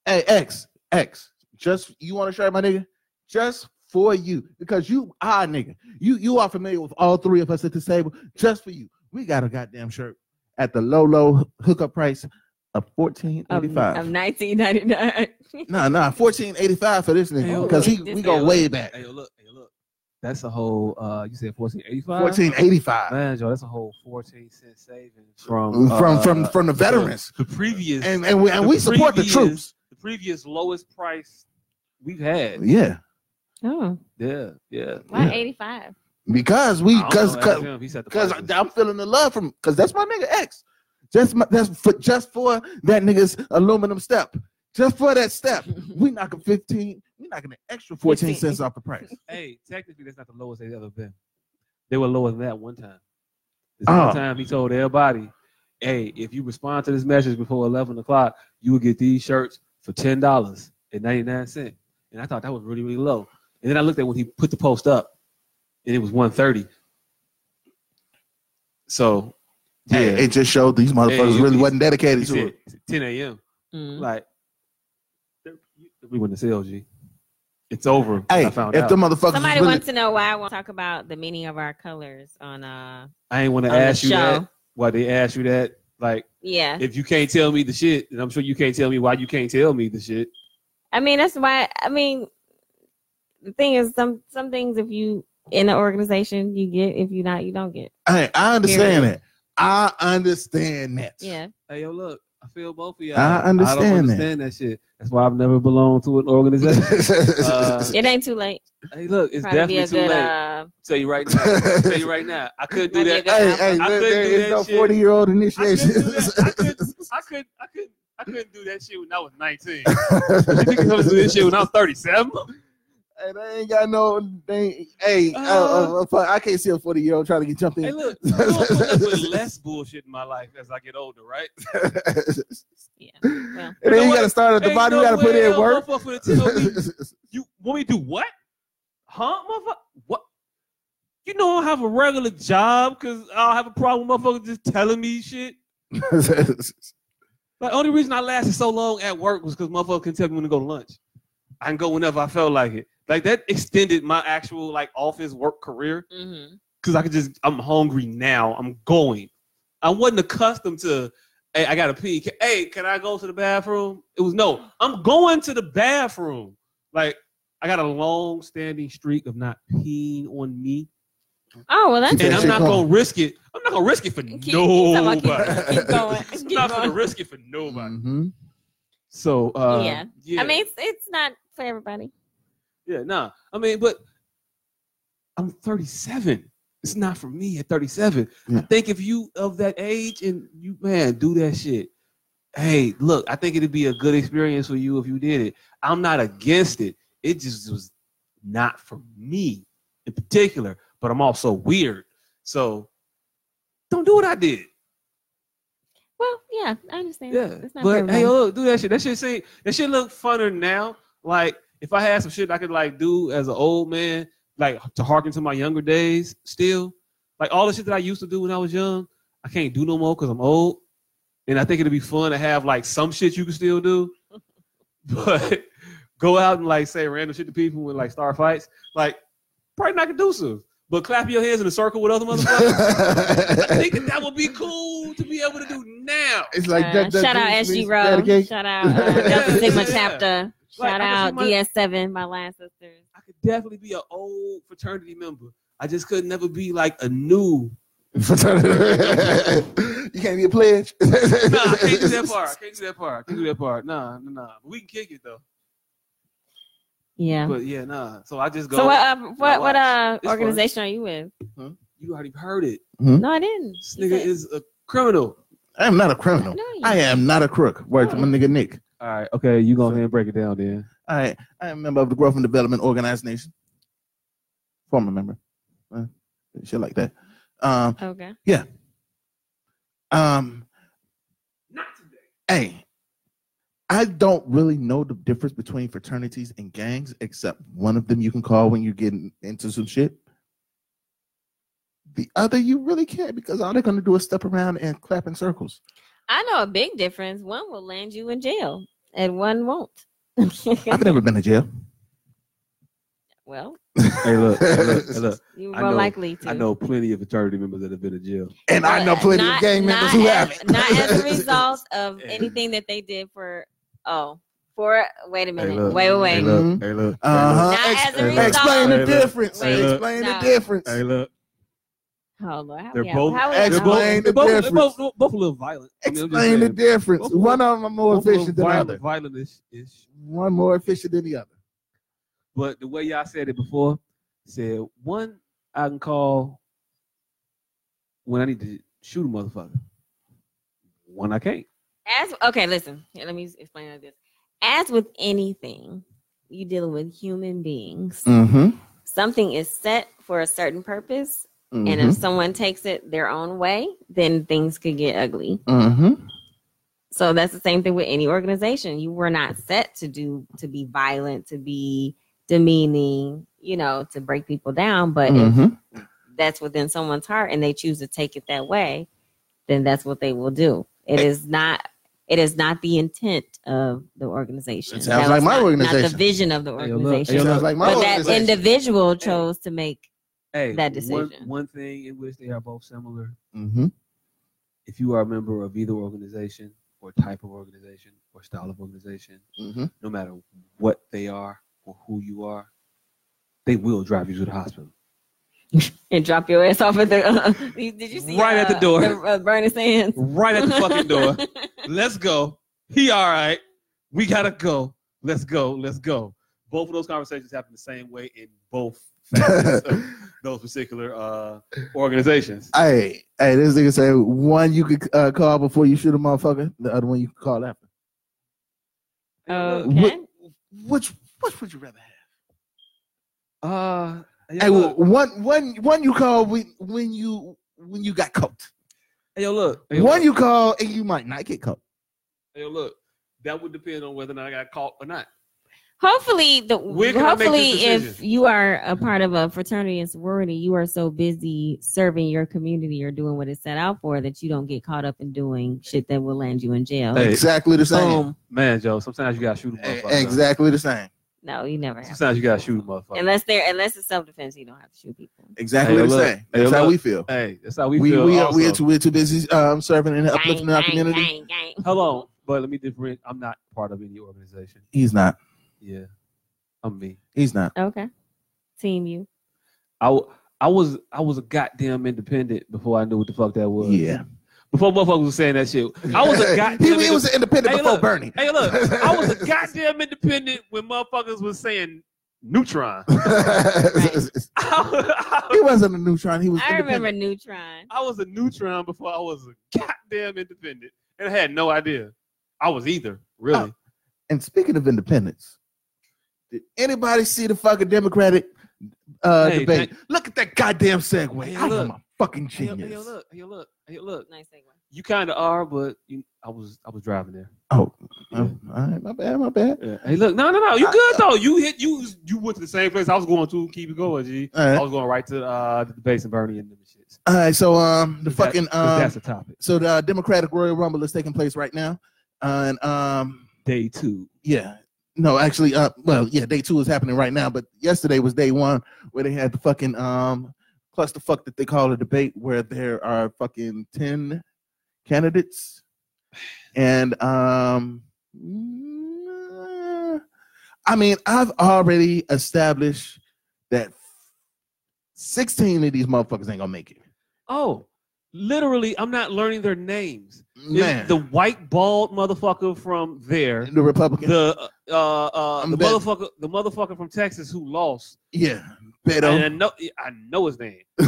Speaker 3: Hey, X, X, just you want to share my nigga? Just for you, because you are nigga. You you are familiar with all three of us at this table. Just for you, we got a goddamn shirt at the low low hookup price of fourteen
Speaker 2: Of,
Speaker 3: eighty five.
Speaker 2: of 1999.
Speaker 3: Nah, nah, fourteen eighty five for this nigga, because he
Speaker 2: This
Speaker 3: we go
Speaker 2: nigga.
Speaker 3: way back.
Speaker 4: Hey, yo, look. Hey, look. That's a whole. Uh, you said fourteen eighty five.
Speaker 3: Fourteen eighty five
Speaker 4: Man, Joe, that's a whole fourteen cent savings from
Speaker 3: from
Speaker 4: uh,
Speaker 3: from from the veterans,
Speaker 6: The previous,
Speaker 3: and and we, and we support the
Speaker 6: previous-
Speaker 3: troops.
Speaker 6: the previous lowest price.
Speaker 4: we've had.
Speaker 3: Yeah,
Speaker 2: Oh,
Speaker 4: Yeah, yeah.
Speaker 2: why
Speaker 3: Yeah.
Speaker 2: 85?
Speaker 3: because we because because Cause
Speaker 4: because
Speaker 3: I- I'm feeling the love from, cause that's my nigga X. Just my, that's for just for that nigga's aluminum step. Just for that step, we knocking fifteen. We knocking an extra fourteen
Speaker 2: 15.
Speaker 3: cents off the price.
Speaker 4: hey, technically that's not the lowest they've ever been. They were lower than that one time. This
Speaker 3: Oh.
Speaker 4: one time he told everybody, "Hey, if you respond to this message before eleven o'clock, you will get these shirts for ten dollars and ninety nine cent." And I thought that was really really low. And then I looked at when he put the post up, and it was one thirty. So, yeah,
Speaker 3: Hey, it just showed these motherfuckers
Speaker 4: Hey,
Speaker 3: really
Speaker 4: he-
Speaker 3: wasn't
Speaker 4: he
Speaker 3: dedicated to
Speaker 4: said
Speaker 3: it.
Speaker 4: 10 a.m.
Speaker 3: Mm-hmm.
Speaker 2: Mm.
Speaker 4: Like, we went to CLG. It's over.
Speaker 3: Hey,
Speaker 4: I
Speaker 3: if
Speaker 4: found out.
Speaker 3: the motherfuckers was
Speaker 2: Somebody
Speaker 3: really,
Speaker 2: wants to know why I won't talk about the meaning of our colors on uh
Speaker 4: I ain't want to
Speaker 2: on the
Speaker 4: ask you
Speaker 2: show.
Speaker 4: that. Why they asked you that? Like,
Speaker 2: yeah.
Speaker 4: if you can't tell me the shit, and I'm sure you can't tell me why you can't tell me the shit.
Speaker 2: I mean that's why I mean the thing is some some things if you in the organization you get if you not you don't get.
Speaker 3: hey, I understand
Speaker 2: Period.
Speaker 3: that. I understand that.
Speaker 2: Yeah.
Speaker 4: Hey, yo, look, I feel both of y'all.
Speaker 3: I understand that.
Speaker 4: I don't understand that. shit. That's why I've never belonged to an organization. Uh,
Speaker 2: It ain't too late.
Speaker 4: hey, look, it's
Speaker 2: Probably be
Speaker 4: definitely
Speaker 2: a
Speaker 4: too
Speaker 2: good
Speaker 4: late.
Speaker 2: uh
Speaker 4: tell you right now. tell you right now. I couldn't do
Speaker 2: Might be a good
Speaker 4: that.
Speaker 3: hey, hey,
Speaker 4: I
Speaker 3: there,
Speaker 4: couldn't
Speaker 3: there
Speaker 4: do
Speaker 3: is
Speaker 4: that
Speaker 3: no
Speaker 4: shit.
Speaker 3: forty year old
Speaker 6: I couldn't do
Speaker 3: initiation.
Speaker 6: that. I couldn't. I couldn't. I couldn't. I couldn't do that shit when I was 19. you think I'm gonna do this shit when I was 37?
Speaker 3: Hey, they ain't got no. They, hey, uh,
Speaker 4: Uh,
Speaker 3: uh, fuck, I can't see a forty year old trying to get jumped
Speaker 4: Hey,
Speaker 3: in.
Speaker 4: look, I'm gonna put up with less bullshit in my life as I get older, right?
Speaker 2: yeah.
Speaker 3: and
Speaker 4: You know
Speaker 3: then you
Speaker 4: what?
Speaker 3: gotta start at the
Speaker 4: Ain't
Speaker 3: bottom. You
Speaker 4: no
Speaker 3: gotta put
Speaker 4: way
Speaker 3: in
Speaker 4: I'll
Speaker 3: work.
Speaker 4: go for the TOB. you want me to do what? Huh, motherfucker? What? You know I don't have a regular job because I don't have a problem with motherfuckers just telling me shit. Like, only reason I lasted so long at work was because motherfucker can tell me when to go to lunch. I can go whenever I felt like it. Like that extended my actual like office work career.
Speaker 2: Mm-hmm.
Speaker 4: because I could just I'm hungry now. I'm going. I wasn't accustomed to hey, I gotta pee. Ca- Hey, can I go to the bathroom? It was no, I'm going to the bathroom. Like I got a long standing streak of not peeing on me.
Speaker 2: Oh well that's
Speaker 3: Keep
Speaker 4: And
Speaker 3: that
Speaker 4: I'm
Speaker 3: shit
Speaker 4: not
Speaker 3: going.
Speaker 4: gonna risk it. I'm not gonna risk it for
Speaker 2: keep, keep, keep,
Speaker 4: nobody.
Speaker 2: keep going.
Speaker 4: I'm
Speaker 2: Keep
Speaker 4: not
Speaker 2: going.
Speaker 4: gonna risk it for nobody.
Speaker 3: Mhm.
Speaker 4: So uh
Speaker 2: Yeah. I mean, it's, it's not for everybody.
Speaker 4: Yeah, nah. I mean, but I'm 37. It's not for me at 37. I
Speaker 3: Yeah.
Speaker 4: think if you of that age and you man do that shit, hey, look, I think it'd be a good experience for you if you did it. I'm not against it. It just was not for me in particular. But I'm also weird, so don't do what I did.
Speaker 2: Well, yeah, I understand.
Speaker 6: Yeah,
Speaker 2: It's not for
Speaker 6: but
Speaker 2: everybody.
Speaker 6: hey, yo, look, do that shit. That shit seem, that shit look funner now. Like if I had some shit I could like do as an old man, like to harken to my younger days. Still, like all the shit that I used to do when I was young, I can't do no more because I'm old. And I think it'd be fun to have like some shit you can still do, but go out and like say random shit to people and like start fights. Like probably not conducive. But clap your hands in a circle with other motherfuckers. I think that that would be cool to be able to do now.
Speaker 3: It's like
Speaker 2: Uh,
Speaker 3: that, that
Speaker 2: shout out
Speaker 3: dude
Speaker 2: SG
Speaker 3: sneezed out of the
Speaker 2: Row.
Speaker 3: gate.
Speaker 2: Shout out uh, Delta Sigma
Speaker 6: Yeah.
Speaker 2: chapter.
Speaker 6: Like,
Speaker 2: Shout
Speaker 6: I
Speaker 2: out
Speaker 6: was
Speaker 2: DS7, my line sisters.
Speaker 6: I could definitely be an old fraternity member. I just could never be like a new.
Speaker 3: you can't be a pledge.
Speaker 6: Nah, I can't do that part. I can't do that part. I can't do that part. Nah, nah, nah. We can kick it though.
Speaker 2: Yeah.
Speaker 6: But yeah, nah. So I just go.
Speaker 2: Mm-hmm. So what? Um, what? What? Uh,
Speaker 6: It's
Speaker 2: organization are you with?
Speaker 6: you already heard it.
Speaker 2: No, I didn't.
Speaker 6: This
Speaker 2: You
Speaker 6: nigga
Speaker 2: said-
Speaker 6: is a criminal.
Speaker 3: I am not a criminal.
Speaker 2: No, you-
Speaker 3: I am not a crook. Word to my nigga Nick.
Speaker 6: All right. Okay. You go ahead and break it down then.
Speaker 3: I I am a member of the Growth and Development Organization. Former member. Uh, shit like that. Um,
Speaker 2: Okay.
Speaker 3: Um, Hey, I don't really know the difference between fraternities and gangs, except one of them you can call when you get into some shit. The other you really can't because all they're gonna do is step around and clap in circles.
Speaker 2: I know a big difference. One will land you in jail, and one won't.
Speaker 3: I've never been to jail.
Speaker 2: well,
Speaker 6: Hey, look. Hey, look. Hey, look.
Speaker 2: you're
Speaker 6: I
Speaker 2: more
Speaker 6: know-
Speaker 2: likely to.
Speaker 6: I know plenty of fraternity members that have been in jail.
Speaker 3: And I know
Speaker 2: But
Speaker 3: plenty
Speaker 2: not-
Speaker 3: of gang members
Speaker 2: not
Speaker 3: who
Speaker 2: as-
Speaker 3: haven't.
Speaker 2: Not as a result of
Speaker 6: Yeah.
Speaker 2: anything that they did for. Oh, for wait a minute.
Speaker 6: look.
Speaker 2: wait, wait,
Speaker 6: Hey,
Speaker 2: wait.
Speaker 6: look. Hey, look.
Speaker 3: Mm-hmm. Uh-huh.
Speaker 2: Not
Speaker 3: Ex-
Speaker 2: as a
Speaker 6: hey,
Speaker 2: result.
Speaker 3: Explain
Speaker 6: Hey,
Speaker 3: the
Speaker 6: look.
Speaker 3: difference.
Speaker 6: Hey, look.
Speaker 3: Explain the
Speaker 2: No.
Speaker 3: difference.
Speaker 6: Hey, look.
Speaker 2: Oh Lord, how
Speaker 6: They're
Speaker 2: we
Speaker 6: both-
Speaker 2: How we
Speaker 6: They're
Speaker 3: Explain
Speaker 6: both,
Speaker 3: the
Speaker 6: they're both, they're
Speaker 3: difference.
Speaker 6: both, both, a little violent. I mean, I'm just
Speaker 3: Explain the
Speaker 6: saying.
Speaker 3: difference.
Speaker 6: Both-
Speaker 3: One of them are more
Speaker 6: Both a little
Speaker 3: efficient than the
Speaker 6: violent,
Speaker 3: other.
Speaker 6: violent ish, ish.
Speaker 3: One more efficient than the other.
Speaker 6: But the way y'all said it before, said one I can call when I need to shoot a motherfucker. One I can't.
Speaker 2: As okay, listen. Here, let me explain like this. As with anything, you dealing with human beings.
Speaker 3: Mm-hmm.
Speaker 2: Something is set for a certain purpose,
Speaker 6: Mm-hmm.
Speaker 2: and
Speaker 3: Mm-hmm.
Speaker 2: if someone takes it their own way, then things could get ugly.
Speaker 3: Mm-hmm.
Speaker 2: So that's the same thing with any organization. You were not set to do to be violent, to be demeaning, you know, to break people down. But if
Speaker 3: Mm-hmm.
Speaker 2: that's within someone's heart and they choose to take it that way, then that's what they will do. It is not it is not the intent of the organization.
Speaker 3: It sounds
Speaker 2: That
Speaker 3: like
Speaker 2: was
Speaker 3: my
Speaker 2: not- Not
Speaker 3: organization.
Speaker 2: the vision of the
Speaker 6: Hey, yo, look, hey,
Speaker 2: organization.
Speaker 6: yo,
Speaker 3: Sounds like my
Speaker 2: but that
Speaker 3: organization.
Speaker 2: individual chose to make
Speaker 6: Hey,
Speaker 2: That
Speaker 6: one-
Speaker 2: decision.
Speaker 6: One, thing in which they are both similar.
Speaker 3: Mm-hmm.
Speaker 6: If you are a member of either organization or type of organization or style of organization,
Speaker 3: Mm-hmm.
Speaker 6: no matter what they are or who you are, they will drive you to the hospital.
Speaker 2: and drop your ass off at the did you see
Speaker 6: Right at the door.
Speaker 2: the, uh, Bernie Sands
Speaker 6: Right at the fucking door. let's go. He all right. We gotta go. Let's go. Let's go. Both of those conversations happen the same way in both facets of those particular uh, organizations.
Speaker 3: Hey, hey, this nigga say one you could uh, call before you shoot a motherfucker, the other one you can call after.
Speaker 2: okay.
Speaker 3: Which which would you rather have?
Speaker 6: Uh, yo,
Speaker 3: Hey, well,
Speaker 6: look.
Speaker 3: one one one you call when when you when you got caught.
Speaker 6: Hey, yo, look. Hey, yo,
Speaker 3: One
Speaker 6: look.
Speaker 3: you call and you might not get caught.
Speaker 6: Hey, yo, look. That would depend on whether or not I got caught or not.
Speaker 2: Hopefully, the
Speaker 6: Where can I make this
Speaker 2: hopefully, if
Speaker 6: decision?
Speaker 2: you are a part of a fraternity and sorority, you are so busy serving your community or doing what it's set out for that you don't get caught up in doing shit that will land you in jail.
Speaker 6: Hey.
Speaker 3: Exactly the same.
Speaker 6: Um, man, Joe. Sometimes you gotta shoot a
Speaker 3: E-
Speaker 6: motherfucker. though.
Speaker 3: exactly the same.
Speaker 2: No, you never have.
Speaker 6: Sometimes you gotta shoot a motherfucker.
Speaker 2: Unless they're unless it's self defense, you don't have to shoot people.
Speaker 3: Exactly
Speaker 6: Hey,
Speaker 3: the
Speaker 6: look.
Speaker 3: same.
Speaker 6: Hey,
Speaker 3: That's how
Speaker 6: look.
Speaker 3: we feel.
Speaker 6: hey, that's how we
Speaker 3: We we
Speaker 6: feel.
Speaker 3: are, we are
Speaker 6: also.
Speaker 3: too we're too busy um, serving and
Speaker 2: Gang,
Speaker 3: uplifting our
Speaker 2: gang,
Speaker 3: community.
Speaker 2: gang, gang.
Speaker 6: Hello, but let me differentiate. I'm not part of any organization.
Speaker 3: He's not.
Speaker 6: Yeah, I'm me.
Speaker 3: He's not.
Speaker 2: Okay, team you.
Speaker 6: I, w- I was I was a goddamn independent before I knew what the fuck that was.
Speaker 3: Yeah.
Speaker 6: Before motherfuckers was saying that shit. I was a goddamn.
Speaker 3: he, he was an independent
Speaker 6: Hey,
Speaker 3: before
Speaker 6: look.
Speaker 3: Bernie.
Speaker 6: hey, look, I was a goddamn independent when motherfuckers was saying neutron. I,
Speaker 3: he wasn't a neutron. He was.
Speaker 2: I remember
Speaker 3: independent.
Speaker 2: Neutron.
Speaker 6: was a neutron before I was a goddamn independent, and I had no idea I was either.
Speaker 3: Oh,
Speaker 6: Really,
Speaker 3: And speaking of independence, did anybody see the fucking Democratic uh,
Speaker 6: Hey,
Speaker 3: debate? Look at that goddamn segue.
Speaker 6: Hey,
Speaker 3: I
Speaker 6: look.
Speaker 3: am a fucking
Speaker 6: Hey, yo, hey, yo,
Speaker 3: genius.
Speaker 6: look, hey, yo, look, hey, yo, look.
Speaker 2: Nice segue.
Speaker 6: You kind of are, but you, I was, I was driving there.
Speaker 3: Oh, oh, all right, my bad, my bad.
Speaker 6: Hey, look, no, no, no, you good though. You hit, you, you went to the same place I was going to. Keep it going, G.
Speaker 3: All
Speaker 6: I
Speaker 3: right,
Speaker 6: was going right to uh, the base and Bernie and them shits.
Speaker 3: all right. So um, the
Speaker 6: But that-
Speaker 3: fucking
Speaker 6: but
Speaker 3: um,
Speaker 6: that's the topic.
Speaker 3: so the Democratic Royal Rumble is taking place right now, and um,
Speaker 6: Day two.
Speaker 3: yeah, no, actually, uh, well, yeah, day two is happening right now, but yesterday was day one where they had the fucking um clusterfuck that they call a debate where there are fucking ten candidates, and um, mm, I mean, I've already established that sixteen of these motherfuckers ain't gonna make it.
Speaker 6: Oh, literally, I'm not learning their names. It's
Speaker 3: Man,
Speaker 6: The
Speaker 3: the,
Speaker 6: white bald motherfucker from there.
Speaker 3: Republican,
Speaker 6: The uh, uh,
Speaker 3: I'm
Speaker 6: the
Speaker 3: bet-
Speaker 6: motherfucker, the motherfucker from Texas who lost.
Speaker 3: yeah,
Speaker 6: And I
Speaker 3: Beto.
Speaker 6: know, I know his name.
Speaker 3: I'm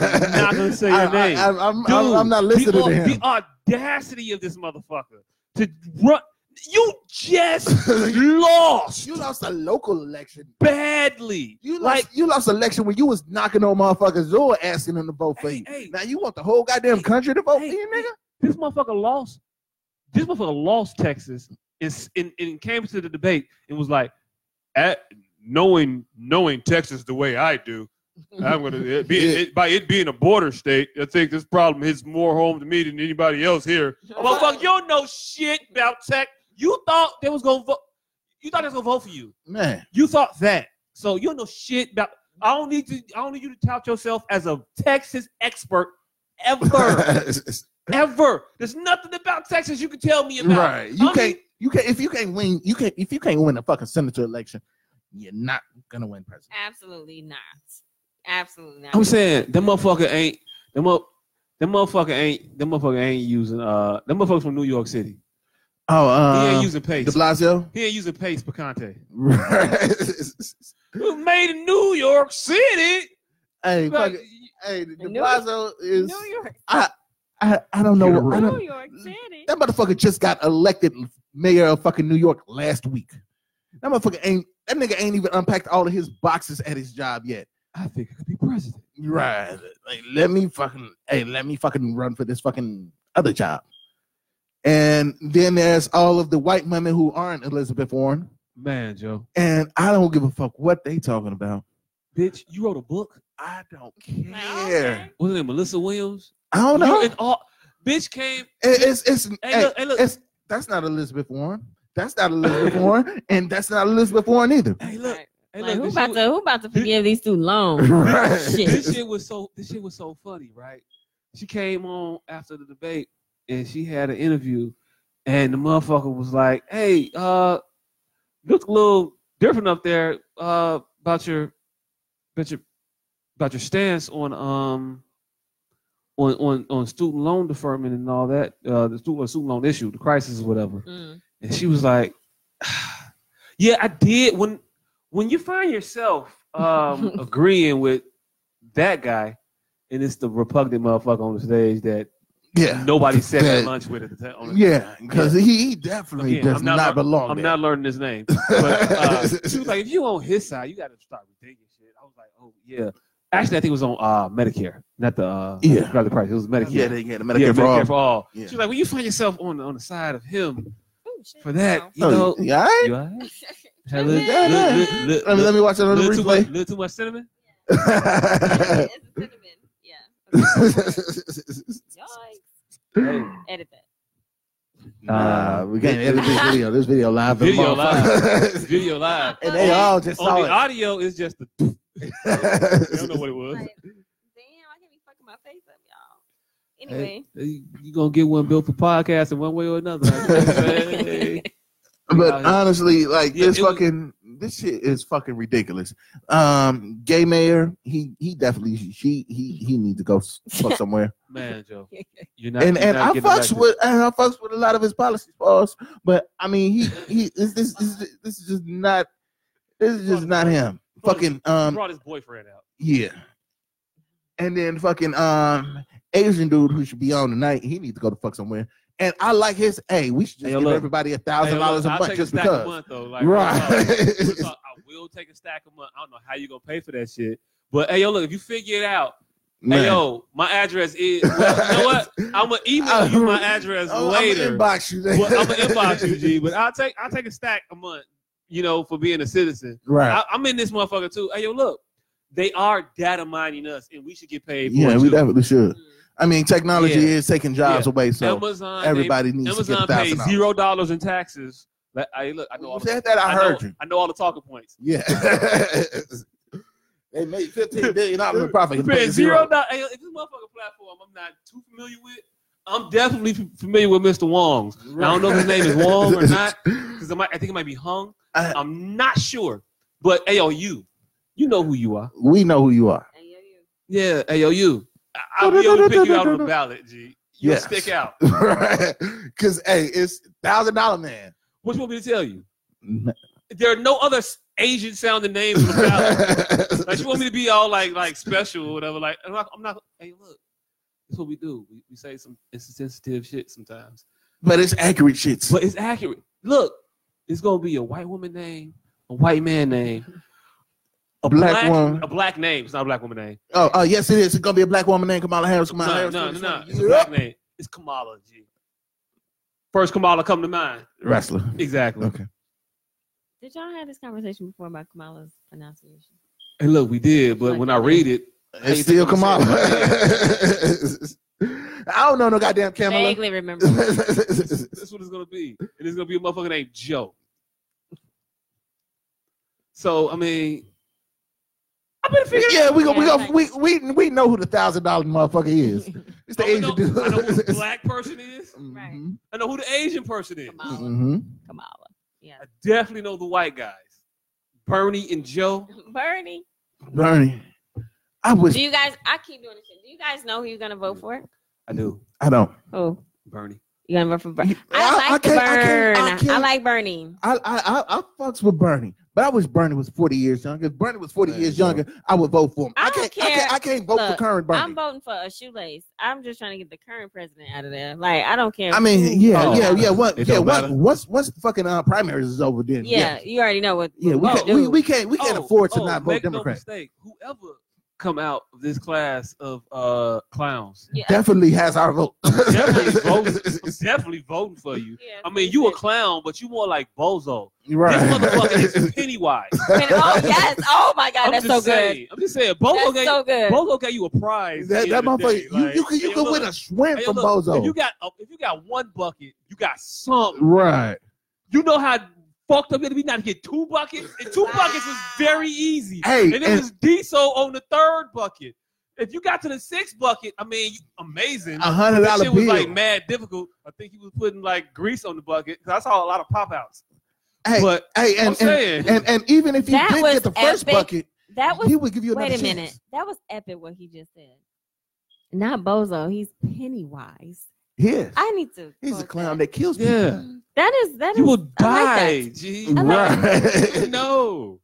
Speaker 6: not gonna say your name.
Speaker 3: I, am
Speaker 6: Dude,
Speaker 3: not listening
Speaker 6: the,
Speaker 3: to him.
Speaker 6: The audacity of this motherfucker to run. You just lost
Speaker 3: You lost a local election.
Speaker 6: badly.
Speaker 3: You lost,
Speaker 6: like,
Speaker 3: you lost election when you was knocking on motherfuckers' door asking them to vote for
Speaker 6: hey,
Speaker 3: you.
Speaker 6: hey,
Speaker 3: Now you want the whole goddamn
Speaker 6: Hey,
Speaker 3: country to vote
Speaker 6: hey,
Speaker 3: for you,
Speaker 6: hey.
Speaker 3: nigga?
Speaker 6: this motherfucker lost. This motherfucker lost Texas and, s- and, and came to the debate and was like, at, knowing knowing Texas the way I do, I'm gonna it be,
Speaker 3: Yeah.
Speaker 6: it, by it being a border state. I think this problem hits more home to me than anybody else here. Motherfucker, you don't know shit about tech. You thought they was gonna vote. You thought they was gonna vote for you.
Speaker 3: Man,
Speaker 6: You thought that. So you don't know shit about. I don't need to. I don't need you to tout yourself as a Texas expert ever. ever. There's nothing about Texas you can tell me about.
Speaker 3: right? You
Speaker 6: I
Speaker 3: can't.
Speaker 6: mean-
Speaker 3: You can't. If you can't win, you can't. If you can't win a fucking senator election, you're not gonna win president.
Speaker 2: Absolutely not. Absolutely not.
Speaker 6: I'm saying that motherfucker ain't that mo- that motherfucker ain't that motherfucker ain't using uh that motherfucker from New York City.
Speaker 3: Oh,
Speaker 6: He
Speaker 3: uh,
Speaker 6: ain't using pace.
Speaker 3: De Blasio.
Speaker 6: he ain't using pace Picante.
Speaker 3: hey,
Speaker 6: It was made in New York City.
Speaker 3: fuck
Speaker 6: Like,
Speaker 3: it. Hey, De
Speaker 2: New-
Speaker 3: Blasio is.
Speaker 2: New York.
Speaker 3: I, I don't know.
Speaker 6: You're
Speaker 3: what- I
Speaker 2: New
Speaker 3: don't,
Speaker 2: York City.
Speaker 3: that motherfucker just got elected mayor of fucking New York last week. That motherfucker ain't. That nigga ain't even unpacked all of his boxes at his job yet.
Speaker 6: I think I could be president.
Speaker 3: Right. Like, let me fucking. Hey, let me fucking run for this fucking other job. And then there's all of the white women who aren't Elizabeth Warren,
Speaker 6: Man, Joe,
Speaker 3: and I don't give a fuck what they talking about.
Speaker 6: bitch, you wrote a book.
Speaker 3: I don't
Speaker 2: Like,
Speaker 3: care.
Speaker 2: okay.
Speaker 6: Wasn't it Melissa Williams?
Speaker 3: I don't know.
Speaker 6: You and all, bitch came.
Speaker 3: It- it's it's
Speaker 6: Oh, Hey,
Speaker 3: hey,
Speaker 6: look, hey, look.
Speaker 3: it's that's not Elizabeth Warren. That's not Elizabeth Warren, and that's not Elizabeth Warren either.
Speaker 6: Hey, look.
Speaker 2: Like,
Speaker 6: Hey,
Speaker 2: like,
Speaker 6: look.
Speaker 2: who
Speaker 6: this
Speaker 2: about
Speaker 6: shit
Speaker 2: to who about to forgive these two loans?
Speaker 3: Right.
Speaker 2: Shit.
Speaker 6: this shit was so this shit was so funny, right? She came on after the debate and she had an interview, and the motherfucker was like, "Hey, uh, look a little different up there uh, about your about your about your stance on um on on on student loan deferment and all that, uh, the student, student loan issue, the crisis, or whatever."
Speaker 2: Mm.
Speaker 6: and she was like, "Yeah, I did." When when you find yourself um, agreeing with that guy, and it's the repugnant motherfucker on the stage that
Speaker 3: Yeah,
Speaker 6: nobody sat
Speaker 3: Yeah.
Speaker 6: at lunch with at the time. on the-
Speaker 3: yeah, because he, he definitely
Speaker 6: Again,
Speaker 3: does
Speaker 6: I'm
Speaker 3: not,
Speaker 6: not-
Speaker 3: belong
Speaker 6: I'm
Speaker 3: there.
Speaker 6: not learning his name. But, uh, she was like, "If you on his side, you got to start thinking shit." I was like, "Oh yeah." Actually, I think it was on uh, Medicare, not the uh,
Speaker 3: Yeah.
Speaker 6: not the price. It was Medicare.
Speaker 3: yeah, they get Medicare
Speaker 6: Yeah,
Speaker 3: yeah, for all.
Speaker 6: Medicare for all.
Speaker 3: Yeah.
Speaker 6: She was like, "When you find yourself on the, on the side of him
Speaker 2: Ooh, shit.
Speaker 6: for that, you
Speaker 3: Oh,
Speaker 6: know,
Speaker 3: yeah, all right.
Speaker 6: you all right?
Speaker 2: Yeah,
Speaker 6: Look-
Speaker 2: yeah.
Speaker 6: look- look- look-
Speaker 3: Let me, let me watch it on the
Speaker 6: little too much,
Speaker 3: replay.
Speaker 6: little too much cinnamon.
Speaker 2: Wow. It's a cinnamon. Yeah. Yikes. Edit that.
Speaker 3: nah, we can't edit this video. This video live. for the
Speaker 6: Video live.
Speaker 3: motherfuckers.
Speaker 6: Video live.
Speaker 3: and they all just
Speaker 6: On
Speaker 3: saw
Speaker 6: the
Speaker 3: it.
Speaker 6: audio is just the. I don't know what it was.
Speaker 2: Like, damn, I can't be fucking my face up, y'all. Anyway.
Speaker 6: You you gonna get one built for podcasting one way or another. Hey.
Speaker 3: But honestly, like
Speaker 6: Yeah,
Speaker 3: this
Speaker 6: it was-
Speaker 3: fucking this shit is fucking ridiculous. Um, gay mayor, he he definitely she he he needs to go s- fuck somewhere.
Speaker 6: Man, Joe, you're not.
Speaker 3: and
Speaker 6: you're
Speaker 3: and
Speaker 6: not
Speaker 3: I
Speaker 6: getting
Speaker 3: fucks
Speaker 6: elected.
Speaker 3: with and I fucks with a lot of his policies, boss. But I mean, he he is this this is- this is just not this is just not him. Fucking
Speaker 7: He
Speaker 3: um
Speaker 7: brought his boyfriend out.
Speaker 3: yeah. And then fucking um Asian dude who should be on tonight, he needs to go to fuck somewhere. And I like his. Hey, we should just
Speaker 6: Hey, yo,
Speaker 3: give
Speaker 6: look.
Speaker 3: everybody a
Speaker 7: Hey,
Speaker 3: thousand
Speaker 7: look,
Speaker 3: dollars a
Speaker 7: I'll
Speaker 3: month
Speaker 7: take
Speaker 3: just
Speaker 7: stack A
Speaker 3: because.
Speaker 7: month, though. Like,
Speaker 3: Right.
Speaker 7: real talk, I will take a stack a month. I don't know how you gonna pay for that shit. But hey, yo, look, if you figure it out,
Speaker 3: Man.
Speaker 6: Hey, yo, my address is. Well, you know what? I'm gonna email you my address
Speaker 3: Oh,
Speaker 6: later.
Speaker 3: I'm gonna inbox you.
Speaker 6: well, I'm gonna inbox you, G. But I'll take I'll take a stack a month. You know, for being a citizen.
Speaker 3: Right.
Speaker 6: I, I'm in this motherfucker too. Hey, yo, look, they are data mining us, and we should get paid. For
Speaker 3: Yeah,
Speaker 6: it
Speaker 3: we
Speaker 6: too.
Speaker 3: definitely
Speaker 2: Mm.
Speaker 3: should. I mean, technology
Speaker 6: Yeah.
Speaker 3: is taking jobs
Speaker 6: Yeah.
Speaker 3: away, so
Speaker 6: Amazon.
Speaker 3: everybody
Speaker 6: they,
Speaker 3: needs
Speaker 6: Amazon
Speaker 3: to get a
Speaker 6: pays
Speaker 3: thousand.
Speaker 6: zero dollars in taxes. Like, hey, look, I know all
Speaker 3: You
Speaker 6: the,
Speaker 3: said that I
Speaker 6: know-
Speaker 3: heard you.
Speaker 6: I know all the talking points.
Speaker 3: Yeah. they made fifteen billion dollars in profit.
Speaker 6: You
Speaker 3: and pay
Speaker 6: paying zero dollars. Hey, if this motherfucking platform I'm not too familiar with, I'm definitely f- familiar with Mr. Wong's. Now, I don't know if his name is Wong or not, because I, might- I think it might be Hung.
Speaker 3: I-
Speaker 6: I'm not sure. But AOU, you know who you are.
Speaker 3: We know who you are.
Speaker 6: Yeah, AOU. I- I'll be able to pick you out on a ballot, G. You'll
Speaker 3: Yes.
Speaker 6: stick out.
Speaker 3: Because hey, it's thousand dollar man.
Speaker 6: What you want me to tell you? There are no other s- Asian sounding names on the ballot. Like you want me to be all like like special or whatever. Like I'm not. I'm not hey, look, that's what we do. We, we say some insensitive shit sometimes,
Speaker 3: but it's accurate shits.
Speaker 6: but it's accurate. Look, it's gonna be a white woman name, a white man name,
Speaker 3: A black woman.
Speaker 6: a black name. It's not a black woman name.
Speaker 3: Oh, oh, yes, it is. It's gonna be a black woman named Kamala Harris. Kamala
Speaker 6: No,
Speaker 3: Harris.
Speaker 6: no, no, no. It's a
Speaker 3: 2020.
Speaker 6: black name. It's Kamala G. First Kamala come to mind.
Speaker 3: Wrestler.
Speaker 6: Exactly.
Speaker 3: Okay.
Speaker 2: Did y'all have this conversation before about Kamala's pronunciation?
Speaker 6: And look, we did, but when I read it, Hey,
Speaker 3: It's still
Speaker 6: you think
Speaker 3: Kamala.
Speaker 6: I'm
Speaker 3: I don't know no goddamn Kamala.
Speaker 2: Vaguely remember.
Speaker 6: That's what it's gonna be. And it's gonna be a motherfucker named Joe. So I mean, I better figure it out.
Speaker 3: yeah, we go, we
Speaker 2: Yeah,
Speaker 3: go,
Speaker 2: like-
Speaker 3: we, we we know who the thousand dollar motherfucker is. It's the
Speaker 6: I
Speaker 3: Asian
Speaker 6: know,
Speaker 3: dude.
Speaker 6: I know who the black person is.
Speaker 2: Right.
Speaker 3: Mhm.
Speaker 6: I know who the Asian person is.
Speaker 3: Mm-hmm.
Speaker 2: Kamala. Kamala. Yeah.
Speaker 6: I definitely know the white guys, Bernie and Joe.
Speaker 2: Bernie.
Speaker 3: Bernie, I
Speaker 2: Do
Speaker 3: wish
Speaker 2: you guys I keep doing this shit. Do you guys know who you're gonna
Speaker 3: Mm.
Speaker 2: vote for?
Speaker 6: I do,
Speaker 3: I don't.
Speaker 2: Oh.
Speaker 6: Bernie.
Speaker 2: You gonna vote for Bernie?
Speaker 3: You-
Speaker 2: I, like
Speaker 3: can't-
Speaker 2: Bernie.
Speaker 3: I,
Speaker 2: I,
Speaker 3: can't- I, can't-
Speaker 2: like Bernie.
Speaker 3: I, I, I, I fucks with Bernie, but I wish Bernie was forty years younger. If Bernie was forty
Speaker 6: There
Speaker 3: years
Speaker 6: you go.
Speaker 3: younger, I would vote for him.
Speaker 2: I
Speaker 3: I,
Speaker 2: don't
Speaker 3: can't, I can't.
Speaker 2: care.
Speaker 3: I can't vote
Speaker 2: Look,
Speaker 3: for current Bernie.
Speaker 2: I'm voting for a shoelace. I'm just trying to get the current president out of there. Like I don't care.
Speaker 3: I mean, yeah,
Speaker 6: Oh.
Speaker 3: yeah, yeah. What?
Speaker 6: It
Speaker 3: Yeah,
Speaker 6: don't
Speaker 3: what?
Speaker 6: matter.
Speaker 3: Once, once the fucking uh, primaries is over,
Speaker 2: yeah, Oh,
Speaker 3: then
Speaker 2: you already know what.
Speaker 3: yeah. We,
Speaker 2: what
Speaker 3: can't,
Speaker 2: to
Speaker 3: we,
Speaker 2: do.
Speaker 3: we can't, we can't afford
Speaker 2: oh,
Speaker 3: to not vote
Speaker 6: Oh, make No
Speaker 3: Democrat.
Speaker 6: mistake, whoever come out of this class of uh clowns,
Speaker 2: Yeah.
Speaker 3: Definitely has our vote.
Speaker 6: definitely voting, definitely voting for you.
Speaker 2: Yeah,
Speaker 6: I mean, you a
Speaker 2: please.
Speaker 6: clown, but you more like Bozo.
Speaker 3: right.
Speaker 6: This motherfucker is Pennywise.
Speaker 2: oh yes! Oh my God,
Speaker 6: I'm
Speaker 2: that's
Speaker 6: just
Speaker 2: so good.
Speaker 6: saying. Oh, I'm just saying, Bozo
Speaker 2: that's
Speaker 6: gave,
Speaker 2: so good.
Speaker 6: Bozo gave you a prize. at
Speaker 3: That,
Speaker 6: the
Speaker 3: that
Speaker 6: end of the day.
Speaker 3: motherfucker, you,
Speaker 6: Like,
Speaker 3: you can you
Speaker 6: hey,
Speaker 3: can
Speaker 6: look,
Speaker 3: win a swim
Speaker 6: hey,
Speaker 3: from
Speaker 6: look, If you
Speaker 3: Bozo.
Speaker 6: got uh, if you got one bucket, you got something.
Speaker 3: Right.
Speaker 6: You know how fucked up it'd be not to get two buckets, and two
Speaker 2: Wow.
Speaker 6: buckets was very easy.
Speaker 3: Hey,
Speaker 6: and it
Speaker 3: and-
Speaker 6: was Diesel on the third bucket. If you got to the sixth bucket, I mean, amazing.
Speaker 3: A hundred
Speaker 6: That
Speaker 3: dollar
Speaker 6: shit was
Speaker 3: bill.
Speaker 6: like mad difficult. I think he was putting like grease on the bucket because I saw a lot of pop outs.
Speaker 3: Hey,
Speaker 6: But
Speaker 3: hey, and,
Speaker 6: I'm
Speaker 3: and,
Speaker 6: saying,
Speaker 3: and and even if you
Speaker 2: That
Speaker 3: did
Speaker 2: was
Speaker 3: get the first
Speaker 2: epic.
Speaker 3: bucket,
Speaker 2: That was
Speaker 3: he would give you another
Speaker 2: wait a
Speaker 3: chance.
Speaker 2: minute. That was epic. What he just said. Not Bozo. He's Pennywise.
Speaker 3: Yeah,
Speaker 2: I need to.
Speaker 3: he's a
Speaker 2: quote
Speaker 3: clown
Speaker 2: That,
Speaker 3: that kills people.
Speaker 6: yeah,
Speaker 2: that is that is.
Speaker 6: you will
Speaker 2: I like
Speaker 6: die. G.
Speaker 2: I like
Speaker 3: Right.
Speaker 6: no.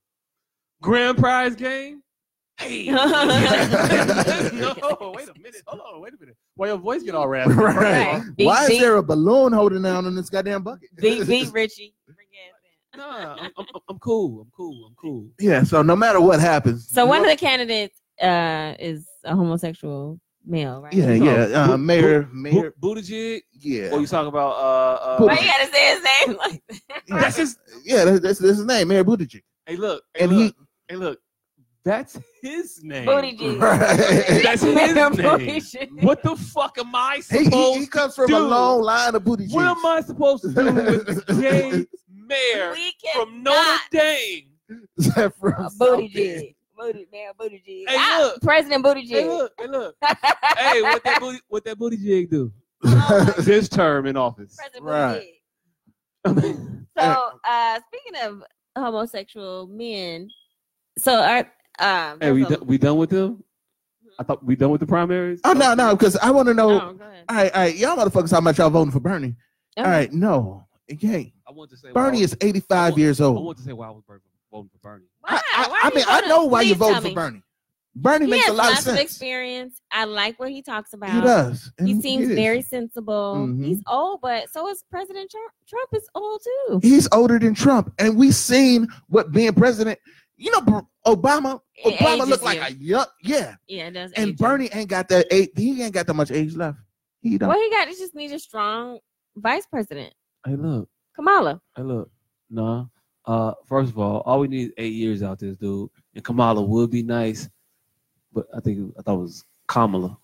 Speaker 6: Grand prize game? Hey. no, wait a minute. Hold on, wait a minute. Why your voice get all raspy?
Speaker 3: Right.
Speaker 2: Right.
Speaker 3: Why
Speaker 2: Big
Speaker 3: is there a balloon holding down on this goddamn bucket?
Speaker 2: Beat, beat Richie. Bring his ass in.
Speaker 6: Nah, I'm, I'm, I'm cool. I'm cool. I'm cool.
Speaker 3: Yeah. So no matter what happens.
Speaker 2: So one of the candidates uh, is a homosexual male, right?
Speaker 3: Yeah, yeah. Uh,
Speaker 6: Who-
Speaker 3: mayor,
Speaker 6: Bu-
Speaker 3: mayor.
Speaker 6: Buttigieg? Or
Speaker 3: Yeah.
Speaker 6: you talking about uh, uh
Speaker 2: Why you gotta say his name like that?
Speaker 6: That's his
Speaker 3: Yeah. That's, that's, that's his name, Mayor Buttigieg.
Speaker 6: Hey look. Hey,
Speaker 3: And
Speaker 6: look.
Speaker 3: he.
Speaker 6: hey look. That's his name.
Speaker 2: Booty G.
Speaker 3: Right.
Speaker 6: That's his name.
Speaker 2: name.
Speaker 6: What the fuck am I
Speaker 3: He,
Speaker 6: supposed
Speaker 3: he, he comes from
Speaker 6: Dude.
Speaker 3: a long line of Buttigiegs.
Speaker 6: What am I supposed to do with gay mayor
Speaker 2: We can
Speaker 6: from Notre Dame?
Speaker 3: from
Speaker 2: Booty
Speaker 3: South Bend.
Speaker 2: G. Booty man, Booty G.
Speaker 6: Hey,
Speaker 2: Ah,
Speaker 6: look.
Speaker 2: President Booty G.
Speaker 6: Hey, look, hey, look. hey, what that booty, what that booty jig do?
Speaker 2: Oh,
Speaker 6: This term in office.
Speaker 2: President
Speaker 3: Right.
Speaker 2: Booty G. So uh, speaking of homosexual men, so are um
Speaker 6: Hey, we
Speaker 2: so-
Speaker 6: done, we done with them? I thought we done with the primaries.
Speaker 3: Oh no, no, because I want to know.
Speaker 2: oh, go ahead.
Speaker 3: All right, all right, y'all motherfuckers, how much y'all voting for Bernie?
Speaker 2: Oh,
Speaker 3: All right, no, okay.
Speaker 6: I want to say
Speaker 3: Bernie
Speaker 6: why,
Speaker 3: is 85 years
Speaker 6: I
Speaker 3: old.
Speaker 6: want to say why I was voting voting for Bernie.
Speaker 2: why?
Speaker 3: I,
Speaker 2: Why
Speaker 3: I, I
Speaker 2: do you
Speaker 3: mean, I
Speaker 2: vote-
Speaker 3: know why you
Speaker 2: Please tell
Speaker 3: voted for
Speaker 2: me.
Speaker 3: Bernie. Bernie
Speaker 2: He
Speaker 3: makes
Speaker 2: has
Speaker 3: a lot of
Speaker 2: lots of
Speaker 3: sense.
Speaker 2: experience. I like what he talks about.
Speaker 3: He does. and
Speaker 2: He seems
Speaker 3: is.
Speaker 2: very sensible.
Speaker 3: Mhm.
Speaker 2: He's old, but so is President Trump. Trump is old too.
Speaker 3: He's older than Trump, and we seen what being president. You know, Br- Obama.
Speaker 2: It
Speaker 3: Obama
Speaker 2: ages
Speaker 3: looked like
Speaker 2: you.
Speaker 3: a yup, yeah.
Speaker 2: Yeah, it does. age you.
Speaker 3: And Bernie ain't got that age. He ain't got that much age left. He don't.
Speaker 2: Well, he got he just needs a strong vice president,
Speaker 4: Hey, look,
Speaker 2: Kamala.
Speaker 4: hey, look. Nah. Uh, first of all, all we need is eight years out this dude, and Kamala would be nice, but I think I thought it was Kamala.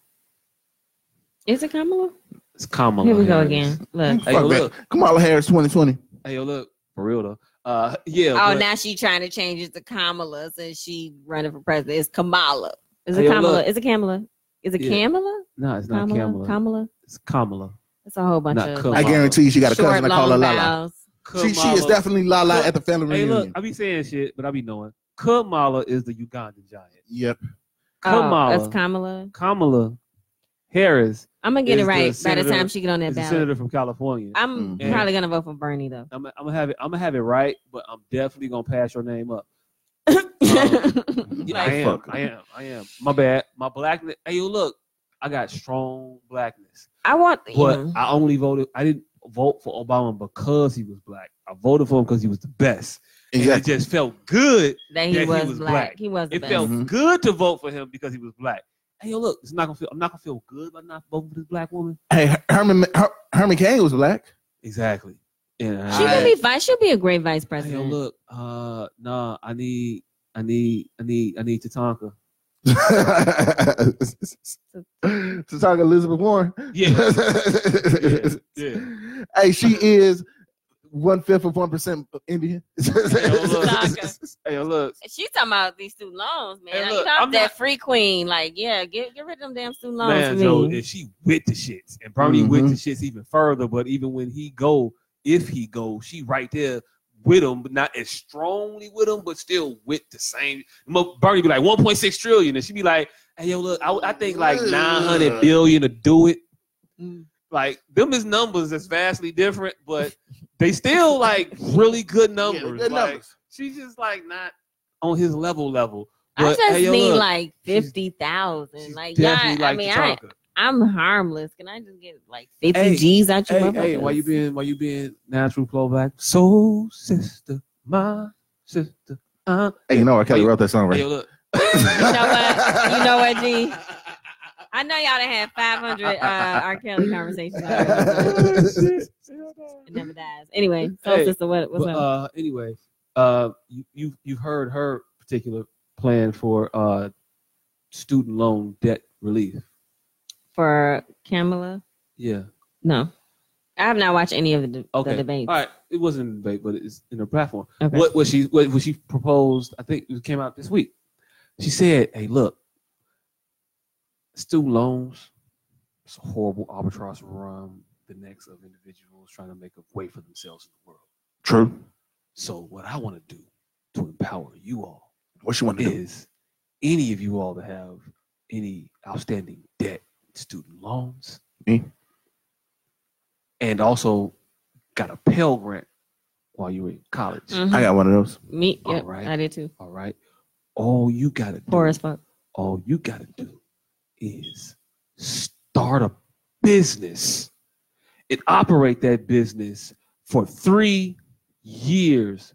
Speaker 2: Is it Kamala?
Speaker 4: It's Kamala.
Speaker 2: Here we go
Speaker 4: Harris.
Speaker 2: again. Look.
Speaker 4: Hey,
Speaker 3: Fuck that.
Speaker 4: look.
Speaker 3: Kamala Harris, twenty twenty.
Speaker 4: Hey, yo, look. For real though. Uh, yeah.
Speaker 2: Oh,
Speaker 4: but-
Speaker 2: now she trying to change it to Kamala since she running for president. It's Kamala. Is
Speaker 4: Hey,
Speaker 2: it
Speaker 4: yo,
Speaker 2: Kamala?
Speaker 4: look.
Speaker 2: Is it Kamala? Is it
Speaker 4: Yeah.
Speaker 2: Kamala?
Speaker 4: No, it's not
Speaker 2: Kamala?
Speaker 4: Kamala.
Speaker 2: Kamala?
Speaker 4: It's Kamala.
Speaker 2: It's a whole bunch
Speaker 4: Not
Speaker 2: of.
Speaker 4: Kamala.
Speaker 3: I guarantee you, she got a cousin
Speaker 2: short,
Speaker 3: that call her Lala.
Speaker 2: long vowels.
Speaker 3: She, she is
Speaker 4: Kamala.
Speaker 3: definitely Lala
Speaker 4: Look,
Speaker 3: at the family
Speaker 4: Hey,
Speaker 3: reunion.
Speaker 4: look, I be saying shit, but I be knowing. Kamala is the Ugandan giant.
Speaker 3: Yep.
Speaker 2: Oh,
Speaker 4: Kamala.
Speaker 2: that's Kamala.
Speaker 4: Kamala Harris
Speaker 2: I'm gonna get it
Speaker 4: Is the
Speaker 2: right by the
Speaker 4: senator-
Speaker 2: time she get on that
Speaker 4: is a
Speaker 2: ballot.
Speaker 4: senator from California.
Speaker 2: I'm
Speaker 3: Mm.
Speaker 2: probably gonna vote for Bernie though.
Speaker 4: I'm, I'm gonna have it. I'm gonna have it right, but I'm definitely gonna pass your name up. Um, Yeah, I am.
Speaker 3: Fuck.
Speaker 4: I am. I am. My bad. My blackness. Hey, yo, look, I got strong blackness,
Speaker 2: I want.
Speaker 4: but
Speaker 2: You know,
Speaker 4: I only voted. I didn't vote for Obama because he was black. I voted for him because he was the best, and
Speaker 3: Exactly.
Speaker 4: it just felt good
Speaker 2: that he
Speaker 4: that he
Speaker 2: was,
Speaker 4: was
Speaker 2: black.
Speaker 4: black.
Speaker 2: He was. The
Speaker 4: It
Speaker 2: best.
Speaker 4: felt
Speaker 3: Mhm.
Speaker 4: good to vote for him because he was black. Hey, yo, look, it's not gonna feel. I'm not gonna feel good about not voting for this black woman.
Speaker 3: Hey, Her- Herman Her- Herman Cain was black.
Speaker 4: Exactly. And
Speaker 2: She
Speaker 4: I-
Speaker 2: will be fine. She'll be a great vice
Speaker 4: hey, yo,
Speaker 2: president.
Speaker 4: look, uh, nah, I need, I need, I need, I need Tatanka.
Speaker 3: to talk Elizabeth Warren.
Speaker 4: Yeah, yeah, yeah.
Speaker 3: Hey, she is one fifth of one percent Indian.
Speaker 4: Hey, yo, look,
Speaker 2: She's talking about these student loans, man.
Speaker 4: Hey,
Speaker 2: Like,
Speaker 4: look,
Speaker 2: you know, I'm
Speaker 4: I'm
Speaker 2: that
Speaker 4: not-
Speaker 2: free queen. Like, yeah, get get rid of them damn student loans
Speaker 4: man,
Speaker 2: Oh, for
Speaker 4: Joe,
Speaker 2: me.
Speaker 4: and she with the shits, and Bernie with
Speaker 3: Mhm.
Speaker 4: the shits even further. But even when he go, if he go, she right there with him, but not as strongly with him, but still with the same. Mo- Bernie be like 1.6 trillion, and she be like, hey, yo, look, I, I think like 900 billion to do it. Mm. Like them is numbers that's vastly different, but they still like really good numbers.
Speaker 3: Good
Speaker 4: Like,
Speaker 3: numbers.
Speaker 4: She's just like not on his level level.
Speaker 2: I
Speaker 4: But,
Speaker 2: just
Speaker 4: hey, yo,
Speaker 2: need
Speaker 4: look,
Speaker 2: like
Speaker 4: she's-
Speaker 2: fifty thousand.
Speaker 4: she's
Speaker 2: Like, yeah,
Speaker 4: definitely
Speaker 2: I
Speaker 4: like
Speaker 2: mean, I,
Speaker 4: Tatanka.
Speaker 2: I'm harmless. Can I just get like fifty
Speaker 4: Hey,
Speaker 2: G's out your
Speaker 4: Hey,
Speaker 2: motherfuckers?
Speaker 4: hey, why you being why you being natural flow back? Soul sister, my sister. Uh,
Speaker 3: Hey, you know R. Kelly
Speaker 4: Hey,
Speaker 3: wrote that song, right?
Speaker 4: hey, yo, look.
Speaker 2: You know what? You know what, G? I know y'all done had 500 uh, R. Kelly conversations. already, so It never dies. Anyway, so
Speaker 4: Hey,
Speaker 2: sister, what, what's
Speaker 4: But,
Speaker 2: up?
Speaker 4: uh, anyway, uh, you, you've you've heard her particular plan for uh student loan debt relief.
Speaker 2: For Kamala?
Speaker 4: Yeah.
Speaker 2: No. I have not watched any of the, de-
Speaker 4: Okay.
Speaker 2: the debates.
Speaker 4: All right. It wasn't a debate, but it's in her platform.
Speaker 2: Okay.
Speaker 4: What was she what, what she proposed? I think it came out this week. She said, "Hey, look, student loans. It's a horrible albatross around the necks of individuals trying to make a way for themselves in the world.
Speaker 3: True.
Speaker 4: So, what I want to do to empower you all
Speaker 3: What she want to do?
Speaker 4: is any of you all that have any outstanding debt, student loans,
Speaker 3: Me.
Speaker 4: and also got a Pell Grant while you were in college.
Speaker 2: Mhm.
Speaker 3: I got one of those.
Speaker 2: Me,
Speaker 4: All
Speaker 2: yep,
Speaker 4: right.
Speaker 2: I did too.
Speaker 4: All right. All you gotta
Speaker 2: Poor
Speaker 4: do,
Speaker 2: as fuck.
Speaker 4: all you gotta do is start a business and operate that business for three years.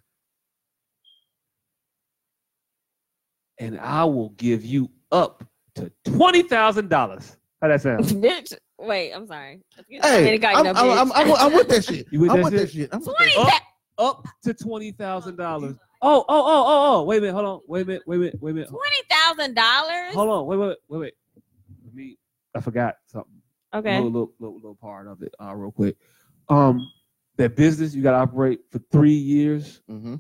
Speaker 4: And I will give you up to twenty thousand dollars. How that sound?
Speaker 2: bitch. Wait, I'm sorry.
Speaker 3: Hey,
Speaker 2: They call you
Speaker 3: I'm,
Speaker 2: no
Speaker 3: I'm, I'm,
Speaker 2: bitch.
Speaker 3: I'm, I'm with that shit.
Speaker 4: You Oh. with
Speaker 3: I'm
Speaker 4: that
Speaker 3: with that
Speaker 4: shit?
Speaker 3: shit. I'm with that
Speaker 2: Twenty
Speaker 3: shit.
Speaker 2: thou-
Speaker 4: Up to twenty thousand dollars. Oh, oh, oh, oh, oh! Wait a minute. Hold on. Wait a minute. Wait a minute. Wait a minute.
Speaker 2: $20,000?
Speaker 4: Hold on. Wait, wait, wait, wait. Let me. I forgot something.
Speaker 2: Okay.
Speaker 4: little, little, little, little part of it, uh, real quick. Um, that business you got to operate for three years.
Speaker 3: Mhm.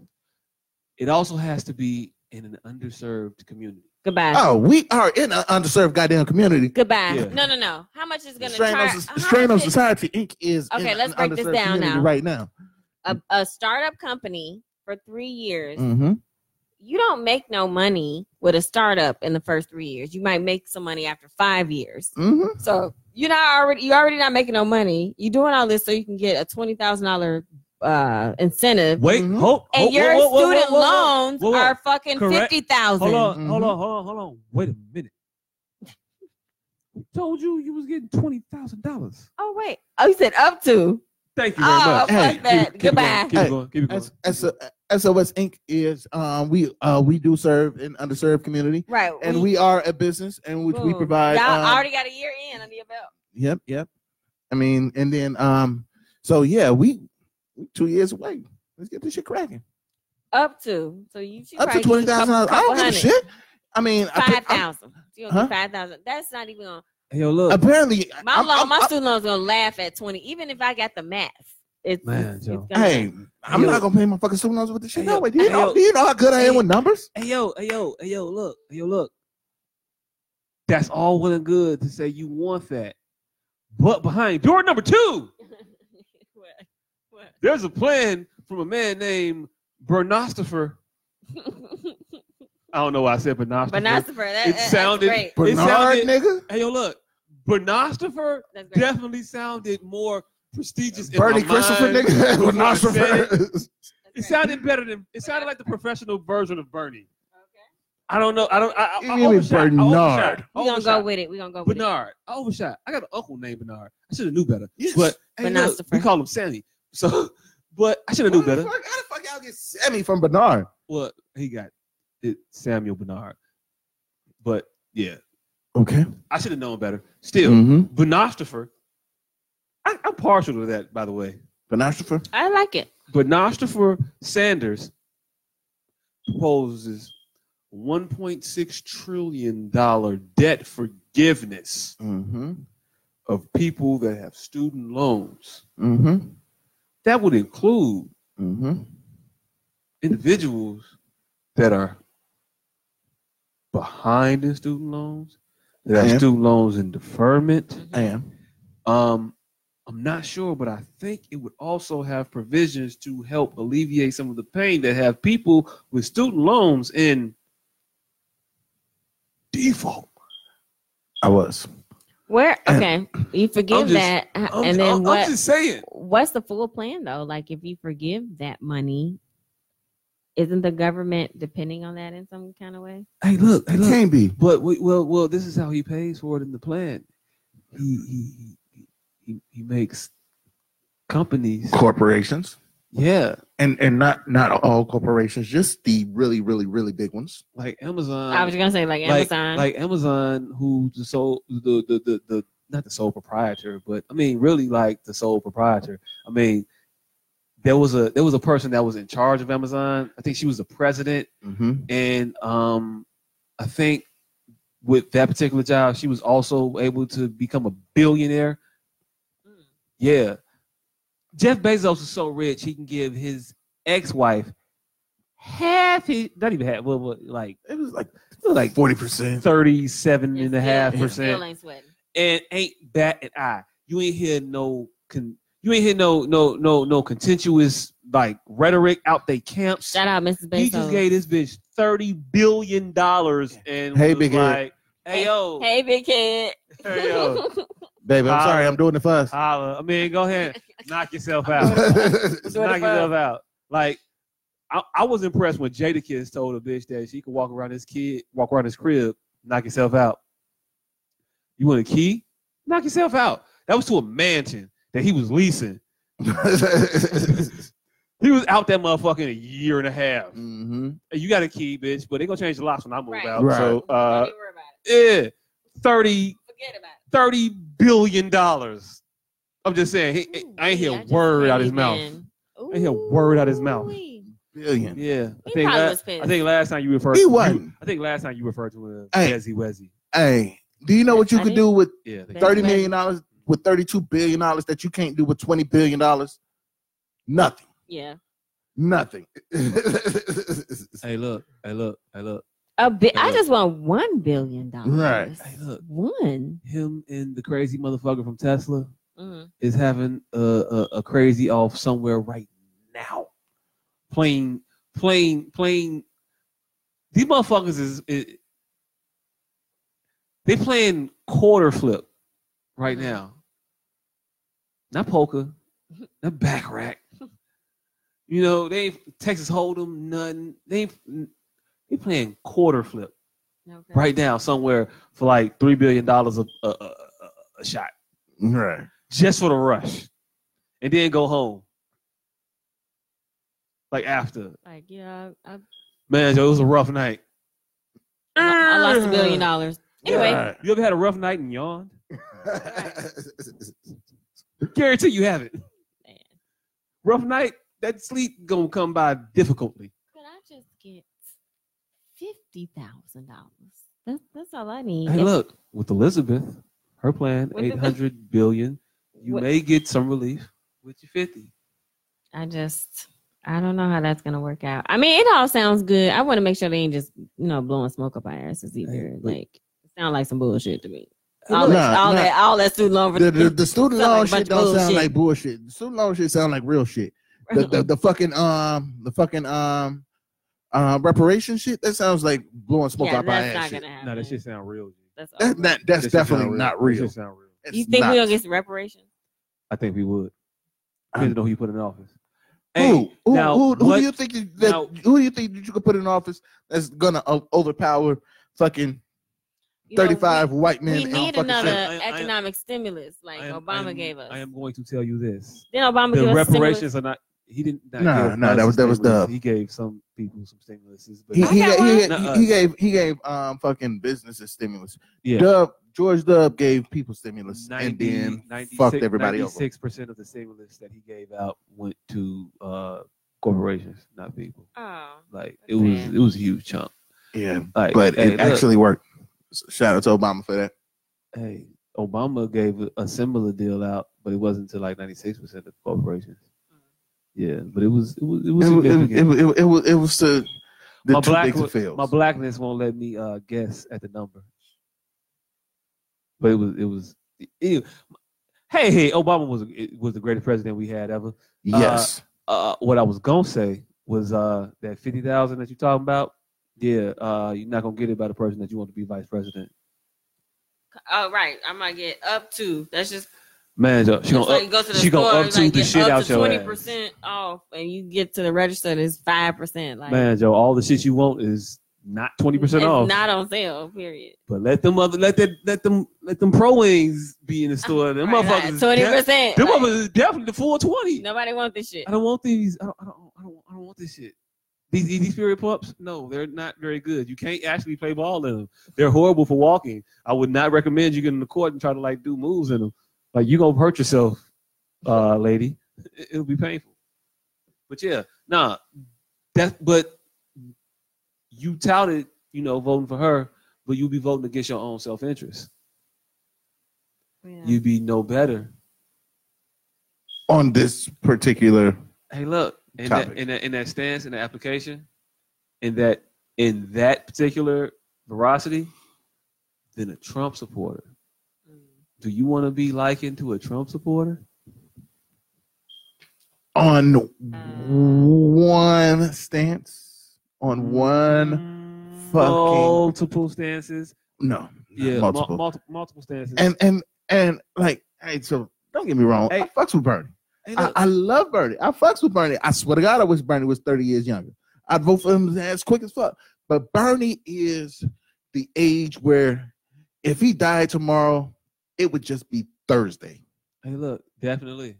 Speaker 4: It also has to be in an underserved community.
Speaker 2: Goodbye.
Speaker 3: Oh, we are in an underserved goddamn community.
Speaker 2: Goodbye.
Speaker 4: Yeah.
Speaker 2: No, no, no. How much is going to
Speaker 3: Strain on,
Speaker 2: charge?
Speaker 3: so-
Speaker 2: how
Speaker 3: strain on
Speaker 2: much is-
Speaker 3: Society Inc. is
Speaker 2: Okay,
Speaker 3: in
Speaker 2: let's
Speaker 3: an
Speaker 2: break this
Speaker 3: underserved
Speaker 2: down
Speaker 3: community
Speaker 2: now.
Speaker 3: right now.
Speaker 2: a, a startup company for three years,
Speaker 4: Mm.
Speaker 3: Mm-hmm.
Speaker 2: you don't make no money with a startup in the first three years. You might make some money after five years.
Speaker 3: Mm-hmm.
Speaker 4: Mm.
Speaker 2: So you're not already you already not making no money. You're doing all this so you can get a twenty thousand dollar uh incentive.
Speaker 4: Wait,
Speaker 3: Mhm.
Speaker 4: hold,
Speaker 2: and
Speaker 4: hold-
Speaker 2: your
Speaker 4: whoa, whoa, whoa,
Speaker 2: student
Speaker 4: whoa, whoa, whoa.
Speaker 2: loans
Speaker 4: Whoa, whoa.
Speaker 2: are fucking
Speaker 4: Correct.
Speaker 2: fifty thousand.
Speaker 4: Hold on, hold
Speaker 3: Mhm.
Speaker 4: on, hold on, hold on. Wait a minute. Who told you you was getting twenty thousand dollars?
Speaker 2: Oh wait. Oh, you said up to.
Speaker 4: Thank you very
Speaker 2: Oh,
Speaker 4: much.
Speaker 3: Hey,
Speaker 2: fuck that.
Speaker 4: Keep it going,
Speaker 2: Goodbye.
Speaker 4: Keep it
Speaker 3: Hey,
Speaker 4: going. Keep it going.
Speaker 3: As, uh, as a, SOS Inc. is um, we uh, we do serve an underserved community,
Speaker 2: Right.
Speaker 3: and we are a business in which we
Speaker 2: boom.
Speaker 3: provide.
Speaker 2: Y'all
Speaker 3: um,
Speaker 2: already got a year in under your belt.
Speaker 3: Yep, yep. I mean, and then um, so yeah, we we two years away. Let's get this shit cracking.
Speaker 2: Up to. So you should
Speaker 3: Up to
Speaker 2: probably
Speaker 3: twenty
Speaker 2: get a
Speaker 3: thousand dollars. I
Speaker 2: couple
Speaker 3: don't give a
Speaker 2: hundred.
Speaker 3: shit. I mean, I
Speaker 2: Five
Speaker 3: pick- I'm-
Speaker 2: thousand. You gonna
Speaker 3: Huh?
Speaker 2: get five thousand. That's not even gonna
Speaker 6: Yo, look,
Speaker 3: apparently
Speaker 2: my
Speaker 3: I'm-
Speaker 2: loan,
Speaker 3: I'm-
Speaker 2: my
Speaker 3: I'm-
Speaker 2: student loan's gonna laugh at twenty, even if I got the math. It's,
Speaker 6: Man,
Speaker 2: it's, it's
Speaker 6: Joe.
Speaker 2: gonna-
Speaker 3: Hey, I'm
Speaker 6: Yo.
Speaker 3: not gonna pay my fucking student loans with this shit.
Speaker 6: Hey, yo.
Speaker 3: No, wait, do you
Speaker 6: Hey,
Speaker 3: know,
Speaker 6: yo.
Speaker 3: do you know how good I am
Speaker 6: Hey.
Speaker 3: with numbers?
Speaker 6: Hey yo, hey yo, hey yo, look, hey yo, look. That's all well and good to say you want that. But behind door number two,
Speaker 2: What? What?
Speaker 6: there's a plan from a man named Bernostopher. I don't know why I said Bernostopher.
Speaker 2: but not surprised. That,
Speaker 6: It
Speaker 2: that-
Speaker 6: sounded-
Speaker 2: that's great.
Speaker 6: It
Speaker 3: Bernard,
Speaker 6: sounded-
Speaker 3: nigga.
Speaker 6: hey yo, look. Bernostopher
Speaker 2: That's great.
Speaker 6: definitely sounded more prestigious in
Speaker 3: Bernie
Speaker 6: my
Speaker 3: Christopher,
Speaker 6: mind.
Speaker 3: nigga.
Speaker 6: what I
Speaker 3: Bernard
Speaker 6: said.
Speaker 3: Christopher.
Speaker 6: It
Speaker 2: That's great.
Speaker 6: sounded better than it sounded like the professional version of Bernie. I don't know. I don't. I, I, I
Speaker 3: You mean
Speaker 6: overshot. I
Speaker 3: Bernard.
Speaker 6: overshot. I
Speaker 2: We're gonna
Speaker 6: overshot.
Speaker 2: go with it. We're gonna go with
Speaker 6: Bernard. I overshot. I got an uncle named Bernard. I should have knew better.
Speaker 3: Yes.
Speaker 6: But
Speaker 2: But
Speaker 6: hey,
Speaker 2: not
Speaker 6: look,
Speaker 2: the
Speaker 6: we
Speaker 2: first.
Speaker 6: call him Sammy. So, but I should have
Speaker 3: Why
Speaker 6: knew
Speaker 3: the
Speaker 6: better.
Speaker 3: fuck- How the fuck y'all get Sammy from Bernard?
Speaker 6: Well, he got it, Samuel Bernard. But yeah,
Speaker 3: Okay.
Speaker 6: I should have known better. Still,
Speaker 3: Mm-hmm.
Speaker 6: Bernostopher. I, I'm partial to that, by the way.
Speaker 3: Bernard Christopher.
Speaker 2: it. I like it.
Speaker 6: Bernostopher Sanders proposes 1.6 trillion dollar debt forgiveness
Speaker 3: Mm-hmm.
Speaker 6: of people that have student loans.
Speaker 3: Mm-hmm.
Speaker 6: That would include
Speaker 3: Mm-hmm.
Speaker 6: individuals that are behind in student loans, that have
Speaker 3: Yeah.
Speaker 6: student loans in deferment.
Speaker 3: I am.
Speaker 6: Um, I'm not sure, but I think it would also have provisions to help alleviate some of the pain that have people with student loans in default.
Speaker 3: I was.
Speaker 2: Where okay, you forgive
Speaker 6: just-
Speaker 2: that, uh,
Speaker 6: I'm,
Speaker 2: and then
Speaker 6: I'm-
Speaker 2: what?
Speaker 6: I'm just saying.
Speaker 2: what's the full plan though? Like if you forgive that money, isn't the government depending on that in some kind of way?
Speaker 6: Hey, look, hey,
Speaker 3: It
Speaker 6: look.
Speaker 3: can't be.
Speaker 6: But we, well, well, this is how he pays for it in the plan. He he he, he, he makes companies.
Speaker 3: Corporations.
Speaker 6: Yeah,
Speaker 3: And and not not all corporations, just the really, really, really big ones.
Speaker 6: like Amazon.
Speaker 2: I was gonna say like,
Speaker 6: like,
Speaker 2: Amazon.
Speaker 6: like Amazon, who the sole the the the, the not the sole proprietor, but I mean, really like the sole proprietor. I mean, there was a there was a person that was in charge of Amazon. I think she was the president.
Speaker 3: Mm-hmm.
Speaker 6: and um, I think with that particular job, she was also able to become a billionaire.
Speaker 2: Mm.
Speaker 6: Yeah, Jeff Bezos is so rich he can give his ex-wife half his not even half, well, well, like
Speaker 3: It was like
Speaker 6: like
Speaker 3: forty percent.
Speaker 6: 37 and a half
Speaker 2: Still- Still
Speaker 6: percent,
Speaker 2: ain't sweating.
Speaker 6: and ain't bat an eye. You ain't hear no con. You ain't hear no no no no contentious like rhetoric out they camps.
Speaker 2: Shout out, Mrs. Bezos.
Speaker 6: He just gave this bitch thirty billion dollars and
Speaker 3: Hey,
Speaker 6: was
Speaker 3: big head.
Speaker 6: like, "Hey yo,
Speaker 2: hey, big kid.
Speaker 6: hey yo,
Speaker 3: Baby, I'm sorry, I'm doing it for us.
Speaker 6: holla." I mean, go ahead, knock yourself out,
Speaker 3: That's
Speaker 6: knock yourself out. Like, I, I was impressed when Jada Kiss told a bitch that she could walk around his kid, walk around his crib, knock yourself out. You want a key? Knock yourself out. That was to a mansion that he was leasing. He was out that motherfucker in a year and a half.
Speaker 3: mm-hmm.
Speaker 6: Hey, You got a key, bitch, but they gonna change the locks when I move
Speaker 2: Right.
Speaker 6: out.
Speaker 3: Right.
Speaker 6: So, uh,
Speaker 2: Don't even worry about it.
Speaker 6: Yeah, 30,
Speaker 2: Forget about
Speaker 6: 30 billion dollars. I'm just saying, he,
Speaker 2: it.
Speaker 6: he- I ain't hear
Speaker 2: Ooh,
Speaker 6: a
Speaker 2: just
Speaker 6: word
Speaker 2: can't
Speaker 6: out his mouth.
Speaker 2: even-
Speaker 6: I ain't hear a word out his mouth.
Speaker 2: Ooh-wee.
Speaker 3: Billion.
Speaker 6: Yeah, I
Speaker 2: He
Speaker 6: think,
Speaker 2: probably
Speaker 6: la-
Speaker 2: was pissed.
Speaker 6: I think last time you referred,
Speaker 3: He
Speaker 6: you-
Speaker 3: wasn't.
Speaker 6: I think last time you referred to him
Speaker 3: Hey.
Speaker 6: as Desi Wezzy.
Speaker 3: Hey, do you know what you
Speaker 2: I
Speaker 3: could
Speaker 2: didn't-
Speaker 3: do with
Speaker 6: Yeah, I think-
Speaker 3: thirty million dollars with thirty-two billion dollars that you can't do with twenty billion dollars? Nothing.
Speaker 2: Yeah.
Speaker 3: Nothing.
Speaker 6: hey, look, hey, look, hey, look,
Speaker 2: A bi- I
Speaker 6: Yeah.
Speaker 2: just want one billion dollars.
Speaker 3: Right.
Speaker 6: hey, look.
Speaker 2: One.
Speaker 6: Him and the crazy motherfucker from Tesla
Speaker 2: Mhm.
Speaker 6: is having a, a, a crazy off somewhere right now. Playing, playing, playing. These motherfuckers is, i- they playing quarter flip right now. Not poker, not back rack. You know they ain't Texas Hold'em, nothing. They ain't- they playing quarter flip
Speaker 2: Okay.
Speaker 6: right now somewhere for like three billion dollars uh, a, a, a, a- a shot
Speaker 3: right.
Speaker 6: just for the rush, and then go home.
Speaker 4: Like after,
Speaker 2: Like, yeah, I, I,
Speaker 4: man, Joe, it was a rough night.
Speaker 2: I lost a billion dollars. Anyway,
Speaker 4: Yeah. you ever had a rough night and yawned? Guarantee you haven't.
Speaker 2: Man.
Speaker 4: Rough night, that sleep gonna come by difficultly.
Speaker 2: could I just get fifty thousand dollars? That's that's all I need.
Speaker 4: Hey,
Speaker 2: If-
Speaker 4: look, with Elizabeth, her plan,
Speaker 2: With the-
Speaker 4: eight hundred billion, you
Speaker 2: What-
Speaker 4: may get some relief with your fifty.
Speaker 2: I just I don't know how that's gonna work out. I mean, it all sounds good. I want to make sure they ain't just you know blowing smoke up our asses either.
Speaker 4: but-
Speaker 2: Like, it sound like some bullshit to me.
Speaker 3: Hey,
Speaker 2: All
Speaker 3: look,
Speaker 2: that,
Speaker 3: nah,
Speaker 2: all
Speaker 3: nah.
Speaker 2: that, all that student loan for
Speaker 3: the, the, the student
Speaker 2: Sound like
Speaker 3: loan
Speaker 2: a bunch
Speaker 3: shit
Speaker 2: of
Speaker 3: don't sound
Speaker 2: bullshit.
Speaker 3: like bullshit. The student loan shit sound like real shit. The, the, the fucking um the fucking um uh reparation shit that sounds like blowing smoke
Speaker 2: yeah,
Speaker 3: out my
Speaker 2: that's not
Speaker 3: ass. shit.
Speaker 2: gonna happen.
Speaker 4: No, that shit sound real.
Speaker 2: That's
Speaker 3: That,
Speaker 2: over.
Speaker 3: that- that's
Speaker 4: That shit
Speaker 3: definitely
Speaker 4: sound
Speaker 3: not
Speaker 4: That
Speaker 3: real.
Speaker 4: shit sound real.
Speaker 2: you
Speaker 3: It's
Speaker 2: think
Speaker 3: not.
Speaker 2: we gonna get some reparations?
Speaker 4: I think we would. I
Speaker 3: Um,
Speaker 4: didn't know who you put in office.
Speaker 3: who? Who,
Speaker 4: now,
Speaker 3: who, who
Speaker 4: what-
Speaker 3: do you think you- that
Speaker 4: now-
Speaker 3: who do you think that you could put in office that's gonna o- overpower fucking
Speaker 2: You know, we-
Speaker 3: thirty five white men?
Speaker 2: We
Speaker 3: and
Speaker 2: need
Speaker 3: fucking
Speaker 2: another
Speaker 3: shit?
Speaker 4: I- I- I-
Speaker 2: economic stimulus like
Speaker 4: I am-
Speaker 2: Obama
Speaker 4: I am-
Speaker 2: gave us.
Speaker 4: I am going to tell you this.
Speaker 2: then Obama
Speaker 4: the
Speaker 2: gave us stimulus.
Speaker 4: reparations are not. He didn't.
Speaker 3: Nah,
Speaker 4: not give
Speaker 3: nah,
Speaker 4: us
Speaker 3: that was- that was
Speaker 4: stimulus.
Speaker 3: Dub.
Speaker 4: He gave some people some stimuluses, but
Speaker 3: He,
Speaker 2: I
Speaker 3: he,
Speaker 2: got
Speaker 3: ga- he,
Speaker 4: one.
Speaker 3: ga-
Speaker 4: Nuh-uh.
Speaker 3: he, gave he gave um fucking businesses stimulus.
Speaker 4: yeah,
Speaker 3: Dub George Dub gave people stimulus and
Speaker 4: 90
Speaker 3: then
Speaker 4: 96
Speaker 3: fucked everybody over.
Speaker 4: 96% of the stimulus that he gave out went to uh, corporations, not people.
Speaker 2: oh,
Speaker 4: Like it was,
Speaker 2: Man.
Speaker 4: it was a huge chunk.
Speaker 3: Yeah,
Speaker 4: Like,
Speaker 3: but
Speaker 4: hey,
Speaker 3: it
Speaker 4: look,
Speaker 3: actually worked. S- Shout out to Obama for that.
Speaker 4: hey, Obama gave a- a similar deal out, but it wasn't to like ninety six percent of corporations.
Speaker 2: Mm.
Speaker 4: Yeah, but it was, it was, it
Speaker 3: It,
Speaker 4: was
Speaker 3: wa-
Speaker 4: significant.
Speaker 3: it, it, wa- it, was it was to the
Speaker 4: My
Speaker 3: two
Speaker 4: black
Speaker 3: big to
Speaker 4: wa-
Speaker 3: fail.
Speaker 4: My blackness won't let me uh, guess at the number. But it was it was it- hey hey Obama was it was the greatest president we had ever.
Speaker 3: yes,
Speaker 4: Uh, what I was gonna say was uh, that fifty thousand that you're talking about. Yeah, uh, you're not gonna get it by the person that you want to be vice president.
Speaker 2: oh right, I might get up to. That's just
Speaker 4: Man, so she
Speaker 2: It's
Speaker 4: gonna
Speaker 2: like
Speaker 4: up,
Speaker 2: you go to the
Speaker 4: she gonna
Speaker 2: store,
Speaker 4: up
Speaker 2: it's
Speaker 4: to
Speaker 2: like
Speaker 4: the
Speaker 2: get
Speaker 4: shit
Speaker 2: up
Speaker 4: out
Speaker 2: to
Speaker 4: your
Speaker 2: twenty
Speaker 4: ass.
Speaker 2: percent off, and you get to the register and it's five percent. Like
Speaker 4: Man, Joe, all the shit you want is not twenty
Speaker 2: it's
Speaker 4: percent off.
Speaker 2: not on sale. Period.
Speaker 4: but let them other let that let them let them pro wings be in the store. Them motherfuckers is
Speaker 2: twenty
Speaker 4: def-
Speaker 2: percent.
Speaker 4: Them motherfuckers is definitely the full twenty.
Speaker 2: Nobody wants this shit.
Speaker 4: I don't want these. I don't. I don't. I don't, I don't want this shit. These these period pups. No, they're not very good. You can't actually play ball in them. They're horrible for walking. I would not recommend you get in the court and try to like do moves in them. Like you gonna hurt yourself, uh, lady. It, will be painful. But yeah, nah. That but you touted, you know, voting for her, but you'll be voting against your own self interest.
Speaker 2: Yeah.
Speaker 4: You'd be no better.
Speaker 3: on this particular.
Speaker 4: hey, look, in that,
Speaker 3: Topic.
Speaker 4: in that in that stance, in the application, in that in that particular veracity, then a Trump supporter.
Speaker 2: Mm.
Speaker 4: Do you want to be likened to a Trump supporter?
Speaker 3: on one stance,
Speaker 4: Mm-hmm.
Speaker 3: on one fucking
Speaker 4: multiple stances.
Speaker 3: no,
Speaker 4: Yeah, multiple.
Speaker 3: multiple,
Speaker 4: multiple multiple stances.
Speaker 3: and and and like, hey, so don't get me wrong,
Speaker 4: Hey.
Speaker 3: I fucks with Bernie.
Speaker 4: Hey,
Speaker 3: I,
Speaker 4: look,
Speaker 3: I love Bernie. I fucks with Bernie. I swear to God, I wish Bernie was thirty years younger. I'd vote for him as quick as fuck. But Bernie is the age where if he died tomorrow, it would just be Thursday.
Speaker 4: hey, look, definitely.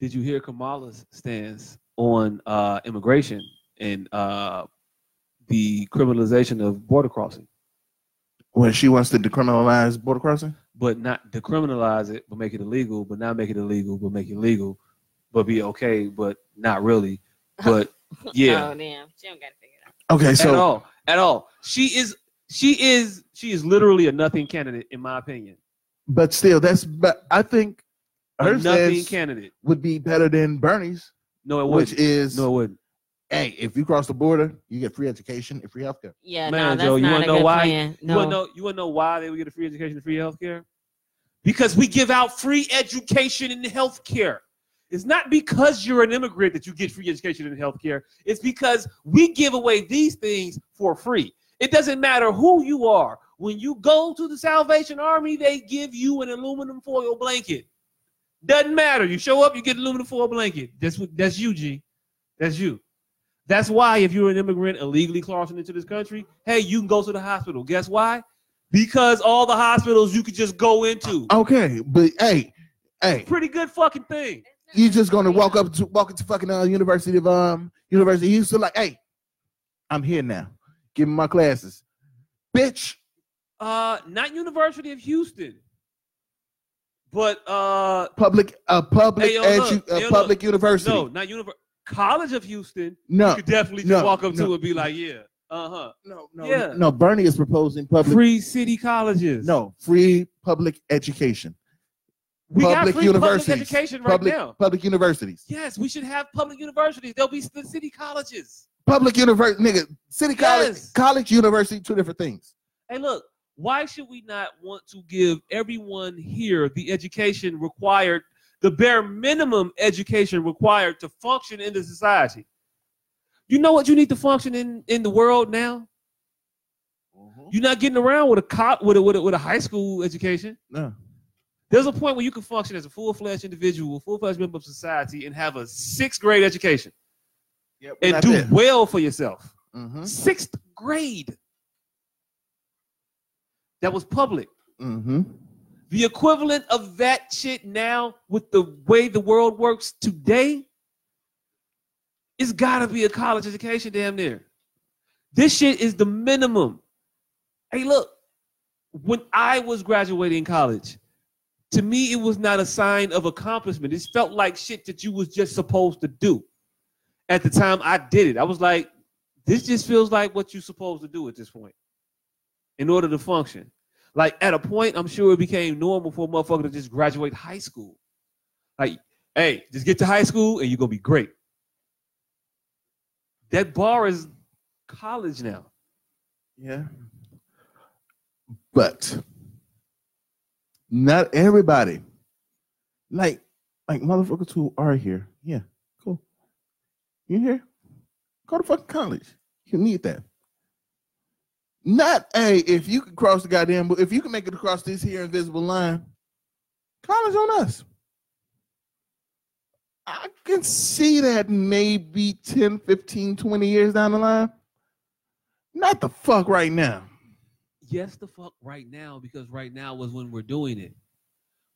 Speaker 4: Did you hear Kamala's stance on uh, immigration and uh, the criminalization of border crossing?
Speaker 3: When she wants to decriminalize border crossing,
Speaker 4: but not decriminalize it, but make it illegal, but not make it illegal, but make it legal, but be okay, but not really. But yeah,
Speaker 2: Oh damn, she don't got to figure it out.
Speaker 3: okay.
Speaker 4: at
Speaker 3: So
Speaker 4: all, at all. She is, she is, she is literally a nothing candidate in my opinion.
Speaker 3: But still, that's but I think
Speaker 4: A
Speaker 3: her
Speaker 4: nothing
Speaker 3: stance
Speaker 4: candidate.
Speaker 3: would be better than Bernie's,
Speaker 4: No, it
Speaker 3: which
Speaker 4: wouldn't.
Speaker 3: is
Speaker 4: No, it wouldn't.
Speaker 3: hey, if you cross the border, you get free education and free healthcare.
Speaker 2: Yeah,
Speaker 4: Man,
Speaker 2: no, that's
Speaker 4: Joe, you
Speaker 2: not
Speaker 4: wanna
Speaker 2: a
Speaker 4: know
Speaker 2: good
Speaker 4: why?
Speaker 2: plan.
Speaker 4: You
Speaker 2: No,
Speaker 4: wanna know? You wanna know why they would get a free education, and free healthcare? Because we give out free education and healthcare. It's not because you're an immigrant that you get free education and healthcare. It's because we give away these things for free. It doesn't matter who you are. When you go to the Salvation Army, they give you an aluminum foil blanket. Doesn't matter. You show up, you get aluminum foil blanket. That's what. That's you, G. That's you. That's why if you're an immigrant illegally crossing into this country, hey, you can go to the hospital. Guess why? Because all the hospitals you could just go into.
Speaker 3: Okay, but hey, hey,
Speaker 4: Pretty good fucking thing.
Speaker 3: you just gonna walk up to walk into fucking uh, University of um University of Houston like, hey, I'm here now. Give me my classes, bitch.
Speaker 6: Uh, not University of Houston, but uh,
Speaker 3: Public a public
Speaker 6: Hey, yo,
Speaker 3: edu-
Speaker 6: look,
Speaker 3: a
Speaker 6: yo,
Speaker 3: public university.
Speaker 6: no, not University College of Houston.
Speaker 3: no,
Speaker 6: You could definitely
Speaker 3: no,
Speaker 6: just walk up
Speaker 3: no.
Speaker 6: to and be like, yeah, uh huh.
Speaker 3: no, no,
Speaker 6: Yeah.
Speaker 3: no. Bernie is proposing public.
Speaker 6: Free city colleges.
Speaker 3: No, free public education.
Speaker 6: we got
Speaker 3: public
Speaker 6: free
Speaker 3: universities.
Speaker 6: public education right
Speaker 3: public
Speaker 6: now.
Speaker 3: public universities.
Speaker 6: Yes, we should have public universities. There'll be the city colleges.
Speaker 3: Public university, nigga. City college,
Speaker 6: Yes.
Speaker 3: college, university, two different things.
Speaker 6: Hey, look, why should we not want to give everyone here the education required, the bare minimum education required to function in the society? You know what you need to function in in the world now?
Speaker 3: Mm-hmm.
Speaker 6: You're not getting around with a cop with a, with a with a high school education.
Speaker 3: No.
Speaker 6: There's a point where you can function as a full-fledged individual, full-fledged member of society, and have a sixth grade education
Speaker 3: Yeah, we're
Speaker 6: and
Speaker 3: not
Speaker 6: do
Speaker 3: there.
Speaker 6: well for yourself.
Speaker 3: Mhm,
Speaker 6: Sixth grade. That was public.
Speaker 3: mhm.
Speaker 6: The equivalent of that shit now with the way the world works today, it's gotta be a college education, damn near. This shit is the minimum. Hey, look, when I was graduating college, to me it was not a sign of accomplishment. It felt like shit that you was just supposed to do. At the time I did it, I was like, this just feels like what you're supposed to do at this point in order to function. Like at a point, I'm sure it became normal for a motherfucker to just graduate high school. Like, hey, just get to high school and you're gonna be great. That bar is college now.
Speaker 3: Yeah. But not everybody. Like, like motherfuckers who are here. Yeah, cool. You here? Go to fucking college. You need that. Not a if you can cross the goddamn if you can make it across this here invisible line, college on us. I can see that maybe 10, 15, 20 years down the line. Not the fuck right now.
Speaker 6: Yes, the fuck right now, because right now was when we're doing it.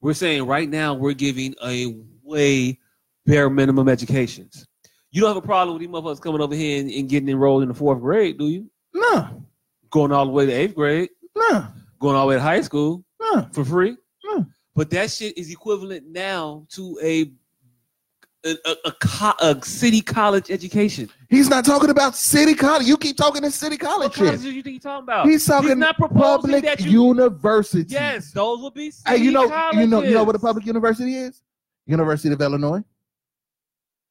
Speaker 6: We're saying right now we're giving a way bare minimum educations. You don't have a problem with these motherfuckers coming over here and, and getting enrolled in the fourth grade, do you?
Speaker 3: No,
Speaker 6: Going all the way to eighth grade,
Speaker 3: no,
Speaker 6: going all the way to high school.
Speaker 3: no.
Speaker 6: for free.
Speaker 3: Hmm.
Speaker 6: But that shit is equivalent now to a a, a, a, co- a city college education.
Speaker 3: He's not talking about city college. You keep talking this city college
Speaker 6: What college
Speaker 3: shit.
Speaker 6: do you think he's talking about?
Speaker 3: He's talking
Speaker 6: not proposing
Speaker 3: public
Speaker 6: that you.
Speaker 3: university.
Speaker 6: yes, those will be.
Speaker 3: Hey,
Speaker 6: City
Speaker 3: you know, you know, you know what a
Speaker 6: colleges.
Speaker 3: public university is? University of Illinois.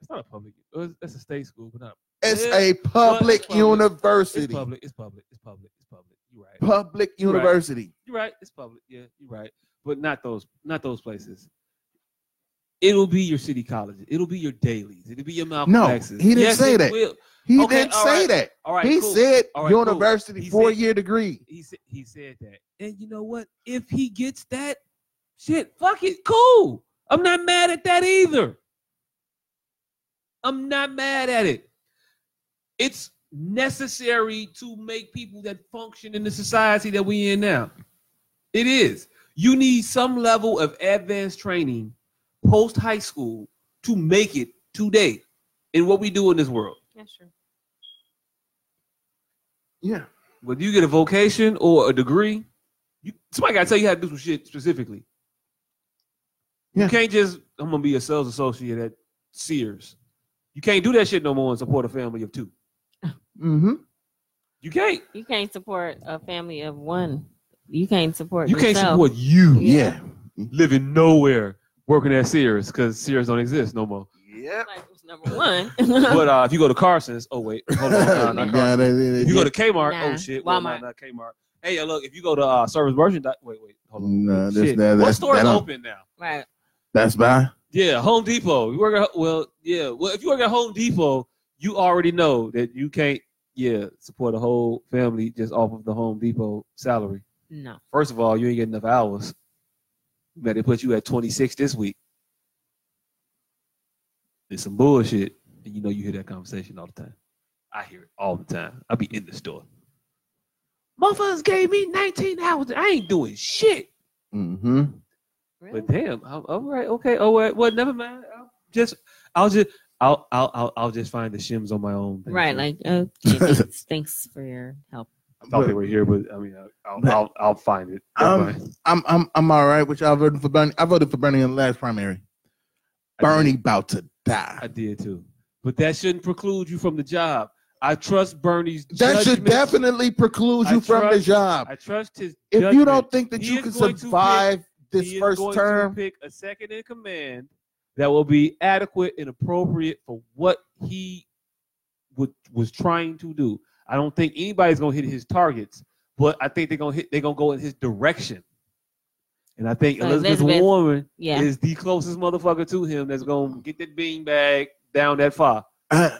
Speaker 6: It's not a public. it's- It's a state school, but not.
Speaker 3: It's
Speaker 6: Yeah,
Speaker 3: a public
Speaker 6: public.
Speaker 3: university.
Speaker 6: It's public. It's public. It's public. It's public. You're right.
Speaker 3: Public university.
Speaker 6: You're right. It's public. Yeah, you're right. But not those, not those places. It'll be your city colleges. It'll be your dailies. It'll be your Malcolm
Speaker 3: No,
Speaker 6: X's.
Speaker 3: he didn't
Speaker 6: Yes,
Speaker 3: say
Speaker 6: it
Speaker 3: that.
Speaker 6: will.
Speaker 3: He
Speaker 6: Okay,
Speaker 3: didn't
Speaker 6: all
Speaker 3: say
Speaker 6: right.
Speaker 3: that.
Speaker 6: All right,
Speaker 3: he
Speaker 6: cool.
Speaker 3: said
Speaker 6: All right, cool.
Speaker 3: university
Speaker 6: He said-
Speaker 3: four year degree.
Speaker 6: he said he said that. And you know what? If he gets that, shit, fuck it, cool. I'm not mad at that either. I'm not mad at it. It's necessary to make people that function in the society that we in now. It is. You need some level of advanced training post high school to make it today in what we do in this world.
Speaker 2: That's true.
Speaker 3: Yeah.
Speaker 6: whether you get a vocation or a degree, you, somebody gotta tell you how to do some shit specifically.
Speaker 3: Yeah.
Speaker 6: You can't just I'm gonna be a sales associate at Sears. You can't do that shit no more and support a family of two.
Speaker 3: Mm-hmm.
Speaker 6: You can't.
Speaker 2: You can't support a family of one. You can't support.
Speaker 6: You can't
Speaker 2: yourself.
Speaker 6: support you
Speaker 3: Yeah.
Speaker 6: living nowhere working at Sears because Sears don't exist no more.
Speaker 3: Yeah.
Speaker 2: Like, number one.
Speaker 6: but uh, if you go to Carson's, oh wait, hold on, nah, not Carson's. If you go to Kmart,
Speaker 2: Nah,
Speaker 6: oh shit, well, nah,
Speaker 2: Walmart.
Speaker 6: not Kmart. Hey, yo, look, if you go to uh, Service Merchandise, wait, wait, hold on.
Speaker 3: No, this-
Speaker 6: shit.
Speaker 3: that-
Speaker 6: what
Speaker 3: that's-
Speaker 6: store
Speaker 3: that
Speaker 6: is
Speaker 3: don't-
Speaker 6: open now?
Speaker 2: right.
Speaker 3: That's by.
Speaker 6: Yeah, Home Depot. You work at well, yeah. Well, if you work at Home Depot, you already know that you can't, yeah, support a whole family just off of the Home Depot salary.
Speaker 2: No.
Speaker 6: First of all, you ain't getting enough hours. Man, they put you at twenty six this week. It's some bullshit, and you know you hear that conversation all the time. I hear it all the time. I be in the store. Motherfuckers gave me nineteen hours. I ain't doing shit.
Speaker 3: Mm-hmm.
Speaker 2: Really?
Speaker 6: But damn, I'm, all right, okay. Oh, well, well never mind. I'll just I'll just I'll I'll I'll, I'll just find the shims on my own. Thank
Speaker 2: right.
Speaker 6: you.
Speaker 2: Like, okay, thanks, thanks for your help.
Speaker 6: I thought they were here, but I mean, I'll I'll, I'll, I'll find it.
Speaker 3: Um, I'm I'm I'm all right with y'all voting for Bernie. I voted for Bernie in the last primary. Bernie about to
Speaker 6: I
Speaker 3: die.
Speaker 6: did too, but that shouldn't preclude you from the job. I trust Bernie's.
Speaker 3: That should
Speaker 6: judgment.
Speaker 3: definitely preclude
Speaker 6: I
Speaker 3: you from the
Speaker 6: trust-
Speaker 3: job.
Speaker 6: I trust his.
Speaker 3: If you
Speaker 6: judgment.
Speaker 3: don't think that
Speaker 6: He
Speaker 3: you
Speaker 6: is
Speaker 3: can
Speaker 6: going to
Speaker 3: survive this
Speaker 6: He is
Speaker 3: first
Speaker 6: going to
Speaker 3: term,
Speaker 6: pick a second in command that will be adequate and appropriate for what he would, was trying to do. I don't think anybody's gonna hit his targets, but I think they're gonna hit. They're gonna go in his direction, and I think
Speaker 2: So
Speaker 6: Elizabeth,
Speaker 2: Elizabeth-
Speaker 6: Warren
Speaker 2: Yeah.
Speaker 6: is the closest motherfucker to him that's gonna get that beanbag down that far.
Speaker 3: I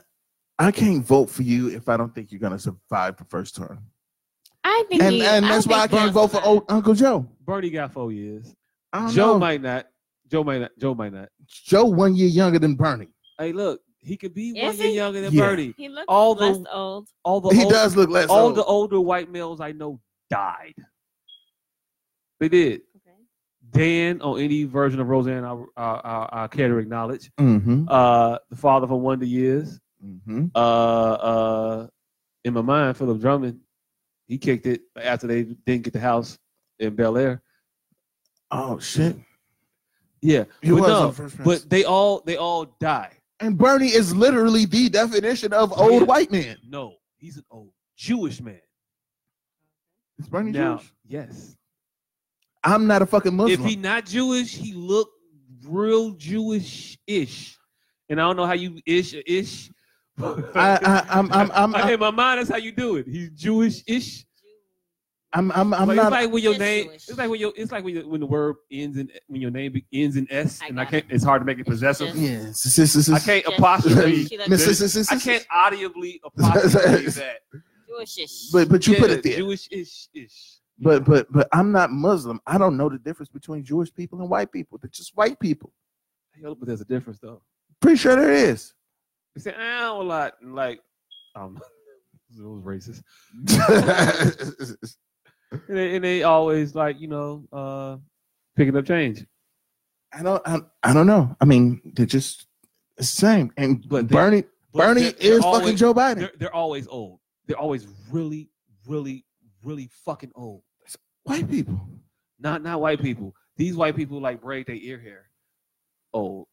Speaker 3: I can't vote for you if I don't think you're gonna survive the first term.
Speaker 2: I think
Speaker 3: And
Speaker 2: he-
Speaker 3: and that's
Speaker 2: don't
Speaker 3: why I
Speaker 2: think
Speaker 3: can't
Speaker 2: Johnson-
Speaker 3: vote for old Uncle Joe.
Speaker 6: Bernie got four years.
Speaker 3: I don't
Speaker 6: Joe
Speaker 3: know.
Speaker 6: might not. Joe might not. Joe might not.
Speaker 3: Joe one year younger than Bernie.
Speaker 6: Hey, look, he could be one
Speaker 2: Is
Speaker 6: year
Speaker 2: he?
Speaker 6: younger than
Speaker 3: Yeah.
Speaker 6: Bernie.
Speaker 2: He looks
Speaker 6: All
Speaker 2: all
Speaker 6: the-
Speaker 2: less old.
Speaker 6: All the
Speaker 3: He
Speaker 6: old-
Speaker 3: does look less
Speaker 6: all
Speaker 3: old.
Speaker 6: the older white males I know died. They did.
Speaker 2: Okay.
Speaker 6: Dan on any version of Roseanne, I, I, I, I care to acknowledge.
Speaker 3: mm-hmm.
Speaker 6: Uh, the father from Wonder Years.
Speaker 3: Mm-hmm.
Speaker 6: Uh, uh, in my mind, Philip Drummond, he kicked it after they didn't get the house in Bel Air.
Speaker 3: Oh shit.
Speaker 6: Yeah,
Speaker 3: He
Speaker 6: but
Speaker 3: was
Speaker 6: no,
Speaker 3: on first Prince.
Speaker 6: but they all they all die.
Speaker 3: and Bernie is literally the definition of old white man.
Speaker 6: No, he's an old Jewish man.
Speaker 3: Is Bernie
Speaker 6: now,
Speaker 3: Jewish?
Speaker 6: yes,
Speaker 3: I'm not a fucking Muslim.
Speaker 6: If he not Jewish, he look real Jewish-ish. And I don't know how you ish or ish.
Speaker 3: I, I, I'm, I'm, I'm,
Speaker 6: I-
Speaker 3: I'm,
Speaker 6: in my mind, that's how you do it. He's Jewish-ish.
Speaker 3: I'm, I'm, I'm
Speaker 6: But it's
Speaker 3: not.
Speaker 6: like when your
Speaker 2: Just
Speaker 6: name,
Speaker 2: Jewish.
Speaker 6: it's like when your, it's like when, your, when the word ends in, when your name be- ends in s,
Speaker 2: I
Speaker 6: and I
Speaker 2: got
Speaker 6: can't. It's hard to make it possessive.
Speaker 2: just-
Speaker 3: Yeah, sis- sis- sis-
Speaker 6: I can't
Speaker 2: Just-
Speaker 6: apostrophe.
Speaker 2: She
Speaker 3: Miss-
Speaker 2: looks
Speaker 3: sis- sis- sis-
Speaker 6: I
Speaker 3: sis-
Speaker 6: can't audibly apostrophe that.
Speaker 2: Jewishish.
Speaker 3: But, but you put it there.
Speaker 6: Jewish-ish. Ish.
Speaker 3: But, but, but I'm not Muslim. I don't know the difference between Jewish people and white people. They're just white people.
Speaker 6: Yo, But there's a difference though.
Speaker 3: Pretty sure there is.
Speaker 6: They say ow a lot, and like, um, it was racist. and they, and they always like you know uh picking up change
Speaker 3: I don't. I, I don't know. I mean, they're just the same. And but
Speaker 6: But they-
Speaker 3: Bernie,
Speaker 6: But
Speaker 3: Bernie
Speaker 6: they're- they're
Speaker 3: is fucking
Speaker 6: always-
Speaker 3: Joe Biden.
Speaker 6: they're, they're always old they're always really really really fucking old
Speaker 3: White people.
Speaker 6: not not white people these white people like braid their ear hair old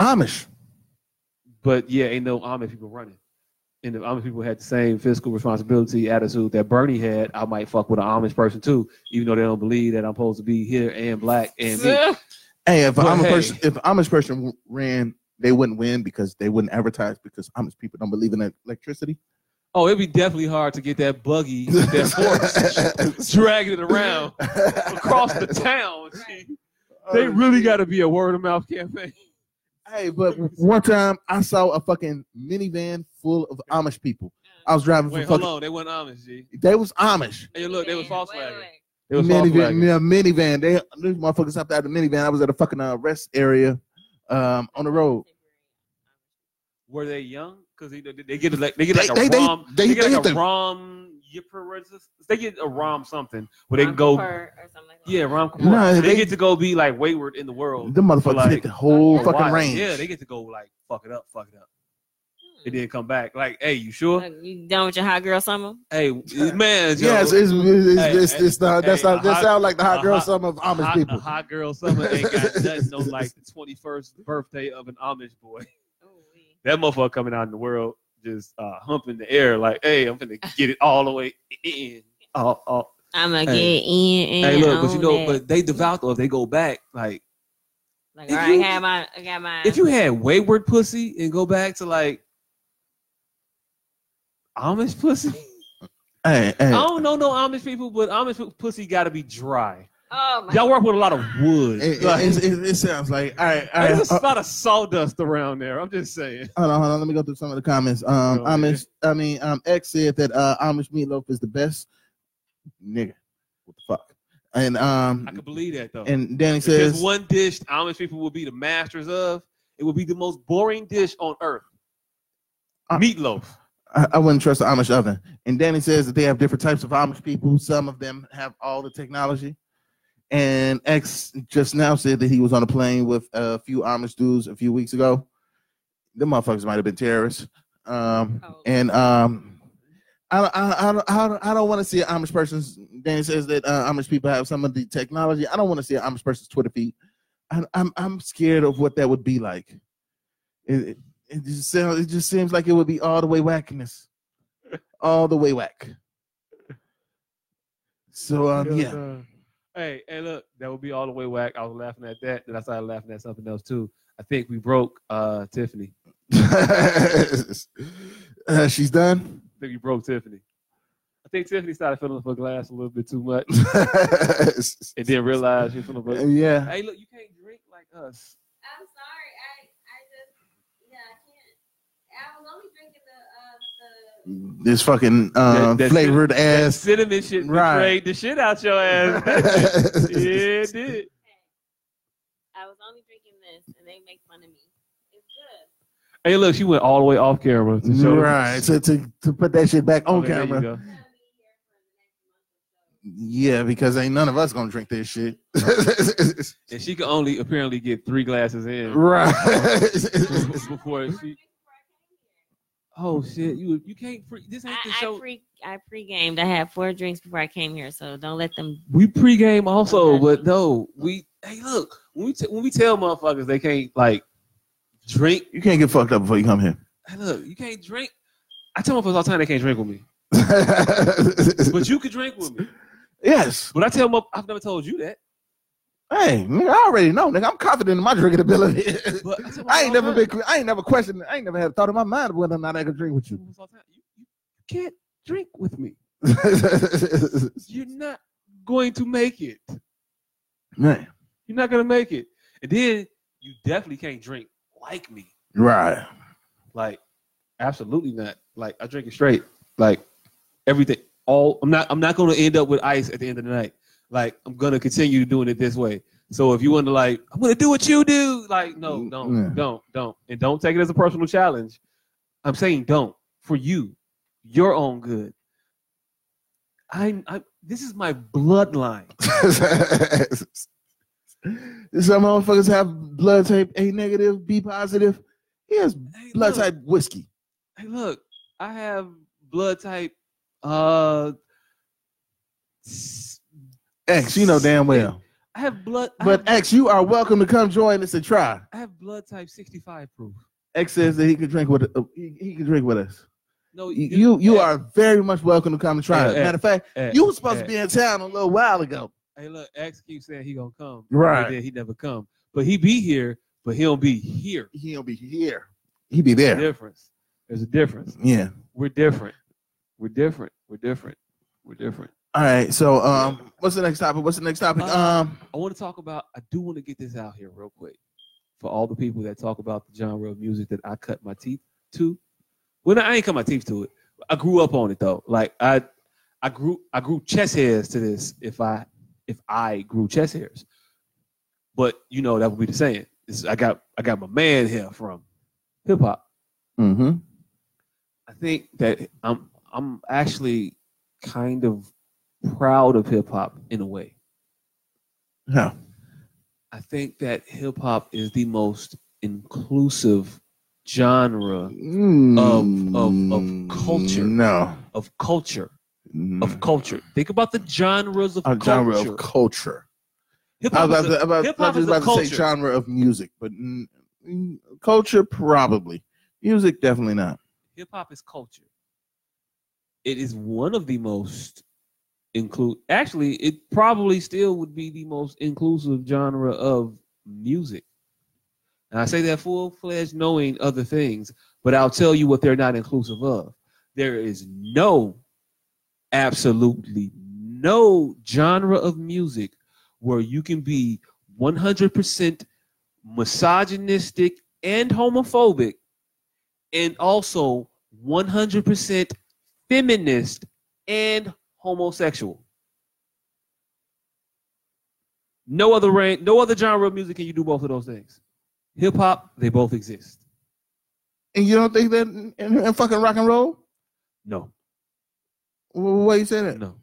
Speaker 3: Amish.
Speaker 6: but yeah ain't no amish people running and if Amish people had the same fiscal responsibility attitude that Bernie had, I might fuck with an Amish person too, even though they don't believe that I'm supposed to be here and black and me.
Speaker 3: Hey, if
Speaker 6: But
Speaker 3: I'm a
Speaker 6: hey.
Speaker 3: person, if I'm a person w- ran, they wouldn't win because they wouldn't advertise because Amish people don't believe in e-, electricity.
Speaker 6: Oh, it'd be definitely hard to get that buggy, that horse, dragging it around Oh, across the town. Gee. They really got to be a word of mouth campaign.
Speaker 3: Hey, but one time I saw a fucking minivan full of Amish people. I was driving
Speaker 6: Wait,
Speaker 3: for
Speaker 6: hold
Speaker 3: fucking.
Speaker 6: on. They weren't Amish, G.
Speaker 3: They was Amish.
Speaker 6: Hey, look, they was
Speaker 2: Wait, wait,
Speaker 6: Volkswagen.
Speaker 2: wait.
Speaker 6: They was
Speaker 3: minivan,
Speaker 6: Volkswagen.
Speaker 3: yeah, minivan. They these motherfuckers hopped out of the minivan. I was at a fucking uh, rest area, um, on the road.
Speaker 6: Were they young? Because they, they get like they get like
Speaker 3: They-
Speaker 6: a
Speaker 3: they-
Speaker 6: rom. They,
Speaker 3: they-
Speaker 6: get
Speaker 3: they
Speaker 6: like
Speaker 3: hit
Speaker 6: a
Speaker 3: the-
Speaker 6: rom. yipper- They get a rom something where they can go.
Speaker 2: Or something like that. Hmm.
Speaker 6: Yeah, rom.
Speaker 3: No,
Speaker 6: they,
Speaker 3: they-
Speaker 6: get to go be like wayward in the world.
Speaker 3: The motherfuckers
Speaker 6: Like,
Speaker 3: hit the whole
Speaker 6: Oh, for a
Speaker 3: fucking
Speaker 6: while.
Speaker 3: range.
Speaker 6: Yeah, they get to go like fuck it up, fuck it up.
Speaker 2: Hmm.
Speaker 6: It didn't come back. Like, hey, you sure?
Speaker 2: Like, you done with your hot girl summer?
Speaker 6: Hey, man, yo,
Speaker 3: Yes, it's, it's,
Speaker 6: Hey,
Speaker 3: it's,
Speaker 6: hey,
Speaker 3: it's the, that's
Speaker 6: hey,
Speaker 3: not,
Speaker 6: a
Speaker 3: that
Speaker 6: hot-
Speaker 3: sound like the hot
Speaker 6: a
Speaker 3: girl
Speaker 6: hot-
Speaker 3: summer of Amish
Speaker 6: hot,
Speaker 3: people.
Speaker 6: A hot girl summer ain't got nothing on like the 21st birthday of an Amish boy. That motherfucker coming out in the world just uh, humping the air like, hey, I'm gonna get it all the way in. Oh, oh.
Speaker 2: I'm gonna
Speaker 6: Hey.
Speaker 2: get in.
Speaker 6: Hey,
Speaker 2: and
Speaker 6: look, but you
Speaker 2: own
Speaker 6: know,
Speaker 2: that.
Speaker 6: but they devout though. If they go back, like,
Speaker 2: like,
Speaker 6: if
Speaker 2: all right,
Speaker 6: you-
Speaker 2: I got my, I got my.
Speaker 6: if you had wayward pussy and go back to like Amish pussy,
Speaker 3: Hey, hey.
Speaker 6: I don't know no Amish people, but Amish pussy gotta be dry.
Speaker 2: oh my,
Speaker 6: Y'all work with a lot of wood.
Speaker 3: It, uh,
Speaker 6: Like,
Speaker 3: it, it, it sounds like all right. All right
Speaker 6: there's a
Speaker 3: hold,
Speaker 6: lot of sawdust around there. I'm just saying.
Speaker 3: hold on, hold on. Let me go through some of the comments. Um,
Speaker 6: Go ahead.
Speaker 3: Amish. I mean, um, X said that uh, Amish meatloaf is the best. Nigga, what the fuck? And
Speaker 6: I
Speaker 3: um,
Speaker 6: could believe that though.
Speaker 3: and Danny
Speaker 6: if there's
Speaker 3: says
Speaker 6: one dish Amish people will be the masters of, it will be the most boring dish on earth.
Speaker 3: Uh,
Speaker 6: Meatloaf.
Speaker 3: I, I wouldn't trust the Amish oven. And Danny says that they have different types of Amish people. Some of them have all the technology. And X just now said that he was on a plane with a few Amish dudes a few weeks ago. Them motherfuckers might have been terrorists. Um,
Speaker 2: Oh.
Speaker 3: and um, I I I don't, I don't, I don't want to see an Amish person's. Danny says that uh, Amish people have some of the technology. I don't want to see an Amish person's Twitter feed. I, I'm I'm scared of what that would be like. It, it, it just sounds. It just seems like it would be all the way wackiness, all the way whack. So um, yeah.
Speaker 4: Hey, hey, look, that would be all the way whack. I was laughing at that, then I started laughing at something else too. I think we broke uh Tiffany.
Speaker 3: Uh, she's done.
Speaker 4: I think we broke Tiffany. I think Tiffany started filling up her glass a little bit too much and didn't realize she was filling up. her-
Speaker 3: yeah.
Speaker 4: Hey, look, you can't drink like us.
Speaker 2: I'm sorry. I I just yeah I can't. I was only drinking the uh the.
Speaker 3: This fucking uh,
Speaker 4: That- that's
Speaker 3: flavored
Speaker 4: That
Speaker 3: ass.
Speaker 4: cinnamon shit
Speaker 3: Right.
Speaker 4: betrayed the shit out your ass. yeah, it did.
Speaker 2: I was only drinking this, and they make fun of me. It's good.
Speaker 4: Hey, look, she went all the way off camera to show
Speaker 3: Right. So to, to put that shit back on
Speaker 4: Okay, Oh, there you
Speaker 3: camera.
Speaker 4: go.
Speaker 2: I'm gonna be here for the next month or so.
Speaker 3: Yeah, because ain't none of us gonna drink this shit.
Speaker 4: And she could only apparently get three glasses in
Speaker 3: right.
Speaker 4: before she.
Speaker 2: I,
Speaker 4: Oh shit! You you can't. Pre- this ain't the
Speaker 2: I
Speaker 4: show.
Speaker 2: pre I pre-gamed. I had four drinks before I came here, so don't let them.
Speaker 4: We pregame also, but no, we hey look when we t- when we tell motherfuckers they can't like drink.
Speaker 3: You can't get fucked up before you come here.
Speaker 4: Hey, look, you can't drink. I tell motherfuckers all the time they can't drink with me, but you could drink with me.
Speaker 3: yes.
Speaker 4: But I tell them I've never told you that.
Speaker 3: Hey, nigga, I already know, nigga. I'm confident in my drinking ability.
Speaker 4: But I, tell
Speaker 3: I ain't
Speaker 4: motherfuckers all
Speaker 3: never
Speaker 4: the
Speaker 3: been. I ain't never questioned. I ain't never had a thought in my mind whether or not I could drink with you.
Speaker 4: time. All the time, You, you can't drink with me. You're not going to make it.
Speaker 3: Man,
Speaker 4: You're not gonna make it. And then you definitely can't drink like me.
Speaker 3: right.
Speaker 4: Like, absolutely not. Like I drink it straight. Like everything. All I'm not I'm not gonna end up with ice at the end of the night. Like I'm gonna continue doing it this way. So if you want to like, I'm gonna do what you do, like no,
Speaker 3: Mm,
Speaker 4: don't,
Speaker 3: yeah.
Speaker 4: don't, don't. And don't take it as a personal challenge. I'm saying don't for you, your own good. I'm, I'm this is my bloodline.
Speaker 3: Some motherfuckers have blood type A negative, B positive. He has
Speaker 4: Hey,
Speaker 3: blood
Speaker 4: look.
Speaker 3: type whiskey.
Speaker 4: hey, look, I have blood type uh s-
Speaker 3: X, you know damn well.
Speaker 4: I have blood I
Speaker 3: But
Speaker 4: have,
Speaker 3: X, you are welcome to come join us and try.
Speaker 4: I have blood type 65 proof.
Speaker 3: X says that he could drink with uh, he, he could drink with us.
Speaker 4: No,
Speaker 3: You you
Speaker 4: hey,
Speaker 3: are very much welcome to come and try. it.
Speaker 4: Yeah,
Speaker 3: Matter of fact,
Speaker 4: hey,
Speaker 3: you were supposed
Speaker 4: eh.
Speaker 3: to be in town a little while ago.
Speaker 4: Hey, look, X keeps saying he gonna come.
Speaker 3: Right.
Speaker 4: And then he never come. But he be here, but he don't be here.
Speaker 3: He'll be here. He be
Speaker 4: There's a
Speaker 3: there.
Speaker 4: difference. There's a difference.
Speaker 3: Yeah.
Speaker 4: We're different. We're different. We're different. We're different.
Speaker 3: All right. So um, what's the next topic? What's the next topic?
Speaker 4: Uh,
Speaker 3: Um,
Speaker 4: I want to talk about. I do want to get this out here real quick for all the people that talk about the genre of music that I cut my teeth to. Well, no, I ain't cut my teeth to it. I grew up on it though. Like I, I grew I grew chess hairs to this. If I if I grew chess hairs, but you know that would be the saying. It's- I got I got my man hair from hip hop.
Speaker 3: mm-hmm.
Speaker 4: I think that I'm I'm actually kind of proud of hip hop in a way.
Speaker 3: Yeah.
Speaker 4: I think that hip hop is the most inclusive genre of culture.
Speaker 3: Mm, No.
Speaker 4: of culture.
Speaker 3: Mm.
Speaker 4: Of culture. Think about the genres of
Speaker 3: A
Speaker 4: culture.
Speaker 3: genre of culture.
Speaker 4: hip
Speaker 3: I
Speaker 4: hop
Speaker 3: was about
Speaker 4: is,
Speaker 3: to,
Speaker 4: a-
Speaker 3: about,
Speaker 4: hip-hop
Speaker 3: I was
Speaker 4: is a
Speaker 3: about to say
Speaker 4: culture.
Speaker 3: genre of music, but mm, mm, culture probably. Music definitely not.
Speaker 4: hip hop is culture. It is one of the most include. Actually, it probably still would be the most inclusive genre of music. And I say that full fledged knowing other things, but I'll tell you what they're not inclusive of. There is no, absolutely no genre of music where you can be 100% misogynistic and homophobic and also 100% feminist and homosexual. No other rain, no other genre of music can you do both of those things. Hip hop, they both exist.
Speaker 3: And you don't think that in, in, in fucking rock and roll?
Speaker 4: No,
Speaker 3: Wh- Why you say that?
Speaker 4: no.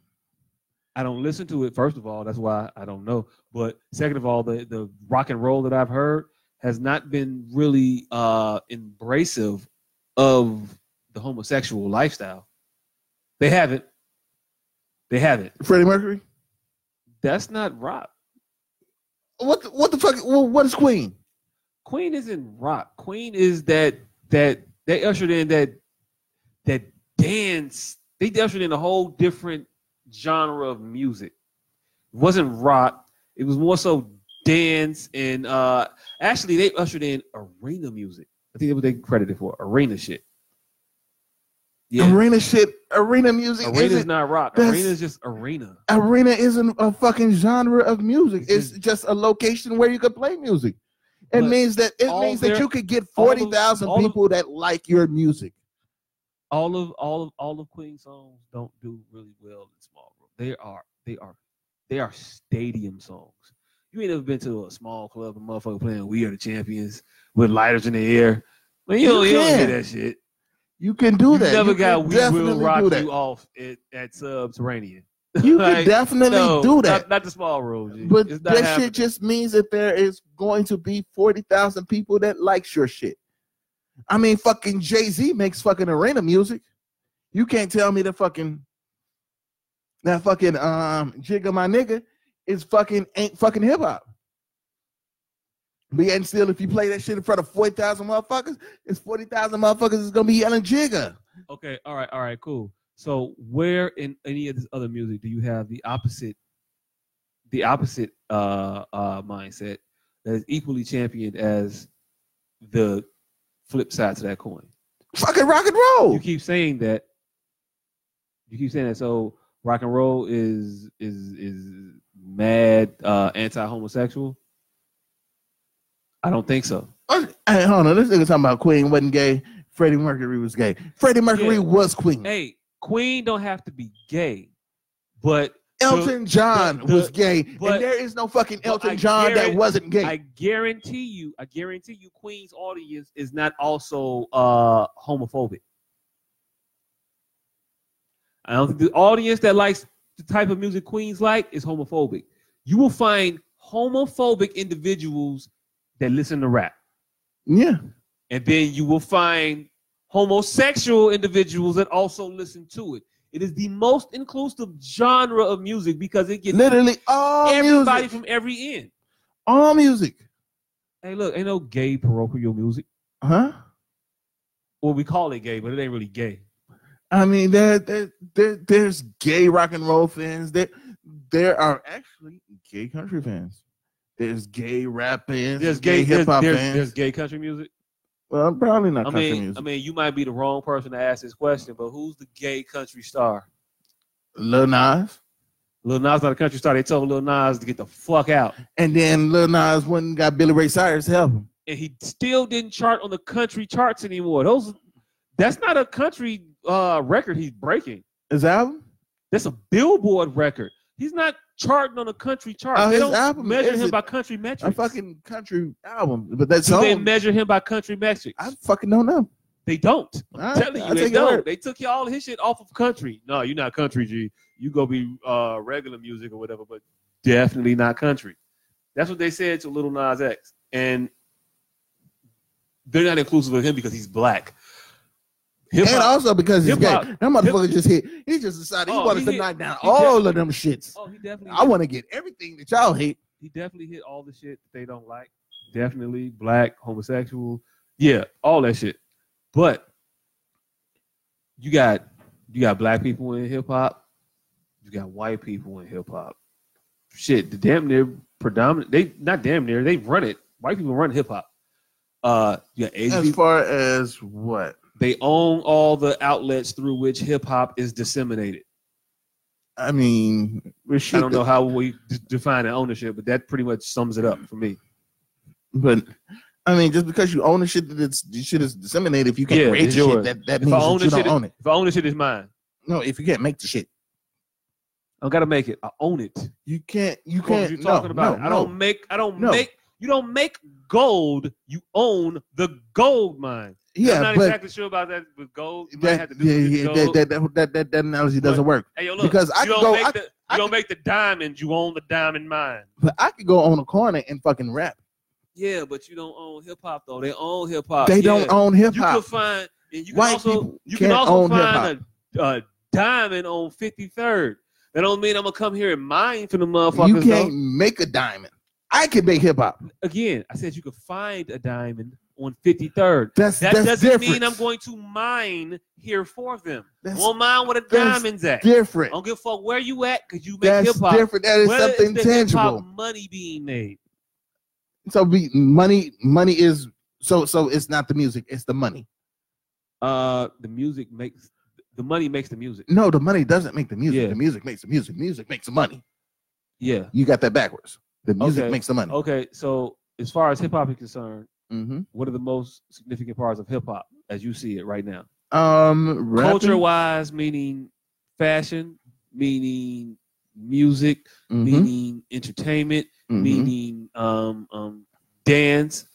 Speaker 4: I don't listen to it. First of all, that's why I don't know. But second of all, the the rock and roll that I've heard
Speaker 6: has not been really uh embracive of the homosexual lifestyle. They haven't. They haven't.
Speaker 3: Freddie Mercury.
Speaker 6: That's not rock.
Speaker 3: What the, what the fuck? Well, what is Queen?
Speaker 6: Queen isn't rock. Queen is that that they ushered in that that dance. They ushered in a whole different genre of music. It wasn't rock. It was more so dance and uh actually they ushered in arena music. I think that's what they credited for arena shit. Yeah,
Speaker 3: Arena shit. Arena music.
Speaker 6: arena's
Speaker 3: isn't,
Speaker 6: not rock.
Speaker 3: that's-
Speaker 6: Arena's just arena.
Speaker 3: arena isn't a fucking genre of music. It's
Speaker 6: It's
Speaker 3: just a location where you could play music. It
Speaker 6: But
Speaker 3: means that it
Speaker 6: all
Speaker 3: means that
Speaker 6: their-
Speaker 3: you could get
Speaker 6: all the-
Speaker 3: forty thousand
Speaker 6: all the-
Speaker 3: people that like your music.
Speaker 6: all of all of all of Queen's songs don't do really well in small rooms. They are they are they are stadium songs. You ain't ever been to a small club and motherfucker playing "We Are the Champions" with lighters in the air. Man, you
Speaker 3: You
Speaker 6: don't, you don't hear
Speaker 3: can.
Speaker 6: that shit.
Speaker 3: You can do
Speaker 6: you
Speaker 3: that.
Speaker 6: never
Speaker 3: You
Speaker 6: got
Speaker 3: can
Speaker 6: "We Will
Speaker 3: definitely
Speaker 6: Rock
Speaker 3: do that.
Speaker 6: You" off at, at Subterranean.
Speaker 3: You can
Speaker 6: Like,
Speaker 3: definitely
Speaker 6: no,
Speaker 3: do
Speaker 6: Not,
Speaker 3: that.
Speaker 6: not the small rooms. G.
Speaker 3: But
Speaker 6: It's
Speaker 3: that
Speaker 6: not happening.
Speaker 3: shit just means that there is going to be forty thousand people that likes your shit. I mean, fucking Jay Z makes fucking arena music. You can't tell me that fucking that fucking um jigga my nigga is fucking ain't fucking hip hop. But yet and still, if you play that shit in front of forty thousand motherfuckers, it's forty thousand motherfuckers is gonna be yelling jigga.
Speaker 6: Okay, all right, all right, cool. So where in any of this other music do you have the opposite the opposite uh uh mindset that is equally championed as the flip side to that coin?
Speaker 3: Fucking rock and
Speaker 6: You
Speaker 3: roll.
Speaker 6: keep saying that you keep saying that so rock and roll is is is mad uh anti homosexual? I don't think so.
Speaker 3: Oh, Hey, hold on, this nigga talking about Queen wasn't gay. Freddie Mercury was gay. Freddie Mercury
Speaker 6: Yeah.
Speaker 3: was Queen.
Speaker 6: Hey, Queen don't have to be gay, but
Speaker 3: Elton John
Speaker 6: the- the-
Speaker 3: was gay,
Speaker 6: but-
Speaker 3: and there is no fucking
Speaker 6: but
Speaker 3: Elton
Speaker 6: I
Speaker 3: John that
Speaker 6: guarantee-
Speaker 3: wasn't gay.
Speaker 6: I guarantee you, I guarantee you, Queen's audience is not also uh homophobic. I don't think the audience that likes the type of music Queens like is homophobic. You will find homophobic individuals that listen to rap,
Speaker 3: yeah,
Speaker 6: and then you will find homosexual individuals that also listen to it. It is the most inclusive genre of music because it gets
Speaker 3: literally all
Speaker 6: everybody
Speaker 3: music,
Speaker 6: from every end.
Speaker 3: all music,
Speaker 6: Hey, look, ain't no gay parochial music.
Speaker 3: huh?
Speaker 6: Well, we call it gay, but it ain't really gay.
Speaker 3: I mean, there, there, there, there's gay rock and roll fans. There, there are actually gay country fans. There's gay rap fans.
Speaker 6: There's gay, there's,
Speaker 3: hip hop
Speaker 6: there's,
Speaker 3: fans.
Speaker 6: there's gay country music.
Speaker 3: well, probably not
Speaker 6: I
Speaker 3: country
Speaker 6: mean,
Speaker 3: music.
Speaker 6: I mean, you might be the wrong person to ask this question, but who's the gay country star?
Speaker 3: Lil Nas,
Speaker 6: Lil Nas not a country star. They told Lil Nas to get the fuck out,
Speaker 3: and then Lil Nas went and got Billy Ray Cyrus to help him.
Speaker 6: and he still didn't chart on the country charts anymore. Those, that's not a country uh, record he's breaking.
Speaker 3: His album,
Speaker 6: That's a Billboard record. He's not charting on a country chart.
Speaker 3: Oh,
Speaker 6: they
Speaker 3: his
Speaker 6: don't
Speaker 3: album
Speaker 6: measure
Speaker 3: is
Speaker 6: him
Speaker 3: a-
Speaker 6: by country metrics.
Speaker 3: a fucking country album, but that
Speaker 6: Do they
Speaker 3: song,
Speaker 6: measure him by country metrics?
Speaker 3: I fucking don't know.
Speaker 6: They don't.
Speaker 3: All
Speaker 6: I'm
Speaker 3: right,
Speaker 6: telling
Speaker 3: I'll
Speaker 6: you, they
Speaker 3: take your
Speaker 6: don't.
Speaker 3: word.
Speaker 6: They took you all his shit off of country. No, you're not country, G. You go be uh, regular music or whatever, but definitely not country. That's what they said to Little Nas X, and they're not inclusive of him because he's black.
Speaker 3: And
Speaker 6: Hip-hop-
Speaker 3: also because he's gay.
Speaker 6: Hip-hop.
Speaker 3: That motherfucker just hit. He just decided he
Speaker 6: Oh,
Speaker 3: wanted
Speaker 6: he
Speaker 3: to
Speaker 6: hit-
Speaker 3: knock down
Speaker 6: he
Speaker 3: all of them shits.
Speaker 6: oh, he definitely.
Speaker 3: I want to get everything that y'all hate.
Speaker 6: he definitely hit all the shit that they don't like. Definitely black, homosexual, yeah, all that shit. But you got you got black people in hip hop, you got white people in hip hop. Shit, the damn near predominant they not damn near, they run it. White people run hip hop. Uh you got Asian
Speaker 3: As
Speaker 6: people,
Speaker 3: far as what?
Speaker 6: they own all the outlets through which hip hop is disseminated.
Speaker 3: I mean, well, shit,
Speaker 6: I don't know how we d- define an ownership, but that pretty much sums it up for me.
Speaker 3: But I mean, just because you own the shit that it's the shit is disseminated, if you can't
Speaker 6: Yeah,
Speaker 3: create the
Speaker 6: it's yours.
Speaker 3: shit, that, that
Speaker 6: If
Speaker 3: means
Speaker 6: I own
Speaker 3: that you
Speaker 6: the
Speaker 3: don't
Speaker 6: shit,
Speaker 3: own it.
Speaker 6: If I own the shit, it's mine.
Speaker 3: No, if you can't make the shit,
Speaker 6: I gotta make it. I own it.
Speaker 3: you can't. You
Speaker 6: What was
Speaker 3: can't.
Speaker 6: you
Speaker 3: no,
Speaker 6: talking about?
Speaker 3: no,
Speaker 6: I
Speaker 3: no.
Speaker 6: don't make. I don't
Speaker 3: No.
Speaker 6: make. You don't make gold. You own the gold mine. I'm
Speaker 3: Yeah,
Speaker 6: not
Speaker 3: but
Speaker 6: exactly sure about that with gold. You might
Speaker 3: that,
Speaker 6: have to do
Speaker 3: yeah,
Speaker 6: with
Speaker 3: yeah,
Speaker 6: gold.
Speaker 3: that, that, that, that, that, that analogy doesn't work.
Speaker 6: hey, yo, look.
Speaker 3: because I
Speaker 6: you
Speaker 3: could
Speaker 6: don't
Speaker 3: go-
Speaker 6: make
Speaker 3: I-
Speaker 6: the you
Speaker 3: I
Speaker 6: don't make the diamond. You own the diamond mine.
Speaker 3: But I could go on a corner and fucking rap.
Speaker 6: Yeah, but you don't own hip hop though. They own hip hop.
Speaker 3: They
Speaker 6: Uh, yeah.
Speaker 3: don't own hip
Speaker 6: You can
Speaker 3: hop.
Speaker 6: find and you can
Speaker 3: White
Speaker 6: also
Speaker 3: people
Speaker 6: you can
Speaker 3: can't
Speaker 6: also
Speaker 3: own
Speaker 6: find a, a diamond on 53rd. That don't mean I'm gonna come here and mine for the motherfuckers.
Speaker 3: You
Speaker 6: though.
Speaker 3: can't make a diamond. I can make hip hop.
Speaker 6: Again, I said you could find a diamond on 53rd.
Speaker 3: That's
Speaker 6: That
Speaker 3: that's
Speaker 6: doesn't
Speaker 3: different.
Speaker 6: mean I'm going to mine here for them.
Speaker 3: That's
Speaker 6: Won't mine where the
Speaker 3: that's
Speaker 6: diamonds at. I
Speaker 3: different.
Speaker 6: don't give a fuck where you at because you make hip
Speaker 3: That's
Speaker 6: hop.
Speaker 3: different. That is something tangible.
Speaker 6: money being made.
Speaker 3: So we, money money is so so it's not the music, it's the money.
Speaker 6: Uh, the music makes the money makes the music.
Speaker 3: No, the money doesn't make the music.
Speaker 6: Yeah.
Speaker 3: The music makes the music. Music makes the money.
Speaker 6: Yeah.
Speaker 3: You got that backwards. The music
Speaker 6: Okay.
Speaker 3: makes the money.
Speaker 6: Okay. So as far as hip hop is concerned,
Speaker 3: hmm
Speaker 6: what are the most significant parts of hip hop as you see it right now?
Speaker 3: Um,
Speaker 6: Culture wise, meaning fashion, meaning music,
Speaker 3: Mm-hmm.
Speaker 6: meaning entertainment, meaning um, um, dance.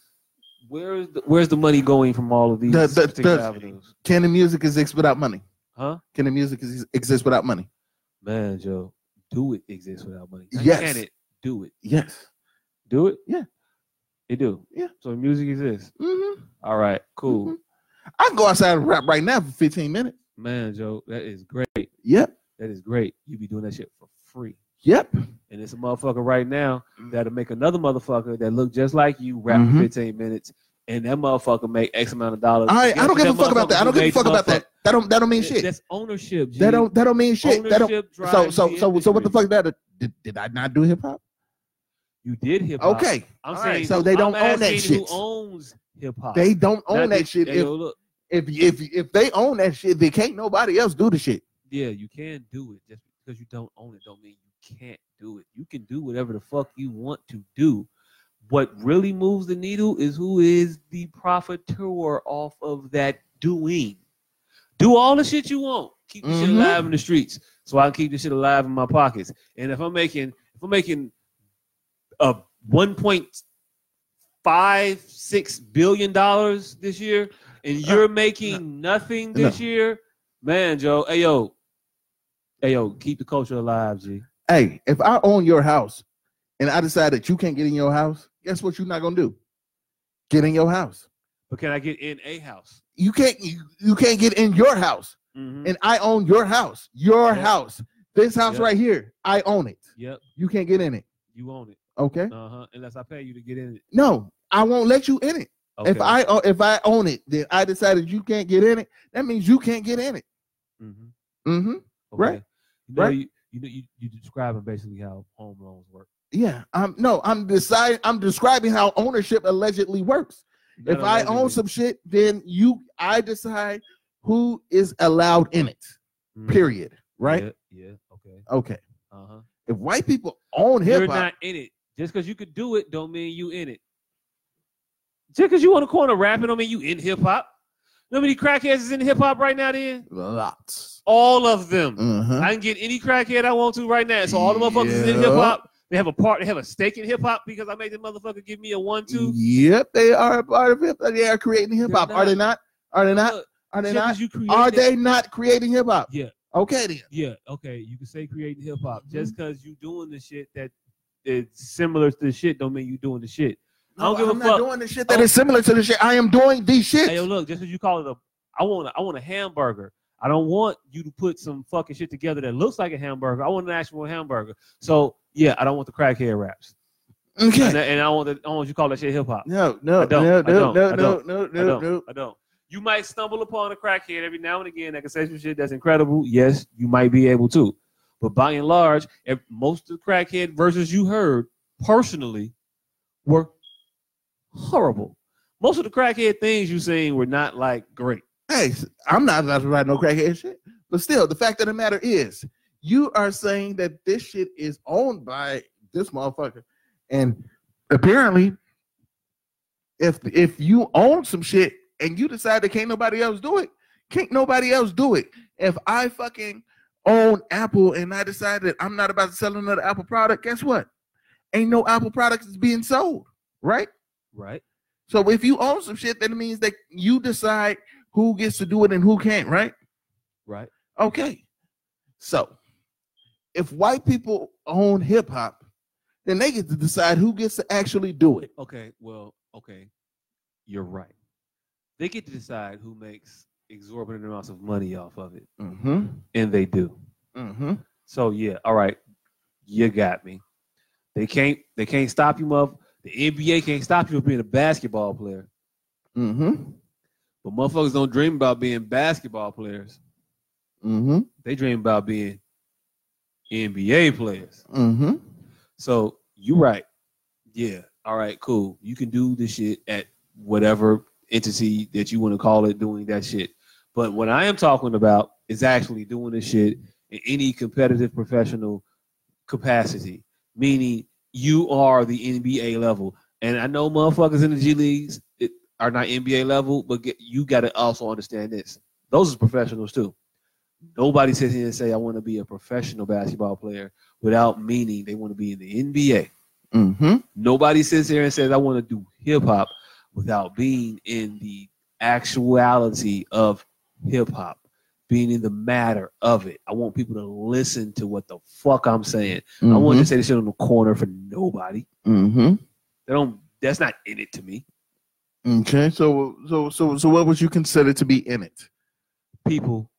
Speaker 6: Where's the, where's the money going from all of these
Speaker 3: Mm-hmm. The- the-
Speaker 6: particular
Speaker 3: the-
Speaker 6: avenues?
Speaker 3: Can the music exist without money?
Speaker 6: Huh?
Speaker 3: Can the music ex- exist without money?
Speaker 6: Man, Joe, do it exist without money? Now,
Speaker 3: Yes.
Speaker 6: Can it do it?
Speaker 3: Yes.
Speaker 6: Do it?
Speaker 3: Yeah.
Speaker 6: It do.
Speaker 3: Yeah.
Speaker 6: So music exists.
Speaker 3: hmm
Speaker 6: All right. Cool.
Speaker 3: Mhm. I can go outside and rap right now for 15 minutes.
Speaker 6: Man, Joe, that is great.
Speaker 3: Yep.
Speaker 6: That is great. You be doing that shit for free.
Speaker 3: Yep.
Speaker 6: And it's a motherfucker right now that'll make another motherfucker that look just like you rap
Speaker 3: Mhm.
Speaker 6: for 15 minutes and that motherfucker make X amount of dollars.
Speaker 3: I I don't
Speaker 6: Guess
Speaker 3: give a
Speaker 6: that
Speaker 3: fuck about that. I don't
Speaker 6: motherfucker
Speaker 3: give a fuck about that. That don't that don't mean
Speaker 6: made motherfucker-
Speaker 3: shit.
Speaker 6: That's ownership. G.
Speaker 3: That don't that don't mean shit. That don't.
Speaker 6: Ownership
Speaker 3: So
Speaker 6: drives
Speaker 3: so so
Speaker 6: the
Speaker 3: so what the
Speaker 6: industry.
Speaker 3: fuck that did, did I not do hip hop?
Speaker 6: You did hip hop.
Speaker 3: Okay.
Speaker 6: I'm
Speaker 3: All
Speaker 6: saying
Speaker 3: right. So they don't
Speaker 6: I'm
Speaker 3: own that
Speaker 6: asking Who
Speaker 3: shit.
Speaker 6: owns hip hop?
Speaker 3: They don't own
Speaker 6: Not
Speaker 3: that
Speaker 6: the-
Speaker 3: shit.
Speaker 6: Hey,
Speaker 3: If
Speaker 6: yo, look,
Speaker 3: if if if they own that shit, they can't nobody else do the shit.
Speaker 6: yeah, you can do it. Just because you don't own it, don't mean you can't do it. You can do whatever the fuck you want to do. What really moves the needle is who is the profiteur off of that doing. Do all the shit you want. Keep the shit
Speaker 3: Mhm.
Speaker 6: alive in the streets, so I can keep the shit alive in my pockets. And if I'm making, if I'm making a 1.56 billion dollars this year, and
Speaker 3: Uh,
Speaker 6: you're making nothing this year, man, Joe, hey yo, hey yo, keep the culture alive, G.
Speaker 3: Hey, if I own your house and I decide that you can't get in your house, guess what you're not gonna do? Get in your house.
Speaker 6: But can I get in a house?
Speaker 3: You can't you, you can't get in your house.
Speaker 6: Mhm.
Speaker 3: And I own your house. Your
Speaker 6: Yeah.
Speaker 3: house. This house
Speaker 6: Yeah.
Speaker 3: right here. I own it.
Speaker 6: Yep,
Speaker 3: You can't get in it.
Speaker 6: you own it.
Speaker 3: Okay?
Speaker 6: Uh huh. Unless I pay you to get in it.
Speaker 3: No, I won't let you in it.
Speaker 6: Okay.
Speaker 3: If I o- if I own it, then I decided you can't get in it. That means you can't get in it.
Speaker 6: Mhm.
Speaker 3: Mm-hmm.
Speaker 6: Okay.
Speaker 3: Right.
Speaker 6: You know,
Speaker 3: Right.
Speaker 6: You, you know, you you describing basically how home loans work.
Speaker 3: Yeah. I'm no. I'm deciding. I'm describing how ownership allegedly works.
Speaker 6: Not
Speaker 3: If I
Speaker 6: allegedly.
Speaker 3: own some shit, then you I decide who is allowed in it.
Speaker 6: Mhm.
Speaker 3: Period. Right?
Speaker 6: Yeah. yeah. Okay.
Speaker 3: Okay.
Speaker 6: Uh huh.
Speaker 3: If white people own
Speaker 6: You're
Speaker 3: hip hop,
Speaker 6: not in it. Just because you could do it, don't mean you in it. Just because you on the corner rapping, don't mean you in hip hop. You know how many crackheads is in hip hop right now? Then
Speaker 3: lots.
Speaker 6: all of them.
Speaker 3: Uh-huh.
Speaker 6: I can get any crackhead I want to right now. So all the motherfuckers is in
Speaker 3: Yeah.
Speaker 6: hip hop. They have a part. They have a stake in hip hop because I made the motherfucker give me a one two.
Speaker 3: Yep, they are a part of hip hop. They are creating hip hop.
Speaker 6: They're
Speaker 3: Are they not? Are they not?
Speaker 6: Look,
Speaker 3: Are they not?
Speaker 6: just 'cause you create
Speaker 3: Are
Speaker 6: that-
Speaker 3: they not creating hip hop?
Speaker 6: Yeah.
Speaker 3: Okay then.
Speaker 6: Yeah, okay. You can say creating hip hop. Just because you doing the shit that is similar to the shit don't mean you doing the shit. I don't give a
Speaker 3: am not
Speaker 6: fuck.
Speaker 3: doing the shit that is similar to the shit. I am doing the shit.
Speaker 6: Hey, yo, look, just as you call it a, I want, a, I want a hamburger. I don't want you to put some fucking shit together that looks like a hamburger. I want an actual hamburger. So yeah, I don't want the crackhead raps, and,
Speaker 3: okay.
Speaker 6: I- and I want, the, I want you to call that shit hip hop.
Speaker 3: No, no,
Speaker 6: I don't,
Speaker 3: no, no,
Speaker 6: I don't,
Speaker 3: no,
Speaker 6: I
Speaker 3: no,
Speaker 6: don't,
Speaker 3: no,
Speaker 6: I
Speaker 3: no,
Speaker 6: don't.
Speaker 3: no.
Speaker 6: I don't. You might stumble upon a crackhead every now and again that can say some shit that's incredible. Yes, you might be able to. But by and large, if most of the crackhead verses you heard personally were horrible. Most of the crackhead things you seen were not like great.
Speaker 3: Hey, s- I'm not about to write no crackhead shit. But still, the fact of the matter is, you are saying that this shit is owned by this motherfucker. And apparently, if if you own some shit and you decide that can't nobody else do it, can't nobody else do it. If I fucking own Apple and I decide that I'm not about to sell another Apple product, guess what? Ain't no Apple products is being sold, right?
Speaker 6: Right.
Speaker 3: So if you own some shit, then it means that you decide who gets to do it and who can't, right?
Speaker 6: Right.
Speaker 3: Okay. So if white people own hip hop, then they get to decide who gets to actually do it.
Speaker 4: Okay, well, okay, you're right. They get to decide who makes exorbitant amounts of money off of it,
Speaker 3: Mm-hmm.
Speaker 4: and they do.
Speaker 3: Mm-hmm.
Speaker 4: So yeah, all right, you got me. They can't they can't stop you, mother. The NBA can't stop you from being a basketball player,
Speaker 3: Mm-hmm.
Speaker 4: but motherfuckers don't dream about being basketball players.
Speaker 3: Mm-hmm.
Speaker 4: They dream about being NBA players.
Speaker 3: Mm-hmm.
Speaker 4: So you right. Yeah. All right, cool. You can do this shit at whatever entity that you want to call it doing that shit. But what I am talking about is actually doing this shit in any competitive professional capacity, meaning you are the NBA level. And I know motherfuckers in the G Leagues it, are not NBA level, but get, you got to also understand this. Those are professionals too. Nobody sits here and say, I want to be a professional basketball player without meaning they want to be in the NBA.
Speaker 3: Mm-hmm.
Speaker 4: Nobody sits here and says, I want to do hip hop without being in the actuality of hip hop, being in the matter of it. I want people to listen to what the fuck I'm saying. I want to say this shit on the corner for nobody.
Speaker 3: Mm-hmm.
Speaker 4: They don't that's not in it to me.
Speaker 3: Okay. So so so so what would you consider to be in it?
Speaker 4: People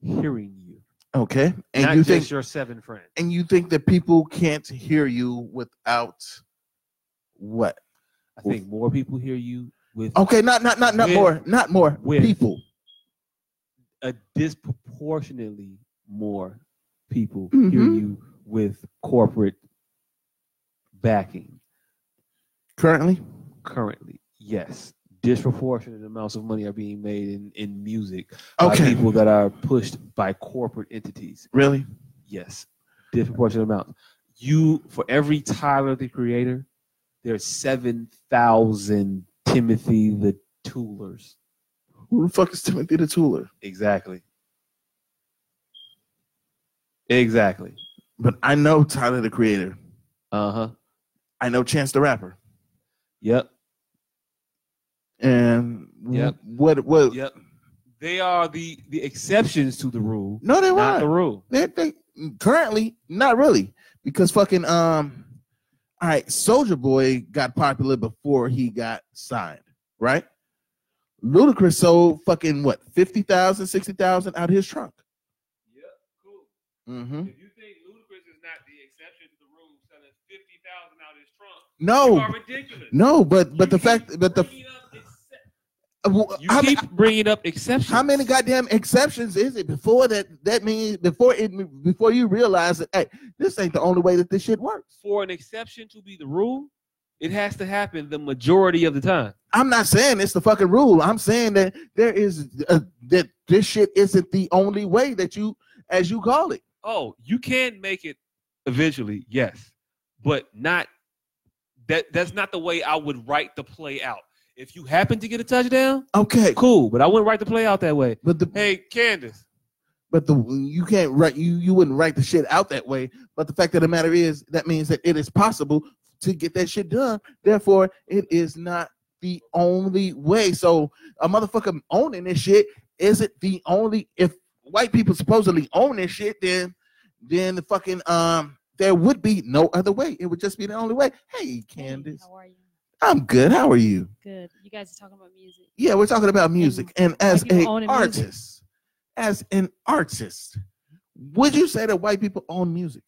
Speaker 4: hearing you.
Speaker 3: Okay. And
Speaker 4: not
Speaker 3: you
Speaker 4: just
Speaker 3: think
Speaker 4: your seven friends.
Speaker 3: and you think that people can't hear you without what?
Speaker 4: I think more people hear you with
Speaker 3: Okay, not not not not
Speaker 4: With-
Speaker 3: more, not more
Speaker 4: with.
Speaker 3: people.
Speaker 4: a disproportionately more people hear
Speaker 3: Mhm.
Speaker 4: you with corporate backing
Speaker 3: Currently,
Speaker 4: currently. Yes, disproportionate amounts of money are being made in, in music by
Speaker 3: okay,
Speaker 4: people that are pushed by corporate entities.
Speaker 3: really?
Speaker 4: Yes, disproportionate amounts. You for every Tyler the Creator, there's seven thousand Timothy the Toolers.
Speaker 3: Who the fuck is Timothy the Tooler?
Speaker 4: Exactly. Exactly.
Speaker 3: But I know Tyler the Creator.
Speaker 4: Uh huh.
Speaker 3: I know Chance the Rapper.
Speaker 4: Yep.
Speaker 3: And
Speaker 4: Yep.
Speaker 3: what what?
Speaker 4: Yep. They are the the exceptions to the rule,
Speaker 3: No, they
Speaker 4: not the
Speaker 3: weren't.
Speaker 4: rule.
Speaker 3: They, they currently not really because fucking um. All right, Soldier Boy got popular before he got signed, right? Ludacris sold fucking what 50,000, 60,000 out of his trunk.
Speaker 6: Yeah, cool.
Speaker 3: Mm-hmm.
Speaker 6: If you think Ludacris is not the exception to the rule, selling fifty thousand out of his trunk, you
Speaker 3: No,
Speaker 6: are
Speaker 3: Oh.
Speaker 6: ridiculous.
Speaker 3: no, but but the fact, but the uh,
Speaker 6: Bringing up excep- you
Speaker 3: how,
Speaker 6: keep
Speaker 3: ma-
Speaker 6: bringing up exceptions.
Speaker 3: how many goddamn exceptions is it before that? That means before it before you realize that hey, this ain't the only way that this shit works.
Speaker 6: for an exception to be the rule, it has to happen the majority of the time.
Speaker 3: I'm not saying it's the fucking rule. I'm saying that there is a, that this shit isn't the only way that you as you call it.
Speaker 6: Oh, you can make it eventually, yes, but not that. That's not the way I would write the play out. If you happen to get a touchdown,
Speaker 3: Okay,
Speaker 6: cool, but I wouldn't write the play out that way.
Speaker 3: but the
Speaker 6: Hey, Candace,
Speaker 3: but the you can't write you you wouldn't write the shit out that way. But the fact of the matter is that means that it is possible to get that shit done. Therefore, it is not the only way. So a motherfucker owning this shit isn't the only. If white people supposedly own this shit, then then the fucking um there would be no other way. It would just be the only way. Hey, Candace,
Speaker 8: How are you?
Speaker 3: I'm good. How are you?
Speaker 8: Good. You guys are talking about music.
Speaker 3: Yeah, we're talking about music. And as
Speaker 8: people
Speaker 3: a
Speaker 8: owning music.
Speaker 3: artist, as an artist, would you say that white people own music?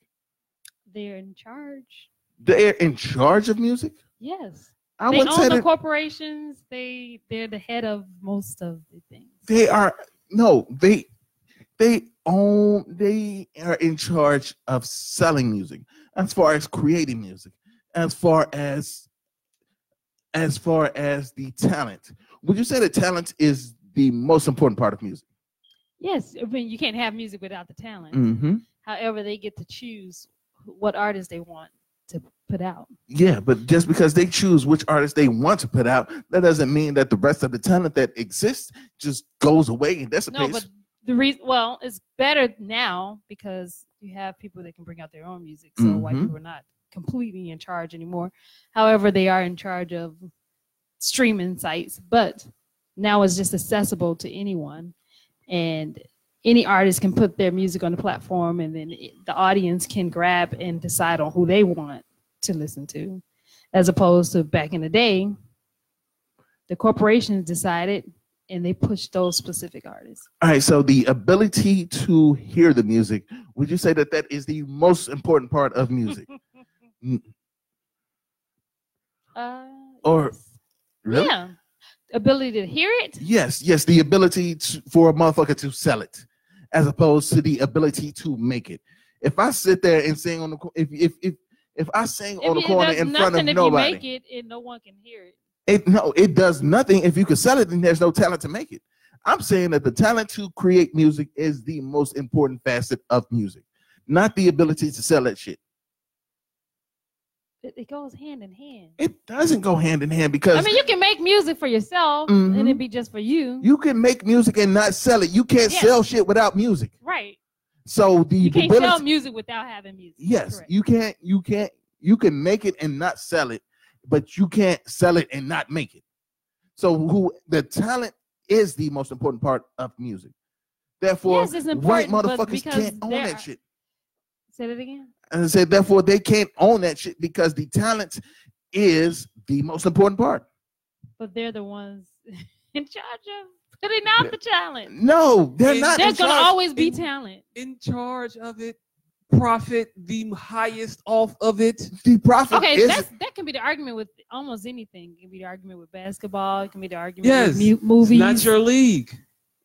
Speaker 8: They're in charge.
Speaker 3: They're in charge of music?
Speaker 8: Yes.
Speaker 3: I
Speaker 8: they
Speaker 3: would say
Speaker 8: own the
Speaker 3: that
Speaker 8: corporations. They they're the head of most of the things.
Speaker 3: they are no, they they own they are in charge of selling music as far as creating music, as far as as far as the talent. Would you say that talent is the most important part of music?
Speaker 8: yes. I mean, you can't have music without the talent.
Speaker 3: Mm-hmm.
Speaker 8: However, they get to choose wh- what artists they want to put out.
Speaker 3: Yeah, but just because they choose which artist they want to put out, that doesn't mean that the rest of the talent that exists just goes away and
Speaker 8: No,
Speaker 3: dissipates.
Speaker 8: but the reason well, it's better now because you have people that can bring out their own music. So white
Speaker 3: Mhm.
Speaker 8: people are not completely in charge anymore. However, they are in charge of streaming sites, but now it's just accessible to anyone and any artist can put their music on the platform and then it, the audience can grab and decide on who they want to listen to, as opposed to back in the day, the corporations decided and they pushed those specific artists.
Speaker 3: All right, so the ability to hear the music, would you say that that is the most important part of music? Mm,
Speaker 8: Uh,
Speaker 3: or really?
Speaker 8: Yeah, ability to hear it.
Speaker 3: Yes, yes, the ability to, for a motherfucker to sell it, as opposed to the ability to make it. If I sit there and sing on the co- if if if, if I sing on the
Speaker 8: it
Speaker 3: corner
Speaker 8: does
Speaker 3: in front of
Speaker 8: nothing if
Speaker 3: nobody,
Speaker 8: you make it and no one can hear it.
Speaker 3: It no, it does nothing. If you can sell it, then there's no talent to make it. I'm saying that the talent to create music is the most important facet of music, not the ability to sell that shit.
Speaker 8: It, it goes hand in hand.
Speaker 3: It doesn't go hand in hand because
Speaker 8: I mean, you can make music for yourself and it be just for you.
Speaker 3: Mm-hmm. you can make music and not sell it. You can't
Speaker 8: Yeah.
Speaker 3: sell shit without music.
Speaker 8: right.
Speaker 3: So the
Speaker 8: You can't
Speaker 3: ability,
Speaker 8: sell music without having music.
Speaker 3: yes,
Speaker 8: Correct.
Speaker 3: you can't, you can't, you can make it and not sell it, but you can't sell it and not make it. So who the talent is the most important part of music. Therefore,
Speaker 8: Yes, it's
Speaker 3: white
Speaker 8: important, but
Speaker 3: motherfuckers
Speaker 8: because
Speaker 3: can't own
Speaker 8: there
Speaker 3: that
Speaker 8: are-
Speaker 3: shit.
Speaker 8: Say that again.
Speaker 3: And I said, therefore, they can't own that shit because the talent is the most important part.
Speaker 8: But they're the ones in charge of putting out the talent.
Speaker 3: No, they're
Speaker 6: It-
Speaker 3: not.
Speaker 8: There's
Speaker 3: in
Speaker 8: gonna
Speaker 3: charge.
Speaker 8: always be
Speaker 6: in-
Speaker 8: talent.
Speaker 6: in charge of it, profit the highest off of it.
Speaker 3: the profit
Speaker 8: Okay,
Speaker 3: is
Speaker 8: that's, that can be the argument with almost anything. It can be the argument with basketball. It can be the argument
Speaker 6: Yes.
Speaker 8: with mu-
Speaker 6: It's
Speaker 8: movies.
Speaker 6: not your league.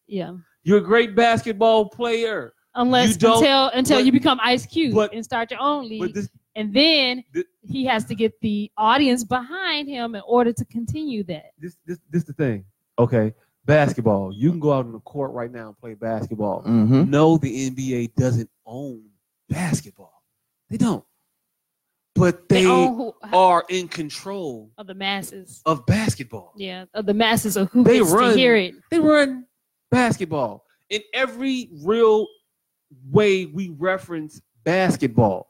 Speaker 8: yeah,
Speaker 6: You're a great basketball player,
Speaker 8: unless
Speaker 6: You don't-
Speaker 8: until until
Speaker 6: but-
Speaker 8: you become Ice Cube
Speaker 6: but-
Speaker 8: and start your own league,
Speaker 6: but this
Speaker 8: and then
Speaker 6: Th-
Speaker 8: he has to get the audience behind him in order to continue that.
Speaker 6: this this this the thing. Okay, basketball. You can go out on the court right now and play basketball.
Speaker 3: Mhm.
Speaker 8: Mm-hmm.
Speaker 6: No, the NBA doesn't own basketball. They don't. But
Speaker 8: They,
Speaker 6: they
Speaker 8: own who,
Speaker 6: are in control
Speaker 8: of the masses.
Speaker 6: of basketball.
Speaker 8: Yeah, of the masses of who
Speaker 6: They
Speaker 8: gets
Speaker 6: run.
Speaker 8: to hear it.
Speaker 6: They run basketball. In every real way we reference basketball.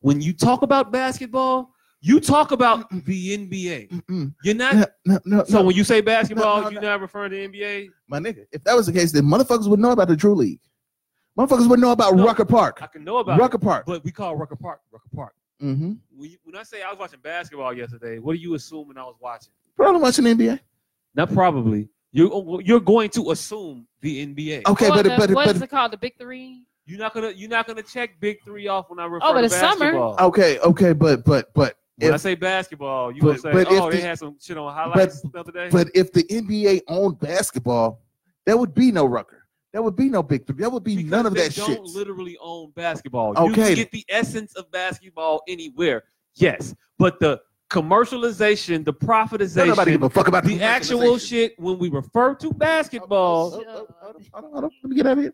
Speaker 6: When you talk about basketball, you talk about the NBA.
Speaker 3: Mm-mm.
Speaker 6: You're not
Speaker 3: No, Mm-hmm. no, no,
Speaker 6: so
Speaker 3: no,
Speaker 6: when you say basketball,
Speaker 3: no, no.
Speaker 6: you're not referring to NBA.
Speaker 3: my nigga. If that was the case, then motherfuckers would know about the Drew League. Motherfuckers would know about
Speaker 6: No,
Speaker 3: Rucker Park.
Speaker 6: I can know about
Speaker 3: Rucker
Speaker 6: it,
Speaker 3: Park.
Speaker 6: but we call Rucker Park Rucker Park.
Speaker 3: Mm-hmm.
Speaker 6: When, you, when I say I was watching basketball yesterday, what are you assuming I was watching?
Speaker 3: Probably watching NBA.
Speaker 6: Not probably. You're you're going to assume the NBA.
Speaker 3: Okay,
Speaker 8: Or
Speaker 3: but
Speaker 8: the-
Speaker 3: but
Speaker 8: what is
Speaker 3: but
Speaker 8: it called? The Big Three.
Speaker 6: You're not gonna you're not gonna check Big Three off when I refer
Speaker 8: Oh, but
Speaker 6: to
Speaker 8: it's summer.
Speaker 6: basketball.
Speaker 3: okay, okay, but but but
Speaker 6: When I
Speaker 3: if-
Speaker 6: say basketball, you
Speaker 3: But-
Speaker 6: gonna say,
Speaker 3: but
Speaker 6: oh,
Speaker 3: if
Speaker 6: they
Speaker 3: the-
Speaker 6: had some shit on highlights the other day.
Speaker 3: but if the NBA owned basketball, there would be no Rucker. There would be no Big Three. There would be
Speaker 6: Because
Speaker 3: none of
Speaker 6: they
Speaker 3: that
Speaker 6: don't
Speaker 3: shit.
Speaker 6: literally own basketball. You
Speaker 3: Okay.
Speaker 6: can get the essence of basketball anywhere. Yes, but the commercialization, the
Speaker 3: Don't
Speaker 6: profitization,
Speaker 3: Nobody give a fuck about
Speaker 6: the actual
Speaker 3: commercialization. Oh,
Speaker 6: shit when we refer to basketball.
Speaker 3: Hold up, hold up, hold up, hold up. Let me get out of here.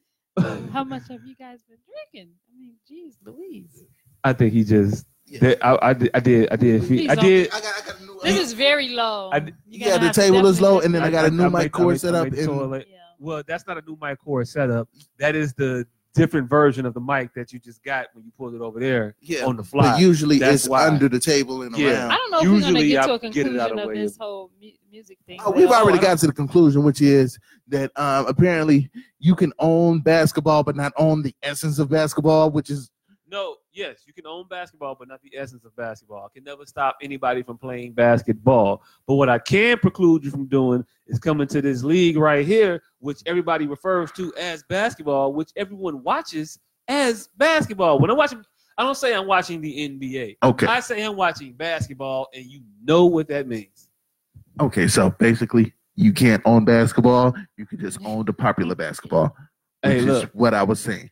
Speaker 8: How much have you guys been drinking? I mean, geez, Louise.
Speaker 6: I think he just. that- I, I did. I did. I did.
Speaker 8: Please
Speaker 6: I
Speaker 8: don't
Speaker 6: did.
Speaker 3: I got, I got a new. uh,
Speaker 8: This is very low.
Speaker 6: I-
Speaker 8: You're
Speaker 3: yeah,
Speaker 8: gonna
Speaker 3: the
Speaker 8: have to
Speaker 3: table is
Speaker 8: definitely
Speaker 3: low,
Speaker 8: take-
Speaker 3: and then I, got a new
Speaker 6: made-
Speaker 3: mic cord
Speaker 6: made-
Speaker 3: set
Speaker 6: I
Speaker 3: up.
Speaker 6: made the
Speaker 3: And
Speaker 6: toilet.
Speaker 8: Yeah.
Speaker 6: Well, that's not a new mic cord setup. That is the different version of the mic that you just got when you pulled it over there
Speaker 3: yeah,
Speaker 6: on the fly.
Speaker 3: but usually
Speaker 6: That's
Speaker 3: it's
Speaker 6: why.
Speaker 3: under the table and
Speaker 6: Yeah.
Speaker 3: around.
Speaker 8: I don't know if we're gonna
Speaker 6: Usually
Speaker 8: get
Speaker 6: I
Speaker 8: to a
Speaker 6: get it
Speaker 8: conclusion
Speaker 6: out of
Speaker 8: of,
Speaker 6: the way.
Speaker 8: this whole mu- music thing.
Speaker 3: Oh, we've
Speaker 8: but-
Speaker 3: already got to the conclusion, which is that um, apparently you can own basketball, but not own the essence of basketball, which is
Speaker 6: No, yes, you can own basketball, but not the essence of basketball. I can never stop anybody from playing basketball. But what I can preclude you from doing is coming to this league right here, which everybody refers to as basketball, which everyone watches as basketball. When I'm watching, I don't say I'm watching the NBA.
Speaker 3: okay.
Speaker 6: I say I'm watching basketball, and you know what that means.
Speaker 3: Okay, so basically, you can't own basketball. You can just own the popular basketball, which
Speaker 6: Hey,
Speaker 3: is
Speaker 6: look,
Speaker 3: what I was saying.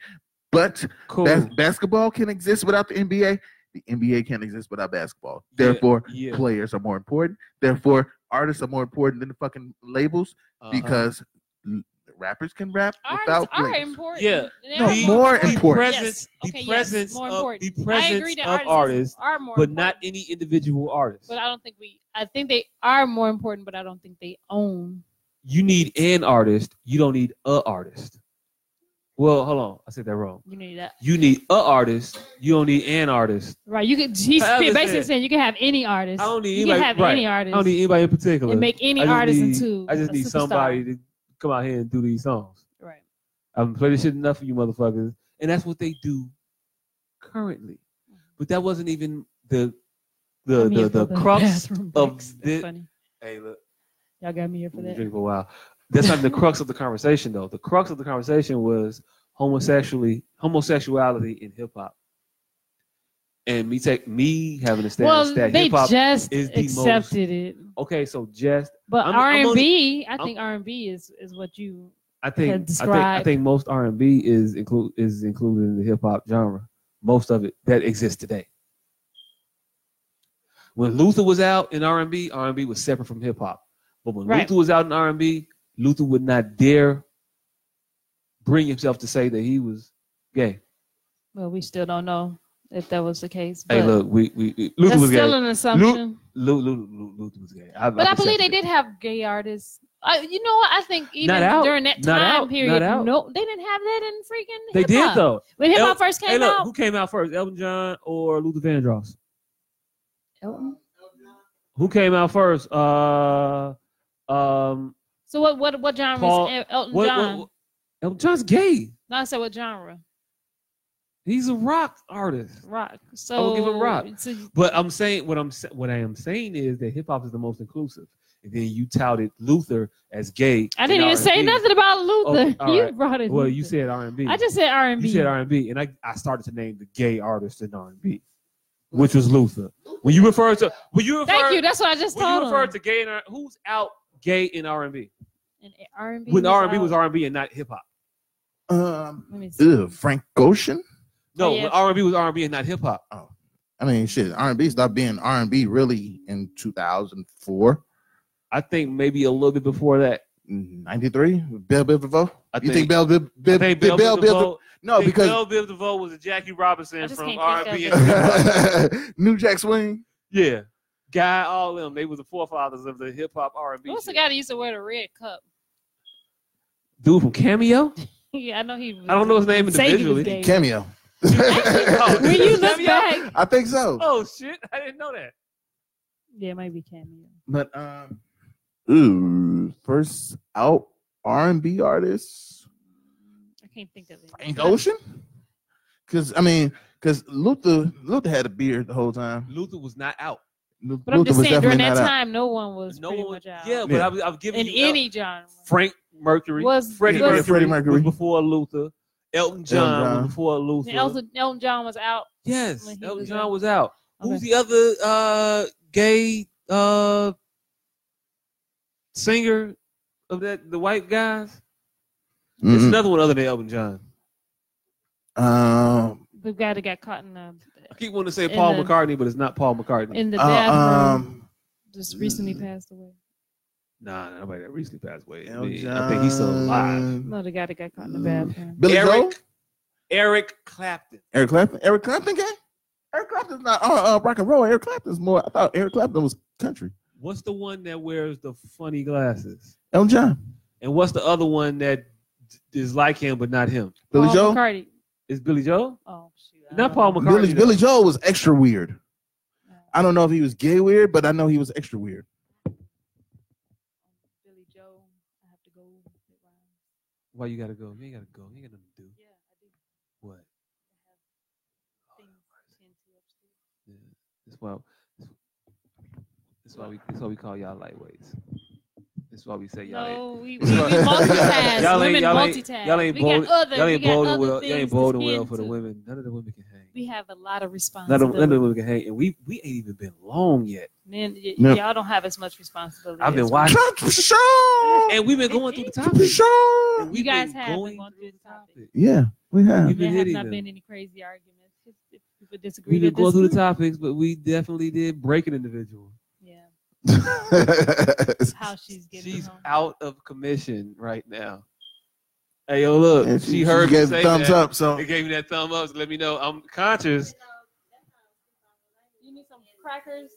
Speaker 3: But
Speaker 6: cool.
Speaker 3: bas- basketball can exist without the NBA. The NBA can't exist without basketball.
Speaker 6: Yeah,
Speaker 3: Therefore,
Speaker 6: yeah,
Speaker 3: players are more important. Therefore, artists are more important than the fucking labels
Speaker 6: uh-huh.
Speaker 3: because l- rappers can rap
Speaker 8: Artists
Speaker 3: without
Speaker 8: are
Speaker 3: labels.
Speaker 8: important.
Speaker 6: Yeah.
Speaker 8: They
Speaker 3: No,
Speaker 8: are
Speaker 3: more important.
Speaker 6: Uh-huh. Presence,
Speaker 8: Yes.
Speaker 6: the
Speaker 8: Okay, yes,
Speaker 6: presence
Speaker 8: more
Speaker 6: of, the
Speaker 8: important. I agree
Speaker 6: presence
Speaker 8: that
Speaker 6: of
Speaker 8: artists,
Speaker 6: artists,
Speaker 8: are more
Speaker 6: but not
Speaker 8: important,
Speaker 6: any individual artist.
Speaker 8: But I don't think we. I think they are more important, but I don't think they own.
Speaker 6: you need an artist. You don't need a artist. Well, hold on. I said that wrong.
Speaker 8: You need that,
Speaker 6: You need a artist. You don't need an artist.
Speaker 8: right? You could. He's
Speaker 6: However
Speaker 8: basically
Speaker 6: said.
Speaker 8: saying you can have any artist.
Speaker 6: I don't need
Speaker 8: you
Speaker 6: anybody-
Speaker 8: can have
Speaker 6: right.
Speaker 8: any
Speaker 6: I
Speaker 8: artist
Speaker 6: don't need anybody in particular.
Speaker 8: and make any
Speaker 6: I just
Speaker 8: artist
Speaker 6: need-
Speaker 8: into.
Speaker 6: I just
Speaker 8: a
Speaker 6: need
Speaker 8: superstar.
Speaker 6: somebody to come out here and do these songs.
Speaker 8: Right.
Speaker 6: I've played this shit enough for you motherfuckers. And that's what they do currently. But that wasn't even the the
Speaker 8: I'm here
Speaker 6: the,
Speaker 8: for
Speaker 6: the crux
Speaker 8: bathroom
Speaker 6: of
Speaker 8: breaks. That's
Speaker 6: this.
Speaker 8: funny.
Speaker 6: Hey, look,
Speaker 8: Y'all got me here for
Speaker 6: we
Speaker 8: that.
Speaker 6: drink for a while. That's not the crux of the conversation, though. The crux of the conversation was homosexually homosexuality in hip hop, and me take me having a stance
Speaker 8: Well,
Speaker 6: that
Speaker 8: they
Speaker 6: hip hop.
Speaker 8: just
Speaker 6: is the most-
Speaker 8: accepted it,
Speaker 6: okay, so just
Speaker 8: but
Speaker 6: I'm-
Speaker 8: R
Speaker 6: I'm
Speaker 8: and
Speaker 6: only-
Speaker 8: B. I
Speaker 6: I'm-
Speaker 8: think R and B is is what you.
Speaker 6: I think I
Speaker 8: Can
Speaker 6: think I
Speaker 8: describe-
Speaker 6: think most R and B is include is included in the hip hop genre. Most of it that exists today. When Luther was out in R and B, R and B was separate from hip hop. But when
Speaker 8: Right.
Speaker 6: Luther was out in R and B, Luther would not dare bring himself to say that he was gay.
Speaker 8: Well, we still don't know if that was the case. But
Speaker 6: Hey, look, we, we, we- Luther
Speaker 8: that's
Speaker 6: was gay.
Speaker 8: still an assumption.
Speaker 6: Lu- Lu- Lu- Luther was gay. I,
Speaker 8: But I believe they did have gay artists. I, you know what? I think even
Speaker 6: Not out.
Speaker 8: during that
Speaker 6: Not
Speaker 8: time
Speaker 6: out.
Speaker 8: period,
Speaker 6: Not out.
Speaker 8: no, they didn't have that in freaking.
Speaker 6: They
Speaker 8: hip-hop.
Speaker 6: did though.
Speaker 8: When hip hop
Speaker 6: El-
Speaker 8: first came
Speaker 6: Hey, look,
Speaker 8: out,
Speaker 6: who came out first, Elton John or Luther Vandross?
Speaker 8: Elton.
Speaker 6: Who came out first? Uh, um,
Speaker 8: So what? What? What genre?
Speaker 6: Paul-
Speaker 8: is El- Elton
Speaker 6: what, what,
Speaker 8: John.
Speaker 6: what- Elton John's gay.
Speaker 8: no, I said what genre?
Speaker 6: He's a rock artist.
Speaker 8: Rock. So
Speaker 6: will give him rock.
Speaker 8: So,
Speaker 6: But I'm saying what I'm sa- what I am saying is that hip hop is the most inclusive. And then you touted Luther as gay.
Speaker 8: I didn't
Speaker 6: in
Speaker 8: even say
Speaker 6: R&B.
Speaker 8: nothing about Luther.
Speaker 6: Okay, Oh, all
Speaker 8: you
Speaker 6: right.
Speaker 8: brought it.
Speaker 6: Well, you said R and B.
Speaker 8: I just said R and B.
Speaker 6: you said R and B, and I, I started to name the gay artist in R and B, which was Luther. When you refer to when you refer
Speaker 8: Thank you. That's what I just
Speaker 6: when you
Speaker 8: told
Speaker 6: refer
Speaker 8: him.
Speaker 6: to gay in R- who's out gay in R and B
Speaker 8: And R&B
Speaker 6: when R and B
Speaker 8: out. Oh,
Speaker 6: was R and B and not hip hop.
Speaker 3: Um,
Speaker 8: Let me see.
Speaker 3: ew, Frank Ocean.
Speaker 6: No,
Speaker 8: Oh, yeah.
Speaker 6: when R and B was R and B and not hip hop.
Speaker 3: I mean, shit, R and B stopped being R and B really in 2004,
Speaker 6: I think maybe a little bit before that.
Speaker 3: 93. Bell Biv DeVoe.
Speaker 6: I
Speaker 3: You think Bell Biv?
Speaker 6: I
Speaker 3: Biv-
Speaker 6: think
Speaker 3: did
Speaker 6: Bell, Biv DeVoe- I
Speaker 3: No,
Speaker 6: think
Speaker 3: because
Speaker 6: Bell Biv DeVoe was a Jackie
Speaker 8: I
Speaker 6: Robinson
Speaker 8: just
Speaker 6: from
Speaker 8: can't think
Speaker 6: R&B.
Speaker 8: of
Speaker 6: and-
Speaker 3: New Jack Swing.
Speaker 6: yeah, Guy, all them. They were the forefathers of the hip hop R&B.
Speaker 8: What's the
Speaker 6: shit.
Speaker 8: guy that used to wear the red cup?
Speaker 6: Dude from Cameo.
Speaker 8: yeah, I know he. Was,
Speaker 6: I don't know his name
Speaker 8: Sadie was
Speaker 6: individually.
Speaker 8: gay.
Speaker 3: Cameo.
Speaker 6: Oh,
Speaker 8: When you look
Speaker 6: Cameo?
Speaker 8: back,
Speaker 3: I think so.
Speaker 6: Oh shit! I didn't know that.
Speaker 8: Yeah, it might be cameo.
Speaker 3: But um, ooh, first out R and B artist
Speaker 8: I can't think of it.
Speaker 3: Frank Ocean. Because I mean, because Luther Luther had a beard the whole time.
Speaker 6: Luther was not out.
Speaker 3: Lu-
Speaker 8: But I'm
Speaker 3: Luther
Speaker 8: just
Speaker 3: was
Speaker 8: saying, during
Speaker 3: definitely
Speaker 8: that
Speaker 3: not out.
Speaker 8: time, no one was
Speaker 6: no
Speaker 8: pretty
Speaker 6: one.
Speaker 8: much out.
Speaker 6: Yeah, but
Speaker 3: Yeah.
Speaker 6: I was, I was giving
Speaker 8: in
Speaker 6: you El-
Speaker 8: any genre.
Speaker 6: Frank Mercury
Speaker 8: Was-
Speaker 6: Freddie,
Speaker 8: was-
Speaker 6: Mercury,
Speaker 3: Freddie Mercury.
Speaker 6: was before Luther. Elton John,
Speaker 3: John.
Speaker 6: was before Luther.
Speaker 8: And Elton, Elton John was out.
Speaker 6: yes,
Speaker 8: when he
Speaker 6: Elton
Speaker 8: was
Speaker 6: John
Speaker 8: out.
Speaker 6: was out. Who's
Speaker 8: Okay.
Speaker 6: the other uh gay uh singer of that the white guys? It's
Speaker 3: Mhm.
Speaker 6: another one other than Elton John.
Speaker 3: Um,
Speaker 8: The guy that got caught in the
Speaker 6: I keep wanting to say
Speaker 8: And
Speaker 6: Paul
Speaker 8: the-
Speaker 6: McCartney, but it's not Paul McCartney.
Speaker 8: in the
Speaker 3: uh,
Speaker 8: bathroom.
Speaker 3: um,
Speaker 8: just recently passed away.
Speaker 6: nah, nah, nobody that recently passed away.
Speaker 3: Elton
Speaker 6: I think he's still alive.
Speaker 3: John.
Speaker 8: No, the guy that got caught in the
Speaker 3: Mm.
Speaker 8: bathroom.
Speaker 3: Billy
Speaker 6: Eric
Speaker 3: Joel?
Speaker 6: Eric Clapton.
Speaker 3: Eric Clapton. Eric Clapton gay? Eric Clapton's not uh, uh, rock and roll. Eric Clapton's more. I thought Eric Clapton was country.
Speaker 6: What's the one that wears the funny glasses?
Speaker 3: Elton John.
Speaker 6: And what's the other one that is like him but not him?
Speaker 3: Billy
Speaker 8: Paul
Speaker 3: Joel.
Speaker 8: McCartney.
Speaker 6: Is Billy Joel?
Speaker 8: Oh shoot. I
Speaker 6: Not
Speaker 8: don't
Speaker 6: Paul
Speaker 8: know.
Speaker 6: McCartney.
Speaker 3: Billy,
Speaker 6: though.
Speaker 3: Billy Joel was extra weird. I don't know if he was gay weird, but I know he was extra weird.
Speaker 8: Billy Joe. I have to go.
Speaker 6: Why you gotta go? You ain't gotta go. You ain't got nothing to do.
Speaker 8: Yeah, I do
Speaker 6: What?
Speaker 8: have things to tend to upstairs.
Speaker 6: Yeah. That's why. That's why we. That's why we call y'all lightweights. That's why we say y'all. ain't-
Speaker 8: No, we, we, we multitask.
Speaker 6: Y'all ain't-
Speaker 8: Women
Speaker 6: y'all ain't-
Speaker 8: multitask.
Speaker 6: Y'all ain't
Speaker 8: we got
Speaker 6: bold.
Speaker 8: other,
Speaker 6: Y'all
Speaker 8: we
Speaker 6: ain't
Speaker 8: got
Speaker 6: bold
Speaker 8: other
Speaker 6: and well. Y'all
Speaker 8: things
Speaker 6: ain't
Speaker 8: to
Speaker 6: bold and
Speaker 8: tend
Speaker 6: well for the
Speaker 8: to.
Speaker 6: women. None of the women can hang.
Speaker 8: We have a lot of
Speaker 6: None of,
Speaker 8: responsibility.
Speaker 6: none of the women can hang, and we we ain't even been long yet.
Speaker 8: Men, y-
Speaker 3: No.
Speaker 8: y'all don't have as much responsibility.
Speaker 6: I've been
Speaker 8: as we
Speaker 6: watching.
Speaker 3: Trump for sure.
Speaker 6: And we've been going through the
Speaker 3: For
Speaker 6: topic.
Speaker 3: sure.
Speaker 6: And we've
Speaker 8: guys
Speaker 6: been
Speaker 8: have been
Speaker 6: going
Speaker 8: going
Speaker 6: through
Speaker 8: through
Speaker 6: the
Speaker 8: the topic.
Speaker 6: topic.
Speaker 3: Yeah, we have.
Speaker 6: We've been
Speaker 8: There have
Speaker 6: hitting
Speaker 8: not
Speaker 6: them.
Speaker 8: been any crazy arguments. If, if people disagree,
Speaker 6: We've been
Speaker 8: to
Speaker 6: going through the
Speaker 8: disagree.
Speaker 6: topics, but we definitely did break an individual.
Speaker 8: Yeah, how she's getting
Speaker 6: She's
Speaker 8: home.
Speaker 6: out of commission right now. Hey, yo, look,
Speaker 3: And
Speaker 6: she, heard me
Speaker 3: gave
Speaker 6: say
Speaker 3: a thumbs
Speaker 6: that.
Speaker 3: up. So
Speaker 6: They gave me that thumb up to let me know I'm conscious.
Speaker 8: You need some crackers?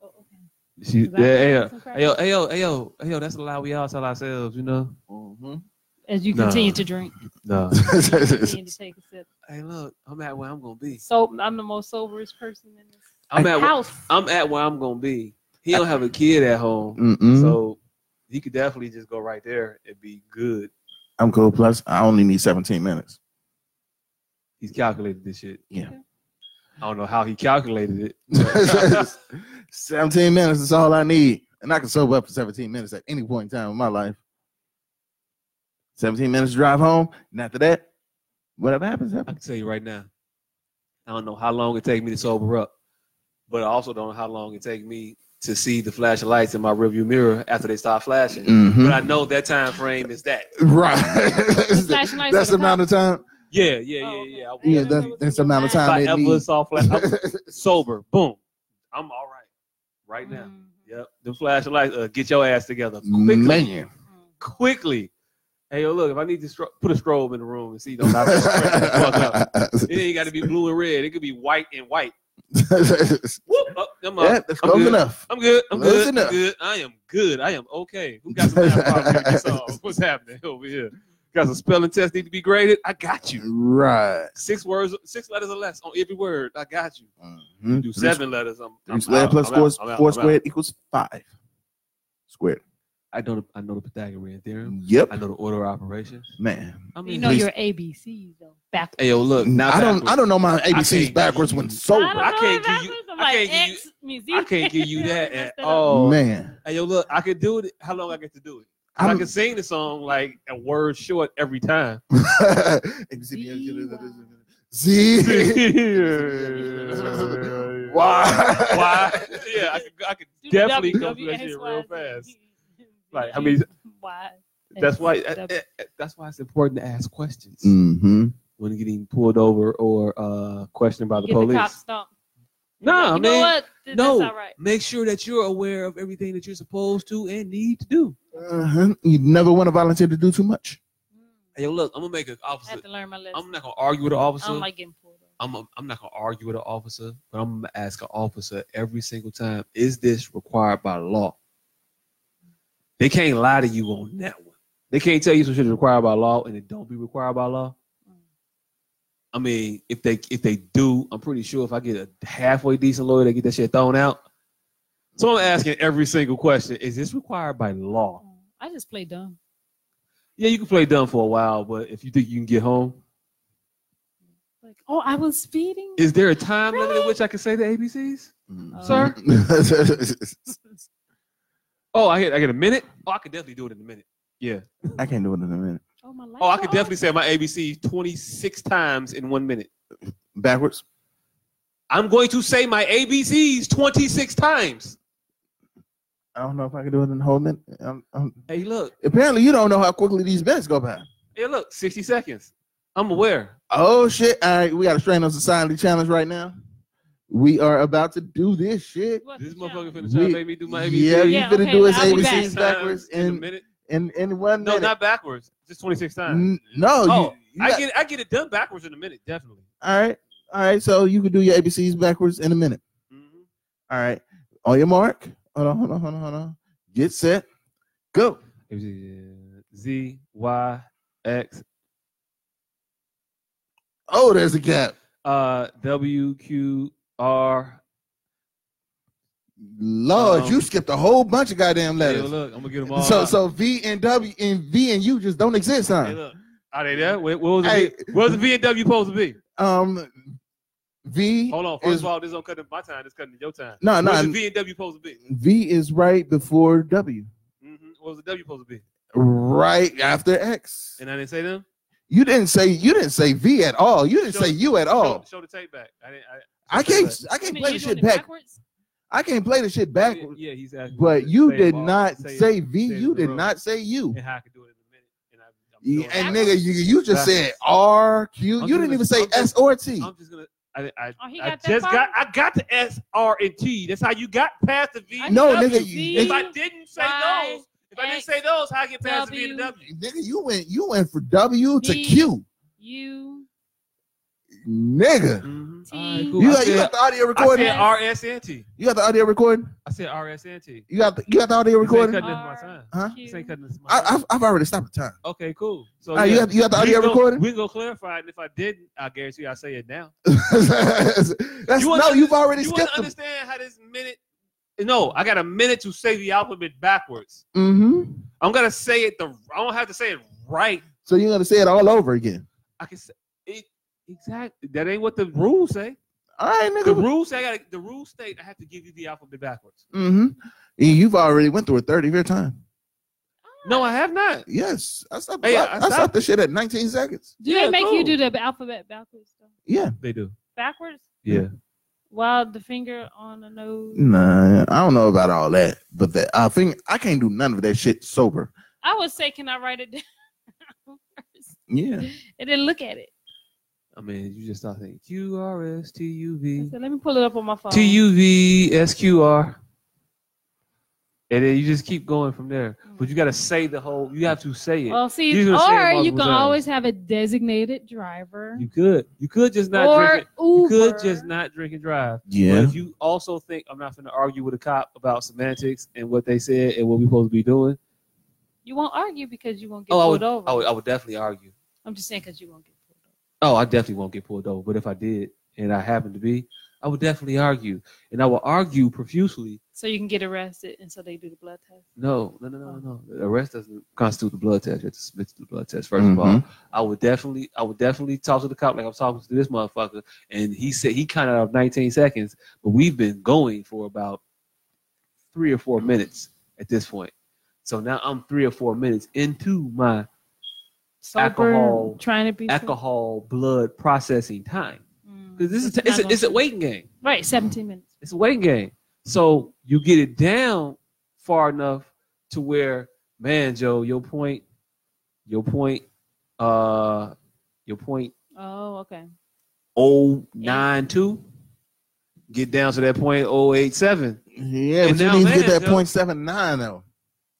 Speaker 8: Oh, okay.
Speaker 6: She, yeah,
Speaker 8: Is that-
Speaker 6: hey, yo,
Speaker 8: some
Speaker 6: hey, yo, hey, yo, hey, yo, hey, yo, that's a lie we all tell ourselves, you know?
Speaker 3: Mm-hmm.
Speaker 8: As you
Speaker 6: Nah.
Speaker 8: continue to drink,
Speaker 6: No.
Speaker 8: continue to take a sip.
Speaker 6: hey, look, I'm at where I'm gonna be.
Speaker 8: So I'm the most soberest person in this
Speaker 6: I'm at, where-
Speaker 8: house.
Speaker 6: I'm at where I'm gonna be. He don't have a kid at home,
Speaker 3: Mm-mm.
Speaker 6: so he could definitely just go right there and be good.
Speaker 3: I'm cool. Plus, I only need 17 minutes.
Speaker 6: He's calculated this shit.
Speaker 3: Yeah.
Speaker 6: I don't know how he calculated it.
Speaker 3: 17 minutes is all I need. And I can sober up for 17 minutes at any point in time in my life. 17 minutes drive home. And after that, whatever happens,
Speaker 6: I
Speaker 3: happens.
Speaker 6: can tell you right now. I don't know how long it take me to sober up, but I also don't know how long it take me to see the flashing lights in my rearview mirror after they stop flashing. But I know that time frame is that.
Speaker 3: Right.
Speaker 8: flashlights
Speaker 3: That's the
Speaker 8: in the
Speaker 3: amount of time.
Speaker 6: Yeah, yeah, yeah,
Speaker 8: Oh, okay.
Speaker 6: yeah. I was-
Speaker 3: Yeah, that, that's the amount of
Speaker 6: If I
Speaker 3: time they
Speaker 6: ever
Speaker 3: need.
Speaker 6: saw flash, sober, boom, I'm all right, right now. Yep, the flashing lights. Uh, get your ass together quickly,
Speaker 8: Mm-hmm.
Speaker 3: Man.
Speaker 6: quickly. Hey, yo, look, if I need to stro- put a strobe in the room and see those, lights, fuck up. It ain't got to be blue and red. It could be white and white. Whoop, up, I'm up.
Speaker 3: yeah, that's
Speaker 6: I'm
Speaker 3: close
Speaker 6: good.
Speaker 3: enough.
Speaker 6: I'm good. I'm
Speaker 3: Close
Speaker 6: good.
Speaker 3: enough.
Speaker 6: I'm good. I am good. I am okay. Who got some math problems here to solve? What's happening over here? Got some spelling tests need to be graded? I got
Speaker 3: Mm.
Speaker 6: you.
Speaker 3: Right.
Speaker 6: Six words, six letters or less on every word. I got you.
Speaker 3: Mhm.
Speaker 6: Do seven letters. I'm, I'm
Speaker 3: Three squared
Speaker 6: out.
Speaker 3: plus
Speaker 6: I'm
Speaker 3: four,
Speaker 6: out. I'm out.
Speaker 3: four
Speaker 6: I'm out.
Speaker 3: squared equals five. Squared.
Speaker 6: I know the I know the Pythagorean theorem.
Speaker 3: Yep.
Speaker 6: I know the order of operations.
Speaker 3: Man.
Speaker 6: I
Speaker 8: You
Speaker 6: mean,
Speaker 8: know
Speaker 3: Please.
Speaker 8: your ABCs though. Back.
Speaker 6: hey yo, look. Now
Speaker 3: I don't I
Speaker 6: backwards.
Speaker 3: don't know my ABCs
Speaker 6: can't-
Speaker 3: backwards when sober.
Speaker 6: I can't give you- I can't give you- I can't give you that at all.
Speaker 3: Man.
Speaker 6: Hey yo, look. I can do it. How long I get to do it? 'Cause Oh. I
Speaker 3: I'm-
Speaker 6: can sing the song like a word short every time.
Speaker 3: Z. Why?
Speaker 6: Why? Yeah, I could, I could definitely go
Speaker 8: E
Speaker 6: through that shit real fast. Like, I mean-
Speaker 8: why?
Speaker 6: That's why. eh, uh,
Speaker 8: X, W. E.
Speaker 6: That's why it's important to ask questions
Speaker 3: Mm-hmm.
Speaker 6: when getting pulled over or uh, questioned by the
Speaker 8: Get
Speaker 6: police.
Speaker 8: the cop stomped.
Speaker 6: no,
Speaker 8: you know
Speaker 6: man.
Speaker 8: what? Th-
Speaker 6: no.
Speaker 8: That's all right.
Speaker 6: Make sure that you're aware of everything that you're supposed to and need to do.
Speaker 3: Uh-huh. You never want to volunteer to do too much.
Speaker 6: Hey, yo, look, I'm gonna make an
Speaker 8: Mm, I
Speaker 6: officer.
Speaker 8: have to learn my lesson.
Speaker 6: I'm not gonna argue with an
Speaker 8: I
Speaker 6: officer.
Speaker 8: don't like getting pulled over.
Speaker 6: I'm, I'm not gonna argue with an officer, but I'm gonna ask an officer every single time: Is this required by law? They can't lie to you on that one. They can't tell you some shit is required by law and it don't be required by law. I mean, if they if they do, I'm pretty sure if I get a halfway decent lawyer, they get that shit thrown out. So I'm asking every single question: Is this required by law?
Speaker 8: Mm, I just play dumb.
Speaker 6: Yeah, you can play dumb for a while, but if you think you can get home,
Speaker 8: Like, oh, I was speeding.
Speaker 6: is there a time limit at
Speaker 8: Really?
Speaker 6: which I can say the ABCs?
Speaker 8: Sir?
Speaker 6: Oh, I get I get a minute. Oh, I could definitely do it in a minute. Yeah.
Speaker 3: I can't do it in a minute.
Speaker 8: Oh, my life.
Speaker 6: Oh, I could definitely say my ABC 26 times in one minute.
Speaker 3: Backwards.
Speaker 6: I'm going to say my ABCs 26 times.
Speaker 3: I don't know if I can do it in a whole minute. Um, um,
Speaker 6: Hey, look.
Speaker 3: apparently, you don't know how quickly these minutes go by.
Speaker 6: Hey, look. 60 seconds. I'm aware.
Speaker 3: Oh shit! All right, we got a strain on society challenge right now. We are about to do this shit.
Speaker 8: What's
Speaker 6: This
Speaker 8: the challenge?
Speaker 6: motherfucker finna try to
Speaker 3: We-
Speaker 6: make me do my ABCs.
Speaker 3: Yeah,
Speaker 8: Yeah,
Speaker 3: you finna
Speaker 8: okay,
Speaker 3: do his
Speaker 8: I'll be back.
Speaker 3: ABCs backwards
Speaker 6: in a
Speaker 3: in
Speaker 6: minute.
Speaker 3: in in one
Speaker 6: No,
Speaker 3: minute.
Speaker 6: not backwards. Just 26 times.
Speaker 3: N- no, you-
Speaker 6: oh,
Speaker 3: you
Speaker 6: I
Speaker 3: got-
Speaker 6: get I get it done backwards in a minute, definitely.
Speaker 3: all right, all right. So you can do your ABCs backwards in a minute.
Speaker 8: Mm-hmm.
Speaker 6: Mhm.
Speaker 3: All right, on your mark. Hold on, hold on, hold on, hold on. Get set, go.
Speaker 6: It was, uh, Z Y X
Speaker 3: Oh, there's a gap.
Speaker 6: uh W Q R.
Speaker 3: Lord,
Speaker 6: Um,
Speaker 3: you skipped a whole bunch of goddamn
Speaker 6: Hey,
Speaker 3: letters.
Speaker 6: look, I'm gonna get them all.
Speaker 3: so
Speaker 6: out.
Speaker 3: so V and W and V and U just don't exist, huh?
Speaker 6: Hey, look, are they there? Where, where was the
Speaker 3: Hey.
Speaker 6: V- where was the V and W supposed to be?
Speaker 3: Um, V.
Speaker 6: Hold on. First
Speaker 3: is-
Speaker 6: of all, this don't cut into my time. This cutting into your time.
Speaker 3: No, no.
Speaker 6: Where's the V and W supposed to be?
Speaker 3: V is right before W,
Speaker 6: Mm-hmm. What was the W supposed to be?
Speaker 3: right after X.
Speaker 6: And I didn't say them.
Speaker 3: You didn't say you didn't say V at all. You didn't
Speaker 6: Show-
Speaker 3: say U at all.
Speaker 6: Show, show the tape back. I didn't. I,
Speaker 3: I can't I
Speaker 8: I
Speaker 3: can't
Speaker 8: mean,
Speaker 3: play
Speaker 8: you
Speaker 3: the
Speaker 8: doing
Speaker 3: shit
Speaker 8: it
Speaker 3: back.
Speaker 8: backwards?
Speaker 3: I can't play the shit backwards.
Speaker 6: Yeah, he's asking.
Speaker 3: But
Speaker 6: me
Speaker 3: you
Speaker 6: to
Speaker 3: did
Speaker 6: it all.
Speaker 3: not
Speaker 6: it-
Speaker 3: say V.
Speaker 6: it
Speaker 3: You
Speaker 6: in a
Speaker 3: did
Speaker 6: row.
Speaker 3: not say U.
Speaker 6: And how I could do it in a minute. And I, I'm
Speaker 3: Yeah,
Speaker 6: doing
Speaker 3: And
Speaker 6: it.
Speaker 3: nigga, you you just said R Q.
Speaker 6: I'm
Speaker 3: You
Speaker 6: doing
Speaker 3: didn't even
Speaker 6: this-
Speaker 3: say
Speaker 6: I'm
Speaker 3: S
Speaker 6: just-
Speaker 3: or T.
Speaker 6: I'm just gonna. I, I,
Speaker 8: Oh, he
Speaker 6: I
Speaker 8: got that
Speaker 6: just
Speaker 8: far?
Speaker 6: got. I got the S R and T. That's how you got past the V.
Speaker 8: I
Speaker 3: No,
Speaker 8: got
Speaker 3: nigga,
Speaker 8: the
Speaker 3: you-
Speaker 6: If
Speaker 8: V,
Speaker 6: I didn't say
Speaker 8: Y,
Speaker 6: those, if I didn't
Speaker 8: X,
Speaker 6: say those, how I get past the V
Speaker 8: W.
Speaker 6: and W?
Speaker 3: Nigga, you went you went from W to
Speaker 8: V.
Speaker 3: Q.
Speaker 8: U,
Speaker 3: Nigga,
Speaker 6: Mhm.
Speaker 8: T.
Speaker 6: All right, cool.
Speaker 3: you
Speaker 6: I
Speaker 3: got you
Speaker 6: said-
Speaker 3: got the audio
Speaker 6: I
Speaker 3: recording.
Speaker 6: said R S N T.
Speaker 3: You got the audio recording.
Speaker 6: I said R S N T.
Speaker 3: You got the, you got the audio recording.
Speaker 6: This ain't cutting into my time.
Speaker 3: Huh?
Speaker 6: This ain't cutting into my
Speaker 3: I,
Speaker 6: time.
Speaker 3: I've I've already stopped the time.
Speaker 6: okay, cool. So
Speaker 3: All right, you
Speaker 6: Oh, yeah,
Speaker 3: got you got the audio
Speaker 6: we gonna-
Speaker 3: recording.
Speaker 6: We gonna clarify it. If I didn't, I guarantee you, I say it now.
Speaker 3: That's,
Speaker 6: You
Speaker 3: no,
Speaker 6: under-
Speaker 3: you've already
Speaker 6: you
Speaker 3: skipped
Speaker 6: wouldn't
Speaker 3: them.
Speaker 6: understand how this minute. No, I got a minute to say the alphabet backwards.
Speaker 3: hmm
Speaker 6: I'm gonna say it the. I don't have to say it right.
Speaker 3: So you're gonna say it all over again.
Speaker 6: I can say it exactly. That ain't what the rules say.
Speaker 3: All right,
Speaker 6: The
Speaker 3: nigga.
Speaker 6: rules say I got the rules state I have to give you the alphabet backwards.
Speaker 3: Mm-hmm. You've already went through a third of your time.
Speaker 6: No, I have not.
Speaker 3: Yes, I stopped.
Speaker 6: Hey,
Speaker 3: I,
Speaker 6: I
Speaker 3: I
Speaker 6: stopped.
Speaker 3: stopped the shit at 19 seconds.
Speaker 8: Do
Speaker 6: Yeah,
Speaker 8: they make
Speaker 6: cool.
Speaker 8: you do the alphabet backwards? Though?
Speaker 3: Yeah.
Speaker 6: They do.
Speaker 8: Backwards?
Speaker 3: Yeah.
Speaker 8: While the finger on the nose.
Speaker 3: Nah, I don't know about all that, but that I think I can't do none of that shit sober.
Speaker 8: I would say, can I write it down first?
Speaker 3: Yeah.
Speaker 8: And then look at it.
Speaker 6: I mean, you just start thinking Q R S T U
Speaker 8: I
Speaker 6: V
Speaker 8: said, let me pull it up on my phone.
Speaker 6: T U V S Q R, and then you just keep going from there.
Speaker 8: Mm.
Speaker 6: But you got to say the whole. You have to say it.
Speaker 8: Well, see,
Speaker 6: You can say it
Speaker 8: or you
Speaker 6: multiple
Speaker 8: can
Speaker 6: times.
Speaker 8: always have a designated driver
Speaker 6: You could. You could just not
Speaker 8: or
Speaker 6: drink. It. You
Speaker 8: Uber.
Speaker 6: could just not drink and drive. But
Speaker 3: Yeah.
Speaker 6: if you also think I'm not going to argue with a cop about semantics and what they said and what we're supposed to be doing,
Speaker 8: You won't argue because you won't get
Speaker 6: oh, I
Speaker 8: pulled
Speaker 6: would,
Speaker 8: over.
Speaker 6: I would, I would definitely argue.
Speaker 8: I'm just saying because you won't get pulled over.
Speaker 6: Oh, I definitely won't get pulled over. But if I did and I happened to be, I would definitely argue, and I will argue profusely.
Speaker 8: So you can get arrested, and so they do the blood test.
Speaker 6: No, no, no, no, no. The arrest doesn't constitute the blood test. You have to submit to the blood test 1st of all.
Speaker 3: Mhm.
Speaker 6: I would definitely, I would definitely talk to the cop like I'm talking to this motherfucker, and he said he counted out 19 seconds, but we've been going for about three or four minutes at this point. So now I'm three or four minutes into my
Speaker 8: Sober,
Speaker 6: Alcohol-
Speaker 8: trying to be sober.
Speaker 6: alcohol blood processing time
Speaker 8: Mm.
Speaker 6: because this is
Speaker 8: It's
Speaker 6: it's
Speaker 8: not
Speaker 6: a,
Speaker 8: gonna-
Speaker 6: it's a waiting game.
Speaker 8: right. 17 minutes.
Speaker 6: It's a waiting game. So you get it down far enough to where, man, Joe, your point, your point, uh, your point
Speaker 8: Oh, okay.
Speaker 6: oh nine two, get down to that point oh eight seven.
Speaker 3: Yeah,
Speaker 6: And
Speaker 3: but you
Speaker 6: now
Speaker 3: need to get
Speaker 6: man,
Speaker 3: that
Speaker 6: yo.
Speaker 3: point seven nine though.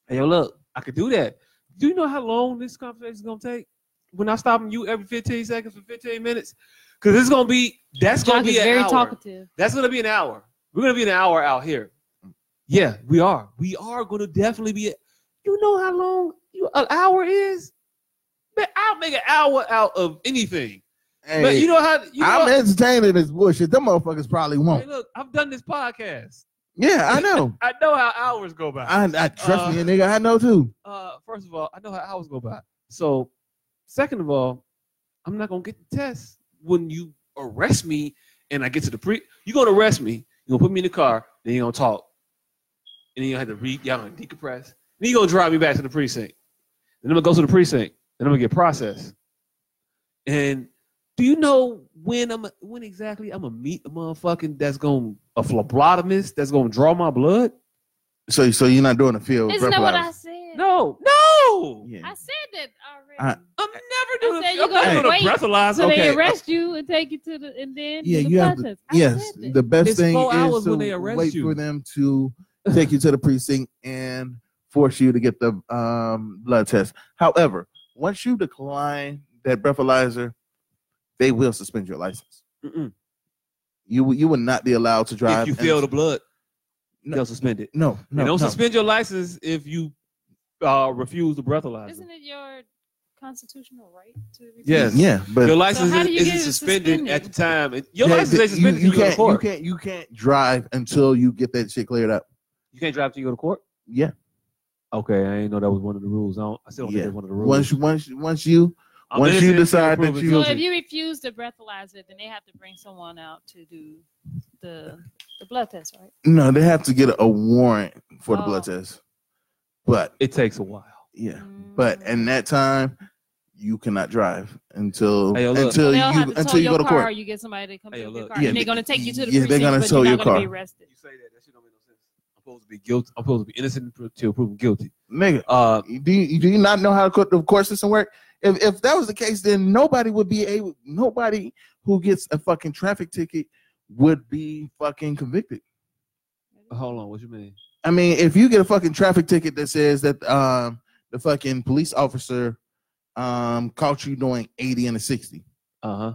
Speaker 6: Hey, yo, look, I could do that. Do you know how long this conversation is gonna take? When I stop you every fifteen seconds for fifteen minutes, because it's gonna be that's gonna
Speaker 8: Jock
Speaker 6: be
Speaker 8: is
Speaker 6: an
Speaker 8: very
Speaker 6: hour.
Speaker 8: talkative.
Speaker 6: That's gonna be an hour. We're gonna be an hour out here. Yeah, we are. We are gonna definitely be. You know how long you, an hour is? Man, I'll make an hour out of anything.
Speaker 3: Hey,
Speaker 6: But you know how? You know
Speaker 3: I'm
Speaker 6: what?
Speaker 3: entertained in this bullshit. Them motherfuckers probably
Speaker 6: Hey,
Speaker 3: won't.
Speaker 6: look, I've done this podcast.
Speaker 3: Yeah, I know.
Speaker 6: I know how hours go by.
Speaker 3: I, I trust
Speaker 6: Uh,
Speaker 3: me, nigga. I know too.
Speaker 6: uh, first of all, I know how hours go by. So, second of all, I'm not gonna get the test when you arrest me and I get to the pre. You're gonna arrest me. You're gonna put me in the car. Then you're gonna talk, and then you have to read. Y'all gonna decompress. Then you're gonna drive me back to the precinct. Then I'm gonna go to the precinct. Then I'm gonna get processed. And do you know when I'm when exactly I'm gonna meet a motherfucking that's gonna a phlebotomist that's gonna draw my blood?
Speaker 3: So, so you're not doing a field.
Speaker 8: Isn't that what I
Speaker 3: breathalyzer.
Speaker 8: said?
Speaker 6: No, no.
Speaker 3: Yeah.
Speaker 8: I said that
Speaker 3: I-
Speaker 8: already.
Speaker 6: I'm never
Speaker 8: I
Speaker 6: doing.
Speaker 8: said
Speaker 6: i
Speaker 8: you
Speaker 6: I'm not
Speaker 3: gonna
Speaker 6: doing a
Speaker 8: wait
Speaker 6: breathalyzer.
Speaker 8: so
Speaker 6: okay.
Speaker 8: they arrest you and take you to the and then
Speaker 3: Yeah,
Speaker 8: do the
Speaker 3: you
Speaker 8: blood
Speaker 3: have to-
Speaker 8: test. I
Speaker 3: Yes,
Speaker 8: said that.
Speaker 3: the best
Speaker 6: It's
Speaker 3: thing
Speaker 6: four
Speaker 3: is
Speaker 6: hours
Speaker 3: to
Speaker 6: when they arrest
Speaker 3: wait
Speaker 6: you.
Speaker 3: for them to take you to the precinct and force you to get the um, blood test. However, once you decline that breathalyzer, they will suspend your license.
Speaker 6: Mm-mm.
Speaker 3: You will- you will not be allowed to drive.
Speaker 6: if you
Speaker 3: and-
Speaker 6: fail the blood,
Speaker 3: No.
Speaker 6: they'll suspend it.
Speaker 3: no,
Speaker 6: they
Speaker 3: no,
Speaker 6: don't
Speaker 3: no.
Speaker 6: suspend your license if you uh, refuse the breathalyzer.
Speaker 8: Isn't it your constitutional right to? refuse?
Speaker 6: Yes.
Speaker 3: yeah, but
Speaker 6: your
Speaker 8: So
Speaker 6: license
Speaker 8: how do you
Speaker 6: is,
Speaker 8: get
Speaker 6: not
Speaker 8: it
Speaker 6: suspended,
Speaker 8: suspended?
Speaker 6: at the time. It- Your
Speaker 3: Yeah,
Speaker 6: license
Speaker 3: the-
Speaker 6: ain't suspended
Speaker 3: you,
Speaker 6: until you, go to
Speaker 3: can't, you
Speaker 6: court.
Speaker 3: can't you can't drive until you get that shit cleared up.
Speaker 6: You can't drive till you go to court.
Speaker 3: Yeah,
Speaker 6: Okay, I didn't know that was one of the rules. I, don't, I still don't
Speaker 3: Yeah.
Speaker 6: think that's one of the rules.
Speaker 3: once you once you- once you
Speaker 6: I'm
Speaker 3: once you
Speaker 6: innocent until
Speaker 3: decide that
Speaker 6: proven
Speaker 3: you-
Speaker 8: So
Speaker 3: Guilty.
Speaker 8: if you refuse the breathalyzer, then they have to bring someone out to do the the blood test, right?
Speaker 3: no, they have to get a warrant for the blood
Speaker 8: Oh.
Speaker 3: test. But
Speaker 6: it takes a while.
Speaker 3: yeah,
Speaker 8: Mm.
Speaker 3: But in that time, you cannot drive until
Speaker 6: Hey, yo, look.
Speaker 3: until
Speaker 8: They'll have
Speaker 3: you
Speaker 8: to tow
Speaker 3: until you
Speaker 8: your
Speaker 3: go to
Speaker 8: car,
Speaker 3: court.
Speaker 8: Or you get somebody to come
Speaker 6: Hey,
Speaker 8: pick up
Speaker 6: look.
Speaker 8: your car.
Speaker 3: Yeah,
Speaker 8: and
Speaker 3: they-
Speaker 8: they're gonna take you to the
Speaker 3: yeah, they're
Speaker 8: precinct,
Speaker 3: gonna
Speaker 8: but
Speaker 3: tow
Speaker 8: you're
Speaker 3: your
Speaker 8: not gonna be
Speaker 3: car.
Speaker 8: arrested.
Speaker 6: You say that that shit don't make no sense. I'm supposed to be guilty. I'm supposed to be innocent until proven guilty.
Speaker 3: Nigga,
Speaker 6: Uh,
Speaker 3: do you, do you not know how the court, the court system work? If if that was the case, then nobody would be able. Nobody who gets a fucking traffic ticket would be fucking convicted.
Speaker 6: hold on. What you mean?
Speaker 3: I mean, if you get a fucking traffic ticket that says that um the fucking police officer um caught you doing eighty and a sixty.
Speaker 6: Uh huh.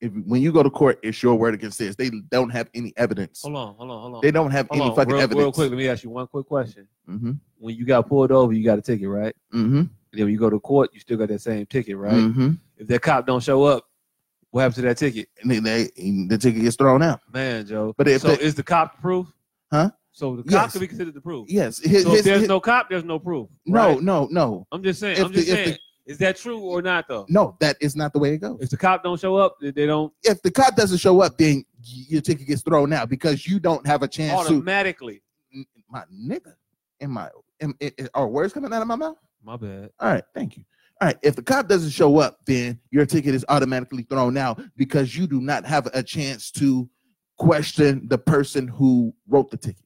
Speaker 3: If when you go to court, it's your word against theirs. They don't have any evidence.
Speaker 6: Hold on. Hold on. Hold on.
Speaker 3: They don't have
Speaker 6: Hold
Speaker 3: any
Speaker 6: on,
Speaker 3: fucking
Speaker 6: real,
Speaker 3: evidence.
Speaker 6: real quick, let me ask you one quick question.
Speaker 3: Mm-hmm.
Speaker 6: When you got pulled over, you got a ticket, right?
Speaker 3: Mm-hmm.
Speaker 6: And then when you go to court, you still got that same ticket, right?
Speaker 3: Mm-hmm.
Speaker 6: If that cop don't show up, what happens to that ticket?
Speaker 3: and then they, and the ticket gets thrown out.
Speaker 6: Man, Joe.
Speaker 3: But if
Speaker 6: so
Speaker 3: they-
Speaker 6: is the cop the proof?
Speaker 3: Huh?
Speaker 6: So the cop
Speaker 3: Yes.
Speaker 6: can be considered the proof.
Speaker 3: Yes, his,
Speaker 6: so if
Speaker 3: his-
Speaker 6: there's
Speaker 3: his-
Speaker 6: no cop, there's no proof.
Speaker 3: no,
Speaker 6: right?
Speaker 3: no, no,
Speaker 6: I'm just saying.
Speaker 3: If
Speaker 6: I'm just
Speaker 3: the- if
Speaker 6: saying. is that true or not though?
Speaker 3: no. That is not the way it goes.
Speaker 6: If the cop don't show up, they- they don't.
Speaker 3: If the cop doesn't show up, then y- your ticket gets thrown out because you don't have a chance to.
Speaker 9: automatically.
Speaker 3: N- My nigga, am I? Am, i- i- are words coming out of my mouth?
Speaker 6: My bad.
Speaker 3: All right, thank you. All right, if the cop doesn't show up, then your ticket is automatically thrown out because you do not have a chance to question the person who wrote the ticket.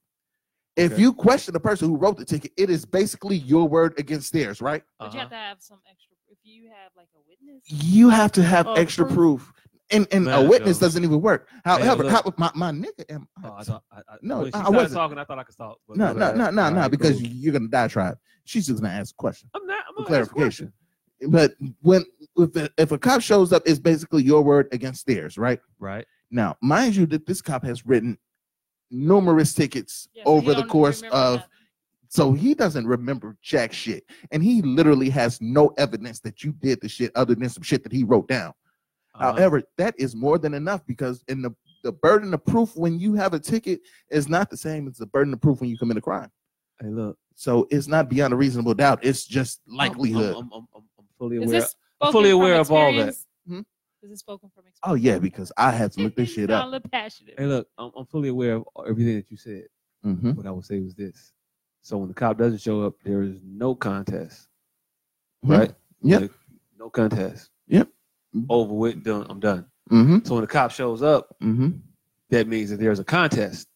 Speaker 3: If
Speaker 6: Okay.
Speaker 3: you question the person who wrote the ticket, it is basically your word against theirs, right?
Speaker 8: But
Speaker 6: Uh-huh.
Speaker 8: you have to have some extra. If you have like a witness,
Speaker 3: You have to have
Speaker 8: Oh,
Speaker 3: extra
Speaker 8: proof.
Speaker 3: proof. And and
Speaker 6: Man,
Speaker 3: a witness
Speaker 6: yo.
Speaker 3: doesn't even work. However,
Speaker 6: look.
Speaker 3: how, my, my nigga am
Speaker 6: Oh, I thought, I, I,
Speaker 3: No,
Speaker 6: when she
Speaker 3: I
Speaker 6: started
Speaker 3: wasn't.
Speaker 6: talking. I thought I could stop. but-
Speaker 3: no, no,
Speaker 6: Alright,
Speaker 3: no, no, no,
Speaker 6: alright,
Speaker 3: because
Speaker 6: cool.
Speaker 3: you're gonna die tribe. She's just gonna ask a question.
Speaker 9: I'm not. I'm
Speaker 3: for
Speaker 9: not
Speaker 3: clarification. But when if a, if a cop shows up, it's basically your word against theirs, right?
Speaker 6: right.
Speaker 3: Now, mind you, that this cop has written numerous tickets
Speaker 8: Yeah, so you
Speaker 3: over the
Speaker 8: don't
Speaker 3: course
Speaker 8: remember
Speaker 3: of,
Speaker 8: nothing.
Speaker 3: so he doesn't remember jack shit, and he literally has no evidence that you did the shit other than some shit that he wrote down. Uh,
Speaker 6: Uh-huh.
Speaker 3: However, that is more than enough because in the the burden of proof when you have a ticket is not the same as the burden of proof when you commit a crime.
Speaker 6: hey, look.
Speaker 3: So it's not beyond a reasonable doubt. It's just
Speaker 6: I'm-
Speaker 3: likelihood.
Speaker 6: I'm, I'm, I'm, I'm, I'm fully aware.
Speaker 8: is this
Speaker 6: I'm fully
Speaker 8: spoken from
Speaker 6: aware of all that.
Speaker 8: experience?
Speaker 3: Hmm?
Speaker 8: Is this spoken from experience?
Speaker 3: Oh yeah, because I had to look this shit
Speaker 8: Sound
Speaker 3: up.
Speaker 8: a little passionate.
Speaker 6: hey, look. I'm, I'm fully aware of everything that you said.
Speaker 3: Mhm.
Speaker 6: What I would say was this. So when the cop doesn't show up, there is no contest,
Speaker 3: Mhm.
Speaker 6: right?
Speaker 3: Yep.
Speaker 6: Like, no contest.
Speaker 3: Yep.
Speaker 6: Over with. Done. I'm done.
Speaker 3: Mhm.
Speaker 6: So when the cop shows up,
Speaker 3: Mhm.
Speaker 6: that means that there's a contest.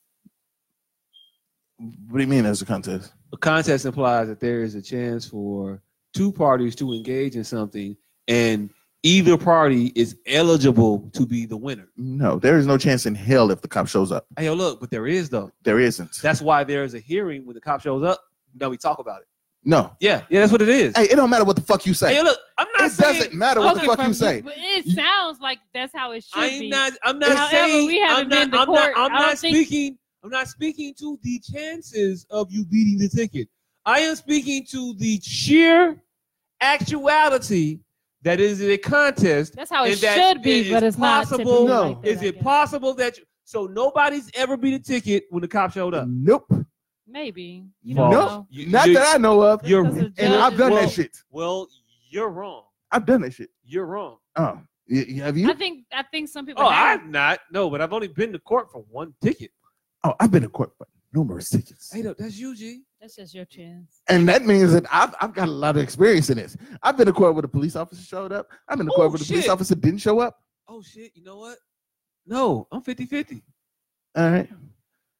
Speaker 3: What do you mean as a contest?
Speaker 6: A contest implies that there is a chance for two parties to engage in something, and either party is eligible to be the winner.
Speaker 3: No, there is no chance in hell if the cop shows up.
Speaker 6: Hey, yo, look, but there is though.
Speaker 3: There isn't.
Speaker 6: That's why there is a hearing when the cop shows up. Now we talk about it.
Speaker 3: No.
Speaker 6: Yeah, yeah, that's what it is.
Speaker 3: Hey, it don't matter what the fuck you say.
Speaker 6: Hey, look, I'm not
Speaker 3: it
Speaker 6: saying
Speaker 3: doesn't matter what the
Speaker 8: Spoken
Speaker 3: fuck
Speaker 8: from-
Speaker 3: you say.
Speaker 8: but It
Speaker 3: You-
Speaker 8: sounds like that's how it should
Speaker 6: I'm
Speaker 8: be.
Speaker 6: not. I'm not
Speaker 8: However,
Speaker 6: saying.
Speaker 8: we
Speaker 6: I'm
Speaker 8: haven't
Speaker 6: not.
Speaker 8: been to
Speaker 6: I'm
Speaker 8: court.
Speaker 6: not. I'm
Speaker 8: I don't
Speaker 6: not
Speaker 8: think-
Speaker 6: speaking. I'm not speaking to the chances of you beating the ticket. I am speaking to the sheer actuality that is a contest
Speaker 8: That's how it
Speaker 6: And that
Speaker 8: should be,
Speaker 6: it
Speaker 8: but
Speaker 6: is
Speaker 8: it's not
Speaker 6: possible-
Speaker 8: typically
Speaker 3: No.
Speaker 8: like that,
Speaker 6: Is
Speaker 8: I
Speaker 6: it
Speaker 8: guess.
Speaker 6: possible that you, so nobody's ever beat a ticket when the cop showed up?
Speaker 3: Nope.
Speaker 8: Maybe. You
Speaker 6: No.
Speaker 8: don't
Speaker 3: No.
Speaker 8: know.
Speaker 6: You-
Speaker 3: Not
Speaker 6: you-
Speaker 3: that I know of.
Speaker 8: Just
Speaker 6: You're-
Speaker 8: 'cause the
Speaker 3: And I've
Speaker 8: judges-
Speaker 3: done
Speaker 6: Well-
Speaker 3: that shit.
Speaker 6: Well, you're wrong.
Speaker 3: I've done that shit.
Speaker 6: You're wrong.
Speaker 3: Oh, y- y- have
Speaker 8: I
Speaker 3: you?
Speaker 8: think I think some people.
Speaker 6: Oh,
Speaker 8: have.
Speaker 6: I've not. No, but I've only been to court for one ticket.
Speaker 3: Oh, I've been in court for numerous tickets,
Speaker 6: Hey, look, that's you, G.
Speaker 8: That's just your chance.
Speaker 3: and that means that I've, I've got a lot of experience in this. I've been in court where the police officer showed up. I've been in court
Speaker 6: Oh,
Speaker 3: where the police
Speaker 6: shit.
Speaker 3: officer didn't show up.
Speaker 6: Oh shit. You know what? No, I'm 50-50.
Speaker 3: All right.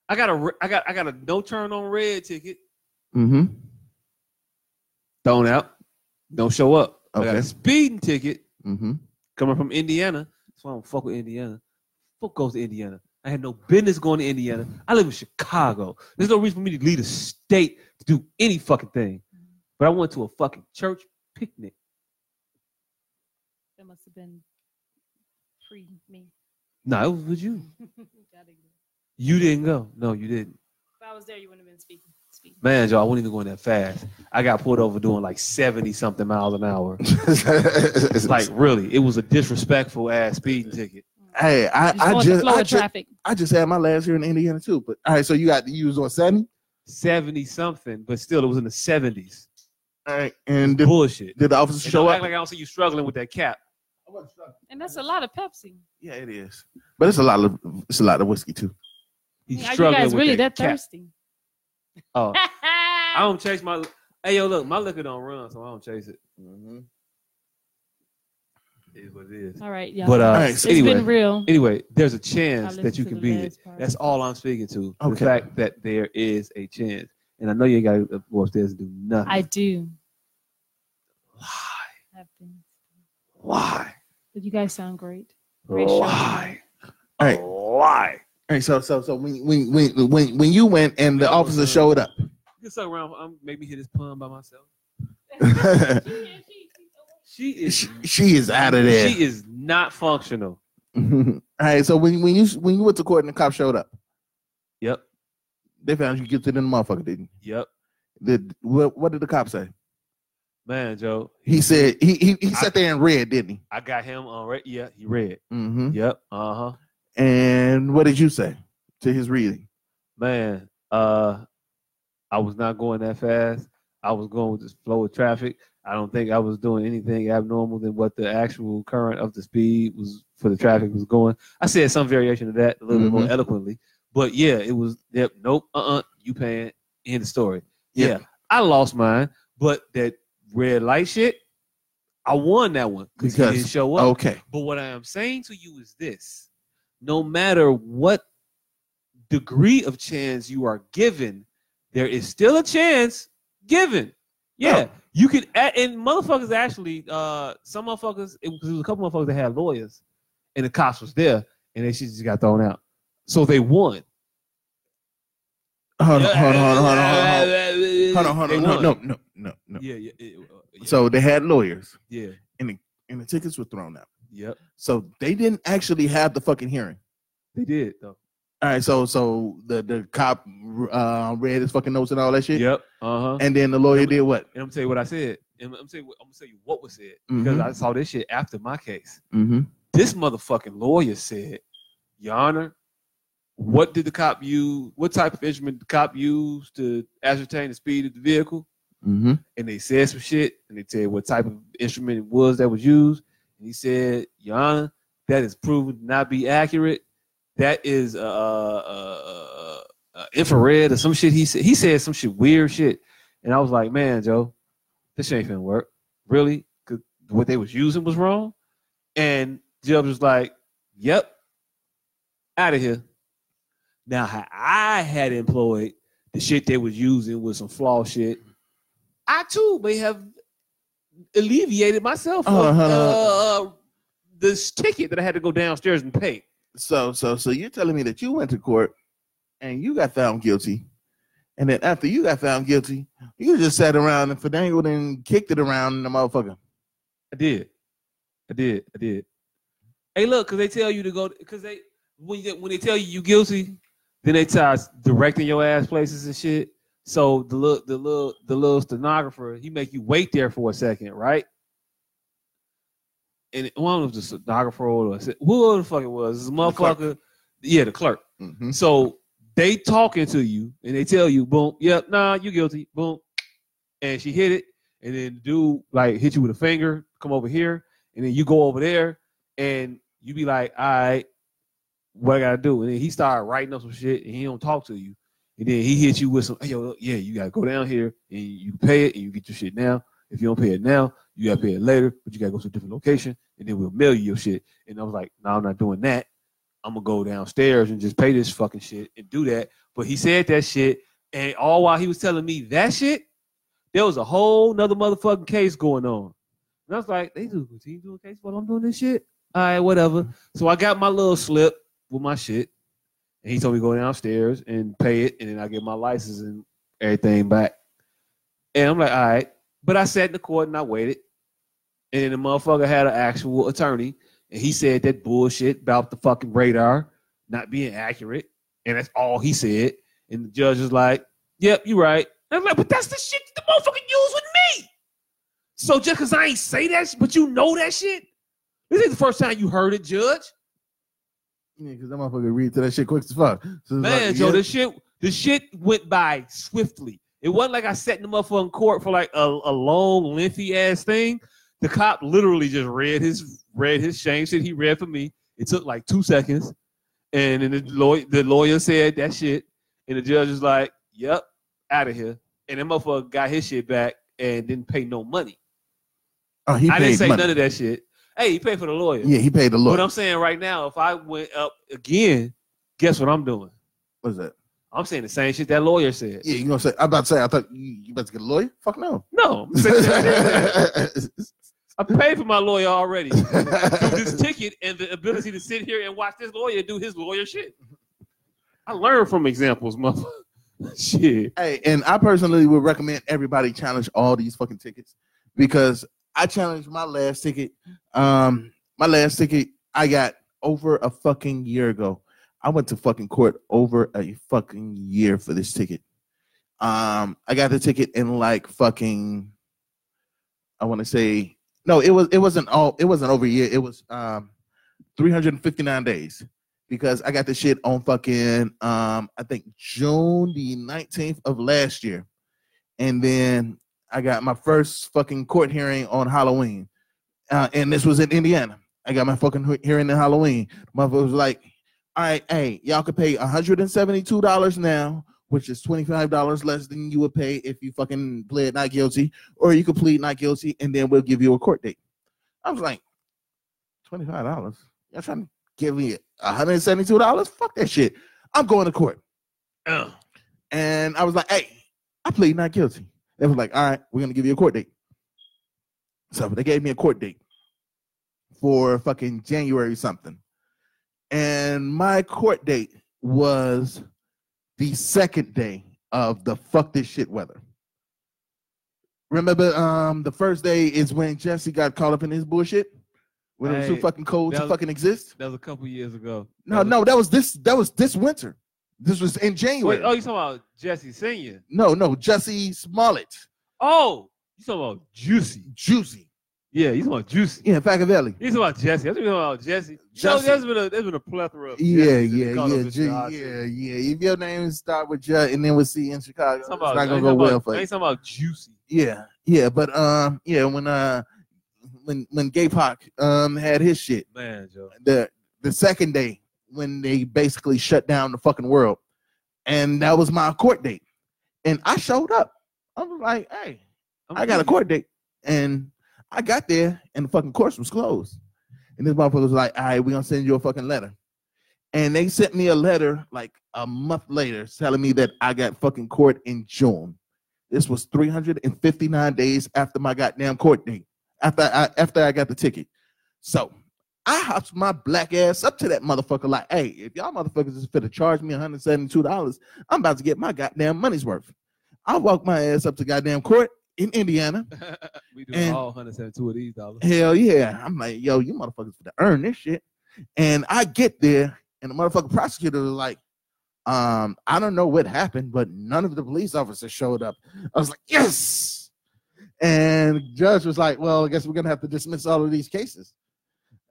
Speaker 6: I got a re- I got I got a no turn on red ticket
Speaker 3: Mm-hmm.
Speaker 6: thrown out. Don't show up. I got
Speaker 3: Okay.
Speaker 6: a speeding ticket
Speaker 3: Mm-hmm.
Speaker 6: coming from Indiana. That's why I don't fuck with Indiana. Fuck goes to Indiana. I had no business going to Indiana. I live in Chicago. There's no reason for me to leave the state to do any fucking thing. But I went to a fucking church picnic.
Speaker 8: That must have been pre me.
Speaker 6: No, it was with you.
Speaker 8: Gotta go.
Speaker 6: You didn't go. No, you didn't.
Speaker 8: If I was there, you wouldn't have been speaking. Speaking.
Speaker 6: Man, y'all, I wasn't even going that fast. I got pulled over doing like 70 something miles an hour. Like, really, it was a disrespectful ass speeding ticket.
Speaker 3: hey, I,
Speaker 8: Just
Speaker 3: I
Speaker 8: going to
Speaker 3: just,
Speaker 8: flow
Speaker 3: I
Speaker 8: of
Speaker 3: just,
Speaker 8: traffic.
Speaker 3: I just had my last year in Indiana too. But all right, so you got you was on seventy.
Speaker 6: 70 something, but still, it was in the 70s.
Speaker 3: All right, and did,
Speaker 6: Bullshit.
Speaker 3: did the officer
Speaker 6: And
Speaker 3: show
Speaker 6: don't
Speaker 3: up?
Speaker 6: act like I don't see you struggling with that cap.
Speaker 8: And that's a lot of Pepsi.
Speaker 3: yeah, it is. But it's a lot of it's a lot of whiskey too.
Speaker 6: You
Speaker 8: Are you
Speaker 6: struggling
Speaker 8: guys
Speaker 6: with
Speaker 8: really
Speaker 6: that,
Speaker 8: that,
Speaker 6: cap.
Speaker 8: thirsty?
Speaker 6: Oh, I don't chase my. Hey, yo, look, my liquor don't run, so I don't chase it. It is what it is.
Speaker 8: All right, y'all.
Speaker 6: But uh,
Speaker 3: All right,
Speaker 8: it's
Speaker 3: so
Speaker 6: anyway,
Speaker 8: been real.
Speaker 6: anyway, there's a
Speaker 8: I
Speaker 6: chance that
Speaker 8: listened
Speaker 6: you
Speaker 8: to
Speaker 6: can
Speaker 8: the
Speaker 6: beat it.
Speaker 8: last part.
Speaker 6: That's all I'm speaking to. The
Speaker 3: Okay.
Speaker 6: fact that there is a chance, and I know you got to go upstairs and do nothing.
Speaker 8: I do
Speaker 6: Why?
Speaker 8: have things.
Speaker 6: Why?
Speaker 8: But you guys sound great. Great show.
Speaker 6: Why?
Speaker 3: All right, all
Speaker 6: Why?
Speaker 3: right. So so so when when when when, when you went and the officer showed up.
Speaker 6: You can suck around. I'm make me hit this pun by myself. She is.
Speaker 3: she, she is out of there.
Speaker 6: She is not functional.
Speaker 3: all right. So when when you when you went to court and the cop showed up,
Speaker 6: Yep.
Speaker 3: they found you guilty than the motherfucker, didn't
Speaker 6: Yep.
Speaker 3: you? Did what, what did the cop say?
Speaker 6: Man, Joe,
Speaker 3: He said he he, he sat there and read, didn't he?
Speaker 6: I got him on red. Yeah, he read.
Speaker 3: Mm-hmm.
Speaker 6: Yep. Uh huh.
Speaker 3: And what did you say to his reading?
Speaker 6: Man, uh, I was not going that fast. I was going with the flow of traffic. I don't think I was doing anything abnormal than what the actual current of the speed was for the traffic was going. I said some variation of that a little bit
Speaker 3: Mm-hmm.
Speaker 6: more eloquently, but yeah, it was yep, nope, uh, uh you paying end of story. Yeah.
Speaker 3: Yep.
Speaker 6: I lost mine, but that red light shit, I won that one because he
Speaker 3: Because-
Speaker 6: didn't show up.
Speaker 3: Okay.
Speaker 6: But what I am saying to you is this no matter what degree of chance you are given, there is still a chance given. Yeah, you could, a- and motherfuckers actually, uh, some motherfuckers, it, 'cause there was a couple motherfuckers that had lawyers, and the cops was there, and they shit just got thrown out. So they won.
Speaker 3: Hold on, hold on, hold on, hold on, hold on, hold on, hold
Speaker 6: They
Speaker 3: on. No,
Speaker 6: won.
Speaker 3: no, no, no, no.
Speaker 6: Yeah, yeah, yeah, uh, yeah.
Speaker 3: So they had lawyers,
Speaker 6: yeah,
Speaker 3: and the tickets were thrown out.
Speaker 6: yep,
Speaker 3: So they didn't actually have the fucking hearing.
Speaker 6: they did though.
Speaker 3: All right, so so the the cop uh, read his fucking notes and all that shit.
Speaker 6: Yep, uh huh.
Speaker 3: And then the lawyer did what?
Speaker 6: And I'm gonna tell you what I said. And I'm gonna tell you what, I'm gonna tell you what was said because
Speaker 3: Mhm.
Speaker 6: I saw this shit after my case.
Speaker 3: Mm-hmm.
Speaker 6: This motherfucking lawyer said, "Your Honor, what did the cop use? What type of instrument did the cop use to ascertain the speed of the vehicle?"
Speaker 3: Mm-hmm.
Speaker 6: And they said some shit, and they tell you what type of instrument it was that was used. And he said, "Your Honor, that is proven to not be accurate. That is uh, uh, uh, uh, infrared or some shit." He said he said some shit weird shit, and I was like, "Man, Joe, this shit ain't finna work, really. 'Cause what they was using was wrong." And Judge was like, "Yep, out of here." Now, how I had employed the shit they was using was some flaw shit. I too may have alleviated myself
Speaker 3: Hold on,
Speaker 6: of,
Speaker 3: hold on,
Speaker 6: uh, this ticket that I had to go downstairs and pay.
Speaker 3: So so so you're telling me that you went to court and you got found guilty, and then after you got found guilty, you just sat around and finagled and kicked it around in the motherfucker.
Speaker 6: I did, I did, I did. Hey, look, because they tell you to go, because they when you, when they tell you you guilty, then they start directing your ass places and shit. So the little the little the little stenographer, he make you wait there for a second, right? And well, I don't know if the stenographer or the, who the fuck it was, this
Speaker 3: clerk.
Speaker 6: motherfucker. yeah, the clerk.
Speaker 3: Mm-hmm.
Speaker 6: So they talking to you and they tell you, boom, yep, nah, you guilty, boom. And she hit it, and then dude like hit you with a finger, come over here, and then you go over there, and you be like, all right, what I gotta do? And then he started writing up some shit, and he don't talk to you, and then he hit you with some, hey, yo, look, yeah, you gotta go down here and you pay it, and you get your shit now. If you don't pay it now, you gotta pay it later, but you gotta go to a different location, and then we'll mail you your shit. And I was like, no, I'm not doing that. I'm gonna go downstairs and just pay this fucking shit and do that. But he said that shit, and all while he was telling me that shit, there was a whole nother motherfucking case going on. And I was like, they do continue doing case while I'm doing this shit. All right, whatever. So I got my little slip with my shit, and he told me to go downstairs and pay it, and then I get my license and everything back. And I'm like, all right. But I sat in the court and I waited, and then the motherfucker had an actual attorney and he said that bullshit about the fucking radar not being accurate, and that's all he said. And the judge is like, "Yep, you're right." And I'm like, "But that's the shit that the motherfucker used with me." So just because I ain't say that, sh- but you know that shit, this ain't the first time you heard it, Judge.
Speaker 3: Yeah, because that motherfucker read to that shit quick as fuck. So it's
Speaker 6: Man,
Speaker 3: like,
Speaker 6: Joe,
Speaker 3: yeah.
Speaker 6: this shit, this shit went by swiftly. It wasn't like I sat in the motherfucking court for like a, a long, lengthy ass thing. The cop literally just read his read his shame shit. He read for me. It took like two seconds, and then the lawyer the lawyer said that shit, and the judge was like, "Yep, out of here." And that motherfucker got his shit back and didn't pay no money.
Speaker 3: oh, he
Speaker 6: I didn't say
Speaker 3: money.
Speaker 6: none of that shit. Hey, he paid for the lawyer.
Speaker 3: Yeah, he paid the
Speaker 6: But
Speaker 3: lawyer.
Speaker 6: I'm saying right now, if I went up again, guess what I'm doing?
Speaker 3: What's that?
Speaker 6: I'm saying the same shit that lawyer said.
Speaker 3: Yeah, you gonna say? I'm about to say. I thought you, you about to get a lawyer. Fuck no.
Speaker 6: No, I'm saying the same shit. I paid for my lawyer already. Through this ticket and the ability to sit here and watch this lawyer do his lawyer shit. I learned from examples, motherfucker. shit.
Speaker 3: Hey, and I personally would recommend everybody challenge all these fucking tickets because I challenged my last ticket. Um, my last ticket I got over a fucking year ago. I went to fucking court over a fucking year for this ticket. Um, I got the ticket in like fucking. I want to say no. It was it wasn't all. It wasn't over a year. It was um, three hundred and fifty nine days because I got this shit on fucking um I think June the 19th of last year. And then I got my first fucking court hearing on Halloween, uh, and this was in Indiana. I got my fucking he- hearing in Halloween. Motherfucker was like, "All right, hey, y'all could pay one hundred and seventy-two dollars now, which is twenty-five dollars less than you would pay if you fucking pled not guilty, or you could plead not guilty, and then we'll give you a court date." I was like, twenty-five dollars? Y'all trying to give me one hundred and seventy-two dollars? Fuck that shit. I'm going to court. And I was like, hey, I plead not guilty. They was like, all right, we're gonna give you a court date. So they gave me a court date for fucking January something. And my court date was the second day of the fuck this shit weather. Remember, um, the first day is when Jesse got caught up in his bullshit when it was too
Speaker 6: Hey,
Speaker 3: fucking cold
Speaker 6: that
Speaker 3: to
Speaker 6: was-
Speaker 3: fucking exist.
Speaker 6: That was a couple years ago.
Speaker 3: No,
Speaker 6: That was-
Speaker 3: no, that was this. That was this winter. This was in January.
Speaker 6: Wait, oh, you talking about Jesse Senior?
Speaker 3: No, no, Jesse Smollett,
Speaker 6: Oh, you talking about Juicy?
Speaker 3: Juicy,
Speaker 6: Yeah, you talking about Juicy?
Speaker 3: yeah, Facavelli.
Speaker 6: You talking about Jesse? I'm talking about Jesse.
Speaker 3: Jesse.
Speaker 6: So there's been a there's been a plethora of
Speaker 3: Yeah,
Speaker 6: Jessies in
Speaker 3: yeah,
Speaker 6: Chicago
Speaker 3: yeah,
Speaker 6: since
Speaker 3: Ju- yeah,
Speaker 6: Josh.
Speaker 3: yeah. If your name start with J and then with C in Chicago,
Speaker 6: I'm
Speaker 3: it's
Speaker 6: talking
Speaker 3: not
Speaker 6: about,
Speaker 3: gonna
Speaker 6: I'm
Speaker 3: go
Speaker 6: talking
Speaker 3: well
Speaker 6: about-
Speaker 3: for
Speaker 6: I
Speaker 3: you.
Speaker 6: ain't talking about Juicy.
Speaker 3: Yeah, yeah, but um, yeah, when uh, when when Gay Pac um had his shit,
Speaker 6: Man, Joe.
Speaker 3: the the second day when they basically shut down the fucking world, and that was my court date, and I showed up. I was like, hey,
Speaker 6: I'm
Speaker 3: I got a
Speaker 6: telling
Speaker 3: court date, and I got there, and the fucking course was closed. And this motherfucker was like, "All right, we gonna send you a fucking letter." And they sent me a letter like a month later, telling me that I got fucking court in June. This was 359 days after my goddamn court date, after I after I got the ticket. So I hops my black ass up to that motherfucker like, "Hey, if y'all motherfuckers is finna charge me 172 dollars, I'm about to get my goddamn money's worth." I walk my ass up to goddamn court in Indiana.
Speaker 6: you. we do
Speaker 3: And-
Speaker 6: all 172 of these dollars.
Speaker 3: Hell yeah. I'm like, yo, you motherfuckers to earn this shit. And I get there, and the motherfucking prosecutor was like, um, I don't know what happened, but none of the police officers showed up. I was like, yes. And judge was like, well, I guess we're gonna have to dismiss all of these cases.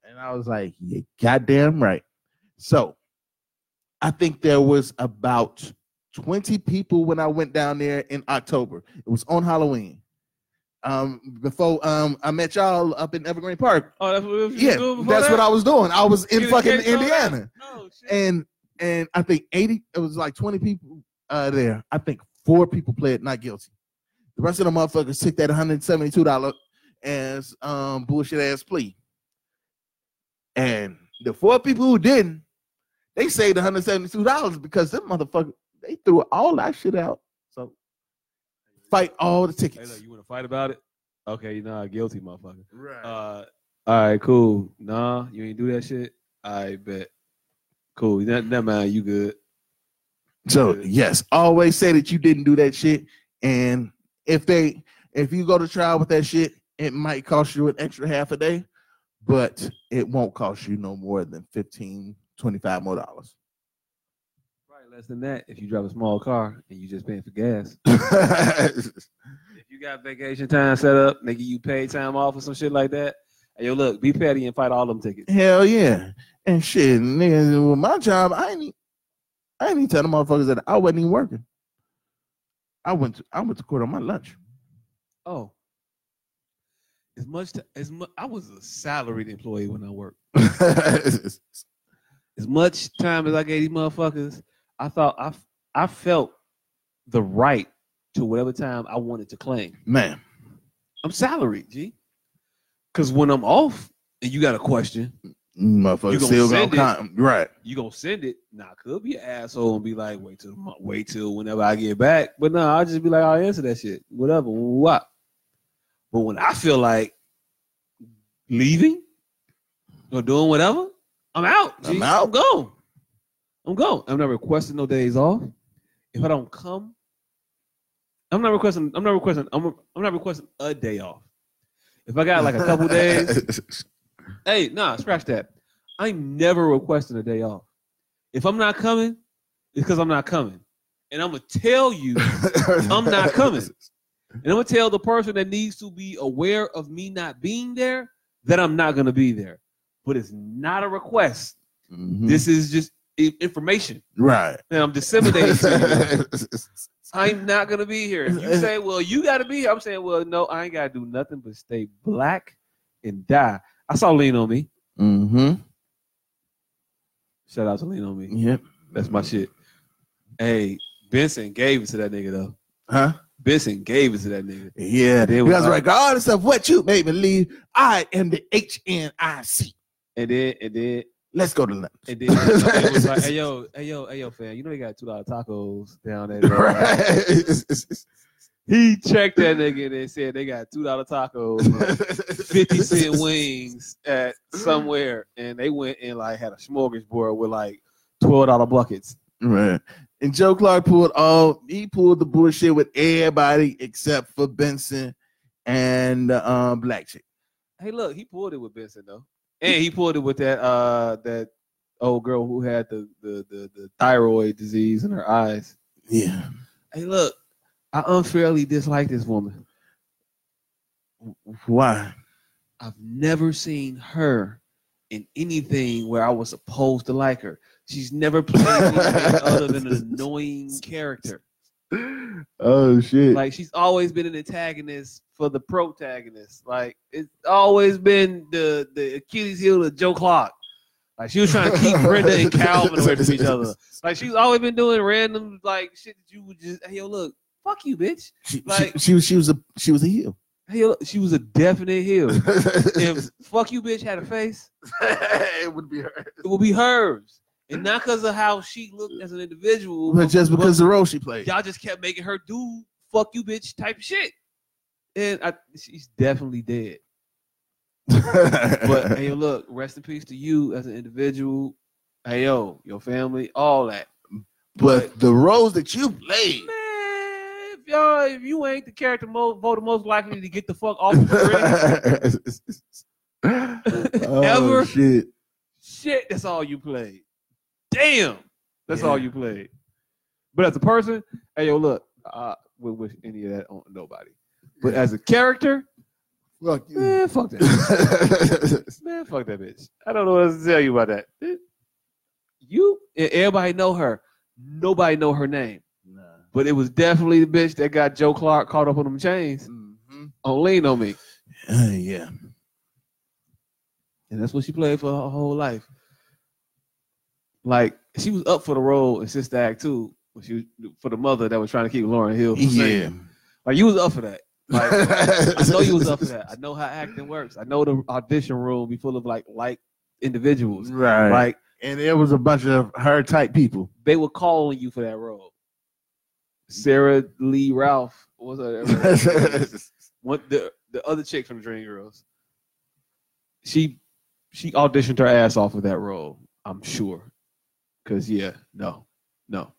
Speaker 3: And I was like, you goddamn right. So I think there was about 20 people when I went down there in October. It was on Halloween. Um, before um, I met y'all up in Evergreen Park.
Speaker 6: Oh, that's what we
Speaker 3: Yeah, that's what I was doing. I was in
Speaker 6: You
Speaker 3: fucking
Speaker 6: can't tell that.
Speaker 3: Indiana,
Speaker 6: No, shit.
Speaker 3: and and I think eighty. It was like twenty people uh, there. I think four people played not guilty. The rest of the motherfuckers took that one hundred seventy two dollar as um bullshit ass plea. And the four people who didn't, they saved one hundred seventy two dollars because them motherfucker they threw all that shit out. So fight all the
Speaker 6: Hey, look,
Speaker 3: tickets.
Speaker 6: you want to fight about it? Okay, you nah, guilty, motherfucker.
Speaker 3: Right.
Speaker 6: Uh, all right, cool. Nah, you ain't do that shit. I bet. Cool. That never mind. You good?
Speaker 3: So
Speaker 6: Yeah.
Speaker 3: yes, always say that you didn't do that shit. And if they if you go to trial with that shit, it might cost you an extra half a day, but it won't cost you no more than 15, 25 more dollars.
Speaker 6: Probably less than that if you drive a small car and you just paying for gas. If you got vacation time set up, they give you paid time off or some shit like that. Hey, yo, look, be petty and fight all them tickets.
Speaker 3: Hell yeah. And shit, nigga, with my job, I ain't e- I ain't even tell the motherfuckers that I wasn't even working. I went to I went to court on my lunch.
Speaker 6: Oh, as much t- as mu- I was a salaried employee when I worked. As much time as I gave these motherfuckers, I thought I f- I felt the right to whatever time I wanted to claim.
Speaker 3: Man.
Speaker 6: I'm salaried, G. Cause when I'm off and you got a question,
Speaker 3: Motherfuckers
Speaker 6: gonna
Speaker 3: still gonna
Speaker 6: send it.
Speaker 3: con- right.
Speaker 6: you gonna send it. Now I could be an asshole and be like, wait till the mo- wait till whenever I get back. But no, I'll just be like, I'll answer that shit. Whatever. What? But when I feel like leaving or doing whatever, I'm out.
Speaker 3: I'm
Speaker 6: G.
Speaker 3: out.
Speaker 6: I'm gone. I'm gone. I'm not requesting no days off. If I don't come, I'm not requesting. I'm not requesting. I'm, I'm not requesting a day off. If I got like a couple days, Hey, nah, scratch that. I'm never requesting a day off. If I'm not coming, it's because I'm not coming. And I'm gonna tell you, I'm not coming. And I'm gonna tell the person that needs to be aware of me not being there that I'm not gonna be there. But it's not a request.
Speaker 3: Mhm.
Speaker 6: This is just i- information
Speaker 3: right.
Speaker 6: that I'm disseminating. to you. I'm not gonna be here. If you say, well, you gotta be here. I'm saying, well, no, I ain't gotta do nothing but stay black and die. I saw Lean on Me.
Speaker 3: Mm-hmm.
Speaker 6: Shout out to Lean on Me.
Speaker 3: Yep.
Speaker 6: That's my shit. Hey, Benson gave it to that nigga though.
Speaker 3: Huh?
Speaker 6: Benson gave it to that nigga.
Speaker 3: Yeah.
Speaker 6: They
Speaker 3: They
Speaker 6: was
Speaker 3: was
Speaker 6: like-
Speaker 3: like, all this stuff, what you made me leave. I am the H N I C.
Speaker 6: And then and then
Speaker 3: Let's go to lunch.
Speaker 6: and then it was like, hey yo, hey yo, hey yo, fam, you know they got two dollar tacos down there. He checked that nigga and they said they got two dollar tacos, fifty cent wings at somewhere, and they went and like had a smorgasbord with like twelve dollar buckets.
Speaker 3: Right. And Joe Clark pulled all he pulled the bullshit with everybody except for Benson and the um, black chick.
Speaker 6: Hey, look, he pulled it with Benson though, and he pulled it with that uh that old girl who had the the the, the thyroid disease in her eyes.
Speaker 3: Yeah.
Speaker 6: Hey, look, I unfairly dislike this woman.
Speaker 3: Why?
Speaker 6: I've never seen her in anything where I was supposed to like her. She's never played anything other than an annoying character.
Speaker 3: Oh shit.
Speaker 6: Like she's always been an antagonist for the protagonist. Like it's always been the the Achilles heel of Joe Clark. Like she was trying to keep Brenda and Calvin away from each other. Like she's always been doing random like shit that you would just hey yo look fuck you bitch.
Speaker 3: she,
Speaker 6: like-
Speaker 3: she, she was she was a she was a heel.
Speaker 6: Hey yo, look. she was a definite heel. If fuck you bitch had a face,
Speaker 3: it would be her.
Speaker 6: it will be hers, and not because of how she looked as an individual,
Speaker 3: But just because the role she played.
Speaker 6: y'all just kept making her do "fuck you, bitch" type shit. And I, she's definitely dead. But
Speaker 3: but
Speaker 6: hey, look, rest in peace to you as an individual. Hey, yo, your family, all that.
Speaker 3: but the roles that you played.
Speaker 6: Man, if y'all, if you ain't the character most voted most likely to get the fuck off the grid,
Speaker 3: Oh,
Speaker 6: Ever?
Speaker 3: shit.
Speaker 6: shit, that's all you played. Damn, that's all
Speaker 3: Yeah.
Speaker 6: you played. But as a person, hey, yo, look, I wouldn't wish any of that on nobody. But as a character,
Speaker 3: Fuck you.
Speaker 6: man, fuck that. bitch. Man, fuck that bitch. I don't know what else to tell you about that. You and everybody know her. Nobody know her name. But it was definitely the bitch that got Joe Clark caught up on them chains
Speaker 3: Mhm.
Speaker 6: on Lean on Me.
Speaker 3: Uh, yeah.
Speaker 6: And that's what she played for her whole life. Like she was up for the role in Sister Act 2 when she was, for the mother that was trying to keep Lauren Hill. From
Speaker 3: Yeah.
Speaker 6: singing. Like you was up for that. Like I
Speaker 3: I
Speaker 6: know you was up for that. I know how acting works. I know the audition room be full of like like individuals.
Speaker 3: Right.
Speaker 6: Like
Speaker 3: and it was a bunch of her type people.
Speaker 6: they were calling you for that role. Sarah Lee Ralph was her
Speaker 3: yeah.
Speaker 6: one the the other chick from Dreamgirls. She she auditioned her ass off for that role, I'm sure. Cause yeah, no, no,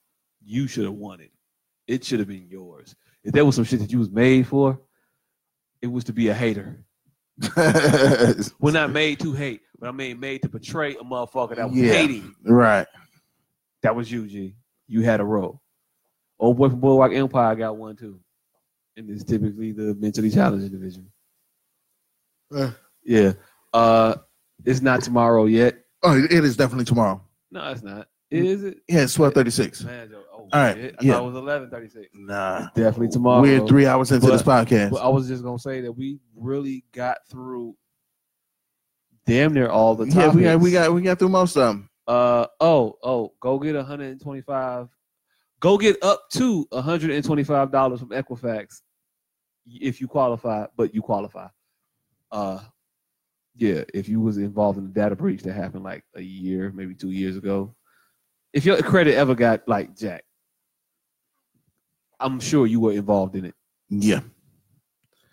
Speaker 6: you should have won it. It should have been yours. If there was some shit that you was made for, it was to be a hater. We're not made to hate, but I mean made to portray a motherfucker that was
Speaker 3: Yeah.
Speaker 6: hating.
Speaker 3: Right.
Speaker 6: That was you, G. You had a role. Old boy from Boardwalk Empire got one too, and it's typically the mentally challenged individual.
Speaker 3: Uh.
Speaker 6: Yeah, uh, it's not tomorrow yet.
Speaker 3: Oh, it it is definitely tomorrow.
Speaker 6: No, it's not. Is it?
Speaker 3: Yeah, it's twelve thirty six.
Speaker 6: Man, yo, oh,
Speaker 3: All right,
Speaker 6: shit. I
Speaker 3: yeah.
Speaker 6: thought it was eleven thirty-six.
Speaker 3: Nah.
Speaker 6: Definitely tomorrow.
Speaker 3: We're three hours into this podcast.
Speaker 6: But I was just gonna say that we really got through damn near all the
Speaker 3: yeah,
Speaker 6: topics.
Speaker 3: we got we got we got through most of them.
Speaker 6: Uh oh oh go get 125 go get up to 125 dollars from Equifax if you qualify but you qualify uh yeah if you was involved in a data breach that happened like a year maybe 2 years ago if your credit ever got like jack I'm sure you were involved in it
Speaker 3: Yeah,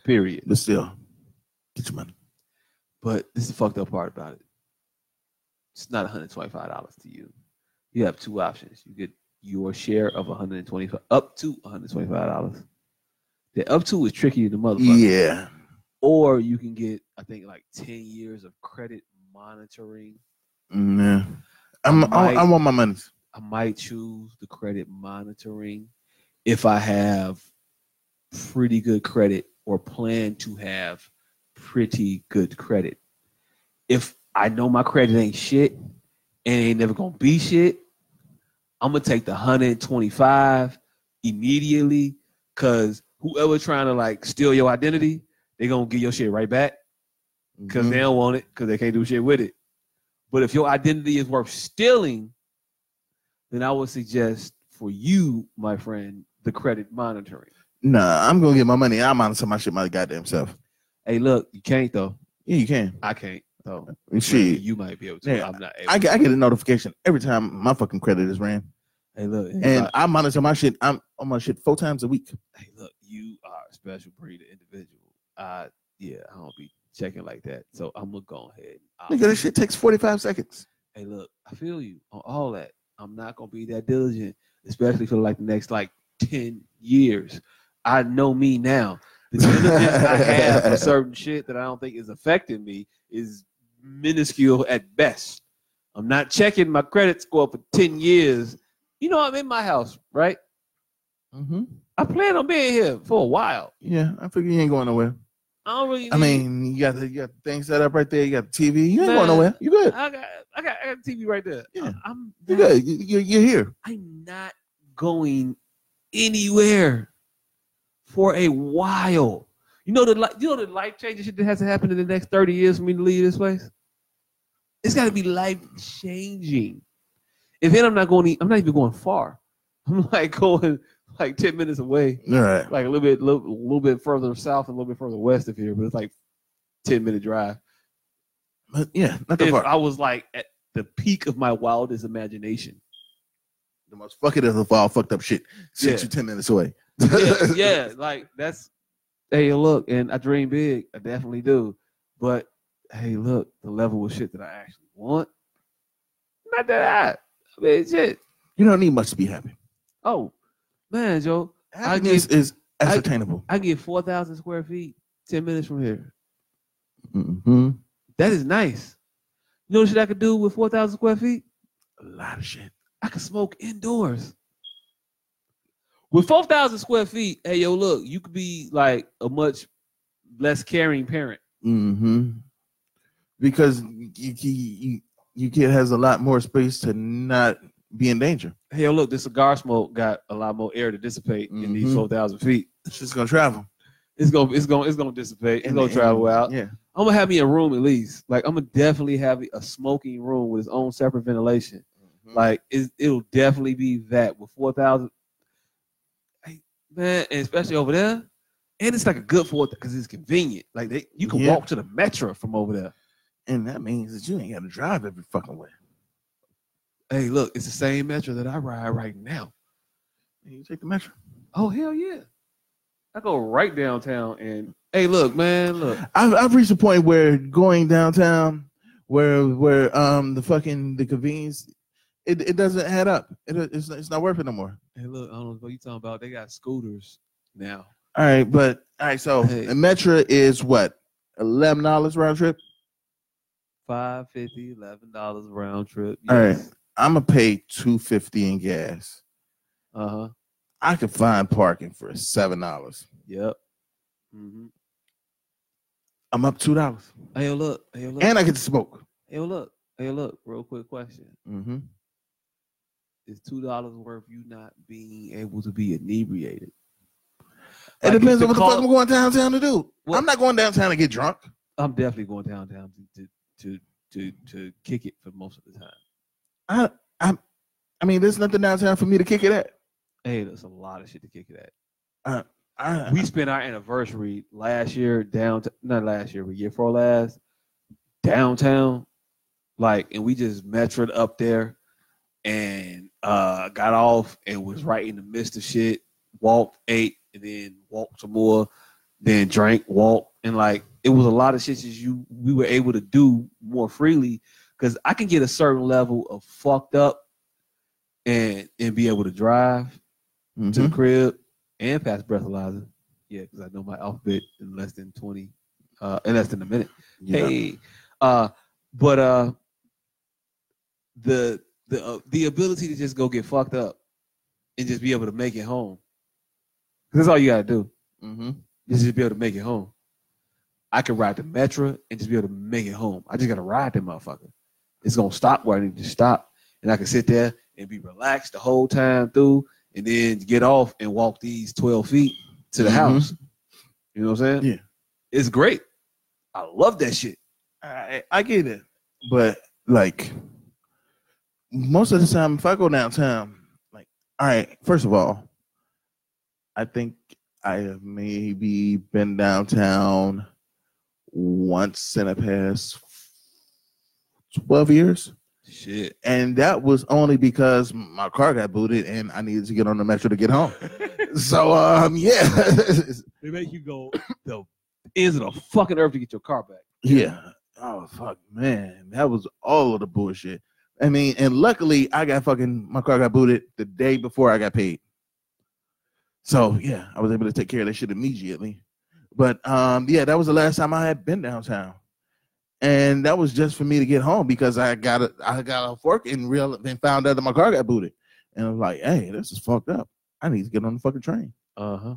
Speaker 6: period
Speaker 3: but still, get your money.
Speaker 6: but this is the fucked up part about it it's not 125 dollars to you you have two options. You get your share of 125 up to 125 dollars. The up to is tricky to motherfucker.
Speaker 3: Yeah.
Speaker 6: Or you can get, I think, like 10 years of credit monitoring.
Speaker 3: Yeah. I'm I, I
Speaker 6: Mike.
Speaker 3: want my money.
Speaker 6: I might choose the credit monitoring if I have pretty good credit or plan to have pretty good credit. If I know my credit ain't shit and ain't never gonna be shit, I'm gonna take the 125 immediately because whoever trying to like steal your identity, they gonna give your shit right back because
Speaker 3: Mm-hmm.
Speaker 6: they don't want it because they can't do shit with it. But if your identity is worth stealing, then I would suggest for you, my friend, the credit monitoring.
Speaker 3: Nah, I'm gonna get my money. I'm on my shit my goddamn self.
Speaker 6: Hey, look, you can't though.
Speaker 3: Yeah, you can.
Speaker 6: I can't though.
Speaker 3: Shit.
Speaker 6: you might be able to.
Speaker 3: Yeah,
Speaker 6: I'm not able.
Speaker 3: I get, I get a notification every time my fucking credit is ran,
Speaker 6: hey, look,
Speaker 3: and I monitor my shit. I'm on my shit four times a week.
Speaker 6: hey, look, you are a special breed of individual. I yeah, I don't be checking like that. So I'm gonna go ahead. and-
Speaker 3: Nigga, this shit takes forty five seconds.
Speaker 6: Hey, look, I feel you on all that. I'm not gonna be that diligent, especially for like the next like ten years. I know me now. The diligence I have for certain shit that I don't think is affecting me is minuscule at best. I'm not checking my credit score for ten years. You know, I'm in my house, right?
Speaker 3: Mm-hmm.
Speaker 6: I plan on being here for a while.
Speaker 3: Yeah, I figure you ain't going nowhere.
Speaker 6: I don't really.
Speaker 3: I
Speaker 6: need-
Speaker 3: mean, you got the, you got the thing set up right there. You got the TV. You ain't going
Speaker 6: Man.
Speaker 3: nowhere. You good.
Speaker 6: I got, I got, I got TV right there.
Speaker 3: Yeah.
Speaker 6: I, am
Speaker 3: You good. You, you, you're here.
Speaker 6: I'm not going anywhere for a while. You know the li- you know the life changing shit that has to happen in the next thirty years for me to leave this place. It's got to be life changing. And then I'm not going. e- I'm not even going far. I'm like going like ten minutes away,
Speaker 3: All right.
Speaker 6: like a little bit, little, little bit further south and a little bit further west of here. But it's like ten minute drive.
Speaker 3: But yeah, not that
Speaker 6: if
Speaker 3: far.
Speaker 6: I was like at the peak of my wildest imagination.
Speaker 3: the most fucking of all fucked up shit. Sent
Speaker 6: Yeah.
Speaker 3: you ten minutes away.
Speaker 6: Yeah, yeah, like that's hey look, and I dream big, I definitely do. But hey, look, the level of shit that I actually want, not that high. I mean, shit.
Speaker 3: You don't need much to be happy.
Speaker 6: Oh man, Joe, I
Speaker 3: Happiness is
Speaker 6: I-
Speaker 3: ascertainable.
Speaker 6: I get four thousand square feet, ten minutes from here.
Speaker 3: mm-hmm.
Speaker 6: That is nice. You know what shit I could do with four thousand square feet?
Speaker 3: A lot of shit.
Speaker 6: I could smoke indoors. With 4,000 square feet, hey, yo, look, you could be like a much less caring parent.
Speaker 3: Mm-hmm. Because you, you, you, you kid has a lot more space to not be in danger.
Speaker 6: Hey, yo, look, this cigar smoke got a lot more air to dissipate in these
Speaker 3: Mhm.
Speaker 6: 4,000 feet.
Speaker 3: It's just gonna travel.
Speaker 6: It's gonna, it's gonna, it's gonna dissipate. It's gonna travel out.
Speaker 3: Yeah.
Speaker 6: I'm gonna have me a room at least. Like, I'm gonna definitely have a smoking room with its own separate ventilation.
Speaker 3: Mm-hmm.
Speaker 6: Like, it, it'll definitely be that with 4,000. Hey, man, and especially over there. And it's like a good for because it's convenient. Like, they, you can
Speaker 3: Yeah.
Speaker 6: walk to the metro from over there.
Speaker 3: and that means that you ain't gotta drive every fucking way.
Speaker 6: Hey, look, it's the same metro that I ride right now.
Speaker 3: You take the metro.
Speaker 6: Oh hell yeah! I go right downtown and hey, look, man, look.
Speaker 3: I've I've reached a point where going downtown, where where um the fucking the convenience, it, it doesn't add up. It, it's it's not worth it no more.
Speaker 6: Hey, look, I don't know what you talking about. They got scooters now.
Speaker 3: All right, but all right. So
Speaker 6: Hey.
Speaker 3: the Metro is what eleven dollars round trip.
Speaker 6: Five fifty, eleven dollars round trip.
Speaker 3: All right. I'm gonna pay two fifty in gas.
Speaker 6: Uh huh.
Speaker 3: I could find parking for seven dollars.
Speaker 6: Yep. Mm-hmm.
Speaker 3: I'm up two dollars,
Speaker 6: Hey, yo, look. Hey, yo, look.
Speaker 3: and I get to smoke.
Speaker 6: hey, yo, look. Hey, yo, look. Real quick question:
Speaker 3: Mm-hmm.
Speaker 6: Is two dollars worth you not being able to be inebriated?
Speaker 3: It
Speaker 6: Like,
Speaker 3: depends
Speaker 6: the
Speaker 3: on what the
Speaker 6: call-
Speaker 3: fuck I'm going downtown to do.
Speaker 6: What-
Speaker 3: I'm not going downtown to get drunk.
Speaker 6: I'm definitely going downtown to to to to, to kick it for most of the time.
Speaker 3: I I I mean, there's nothing downtown for me to kick it at.
Speaker 6: Hey, there's a lot of shit to kick it at.
Speaker 3: I,
Speaker 6: we spent our anniversary last year down not last year but year before last downtown like and we just metroed up there and uh got off and was right in the midst of shit walked ate and then walked some more then drank walked and like it was a lot of shit that you we were able to do more freely because i can get a certain level of fucked up and and be able to drive to
Speaker 3: Mhm.
Speaker 6: the crib and pass breathalyzer. Yeah, because I know my alphabet in less than twenty, uh, in less than a minute.
Speaker 3: Yeah.
Speaker 6: Hey, uh, but uh, the the uh, the ability to just go get fucked up and just be able to make it home. 'Cause That's all you gotta do.
Speaker 3: Mm-hmm.
Speaker 6: is Just be able to make it home. I can ride the Metro and just be able to make it home. I just gotta ride that motherfucker. It's gonna stop where I need to stop, and I can sit there and be relaxed the whole time through and then get off and walk these 12 feet to the
Speaker 3: Mhm.
Speaker 6: house. You know what I'm saying?
Speaker 3: Yeah.
Speaker 6: It's great. I love that shit.
Speaker 3: I, I get it, but like most of the time, if I go downtown, like, all right, first of all, I think I have maybe been downtown once in the past twelve years,
Speaker 6: Shit.
Speaker 3: and that was only because my car got booted and I needed to get on the metro to get home. so, um, yeah,
Speaker 6: They make you go the ends of the fucking earth to get your car back.
Speaker 3: Yeah. Oh fuck, man, that was all of the bullshit. I mean, and luckily I got fucking my car got booted the day before I got paid. So yeah, I was able to take care of that shit immediately. But um, yeah, that was the last time I had been downtown, and that was just for me to get home because I got a I got a fork and real and found out that my car got booted, and I was like, hey, this is fucked up. I need to get on the fucking train.
Speaker 6: Uh huh.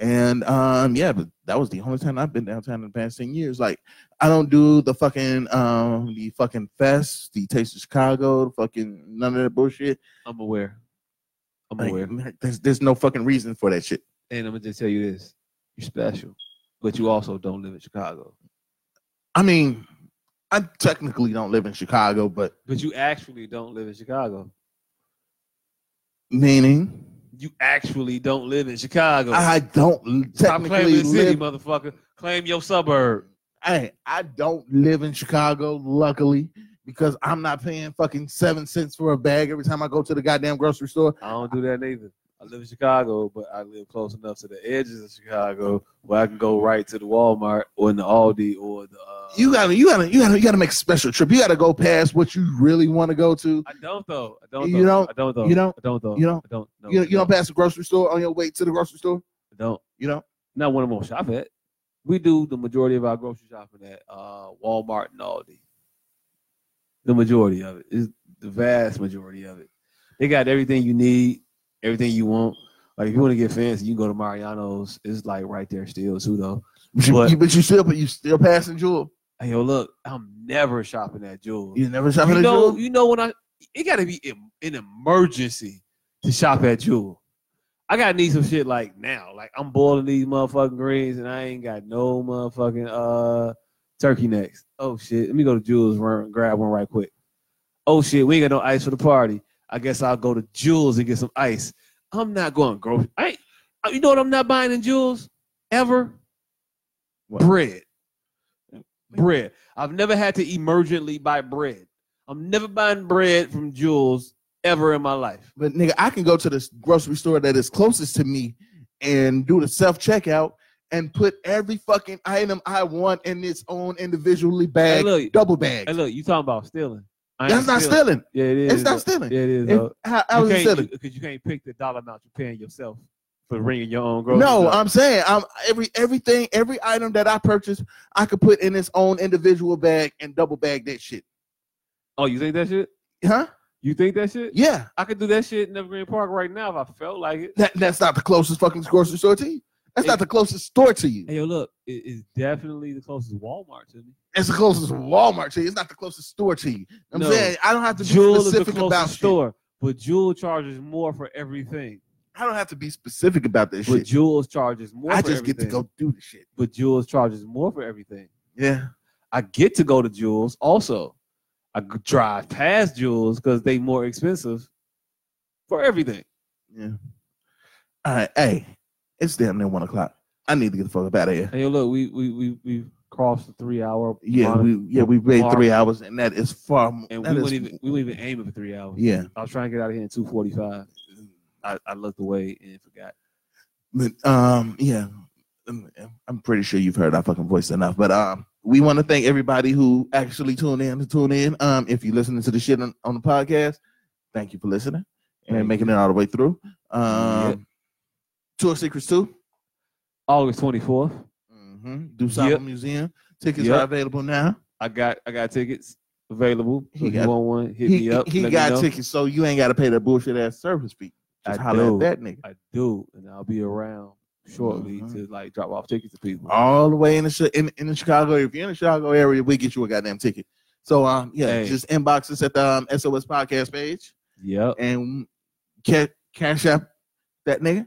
Speaker 3: And um, yeah, but that was the only time I've been downtown in the past 10 years. Like, I don't do the fucking um the fucking fest, the Taste of Chicago, the fucking none of that bullshit.
Speaker 6: I'm aware. I'm
Speaker 3: Like,
Speaker 6: aware.
Speaker 3: there's there's no fucking reason for that shit.
Speaker 6: And I'm gonna just tell you this: you're special, but you also don't live in Chicago.
Speaker 3: I mean, I technically don't live in Chicago, but
Speaker 6: But you actually don't live in Chicago.
Speaker 3: meaning
Speaker 6: You actually don't live in Chicago.
Speaker 3: I don't l-
Speaker 6: Stop claiming
Speaker 3: technically
Speaker 6: the city,
Speaker 3: live.
Speaker 6: motherfucker. Claim your suburb.
Speaker 3: Hey, I don't live in Chicago, luckily, because I'm not paying fucking seven cents for a bag every time I go to the goddamn grocery store.
Speaker 6: I don't do that neither. I live in Chicago, but I live close enough to the edges of Chicago where I can go right to the Walmart or in the Aldi or the. Uh,
Speaker 3: you gotta you gotta you gotta you gotta make a special trip. You gotta go past what you really want to go to.
Speaker 6: I don't though. I don't.
Speaker 3: You
Speaker 6: though.
Speaker 3: don't-
Speaker 6: I don't though.
Speaker 3: you don't-
Speaker 6: I don't though.
Speaker 3: you don't-
Speaker 6: I don't. No,
Speaker 3: you, you
Speaker 6: no,
Speaker 3: don't pass the grocery store on your way to the grocery store.
Speaker 6: I don't.
Speaker 3: You know,
Speaker 6: Not when I'm on shop at. We do the majority of our grocery shopping at uh, Walmart and Aldi. The majority of it is the vast majority of it. They got everything you need, everything you want. Like if you want to get fancy, you can go to Mariano's. It's like right there still too though.
Speaker 3: but you,
Speaker 6: But-
Speaker 3: you- but you still but you still passing Jewel.
Speaker 6: Hey, yo, look, I'm never shopping at Jewel.
Speaker 3: You never shopping
Speaker 6: You
Speaker 3: at
Speaker 6: know,
Speaker 3: Jewel.
Speaker 6: you know when I it got to be em- an emergency to shop at Jewel. I gotta need some shit like now. Like I'm boiling these motherfucking greens and I ain't got no motherfucking uh turkey necks. Oh shit, let me go to Jewel's run, grab one right quick. Oh shit, we ain't got no ice for the party. I guess I'll go to Jewel's and get some ice. I'm not going grocery. I ain't- uh, you know what I'm not buying in Jewel's ever?
Speaker 3: What?
Speaker 6: Bread. Bread. I've never had to emergently buy bread. I'm never buying bread from Jewel's ever in my life.
Speaker 3: But nigga, I can go to this grocery store that is closest to me and do the self checkout and put every fucking item I want in its own individually bag,
Speaker 6: look.
Speaker 3: double bag.
Speaker 6: Hey, look, you talking about stealing? I ain't
Speaker 3: That's not stealing.
Speaker 6: Yeah, it is.
Speaker 3: It's not
Speaker 6: though.
Speaker 3: stealing.
Speaker 6: Yeah, it is.
Speaker 3: If-
Speaker 6: though.
Speaker 3: How, how is it stealing? Mm.
Speaker 6: Because you can't pick the dollar amount you're paying yourself for ringing your own grocery.
Speaker 3: No,
Speaker 6: store.
Speaker 3: I'm saying I'm every everything, every item that I purchase, I could put in its own individual bag and double bag that shit.
Speaker 6: Oh, you think that shit?
Speaker 3: Huh?
Speaker 6: You think that shit?
Speaker 3: Yeah.
Speaker 6: I could do that shit in Evergreen Park right now if I felt like it.
Speaker 3: That that's not the closest fucking grocery store to you. That's not the closest store to you.
Speaker 6: Hey, yo, look, it- it's definitely the closest Walmart to me.
Speaker 3: It's the closest Walmart to you. It's not the closest store to you. I'm
Speaker 6: No.
Speaker 3: saying I don't have to be
Speaker 6: Jewel is the
Speaker 3: specific about
Speaker 6: closest
Speaker 3: store.
Speaker 6: store, but Jewel charges more for everything.
Speaker 3: I don't have to be specific about this
Speaker 6: But
Speaker 3: shit.
Speaker 6: Jewel charges more.
Speaker 3: I
Speaker 6: for
Speaker 3: just get to
Speaker 6: everything.
Speaker 3: go do the shit.
Speaker 6: But Jewel charges more for everything.
Speaker 3: Yeah.
Speaker 6: I get to go to Jewel's also. I g- drive past Jewel's because they more expensive for everything.
Speaker 3: Yeah. All right. Hey, it's damn near one o'clock. I need to get the fuck up out of here.
Speaker 6: Hey, look, we we we we crossed the three hour.
Speaker 3: Yeah,
Speaker 6: mark,
Speaker 3: we yeah we made
Speaker 6: Mark.
Speaker 3: three hours, and that is far. more.
Speaker 6: and
Speaker 3: that
Speaker 6: we
Speaker 3: is-
Speaker 6: wouldn't even we wouldn't even aim it for three hours.
Speaker 3: Yeah.
Speaker 6: I was trying to get out of here in two forty five. I, I looked away and forgot.
Speaker 3: But um, yeah, um, I'm pretty sure you've heard our fucking voice enough. But um, we want to thank everybody who actually tuned in to tune in. Um, if you're listening to the shit on, on the podcast, thank you for listening and
Speaker 6: Thank
Speaker 3: making it all the way through. Um,
Speaker 6: Yeah.
Speaker 3: Tour Secrets too.
Speaker 6: August twenty fourth.
Speaker 3: Mm-hmm. Do Saba
Speaker 6: Yep.
Speaker 3: Museum tickets
Speaker 6: Yep.
Speaker 3: are available now.
Speaker 6: I got I got tickets available. So
Speaker 3: He
Speaker 6: if
Speaker 3: got-
Speaker 6: you want one, hit
Speaker 3: He,
Speaker 6: me up.
Speaker 3: he
Speaker 6: let me
Speaker 3: got
Speaker 6: know.
Speaker 3: tickets, so you ain't got to pay that bullshit ass service fee. Just
Speaker 6: I
Speaker 3: holler
Speaker 6: do.
Speaker 3: at that nigga.
Speaker 6: I do, and I'll be around shortly
Speaker 3: Mhm.
Speaker 6: to like drop off tickets to people.
Speaker 3: all the way in the Chi- in, in the Chicago. If you're in the Chicago area, we get you a goddamn ticket. So um yeah,
Speaker 6: Hey.
Speaker 3: just inbox us at the um, SOS podcast page
Speaker 6: Yep.
Speaker 3: and ca- cash app that nigga.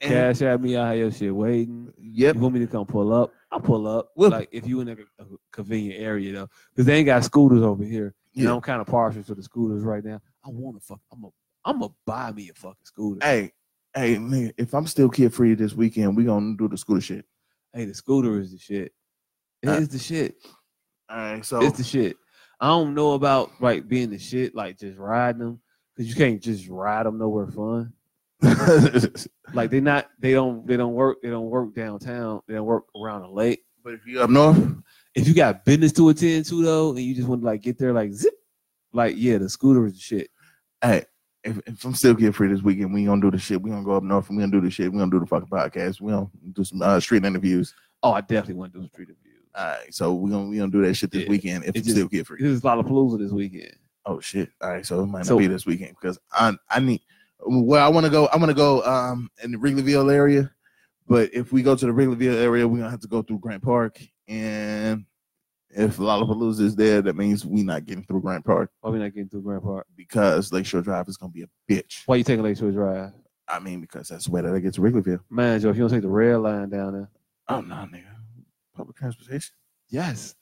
Speaker 3: And-
Speaker 6: Cash at me out here, shit waiting.
Speaker 3: Yep.
Speaker 6: You want me to come pull up? I'll pull up.
Speaker 3: Well-
Speaker 6: like if you in a, a convenient area though, because they ain't got scooters over here. And
Speaker 3: Yeah.
Speaker 6: I'm kind of partial to the scooters right now. I want to fuck. I'm a. I'm gonna buy me a fucking scooter. Hey,
Speaker 3: Hey, hey, man, if I'm still kid free this weekend, we gonna do the scooter shit.
Speaker 6: the scooter is the shit. It is
Speaker 3: Uh,
Speaker 6: the shit.
Speaker 3: All right, so
Speaker 6: It's the shit. I don't know about like being the shit, like just riding them, because you can't just ride them nowhere fun. Like they not. They don't. They don't work. They don't work downtown. They don't work around the lake.
Speaker 3: but if you up north,
Speaker 6: if you got business to attend to though, and you just want to like get there like zip, like yeah, the scooter is the shit.
Speaker 3: hey, if, if I'm still kid free this weekend, we gonna do the shit. We gonna go up north and we gonna do the shit. We gonna do the fucking podcast. We gonna do some uh, street interviews.
Speaker 6: Oh, I definitely want to do a street review.
Speaker 3: All right, so we gonna we gonna do that shit this
Speaker 6: Yeah,
Speaker 3: weekend if
Speaker 6: it
Speaker 3: you
Speaker 6: just-
Speaker 3: still kid free.
Speaker 6: This is Lollapalooza this weekend.
Speaker 3: Oh shit! All right, so it might not
Speaker 6: So-
Speaker 3: be this weekend because I I need where I want to go. I want to go um in the Wrigleyville area, but if we go to the Wrigleyville area, we're gonna have to go through Grant Park, and if Lollapalooza is there, that means we not getting through Grant Park
Speaker 6: Probably not getting through Grand Park.
Speaker 3: because Lakeshore Drive is gonna be a bitch.
Speaker 6: Why you taking Lakeshore Drive?
Speaker 3: I mean, because that's where that I get to Wrigleyville.
Speaker 6: Man, Joe, if you don't take the red line down there.
Speaker 3: Oh no, nigga, public transportation.
Speaker 6: Yes.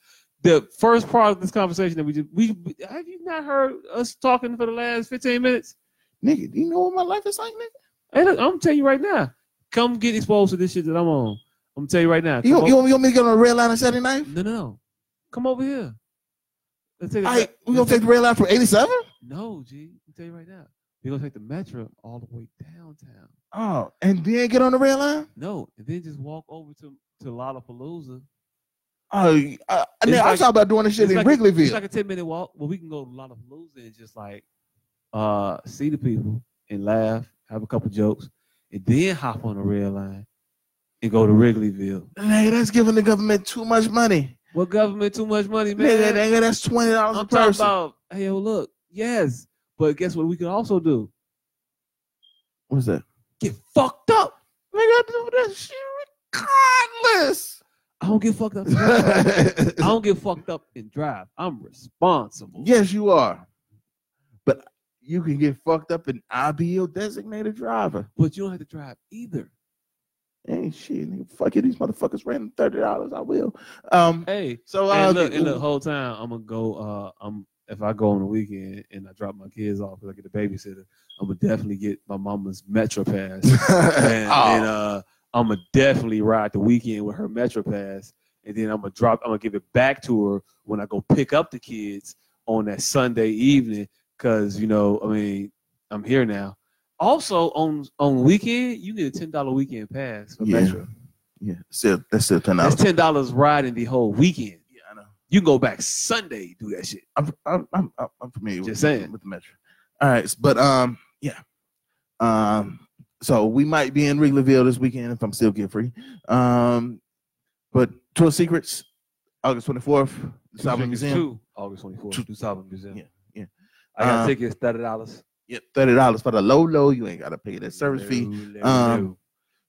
Speaker 6: The first part of this conversation that we just we have you not heard us talking for the last 15 minutes?
Speaker 3: Nigga, do you know what my life is like, nigga?
Speaker 6: Hey, look, I'm telling you right now. Come get exposed to this shit that I'm on. I'm telling you right now.
Speaker 3: You,
Speaker 6: Come
Speaker 3: you,
Speaker 6: o-
Speaker 3: want, you want me to get on the red line at Saturday night?
Speaker 6: no, no, no. Come over here. Let's take a-
Speaker 3: All right, we gonna take the red line from eighty-seven.
Speaker 6: No, G. I'm tell you right now. We're gonna take the metro all the way downtown.
Speaker 3: Oh, and then get on the red line.
Speaker 6: No, and then just walk over to to Lollapalooza.
Speaker 3: Oh, y- uh, nigga, I'm
Speaker 6: like-
Speaker 3: talking about doing this shit
Speaker 6: it's
Speaker 3: in
Speaker 6: like a-
Speaker 3: Wrigleyville.
Speaker 6: It's like a ten minute walk where we can go to Lollapalooza and just like uh see the people and laugh, have a couple jokes, and then hop on the red line and go to Wrigleyville.
Speaker 3: nigga, that's giving the government too much money.
Speaker 6: What government too much money,
Speaker 3: Nigga,
Speaker 6: man?
Speaker 3: nigga, that's twenty dollars a
Speaker 6: I'm talking
Speaker 3: person.
Speaker 6: about. Hey, yo, look, yes, but guess what? We can also do
Speaker 3: What's that?
Speaker 6: get fucked up.
Speaker 3: Nigga, I do that shit regardless.
Speaker 6: I don't get fucked up. I don't get fucked up and drive. I'm responsible.
Speaker 3: yes, you are, but you can get fucked up, and I'll be your designated driver.
Speaker 6: But you don't have to drive either.
Speaker 3: Ain't shit, nigga. Fuck you, these motherfuckers ran thirty dollars. I will. Um,
Speaker 6: Hey,
Speaker 3: so uh,
Speaker 6: and look, and look, whole time I'm gonna go. Uh, I'm if I go on the weekend and I drop my kids off because I get a babysitter, I'm gonna definitely get my mama's Metro Pass, and,
Speaker 3: Oh.
Speaker 6: and, uh, I'm gonna definitely ride the weekend with her Metro Pass, and then I'm gonna drop. I'm gonna give it back to her when I go pick up the kids on that Sunday evening because you know, I mean, I'm here now. Also on on weekend, you get a ten dollar weekend pass for
Speaker 3: Yeah.
Speaker 6: Metro.
Speaker 3: yeah, still, that's still ten
Speaker 6: That's
Speaker 3: dollars.
Speaker 6: ten dollars riding the whole weekend.
Speaker 3: Yeah, I know.
Speaker 6: You can go back Sunday, do that shit.
Speaker 3: I'm I'm I'm, I'm- I'm familiar with,
Speaker 6: Just saying.
Speaker 3: with the metro. All right, s- but um, yeah, um, so we might be in Wrigleyville this weekend if I'm still get free. Um, but Tour Secrets, August 24th, the Sovereign Museum.
Speaker 6: Two, August 24th,
Speaker 3: Two.
Speaker 6: New Sovereign Museum.
Speaker 3: Yeah, yeah.
Speaker 6: I got
Speaker 3: Um,
Speaker 6: tickets, $30.
Speaker 3: Yep, thirty dollars for the low low. You ain't gotta pay that service fee.
Speaker 6: No, no,
Speaker 3: um,
Speaker 6: no.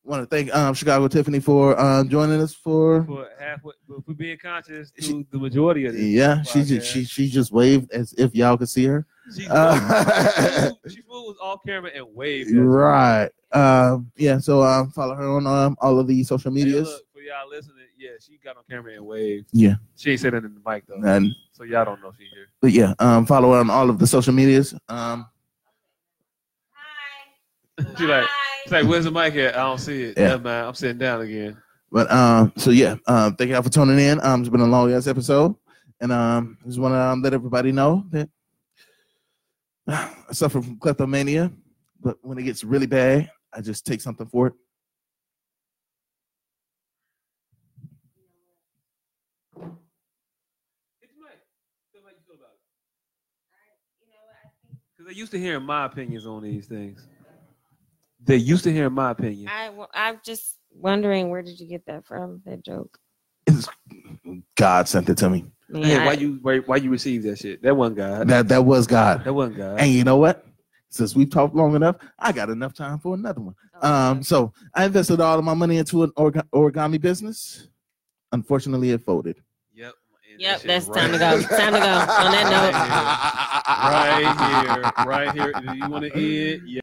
Speaker 3: Want to thank um Chicago Tiffany for um joining us for.
Speaker 1: for halfway for being conscious to
Speaker 3: She-
Speaker 1: the majority of this.
Speaker 3: Yeah, she just she she just waved as if y'all could see her.
Speaker 1: She,
Speaker 3: Uh,
Speaker 1: she, she was off camera and waved. at us.
Speaker 3: Right. Um. Yeah. So um, follow her on um all of the social
Speaker 1: Hey,
Speaker 3: medias.
Speaker 1: look, for y'all listening, yeah, she got on camera and waved.
Speaker 3: Yeah.
Speaker 1: She ain't said it in the mic though,
Speaker 3: And
Speaker 1: so y'all don't know she here.
Speaker 3: but yeah, um, follow her on all of the social medias. Um,
Speaker 1: She like, she's like, where's the mic at? I don't see it.
Speaker 3: Yeah.
Speaker 1: Never mind, I'm sitting down again.
Speaker 3: but um, so yeah, um, thank y'all for tuning in. Um, it's been a long ass episode, and um, just want to um, let everybody know that I suffer from kleptomania, but when it gets really bad, I just take something for it.
Speaker 1: Because they used to hearing my opinions on these things. They used to hearing my opinion.
Speaker 2: I w- I'm just wondering where did you get that from? That joke.
Speaker 3: God sent it to me.
Speaker 2: I mean,
Speaker 1: Hey,
Speaker 2: I-
Speaker 1: why you why, why you receive that shit? That one guy.
Speaker 3: That that was God.
Speaker 1: That one guy.
Speaker 3: And you know what? Since we've talked long enough, I got enough time for another one. Um, so I invested all of my money into an orga- origami business. Unfortunately, it folded.
Speaker 1: Yep. and that
Speaker 2: Yep,
Speaker 1: shit
Speaker 2: that's
Speaker 1: right
Speaker 2: time to go. Time to go. On that note.
Speaker 1: Right here, right here. Do you want to end?